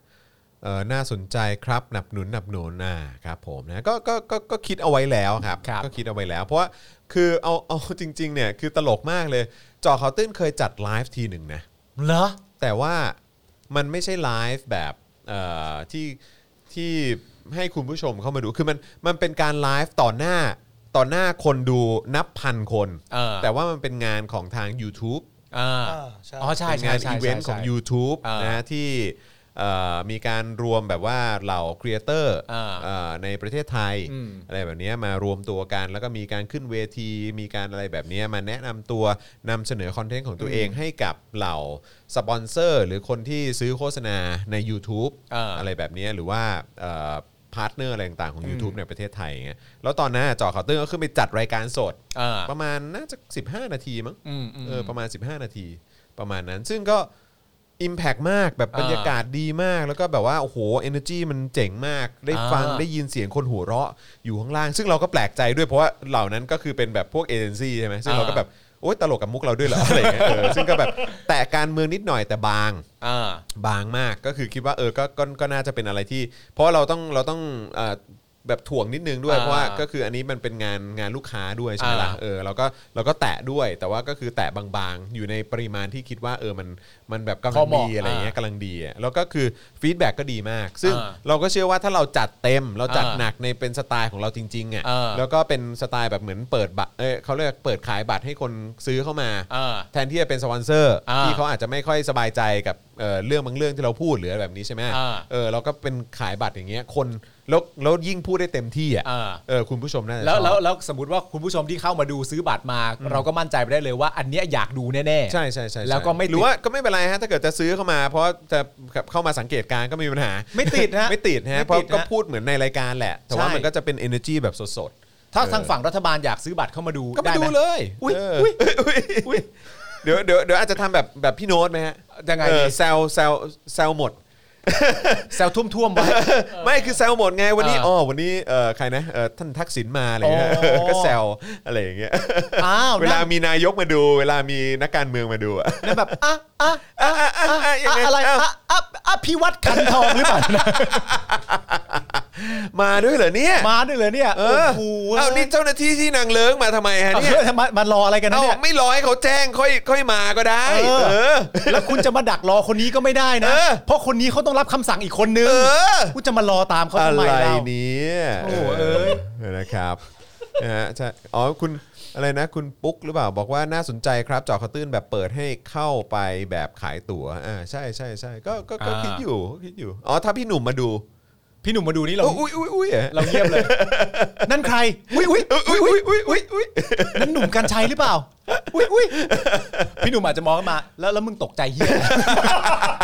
Speaker 2: เอ่อน่าสนใจครับหนับหนุนหนับหนุนอ่าครับผมนะก็ก็ก็ก็คิดเอาไว้แล้วครับ
Speaker 3: ครับ
Speaker 2: ก็คิดเอาไว้แล้ว เพราะว่าคือเอาเอา จริง ๆ เนี่ยคือตลกมากเลยจอเขาวตื้นเคยจัดไลฟ์ทีหนึ่งนะ
Speaker 3: เหรอ
Speaker 2: แต่ว่ามันไม่ใช่ไลฟ์แบบเอ่อที่ที่ให้คุณผู้ชมเข้ามาดูคือมันมันเป็นการไลฟ์ต่อหน้าต่อหน้าคนดูนับพันคน
Speaker 3: เออ
Speaker 2: แต่ว่ามันเป็นงานของทาง YouTube
Speaker 3: อ่า
Speaker 4: อ่าใช่
Speaker 3: อ๋อใช่
Speaker 2: เป็น
Speaker 3: ใช่
Speaker 2: งาน
Speaker 3: ใช่
Speaker 2: อีเวนต์
Speaker 3: ใช่
Speaker 2: ของ
Speaker 3: ใช่
Speaker 2: YouTube
Speaker 3: อ่าน
Speaker 2: นะที่เอ่อมีการรวมแบบว่าเหล่าครีเอเตอร์
Speaker 3: อ่า
Speaker 2: ในประเทศไทย
Speaker 3: อืม
Speaker 2: อะไรแบบเนี้ยมารวมตัวกัน แล้วก็มีการขึ้นเวที มีการอะไรแบบเนี้ยมาแนะนำตัวนำเสนอคอนเทนต์ของตัวเองให้กับเหล่าสปอนเซอร์ หรือคนที่ซื้อโฆษณาใน YouTube
Speaker 3: อ่า
Speaker 2: อะไรแบบเนี้ยหรือว่าพาร์ทเนอร์อะไรต่างๆของ YouTube ในประเทศไทยอย่างเงี้ยแล้วตอนนั้นอะจอข่าวตื้นก็ขึ้นไปจัดรายการสด
Speaker 3: อ่า
Speaker 2: ประมาณน่าจะ 15 นาทีมั้ง
Speaker 3: อืมอืม
Speaker 2: เออประมาณ 15 นาที ประมาณนั้นซึ่งก็ Impact มากแบบ
Speaker 3: อ่า
Speaker 2: บรรยากาศดีมาก แล้วก็แบบว่า โอ้โห Energy มันเจ๋งมาก ได้ฟัง
Speaker 3: อ่า
Speaker 2: ได้ยินเสียงคนหัวเราะอยู่ข้างล่าง ซึ่งเราก็แปลกใจด้วยเพราะว่าเหล่านั้นก็คือเป็นแบบพวกเอเจนซี่ใช่ไหมซึ่งเราก็
Speaker 3: อ่า
Speaker 2: แบบ โอ๊ยตลกกับมุกเราด้วยเหรอ อะไรอย่างเงี้ยเออซึ่งก็แบบแต่การเมืองนิดหน่อยแต่บาง
Speaker 3: อ่า
Speaker 2: บางมากก็คือคิดว่าเออก็ก็ก็น่าจะเป็นอะไรที่ เพราะว่าเราต้องเราต้องเอ่อแบบถ่วงนิดนึงด้วย
Speaker 3: อ่า
Speaker 2: เพราะว่าก็คืออันนี้มันเป็นงานงานลูกค้าด้วยใช่ไหมล่ะ
Speaker 3: อ่า
Speaker 2: เออเราก็เราก็แตะด้วยแต่ว่าก็คือแตะบางๆ อยู่ในปริมาณที่คิดว่าเออมันมันแบบกำ
Speaker 3: พ
Speaker 2: ลั
Speaker 3: อง เหมาะ
Speaker 2: ดีอะไรเงี้ยกำลังดีอะแล้วก็คือฟีดแบ็กก็ดีมาก ซึ่ง
Speaker 3: อ่า
Speaker 2: เราก็เชื่อว่าถ้าเราจัดเต็มเราจัด
Speaker 3: อ่า
Speaker 2: หนักในเป็นสไตล์ของเราจริงๆอ่ะ
Speaker 3: อ่า
Speaker 2: แล้วก็เป็นสไตล์แบบเหมือนเปิดบัตรเออเขาเรียกเปิดขายบัตรให้คนซื้อเข้ามา
Speaker 3: อ่า
Speaker 2: แทนที่จะเป็นสปอนเซอร์
Speaker 3: อ่า
Speaker 2: ที่เขาอาจจะไม่ค่อยสบายใจกับเอ่อเรื่องบางเรื่องที่เราพูดหรืออะไรแบบนี้ใช่ไหม
Speaker 3: อ่า
Speaker 2: เออเราก็เป็นขายบัตรอย่างเงี้ยคนแล้วแล้วยิ่งพูดได้เต็มที่อ่ะ
Speaker 3: อ่า
Speaker 2: เออคุณผู้ชมน่าจะ
Speaker 3: แล้ว
Speaker 2: ชอบ
Speaker 3: แล้วแล้วสมมติว่าคุณผู้ชมที่เข้ามาดูซื้อบัตรมา เราก็มั่นใจไปได้เลยว่าอันเนี้ยอยากดูแน่
Speaker 2: ใช่ใช่ใช่ใช่
Speaker 3: แล้วก็ไม่ติด
Speaker 2: หรือว่าก็ไม่เป็นไรฮะถ้าเกิดจะซื้อเข้ามา เพราะจะเข้ามาสังเกตการณ์ก็ไมมีปัญหา
Speaker 3: ไม่ติดฮะ
Speaker 2: ไม่ติดฮะ
Speaker 3: ไม่ติดฮะ
Speaker 2: เพราะก็พูดเหมือนในรายการแหละ แต่ว่า
Speaker 3: ใช่
Speaker 2: มันก็จะเป็น energy แบบสด
Speaker 3: ๆ ถ้าทางฝั่งรัฐบาลอยากซื้อบัตรเข้ามาดู
Speaker 2: ๆก็ไปดู
Speaker 3: ห
Speaker 2: เลย
Speaker 3: อุ้ย
Speaker 2: เอออ
Speaker 3: อุ้ยอุ้ย
Speaker 2: เดี๋ยวเดี๋ยวเดี๋ยวอาจจะทำแบบแบบพี่โน้ตไหมฮะ
Speaker 3: ยังไงดี
Speaker 2: เออแซวแซวแซวหมด
Speaker 3: แซวท่วมท่วมๆวะ
Speaker 2: ไม่คือแซวหมดไงวันนี้
Speaker 3: เอออ๋
Speaker 2: อ๋อวันนี้เอ่อใครนะเอ่อท่านทักษิณมาอะไรเงี้ย
Speaker 3: อ๋อ
Speaker 2: ก็แซวอะไรอย่างเงี้ย
Speaker 3: อ้าว
Speaker 2: เวลา
Speaker 3: นั่น
Speaker 2: มีนายกมาดู เวลามีนักการเมืองมาดูอะ
Speaker 3: นั่นแบบอ่ะอ่ะ
Speaker 2: อ่ะอ่ะอ่ะอ่ะยัง
Speaker 3: อ่ะ
Speaker 2: ไง
Speaker 3: อะไร
Speaker 2: อ้าว
Speaker 3: อ่ะอ่ะอ่ะพิวัตรคันทองหรือเปล่ า
Speaker 2: มาด้วยเหรอเนี่ย
Speaker 3: มาด้วยเลยเนี่ย
Speaker 2: เอ
Speaker 3: โอ้
Speaker 2: อ
Speaker 3: โห
Speaker 2: เอานี่เจ้าหน้าที่ที่นางเลิ้งมาทำไมฮะ
Speaker 3: เอา
Speaker 2: เนี่ย
Speaker 3: มามารออะไรกันนะ
Speaker 2: เอา
Speaker 3: เนี่ย
Speaker 2: ไม่รอให้เขาแจ้งค่อยค่อยมาก็ได้
Speaker 3: เออ
Speaker 2: เออ
Speaker 3: แล้วคุณจะมาดักรอคนนี้ก็ไม่ได้นะ
Speaker 2: เออ
Speaker 3: เพราะคนนี้เขาต้องรับคำสั่งอีกคนนึง
Speaker 2: เออ
Speaker 3: คุณจะมารอตามเขา
Speaker 2: อะ
Speaker 3: ทำไม
Speaker 2: ไร
Speaker 3: เรา
Speaker 2: เนี่ย
Speaker 3: โอ้โหเอ้ย
Speaker 2: เออนะครับ นะฮะใช่อ๋อคุณอะไรนะ คุณปุ๊กหรือเปล่าบอกว่าน่าสนใจครับเจอข่าวตื้นแบบเปิดให้เข้าไปแบบขายตั๋วอ่าใช่ใช่ใช่ก็ก็ก็
Speaker 3: อ่า
Speaker 2: คิดอยู่ก็คิดอยู่อ๋อถ้าพี่หนุ่มมาดู
Speaker 3: พี่หนุ่มมาดูนี่เรา
Speaker 2: โอ้อุ้ยอุ้ยอุ้ยอะ
Speaker 3: เราเงียบเลย นั่นใครอุ้ยอุ้ย
Speaker 2: อุ้ยอุ้ยอุ้ยอุ้ยอุ้ย
Speaker 3: นั่นหนุ่มกัญชัยหรือเปล่าอุ้ย อุ้ยพี่หนุ่มอาจจะมองมา แล้วแล้วมึงตกใจเฮียอะไร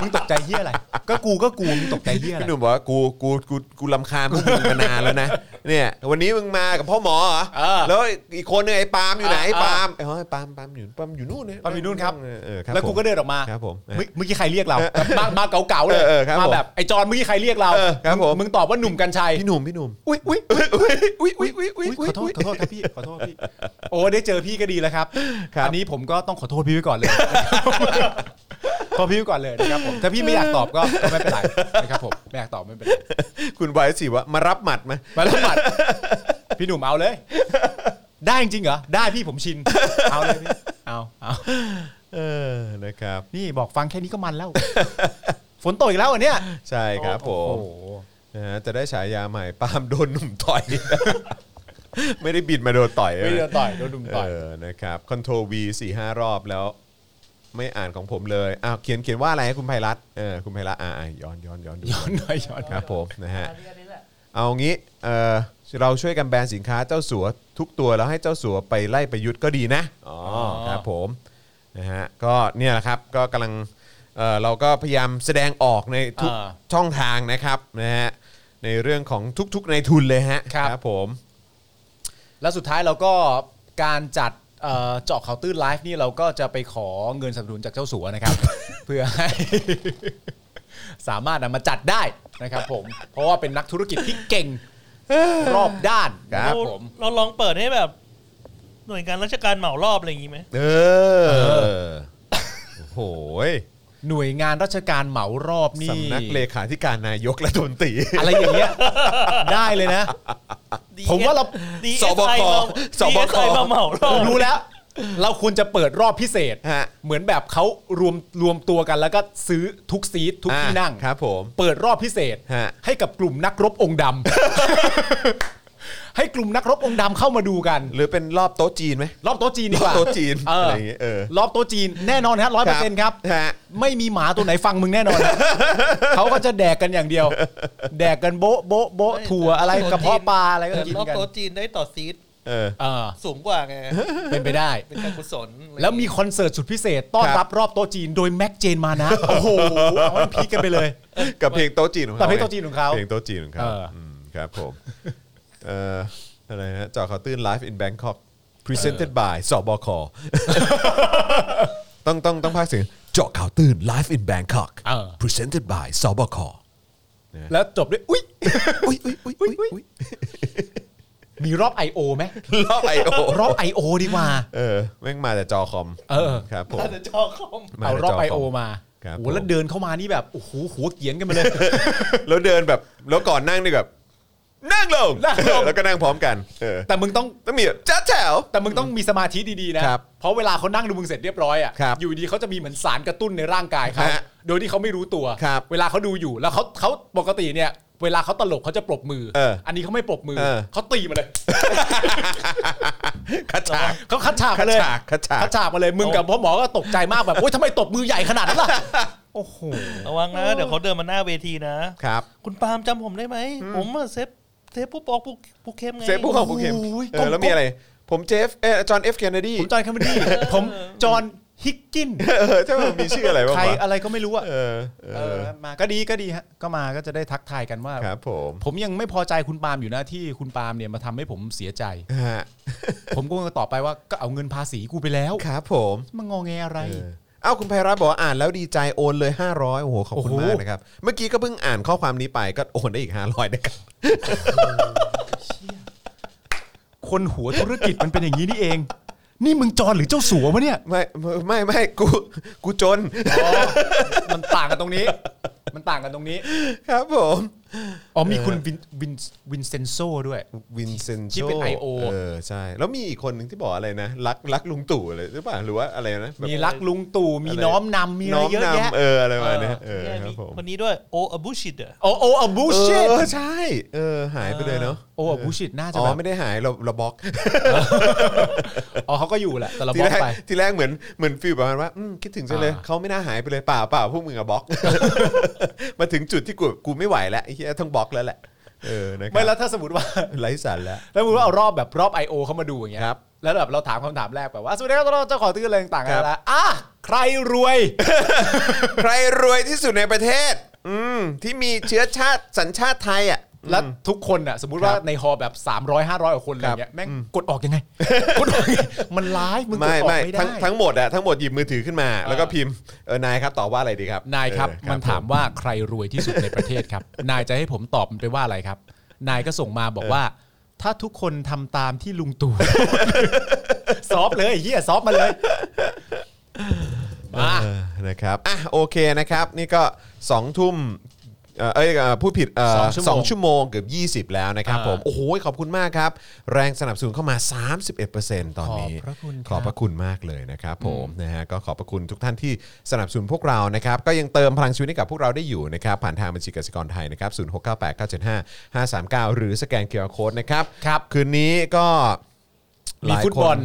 Speaker 3: มึงตกใจเฮียอะไร ก็กูก็กูมึงตกใจเฮียอะ
Speaker 2: พี่
Speaker 3: ไร
Speaker 2: หนุ่มบอกว่ากูกูกูกูลำคาญพวกมึงมานานแล้วนะเนี่ยวันนี้มึงมากับพ่อหมอเหรอ
Speaker 3: เออ
Speaker 2: แล้วอีกคนนึงไอ้ปาล์มอยู่ไหน
Speaker 3: อ่าอ่า
Speaker 2: ปาล์มเอ้ยปาล์มปาล์มอยู่ปาล์มอยู่นู่นเนี่ย
Speaker 3: ปาล์มอยู่นู่นครับ
Speaker 2: เอเออครับ
Speaker 3: แล้วกูก็
Speaker 2: ผม
Speaker 3: เดินออกมา
Speaker 2: ครับผม
Speaker 3: เอเมื่อกี้ใครเรียกเรามามาเก๋าๆเลย
Speaker 2: เออเออครับผม
Speaker 3: มาแบบไอ้จอนเมื่อกี้ใครเรียกเรา
Speaker 2: เออครับผม
Speaker 3: งตอบว่าหนุ่มกัญชัย
Speaker 2: พี่หนุ่มพี่หนุ่ม
Speaker 3: อุ้ยอุ้ย
Speaker 2: อุ้ยอุ้ยอุ้ยอุ้ย
Speaker 3: ขอโทษขอโทษครับพี่ขอโทษพี่ โอ้ได้เจอพี่ก็ดีแล้วครับอันนี้ผมก็ต้องขอโทษพี่ไว้ก่อนเลย ขอพี่ไว้ก่อนเลยนะครับผมถ้าพี่ไม่อยากตอบก็ก็ไม่เป็นไรนะครับผมไม่อยากตอบไม่เป็นไร
Speaker 2: คุณไว้สิวะมารับหมัดไหม
Speaker 3: มาแล้วหมัดพี่หนุ่มเอาเลย ได้จริงเหรอได้พี่ผมชินเอาเลยพี่เอาเอา
Speaker 2: เออนะครับ
Speaker 3: นี่บอกฟังแค่นี้ก็ มันแล้ว ฝนตกอีกแล้วเหรอันเนี้ย
Speaker 2: ใช่ครับผม
Speaker 3: โอ้โห
Speaker 2: นะฮะจะได้ฉายาใหม่ปาล์มโดนหนุ่มต่อย ไม่ได้บิดมาโดนต่อย
Speaker 3: ไม่โดนต่อยโดนดุมต่อย
Speaker 2: เออนะครับคอนโทรวีสี่ห้ารอบแล้ว ไม่อ่านของผมเลยอ้าวเขียนเขียนว่าอะไรให้คุณไพรัตน์เออคุณไพรัตน์อ่าอ่าย้อนย้อนย้อนดู
Speaker 3: ย้อนหน่อยย้อนห
Speaker 2: ค
Speaker 3: น่
Speaker 2: รั
Speaker 3: อย
Speaker 2: บผมนะฮะ
Speaker 4: อันนี้อันนี้แหละ
Speaker 2: เอางี้เออเราช่วยกันแบนสินค้าเจ้าสัวทุกตัวแล้วให้เจ้าสัวไปไล่ประยุทธ์ก็ดีนะ อ๋อครับผมนะฮะก็เนี่ยแหละครับก็กำลังเอ่อเราก็พยายามแสดงออกในทุก
Speaker 3: อ่า
Speaker 2: ช่องทางนะครับนะฮะในเรื่องของทุกๆในทุนเลยฮะ
Speaker 3: ครับ
Speaker 2: ผม
Speaker 3: แล้วสุดท้ายเราก็การจัดเอ่อเจาะข่าวตื้นไลฟ์นี่เราก็จะไปขอเงินสนับสนุนจากเจ้าสัวนะครับ เพื่อให้ สามารถนำมาจัดได้นะครับผม เพราะว่าเป็นนักธุรกิจที่เก่ง รอบด้าน
Speaker 2: ครั
Speaker 3: นะ
Speaker 2: บ
Speaker 3: ครับผม
Speaker 4: เราลองเปิดให้แบบ หน่วยงานราชการเหมารอบอะไรอย่างงี้ไหม
Speaker 2: เออโอ้โหย
Speaker 3: หน่วยงานราชการเหมารอบนี่
Speaker 2: สำนักเลขาธิการนายกรัฐม นตรี
Speaker 3: อะไรอย่างเงี้ย ได้เลยนะ ผมว่าเรา
Speaker 4: ดี
Speaker 2: สบคสบค
Speaker 4: มาเหมารอบ
Speaker 3: รู้แล้ว เราควรจะเปิดรอบพิเศษ
Speaker 2: ฮะ
Speaker 3: เหมือนแบบเขารวมรวมตัวกันแล้วก็ซื้อทุกซีททุกที่นั่ง
Speaker 2: อ่ะครับผม
Speaker 3: เปิดรอบพิเศษ
Speaker 2: ฮะ
Speaker 3: ให้กับกลุ่มนักรบองค์ดำ ให้กลุ่มนักรบองค์ดำเข้ามาดูกัน
Speaker 2: หรือเป็นรอบโต๊ะจีนไหม
Speaker 3: รอบโต๊ะจีนดีกว่า
Speaker 2: โต๊ะจีน
Speaker 3: เอ
Speaker 2: อะ
Speaker 3: อ
Speaker 2: ไร
Speaker 3: อ
Speaker 2: อย่างเงี้ยเออ
Speaker 3: รอบโต๊ะจีนแน่นอนฮะร้อยเปอร์เซ็นต์ครับ
Speaker 2: ฮะ
Speaker 3: ไม่มีหมาตัวไหนฟังมึงแน่นอน เขาก็จะแดกกันอย่างเดียว แดกกันโบ๊ะโบ๊ะโบ๊ะถั่วอะไรกระเพาะปลาอะไรก็กิน
Speaker 5: รอบ
Speaker 3: กัน
Speaker 5: โต๊ะจีนได้ต่อซีด
Speaker 2: เออ
Speaker 3: เออ
Speaker 5: สูงกว่าไง
Speaker 3: เป็นไปได้
Speaker 5: เป็นการกุศล
Speaker 3: แล้วมีคอนเสิร์ตสุดพิเศษต้อนรับรอบโต๊ะจีนโดยแม็กเจนมา นะ โอ้โหเอาให้พีคกันไปเลย
Speaker 2: กับเพลงโต๊ะจีนของเขา
Speaker 3: กับเพลงโต๊ะจีนของเขา
Speaker 2: เพลงโต๊ะจีนของเขา
Speaker 3: เอออื
Speaker 2: มครับผม เอ่ออะไรนะเจอข่าวตื่น live in Bangkok presented by สบค ต้องต้องต้องพากย์เสียงเจาะข่าวตื่น live in Bangkok
Speaker 3: เออ
Speaker 2: presented by สบค
Speaker 3: แล้วจบด้วยอุ้ย
Speaker 2: อุ้ยอุ้ยอุ้ยอุ้ยอุ๊ย
Speaker 3: มีรอบ I.O. ไหม
Speaker 2: รอบไอโอ
Speaker 3: รอบ I.O. ดีกว่า
Speaker 2: เออแม่งมาแต่จอคอม
Speaker 3: เออ
Speaker 2: ครับผม
Speaker 4: อาจจะจอคอม
Speaker 2: มา
Speaker 3: เอารอบ
Speaker 2: ในจอ
Speaker 3: ไอ
Speaker 2: ค
Speaker 3: โอ
Speaker 2: อม
Speaker 3: มา
Speaker 2: ครับ
Speaker 3: โอ้โห
Speaker 2: ผม
Speaker 3: แล้วเดินเข้ามานี่แบบโอ้โหหัวเกียนกันมาเลย
Speaker 2: แล้วเดินแบบแล้วก่อนนั่งนี่แบบนั่งลง
Speaker 3: นั่งลง
Speaker 2: แล้วก็นั่งพร้อมกัน เออ
Speaker 3: แต่มึงต้อง
Speaker 2: ต้องมีแบบจ้าแถว
Speaker 3: แต่มึงต้องมีสมาธิดีๆนะครับ เพราะเวลาเขานั่งดูมึงเสร็จเรียบร้อยอ่ะ
Speaker 2: ครับ
Speaker 3: อยู่ดีเขาจะมีเหมือนสารกระตุ้นในร่างกายเขา
Speaker 2: ฮะ
Speaker 3: โดยที่เขาไม่รู้ตัว
Speaker 2: ครับ
Speaker 3: เวลาเขาดูอยู่แล้วเขาเขาปกติเนี่ย เวลาเขาตลกเขาจะปรบมือ
Speaker 2: เอออั
Speaker 3: อันนี้เขาไม่ปรบมือ
Speaker 2: เออ
Speaker 3: เขาตีมาเลย
Speaker 2: คัดฉาก
Speaker 3: เขาคัดฉากมาเลย
Speaker 2: คัดฉากคัดฉาก
Speaker 3: คัดฉากมาเลยมึงกับพ่อหมอก็ตกใจมาก แบบโอ๊ยทำไมตบมือใหญ่ขนาดนั้นล่ะโอ้โห
Speaker 4: ระวังนะ เดี๋ยวเขาเดินมาหน้าเวทีนะ
Speaker 2: ครับ
Speaker 4: คุณปาล์มจำผมได้ไหม ผมอะเซฟเซฟผู้ปอกผู้ผู้เข้มไง
Speaker 2: เซฟผู้ของผู้เข้มเออแล้วมีอะไร ผมเจฟเออจอห์นเอฟเคนเนดี
Speaker 3: ผมจอห์นแคมเบอร์ดี้ผมจอห์นฮิกกิน
Speaker 2: เออ ใช่ไหมมีชื่ออะไรบ้าง
Speaker 3: ใคร
Speaker 2: วะ
Speaker 3: อะไรก็ไม่รู้อะ
Speaker 2: เออเอ
Speaker 3: เอ
Speaker 2: อ
Speaker 3: อมาก็ดีก็ดีฮะก็มาก็จะได้ทักทายกันว่า
Speaker 2: ครับผม
Speaker 3: ผมยังไม่พอใจคุณปาล์มอยู่นะที่คุณปาล์มเนี่ยมาทำให้ผมเสียใจ
Speaker 2: ฮะ
Speaker 3: ผมก็ตอบไปว่าก็เอาเงินภาษีกูไปแล้ว
Speaker 2: ครับผม
Speaker 3: มางอแงอะไร
Speaker 2: เออเอ้าคุณไพรัตน์บอกว่าอ่านแล้วดีใจโอนเลย 500โอ้โหขอบคุณ
Speaker 3: โอ้โห
Speaker 2: มากนะครับ เมื่อกี้ก็เพิ่งอ่านข้อความนี้ไปก็โอนได้อีก 500นะครับ
Speaker 3: คนหัวธุรกิจมันเป็นอย่างนี้นี่เอง นี่มึงจอนหรือเจ้าสัววะเนี่ย
Speaker 2: ไม่ไม่ไม่กูกูจน
Speaker 3: มันต่างกันตรงนี้ มันต่างกันตรงนี้
Speaker 2: ครับผม
Speaker 3: อ๋อมีคุณวินวินวินเซนโซด้วย
Speaker 2: วินเซนโช
Speaker 3: ที่เป็น IO
Speaker 2: เออใช่ แล้วมีอีกคนหนึ่งที่บอกอะไรนะ รักรักลุงตู่อะไรหรือเปล่าหรือว่าอะไรนะแบบ
Speaker 3: มีรักลุงตู่มีน้อมนำมีอะไร
Speaker 2: น้อม
Speaker 3: เยอะแยะ
Speaker 2: นำเอออะไรประมาณเนี้ยเออ
Speaker 4: เนี่ย
Speaker 2: ครั
Speaker 4: มี
Speaker 2: บผม
Speaker 4: คนนี้ด้วยโออบูชิดอะ
Speaker 3: โอ้โอ้อบู
Speaker 2: เอ
Speaker 3: ชิต
Speaker 2: อใช่ เออหายไปเลยเนาะ
Speaker 3: โอ้อบูชิตน่าจะ
Speaker 2: อ๋อ
Speaker 3: แบบ
Speaker 2: ไม่ได้หายเราเราบล็อก
Speaker 3: อ๋อเขาก็อยู่แหละแต่เราบ
Speaker 2: ที
Speaker 3: ล็อ
Speaker 2: แร
Speaker 3: ก
Speaker 2: ก
Speaker 3: ไป
Speaker 2: ทีแรกเหมือนเหมือนฟิลประมาณว่าอืมคิดถึงจังเลย
Speaker 3: อ่า
Speaker 2: เขาไม่น่าหายไปเลยเปล่าเปล่าพวกมึงอะบล็อก มาถึงจุดที่กูกูไม่ไหวแล้วไอ้เหี้ยต้องบล็อกแล้วแหละเออนะค
Speaker 3: ไม่แล้
Speaker 2: รับ
Speaker 3: วถ้าสมมติว่า
Speaker 2: ไร้สารแล้ว
Speaker 3: แล้วมึงว่าเอารอบแบบรอบ I.O. เขามาดูอย่างเงี้ย
Speaker 2: ครับ
Speaker 3: แล้วแบบเราถามคำถามแรกแบบว่าสวัสดีครับเราเจ้าของตื้ออะไรต่างๆ
Speaker 2: ครั
Speaker 3: แล้
Speaker 2: บ
Speaker 3: วอ่ะใครรวย
Speaker 2: ใครรวยที่สุดในประเทศ อืมที่มีเชื้อชาติสัญชาติไทยอ่ะ
Speaker 3: แล้วทุกคนอ่ะสมมุติว่าในฮอแบบ 300 500กว่าคนอะไรเงี้ยแม่งกดออกยังไง กดออกยังไงมันร้ายมึงกด
Speaker 2: ไม่
Speaker 3: ออก
Speaker 2: ไม่
Speaker 3: ไม่ได้
Speaker 2: ทั้งทั้งหมดอะทั้งหมดหยิบมือถือขึ้นมา แล้วก็พิมพ์เออนายครับตอบว่าอะไรดีครับ
Speaker 3: นายครับ
Speaker 2: เออ
Speaker 3: มันถามว่าใครรวยที่สุดในประเทศครับ นายจะให้ผมตอบมันไปว่าอะไรครับ นายก็ส่งมาบอกว่า ถ้าทุกคนทำตามที่ลุงตู่ ซอฟเลยไอ้เฮียซอฟมาเลยมา
Speaker 2: เออนะครับอ่ะโอเคนะครับ นี่ก็สองทุ่มเอ่อเอ้ยเอ่อผู้ผิดเอ่อสองชั่วโมงเกือบ 20 แล้วนะครับผมโอ้โหขอบคุณมากครับ แรงสนับสนุนเข้ามา 31%ตอนนี้ ขอบพระคุณมากเลยนะครับผมนะฮะก็ขอบพระคุณทุกท่านที่สนับสนุนพวกเรานะครับ ก็ยังเติมพลังชีวิตให้กับพวกเราได้อยู่นะครับ ผ่านทางบัญชีกสิกรไทยนะครับศูนย์หกเก้าแปดเก้าเจ็ดห้าห้าสามเก้าหรือสแกนเคอร์โค้ดนะครับครับคืนนี้ก็ห
Speaker 3: มี
Speaker 2: ลายคน
Speaker 3: ฟุตบอล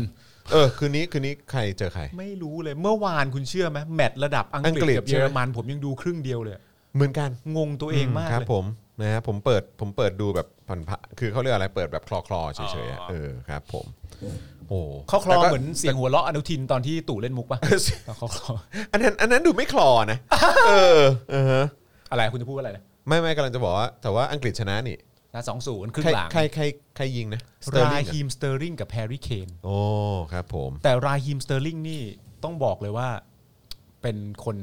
Speaker 2: เออคืนนี้คืนนี้ใครเจอใคร
Speaker 3: ไม่รู้เลยเมื่อวานคุณเชื่อไหมแมตช์ระดับอัง
Speaker 2: อัง
Speaker 3: ก
Speaker 2: ก
Speaker 3: ฤ
Speaker 2: ฤ
Speaker 3: ษ
Speaker 2: ษ
Speaker 3: กับ
Speaker 2: ใช่
Speaker 3: เย
Speaker 2: ไหม
Speaker 3: อรมันผมยังดูครึ่งเดียวเลย
Speaker 2: เหมือนกัน
Speaker 3: งงตัวเองมาก
Speaker 2: ครับ
Speaker 3: เลย
Speaker 2: ผมนะฮะผมเปิดผมเปิดดูแบบผ่อนผันคือเขาเรียกอะไรเปิดแบบคลอคลอๆเฉยๆอะเออครับผมโอ้
Speaker 3: เขาคลอ
Speaker 2: แต่ก็
Speaker 3: เหมือนเสียงหัวเราะอนุทินตอนที่ตู่เล่นมุกป่ะ เขาคลอ
Speaker 2: อันนั้นอันนั้นดูไม่คลอ นะ เออเออฮะ
Speaker 3: อะไรคุณจะพูดว่าอะไรนะ
Speaker 2: ไม่ไม่กำลังจะบอกว่า แต่ว่าอังกฤษชนะนี่
Speaker 3: นะสองศูนย์ครึ่
Speaker 2: ใครง
Speaker 3: หลัง
Speaker 2: ใครใครใครยิงนะสเตอร์
Speaker 3: รา
Speaker 2: ลิง
Speaker 3: ฮีมสเตอร์ลิงกับแพร์รี่เคน
Speaker 2: โอ้ครับผม
Speaker 3: แต่ราฮีมสเตอร์ลิงนี่ต้องบอกเลยว่าเป็นคน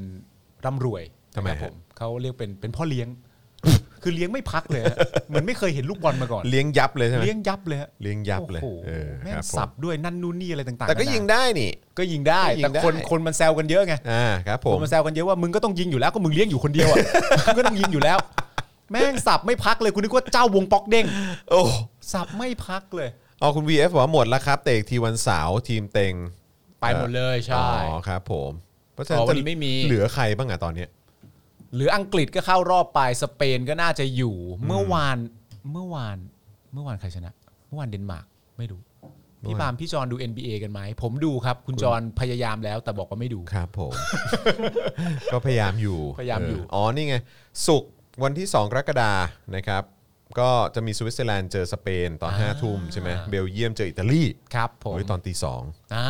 Speaker 3: ร่ำรวย
Speaker 2: ทำไม
Speaker 3: นะครั
Speaker 2: ฮะ
Speaker 3: บผมเขาเรียกเป็นเป็นพ่อเลี้ยง คือเลี้ยงไม่พักเลยฮะเหมือนไม่เคยเห็นลูกบอลมาก่อน
Speaker 2: เลี้ยงยับเลยใช่ไหม
Speaker 3: เลี้ยงยับเลยฮะ
Speaker 2: เลี้ยงยับเลย
Speaker 3: โอ้โห
Speaker 2: เออ
Speaker 3: แม่
Speaker 2: ค
Speaker 3: ง
Speaker 2: รับผม
Speaker 3: สับด้วยนั่นนู่นนี่อะไรต่างๆ
Speaker 2: แต่ก็
Speaker 3: นานา
Speaker 2: ยิงได้นี่
Speaker 3: ก็ยิงได้
Speaker 2: ก็ยิง
Speaker 3: แต่คน
Speaker 2: ได้
Speaker 3: คนมันแซวกันเยอะไง
Speaker 2: อ่าครับผ
Speaker 3: ค
Speaker 2: ม
Speaker 3: นมันแซวกันเยอะว่ามึงก็ต้องยิงอยู่แล้วก็มึงเลี้ยงอยู่คนเดี ยวอ่ะ มึงก็ต้องยิงอยู่แล้ว แม่งสับไม่พักเลยคุณนึกว่าเจ้าวงป๊อกเด้ง
Speaker 2: โอ้
Speaker 3: สับไม่พักเลย
Speaker 2: เอาคุณ VF บอกว่าหมดแล้วครับเตะอีกทีวันเสาร์ทีมเต็ง
Speaker 3: ไปหมดเลย
Speaker 2: อ๋
Speaker 3: ใช่
Speaker 2: อครับผมเพราะฉะนั้
Speaker 3: อ๋
Speaker 2: น
Speaker 3: อวัน
Speaker 2: จะ
Speaker 3: นี้ไม่มี
Speaker 2: เหลือใครบ้างอะตอนเนี้ย
Speaker 3: หรืออังกฤษก็เข้ารอบไปสเปนก็น่าจะอยู่ เมื่อวานเมื่อวานเมื่อวานใครชนะ เมื่อวานเดนมาร์กไม่รู้พี่ปาล์มพี่จอนดู NBA กันไหมผมดูครับ คุณจอนพยายามแล้วแต่บอกว่าไม่ดู
Speaker 2: ครับ ผม ก็พยายามอยู่
Speaker 3: พยายามอยู่
Speaker 2: เอ๋อนี่ไง สุกร์วันที่ 2 กรกฎานะครับ ก็จะมีสวิตเซอร์แลนด์เจอสเปนตอน5ทุ่มใช่ไหมเบลเยียมเจออิตาลี
Speaker 3: ครับผม
Speaker 2: โอ้ยตอนตีสอง
Speaker 3: อ่า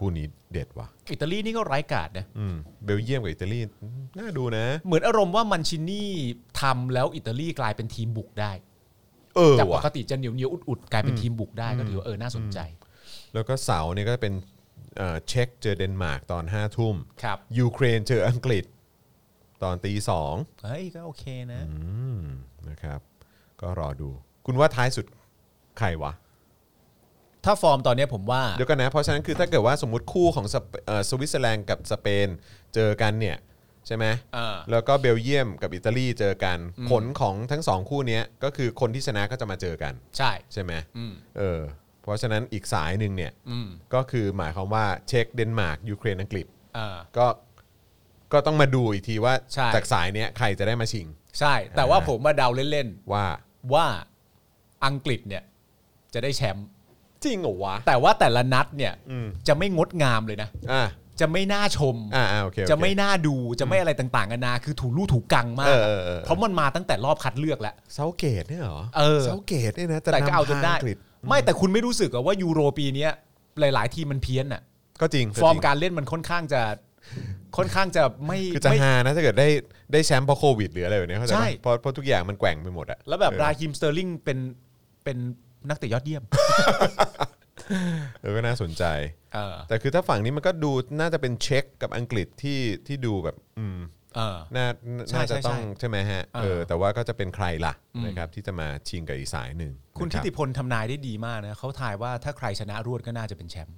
Speaker 2: คู่นี้เด็ดว่ะ
Speaker 3: อิตาลีนี่ก็ไร้ายกาดนะ
Speaker 2: อืมเบลเยียมกับอิตาลีน่าดูนะ
Speaker 3: เหมือนอารมณ์ว่ามันชินี่ทำแล้วอิตาลีกลายเป็นทีมบุกได้
Speaker 2: เออ
Speaker 3: จากป
Speaker 2: ว่ะ
Speaker 3: กติจะเหนียวเหนียวอุดอุดกลายเป็นทีมบุกได้ก็ถือว่าเออน่าสนใจ
Speaker 2: แล้วก็เสาร์เนี่ยก็เป็นเอ่อเช็คเจอเดนมาร์กตอน5ทุ่ม
Speaker 3: ครับ
Speaker 2: ยูเครนเจออังกฤษตอนตีสอง
Speaker 3: เฮ้ยก็โอเคนะ
Speaker 2: อืมนะครับ ก็รอดู คุณว่าท้ายสุดใครวะ
Speaker 3: ถ้าฟอร์มตอนเนี้ยผมว่า
Speaker 2: เดี๋ยวกันนะ เพราะฉะนั้นคือถ้าเกิดว่าสมมติคู่ของสเปเอ่อสวิตเซอร์แลนด์กับสเปนเจอกันเนี่ย ใช่ไหม
Speaker 3: เออ
Speaker 2: แล้วก็เบลเยียมกับอิตาลีเจอกัน ผลของทั้งสองคู่เนี้ยก็คือคนที่ชนะก็จะมาเจอกัน
Speaker 3: ใช่
Speaker 2: ใช่ไหม
Speaker 3: อืม
Speaker 2: เออเพราะฉะนั้นอีกสายหนึ่งเนี่ย
Speaker 3: อืม
Speaker 2: ก็คือหมายความว่าเช็กเดนมาร์กยูเครนอังกฤษ
Speaker 3: อ่า
Speaker 2: ก็ก็ต้องมาดูอีกทีว่า
Speaker 3: ใช่
Speaker 2: จากสายเนี้ยใครจะได้มาชิง
Speaker 3: ใช่ แต่ว่าผมมาเดาเล่น
Speaker 2: ว่า
Speaker 3: ๆ ว่าอังกฤษเนี่ย จะได้แชมป์
Speaker 2: จริงเหรอวะ
Speaker 3: แต่ว่าแต่ละนัดเนี่ย
Speaker 2: อืม
Speaker 3: จะไม่งดงามเลยนะ
Speaker 2: อ่า
Speaker 3: จะไม่น่าชม
Speaker 2: อ่าอ่าโอเคโอเค
Speaker 3: จะไม่น่าดูจะไม่อะไรต่างๆกันานาคือถูรูถูกังมาก
Speaker 2: เออเออเออ
Speaker 3: เพราะมันมาตั้งแต่รอบคัดเลือกแล้ว
Speaker 2: เซาเกตเนี่ยเหรอ
Speaker 3: เออ
Speaker 2: ซาเกตเนี่ยนะจะ
Speaker 3: แต่ก็เอาจน
Speaker 2: ำ
Speaker 3: ได้
Speaker 2: ทงกฤษ
Speaker 3: ไม่แต่คุณไม่รู้สึกเหรอว่ายูโรปีเนี้ยหลาย ๆ ทีมมันเพี้ยนอ่ะ
Speaker 2: ก็จริง
Speaker 3: ฟอร์ม
Speaker 2: จง
Speaker 3: การเล่นมันค่อนข้างจะค่อนข้างจะไม่
Speaker 2: คือจะ
Speaker 3: ไม่
Speaker 2: ฮานะถ้าเกิดได้ได้แชมป์เพราะโควิดหรืออะไรแบบเนี้ยเข้าใจ
Speaker 3: ใช่
Speaker 2: ปะเพราะเพราะทุกอย่างมันแกว่งไปหมดอะ
Speaker 3: แล้วแบบ
Speaker 2: เออ
Speaker 3: ราฮิมสเตอร์ลิงเป็นเป็นนักเตะยอดเยี่ยม
Speaker 2: เออก็น่าสนใจ
Speaker 3: เออ
Speaker 2: แต่คือถ้าฝั่งนี้มันก็ดูน่าจะเป็นเช็คกับอังกฤษที่ที่ดูแบบอืม
Speaker 3: เออ
Speaker 2: น่า
Speaker 3: ใช่
Speaker 2: น่าจะ
Speaker 3: ใช่
Speaker 2: ต้อง
Speaker 3: ใช่
Speaker 2: ใช่ไหมฮะ
Speaker 3: เออ
Speaker 2: เออแต่ว่าก็จะเป็นใครล่ะนะครับที่จะมาชิงกับอีกสายหนึ่ง
Speaker 3: คุณทิ
Speaker 2: นะรับ
Speaker 3: ติพลทำนายได้ดีมากนะเขาทายว่าถ้าใครชนะรวดก็น่าจะเป็นแชมป์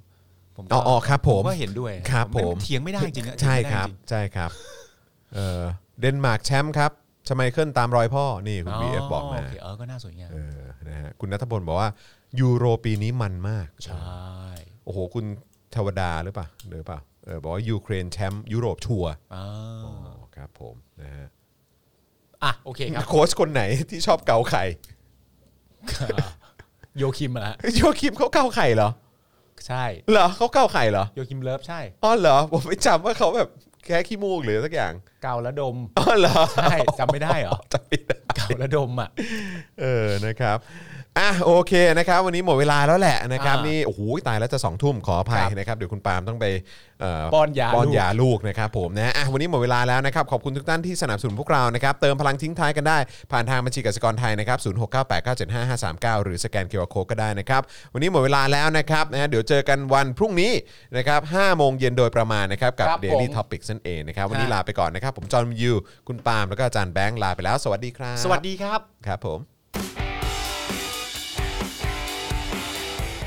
Speaker 3: ผมก็
Speaker 2: อ๋ออ๋อครับผม
Speaker 3: ก็เห็นด้วย
Speaker 2: ครับผม
Speaker 3: นเถียงไม่ได้จริงๆอะ
Speaker 2: ใช่
Speaker 3: เถียงไม่
Speaker 2: ค
Speaker 3: ได้
Speaker 2: รับ
Speaker 3: จริง
Speaker 2: ใช่ครับเออเดนมาร์กแชมป์ครับ ชไมเคิลตามรอยพ่อนี่คุณบีเอฟบอกมา
Speaker 3: โเคเออก็น่าสวยงาม
Speaker 2: เออนะฮะคุณนัทพลบอกว่ายูโรปีนี้มันมาก
Speaker 3: ใช่
Speaker 2: โอ้โห คุณเทวดาหรือเปล่าหรือเปล่าเออบอกว่ายูเครนแชมป์ยุโรปชัวร์
Speaker 3: อ่า
Speaker 2: อ๋อครับผมนะฮะ
Speaker 3: อ่ะโอเคครับ
Speaker 2: โค้ชคนไหนที่ชอบเกาไข่
Speaker 3: โยคิมอะฮะ
Speaker 2: โยคิมเขาเกาไข่เหรอ
Speaker 3: ใช่
Speaker 2: เหรอเขาเกาไข่เหรอ
Speaker 3: โยคิมเลิฟใช่
Speaker 2: อ๋อเหรอผมไม่จำว่าเขาแบบแค่ขี้มูกหรือสักอย่าง
Speaker 3: เกาและดม
Speaker 2: อ๋อเหรอ
Speaker 3: ใช่จำไม่ได้เหรอ
Speaker 2: จำไม่ได้
Speaker 3: เกาและดมอ่ะ
Speaker 2: เออ นะครับ อ่ะ โอเค นะครับ วันนี้หมดเวลาแล้วแหละนะครับ
Speaker 3: อ่านี่
Speaker 2: นี่ โอ้โห ตายแล้วจะสองทุ่มขออภัย
Speaker 3: ครับ
Speaker 2: นะครับ เดี๋ยวคุณปาล์มต้องไปเ
Speaker 3: ป้อนยา
Speaker 2: ป้อน
Speaker 3: ลูก
Speaker 2: ยาลูกนะครับผมนะ อ่ะ วันนี้หมดเวลาแล้วนะครับ ขอบคุณทุกท่านที่สนับสนุนพวกเรา นะครับ เติมพลังทิ้งท้ายกันได้ ผ่านทางบัญชีกสิกรไทยนะครับศูนย์หกเก้าแปดเก้าเจ็ดห้าห้าสามเก้าหรือสแกนเคอร์โคก็ได้นะครับ วันนี้หมดเวลาแล้วนะครับ นะ เดี๋ยวเจอกันวันพรุ่งนี้นะครับห้าโมงเย็นโดยประมาณนะครับ กับ
Speaker 3: ครับผม
Speaker 2: Daily Topics นั่นเองนะครับ วันนี้ลาไปก่อนนะครับ ผมจอห์นวินยูคุณปาล์มแล้วก็อาจารย์แบงค์ลาไปแล้ว สวัสดีครับ
Speaker 3: สวัสดีครับ
Speaker 2: ครับผม